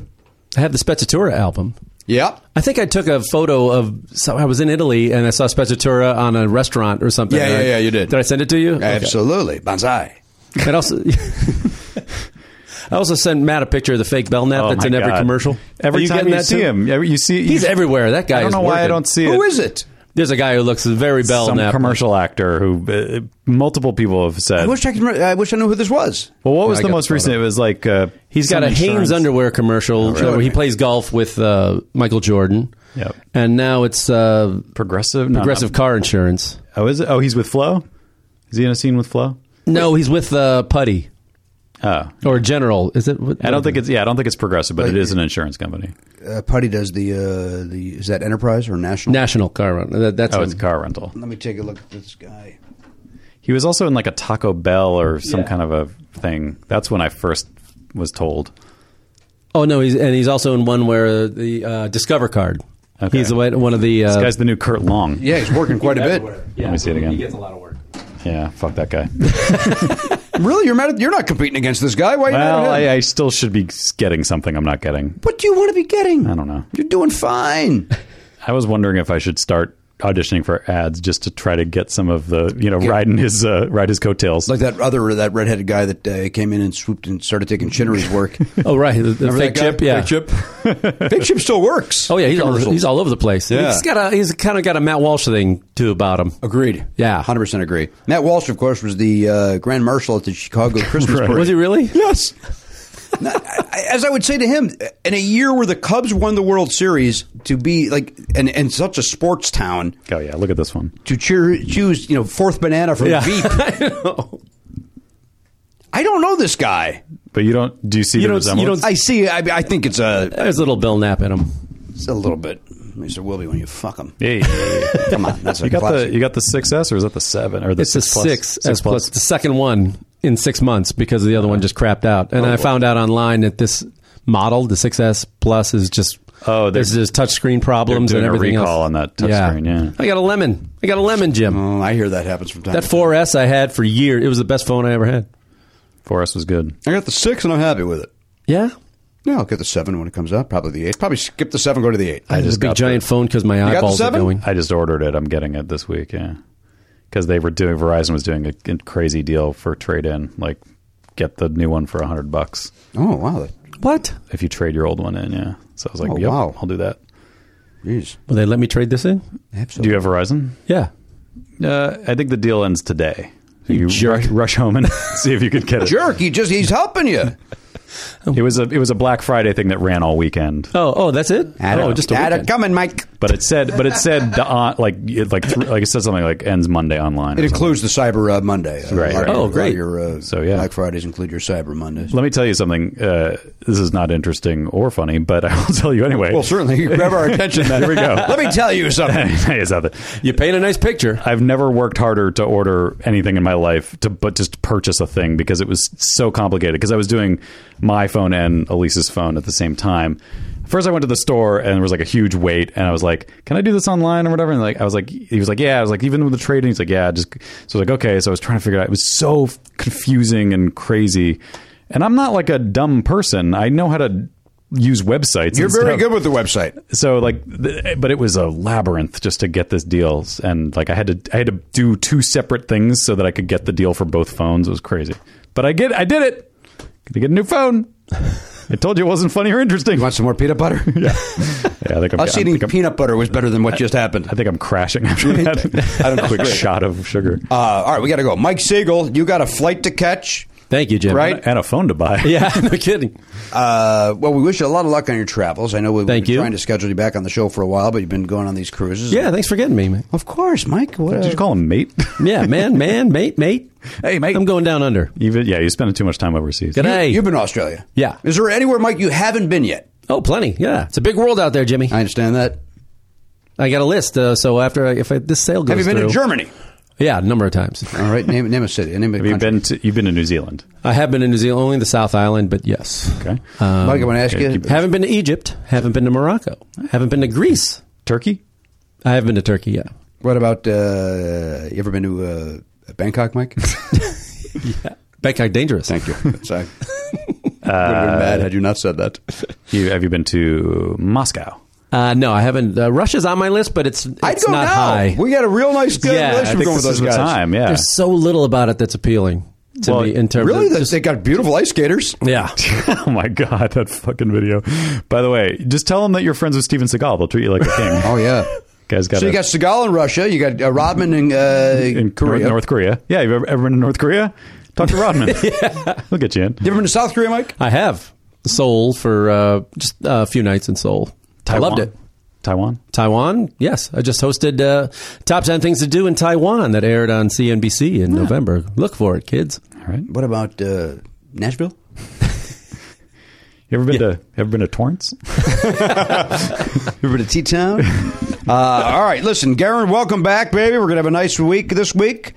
Speaker 9: I have the Spezzatura album.
Speaker 12: Yeah.
Speaker 9: I think I took a photo of. So I was in Italy and I saw Spezzatura on a restaurant or something.
Speaker 12: Yeah, yeah,
Speaker 9: And I-
Speaker 12: yeah, you did.
Speaker 9: Did I send it to you?
Speaker 12: Absolutely. Banzai.
Speaker 9: And also, I also sent Matt a picture of the fake bell net
Speaker 1: Oh,
Speaker 9: that's
Speaker 1: my
Speaker 9: in every
Speaker 1: God.
Speaker 9: commercial.
Speaker 1: Every
Speaker 9: Are you
Speaker 1: time
Speaker 9: getting
Speaker 1: you
Speaker 9: that
Speaker 1: see
Speaker 9: too?
Speaker 1: him, yeah, you see
Speaker 9: he's
Speaker 1: you-
Speaker 9: everywhere. That guy.
Speaker 1: I don't
Speaker 9: is
Speaker 1: know why I
Speaker 9: working.
Speaker 1: don't see it.
Speaker 12: Who is it?
Speaker 9: There's a guy who looks very bell
Speaker 1: Some
Speaker 9: net.
Speaker 1: commercial actor who uh, multiple people have
Speaker 12: I
Speaker 1: said.
Speaker 12: wish I could. remember- I wish I knew who this was.
Speaker 1: well, what was
Speaker 9: I
Speaker 1: the
Speaker 9: got
Speaker 1: most
Speaker 9: the
Speaker 1: recent? It
Speaker 9: photo.
Speaker 1: was like uh,
Speaker 9: He's
Speaker 1: some
Speaker 9: got a Hanes
Speaker 1: insurance-
Speaker 9: underwear commercial where he plays golf with uh, Michael Jordan.
Speaker 1: Yep. Uh-huh.
Speaker 9: And now it's uh,
Speaker 1: Progressive. No,
Speaker 9: Progressive
Speaker 1: not-
Speaker 9: Car Insurance.
Speaker 1: Oh, is it? Oh, he's with Flo. Is he in a scene with Flo?
Speaker 9: No, he's with uh, Putty
Speaker 1: Oh,
Speaker 9: or General. Is it?
Speaker 1: I don't think it's. Yeah, I don't think it's Progressive, but it is an insurance company.
Speaker 12: Uh, Putty does the uh, the is that Enterprise or National?
Speaker 9: National Car. That, that's
Speaker 1: Oh,
Speaker 9: him.
Speaker 1: it's car rental.
Speaker 12: Let me take a look at this guy.
Speaker 1: He was also in like a Taco Bell or some kind of a thing. That's when I first was told.
Speaker 9: Oh no, he's and he's also in one where the uh, Discover card.
Speaker 1: Okay.
Speaker 9: He's the way- one of the. Uh,
Speaker 1: This guy's the new Kurt Long.
Speaker 12: Yeah, he's working quite a bit.
Speaker 1: Let me see it again.
Speaker 9: He gets a lot of work.
Speaker 1: Yeah, fuck that guy.
Speaker 12: Really, you're mad? At, you're not competing against this guy. Why are you mad
Speaker 1: well,
Speaker 12: at
Speaker 1: I,
Speaker 12: him?
Speaker 1: I still should be getting something I'm not getting.
Speaker 12: what do you want to be getting?
Speaker 1: I don't know.
Speaker 12: You're doing fine.
Speaker 1: I was wondering if I should start auditioning for ads just to try to get some of the you know riding his uh, ride his coattails.
Speaker 12: like that other that redheaded guy that uh, came in and swooped and started taking Chinnery's work.
Speaker 9: Oh right, the, the
Speaker 12: Remember
Speaker 9: fake
Speaker 12: that guy?
Speaker 9: chip. Yeah.
Speaker 12: Fake chip. Fake chip still works.
Speaker 9: Oh yeah, he's all,
Speaker 12: Commercials.
Speaker 9: he's all over the place.
Speaker 12: Yeah.
Speaker 9: He's got a he's kind of got a Matt Walsh thing too about him.
Speaker 12: Agreed.
Speaker 9: Yeah.
Speaker 12: hundred percent agree. Matt Walsh, of course, was the uh, Grand Marshal at the Chicago Christmas parade.
Speaker 9: Was he really?
Speaker 12: Yes. No, I- I- As I would say to him, in a year where the Cubs won the World Series, to be like and and such a sports town,
Speaker 1: Oh yeah, look at this one.
Speaker 12: to cheer, choose you know fourth banana from
Speaker 9: Yeah.
Speaker 12: Veep. I don't know this guy.
Speaker 1: But you don't do you see
Speaker 9: You
Speaker 1: the
Speaker 9: don't- you
Speaker 1: resemblance?
Speaker 9: don't-
Speaker 12: I see. I, I think it's
Speaker 6: uh,
Speaker 12: a
Speaker 9: There's a little Bill Knapp in him.
Speaker 12: it's a little bit. It's a will be when you fuck him.
Speaker 1: Hey,
Speaker 12: Come on, that's a
Speaker 1: you got
Speaker 12: classic.
Speaker 1: the you got the six S or is that the seven or the
Speaker 9: It's a
Speaker 1: six plus?
Speaker 9: six, S plus. It's the second one in six months because the other one just crapped out. And I found out online that this model, the 6S plus, is just
Speaker 1: Oh, they're-
Speaker 9: there's just touch screen problems
Speaker 1: they're doing a
Speaker 9: and everything
Speaker 1: recall
Speaker 9: else.
Speaker 1: on that touch screen, yeah.
Speaker 9: I got a lemon. I got a lemon, Jim.
Speaker 12: Oh, I hear that happens from time.
Speaker 9: That
Speaker 12: to time.
Speaker 9: 4S I had for years. It was the best phone I ever had.
Speaker 1: Four S was good.
Speaker 12: I got the six, and I'm happy with it.
Speaker 9: Yeah.
Speaker 12: Yeah, I'll get the seven when it comes out. Probably the eight. Probably skip the seven, go to the eight.
Speaker 9: I had a
Speaker 1: just
Speaker 9: big
Speaker 1: got
Speaker 9: giant
Speaker 1: the-
Speaker 9: phone because my
Speaker 12: got the
Speaker 9: eyeballs are
Speaker 12: seven?
Speaker 9: going.
Speaker 1: I just ordered it. I'm getting it this week. Yeah, because they were doing Verizon was doing a crazy deal for trade in. Like, get the new one for a hundred bucks
Speaker 12: Oh wow,
Speaker 9: What?
Speaker 1: if you trade your old one in. Yeah, so I was like,
Speaker 12: Oh,
Speaker 1: yep,
Speaker 12: wow.
Speaker 1: I'll do that.
Speaker 12: jeez,
Speaker 9: Will they let me trade this in?
Speaker 1: Do
Speaker 12: absolutely.
Speaker 1: you have Verizon?
Speaker 9: Yeah.
Speaker 1: Uh, I think the deal ends today. So you
Speaker 9: jerk.
Speaker 1: rush, rush home and see if you could get it.
Speaker 12: Jerk, he just he's helping you.
Speaker 1: It was a it was a Black Friday thing that ran all weekend,
Speaker 9: Oh, oh, that's it. oh, just a
Speaker 12: Had it
Speaker 9: weekend.
Speaker 12: coming, Mike.
Speaker 1: but it said but it said the on, like it, like th- like it said something like ends Monday online. or
Speaker 12: It
Speaker 1: something.
Speaker 12: includes the Cyber uh, Monday. Uh,
Speaker 1: Right,
Speaker 12: a lot of
Speaker 1: right.
Speaker 12: your-
Speaker 1: Oh,
Speaker 12: a lot of
Speaker 9: great.
Speaker 12: Your, uh,
Speaker 1: So, yeah.
Speaker 12: Black Fridays include your Cyber Mondays.
Speaker 1: Let me tell you something. Uh, this is not interesting or funny, but I will tell you anyway.
Speaker 12: Well, certainly you grab our attention. Then.
Speaker 1: Here we go.
Speaker 12: Let me tell you something.
Speaker 1: It's not that-
Speaker 9: You paint a nice picture.
Speaker 1: I've never worked harder to order anything in my life to but just purchase a thing because it was so complicated because I was doing my phone and Elise's phone at the same time. First I went to the store and there was like a huge wait and I was like, "Can I do this online or whatever?" And like I was like he was like, "Yeah." I was like, "Even with the trading." He's like, "Yeah." Just so I was like, "Okay." So I was trying to figure it out. It was so f- confusing and crazy. And I'm not like a dumb person. I know how to use websites.
Speaker 12: You're
Speaker 1: and
Speaker 12: very
Speaker 1: stuff
Speaker 12: good with the website.
Speaker 1: so like th- but it was a labyrinth just to get this deal and like i had to i had to do two separate things so that i could get the deal for both phones it was crazy but i get i did it to get a new phone i told you it wasn't funny or interesting
Speaker 12: Want some more peanut butter?
Speaker 1: yeah, yeah i think i'm, I
Speaker 12: Us eating
Speaker 1: think I'm,
Speaker 12: peanut butter was better than what just happened.
Speaker 1: I think I'm crashing after that
Speaker 12: I don't
Speaker 1: quick
Speaker 12: agree.
Speaker 1: shot of sugar
Speaker 12: Uh, all right, we got to go. Mike Siegel, you got a flight to catch.
Speaker 9: Thank you, Jim.
Speaker 12: Right?
Speaker 1: and a phone to buy
Speaker 9: Yeah, no kidding.
Speaker 12: Uh, well, we wish you a lot of luck on your travels. I know we've
Speaker 9: Thank
Speaker 12: been
Speaker 9: you.
Speaker 12: trying to schedule you back on the show for a while, but you've been going on these cruises.
Speaker 9: Yeah, Uh, thanks for getting me, man.
Speaker 12: Of course, Mike. What
Speaker 1: did
Speaker 12: a,
Speaker 1: you call him mate
Speaker 9: Yeah, man, man, mate, mate.
Speaker 1: Hey, mate.
Speaker 9: I'm going down under.
Speaker 1: Even, yeah, you're spending too much time overseas.
Speaker 9: Good night.
Speaker 12: You've been to Australia.
Speaker 9: Yeah.
Speaker 12: Is there anywhere, Mike, you haven't been yet?
Speaker 9: Oh, plenty. Yeah, it's a big world out there, Jimmy.
Speaker 12: I understand that.
Speaker 9: I got a list. Uh, so after I, if I, this sale goes,
Speaker 12: Have you been to
Speaker 9: through-
Speaker 12: Germany?
Speaker 9: Yeah, a number of times.
Speaker 6: All right, name name a city. Name a
Speaker 1: Have you
Speaker 6: country.
Speaker 1: been to, you've been to New Zealand?
Speaker 9: I have been in New Zealand, only the South Island, but yes.
Speaker 1: Okay.
Speaker 9: Um,
Speaker 6: Mike, I want to ask
Speaker 1: Okay,
Speaker 6: you.
Speaker 1: keep-
Speaker 9: haven't been to Egypt. Haven't been to Morocco. Haven't been to Greece.
Speaker 1: Turkey?
Speaker 9: I have been to Turkey. Yeah.
Speaker 6: What about uh, you? Ever been to uh, Bangkok, Mike?
Speaker 9: Bangkok dangerous.
Speaker 6: Thank you. Sorry. Would have been mad had you not said that.
Speaker 1: You, have you been to Moscow?
Speaker 9: Uh, no, I haven't. Uh, Russia's on my list, but it's it's
Speaker 6: I'd go
Speaker 9: not
Speaker 6: now.
Speaker 9: high.
Speaker 6: We got a real nice good
Speaker 9: Yeah, I
Speaker 6: relationship
Speaker 9: think
Speaker 6: going
Speaker 1: this
Speaker 6: with those
Speaker 1: is the
Speaker 6: guys.
Speaker 1: time, yeah.
Speaker 9: There's so little about it that's appealing to
Speaker 1: Well,
Speaker 9: me in terms
Speaker 6: Really,
Speaker 9: of
Speaker 6: they- they got beautiful ice skaters.
Speaker 9: yeah.
Speaker 1: oh my god, that fucking video! By the way, just tell them that you're friends with Steven Seagal. They'll treat you like a king.
Speaker 6: Oh yeah.
Speaker 1: guys got
Speaker 6: So you
Speaker 1: a-
Speaker 6: got Seagal in Russia. You got uh, Rodman in, uh,
Speaker 1: in
Speaker 6: Korea.
Speaker 1: North, North Korea. Yeah, you've ever, ever been to North Korea? Talk to Rodman. He'll get you in.
Speaker 6: You ever been to South Korea, Mike?
Speaker 9: I have Seoul for uh, just a few nights in Seoul. I loved it.
Speaker 1: Taiwan.
Speaker 9: Taiwan, yes. I just hosted uh, Top 10 Things to Do in Taiwan that aired on CNBC in November. Look for it, kids.
Speaker 1: All right.
Speaker 6: What about uh, Nashville?
Speaker 1: You ever been to ever been to Torrance?
Speaker 6: You ever been to T Town? uh, all right, listen, Garen, welcome back, baby. We're gonna have a nice week this week,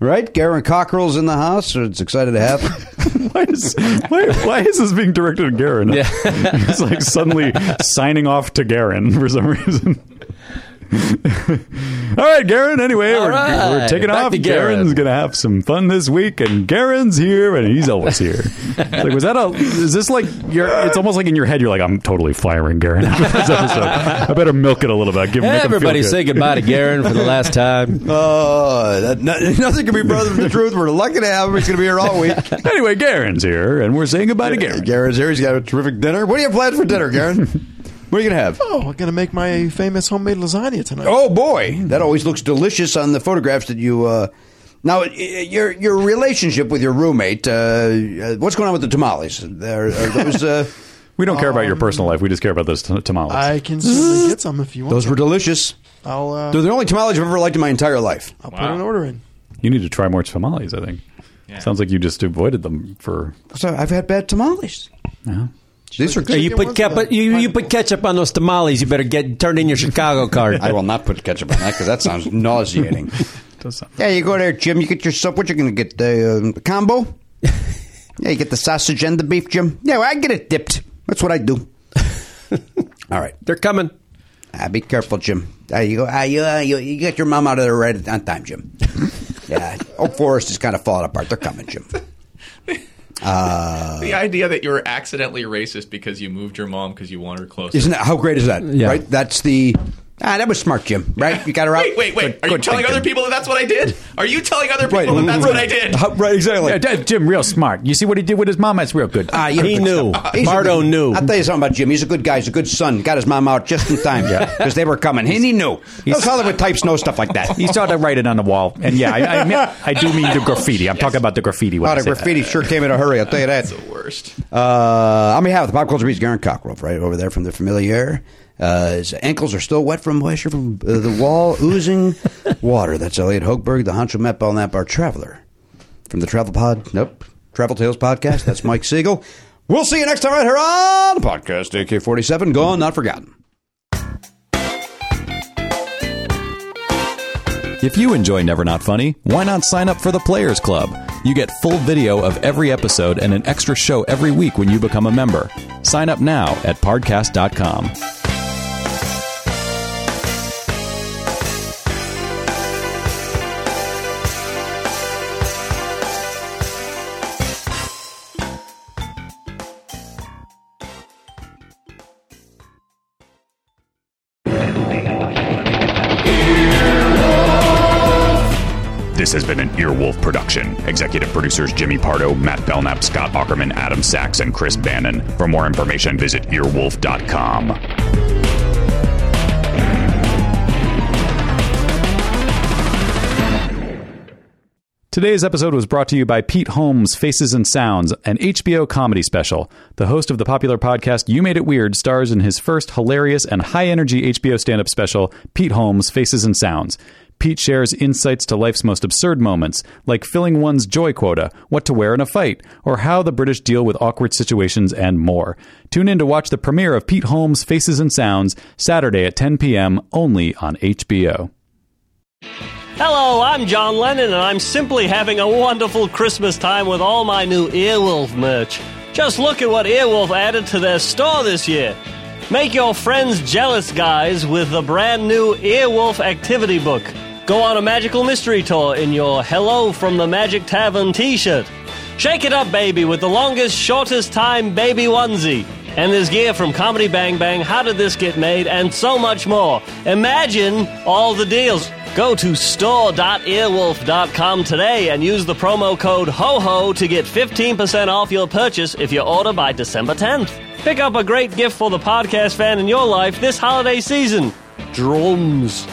Speaker 6: right? Garen Cockrell's in the house. So it's excited to have.
Speaker 1: why, is, why, why is this being directed at Garen? Yeah. He's like suddenly signing off to Garen for some reason. All right, Garen. Anyway,
Speaker 9: All
Speaker 1: we're,
Speaker 9: right,
Speaker 1: we're taking
Speaker 9: back
Speaker 1: off.
Speaker 9: to Garen.
Speaker 1: Garen's gonna have some fun this week, and Garen's here, and he's always here. It's like, was that a? Is this like your? It's almost like in your head, you're like, I'm totally firing Garen after this episode. I better milk it a little bit. Give him, make him feel
Speaker 9: Everybody
Speaker 1: good.
Speaker 9: say goodbye to Garen for the last time.
Speaker 6: Oh, that, no, nothing can be further from the truth. We're lucky to have him. He's gonna be here all week.
Speaker 1: Anyway, Garen's here, and we're saying goodbye to Garen.
Speaker 6: Uh, Garen's here. He's got a terrific dinner. What do you have planned for dinner, Garen? What are you gonna have?
Speaker 10: Oh, I'm gonna make my famous homemade lasagna tonight.
Speaker 6: Oh boy, that always looks delicious on the photographs that you. Uh, now, i- i- your your relationship with your roommate. Uh, uh, what's going on with the tamales? Are, are those uh,
Speaker 1: We don't care about your personal life. We just care about those t- tamales.
Speaker 10: I can certainly get some if you want.
Speaker 6: those were delicious.
Speaker 10: I'll uh,
Speaker 6: They're the only tamales I've ever liked in my entire life.
Speaker 10: I'll put an order in.
Speaker 1: You need to try more tamales, I think. Sounds like you just avoided them for.
Speaker 6: So I've had bad tamales. These are
Speaker 10: Hey,
Speaker 9: you
Speaker 10: Chicken
Speaker 9: put
Speaker 10: ones
Speaker 9: cap-
Speaker 10: with
Speaker 9: you, you
Speaker 10: pineapple.
Speaker 9: put ketchup on those tamales. You better get turn in your Chicago card.
Speaker 6: I will not put ketchup on that because that sounds nauseating. Yeah, you go there, Jim. You get your sub. What you gonna get? The uh, combo. yeah, you get the sausage and the beef, Jim. Yeah, well, I get it dipped. That's what I do. All right.
Speaker 9: They're coming.
Speaker 6: Ah, be careful, Jim. Ah, you go. Ah, you, ah, you, you get your mom out of there right on time, Jim. yeah, Oak Forest is kind of falling apart. They're coming, Jim.
Speaker 7: the idea that you were accidentally racist because you moved your mom because you want her closer.
Speaker 6: Isn't that how great is that?
Speaker 9: Yeah.
Speaker 6: Right. That's the. Ah, that was smart, Jim. Right. You got her out.
Speaker 7: wait, wait,
Speaker 6: Good-
Speaker 7: wait. Are you
Speaker 6: good
Speaker 7: telling
Speaker 6: thinking.
Speaker 7: other people that that's what I did? Are you telling other people
Speaker 6: Right.
Speaker 7: that that's
Speaker 6: right.
Speaker 7: what I did?
Speaker 6: How- right. Exactly.
Speaker 1: Jim, real smart. You see what he did with his mom? That's real good.
Speaker 6: Ah, you know,
Speaker 9: He
Speaker 6: good
Speaker 9: knew.
Speaker 6: stuff. He's a
Speaker 9: Bardo
Speaker 6: good-
Speaker 9: knew.
Speaker 6: I'll tell you something about Jim. He's a good guy. He's a good son. Got his mom out just in time because they were coming. And he knew. Those Hollywood types know stuff like that.
Speaker 1: He saw that writing on the wall, and yeah, I, I, mean- I do mean the graffiti. I'm talking about the graffiti. When
Speaker 6: Oh,
Speaker 1: I
Speaker 6: the
Speaker 1: say that.
Speaker 6: graffiti sure came in a hurry. I'll tell you that.
Speaker 7: The worst.
Speaker 6: Uh, on behalf of the Pop Culture Beats, Garen Cockrell, right over there from the familiar. Uh, his ankles are still wet from moisture from uh, the wall, oozing water. That's Elliot Hochberg, the Honcho Met Ball Nap, our traveler from the Travel Pod. Nope. Travel Tales podcast. That's Mike Siegel. We'll see you next time right here on Podcast AK 47. Gone, not forgotten.
Speaker 1: If you enjoy Never Not Funny, why not sign up for the Players Club? You get full video of every episode and an extra show every week when you become a member. Sign up now at podcast.com.
Speaker 4: This has been an Earwolf production. Executive producers Jimmy Pardo, Matt Belknap, Scott Ackerman, Adam Sachs, and Chris Bannon. For more information, visit earwolf.com.
Speaker 1: Today's episode was brought to you by Pete Holmes' Faces and Sounds, an HBO comedy special. The host of the popular podcast You Made It Weird stars in his first hilarious and high energy HBO stand up special, Pete Holmes' Faces and Sounds. Pete shares insights to life's most absurd moments, like filling one's joy quota, what to wear in a fight, or how the British deal with awkward situations, and more. Tune in to watch the premiere of Pete Holmes' Faces and Sounds Saturday at 10 p.m. only on HBO.
Speaker 17: Hello, I'm John Lennon, and I'm simply having a wonderful Christmas time with all my new Earwolf merch. Just look at what Earwolf added to their store this year. Make your friends jealous, guys, with the brand new Earwolf Activity Book. Go on a magical mystery tour in your Hello from the Magic Tavern t shirt. Shake it up, baby, with the longest, shortest time baby onesie. And there's gear from Comedy Bang Bang, How Did This Get Made, and so much more. Imagine all the deals. Go to store.earwolf.com today and use the promo code HOHO to get 15% off your purchase if you order by December 10th. Pick up a great gift for the podcast fan in your life this holiday season drums.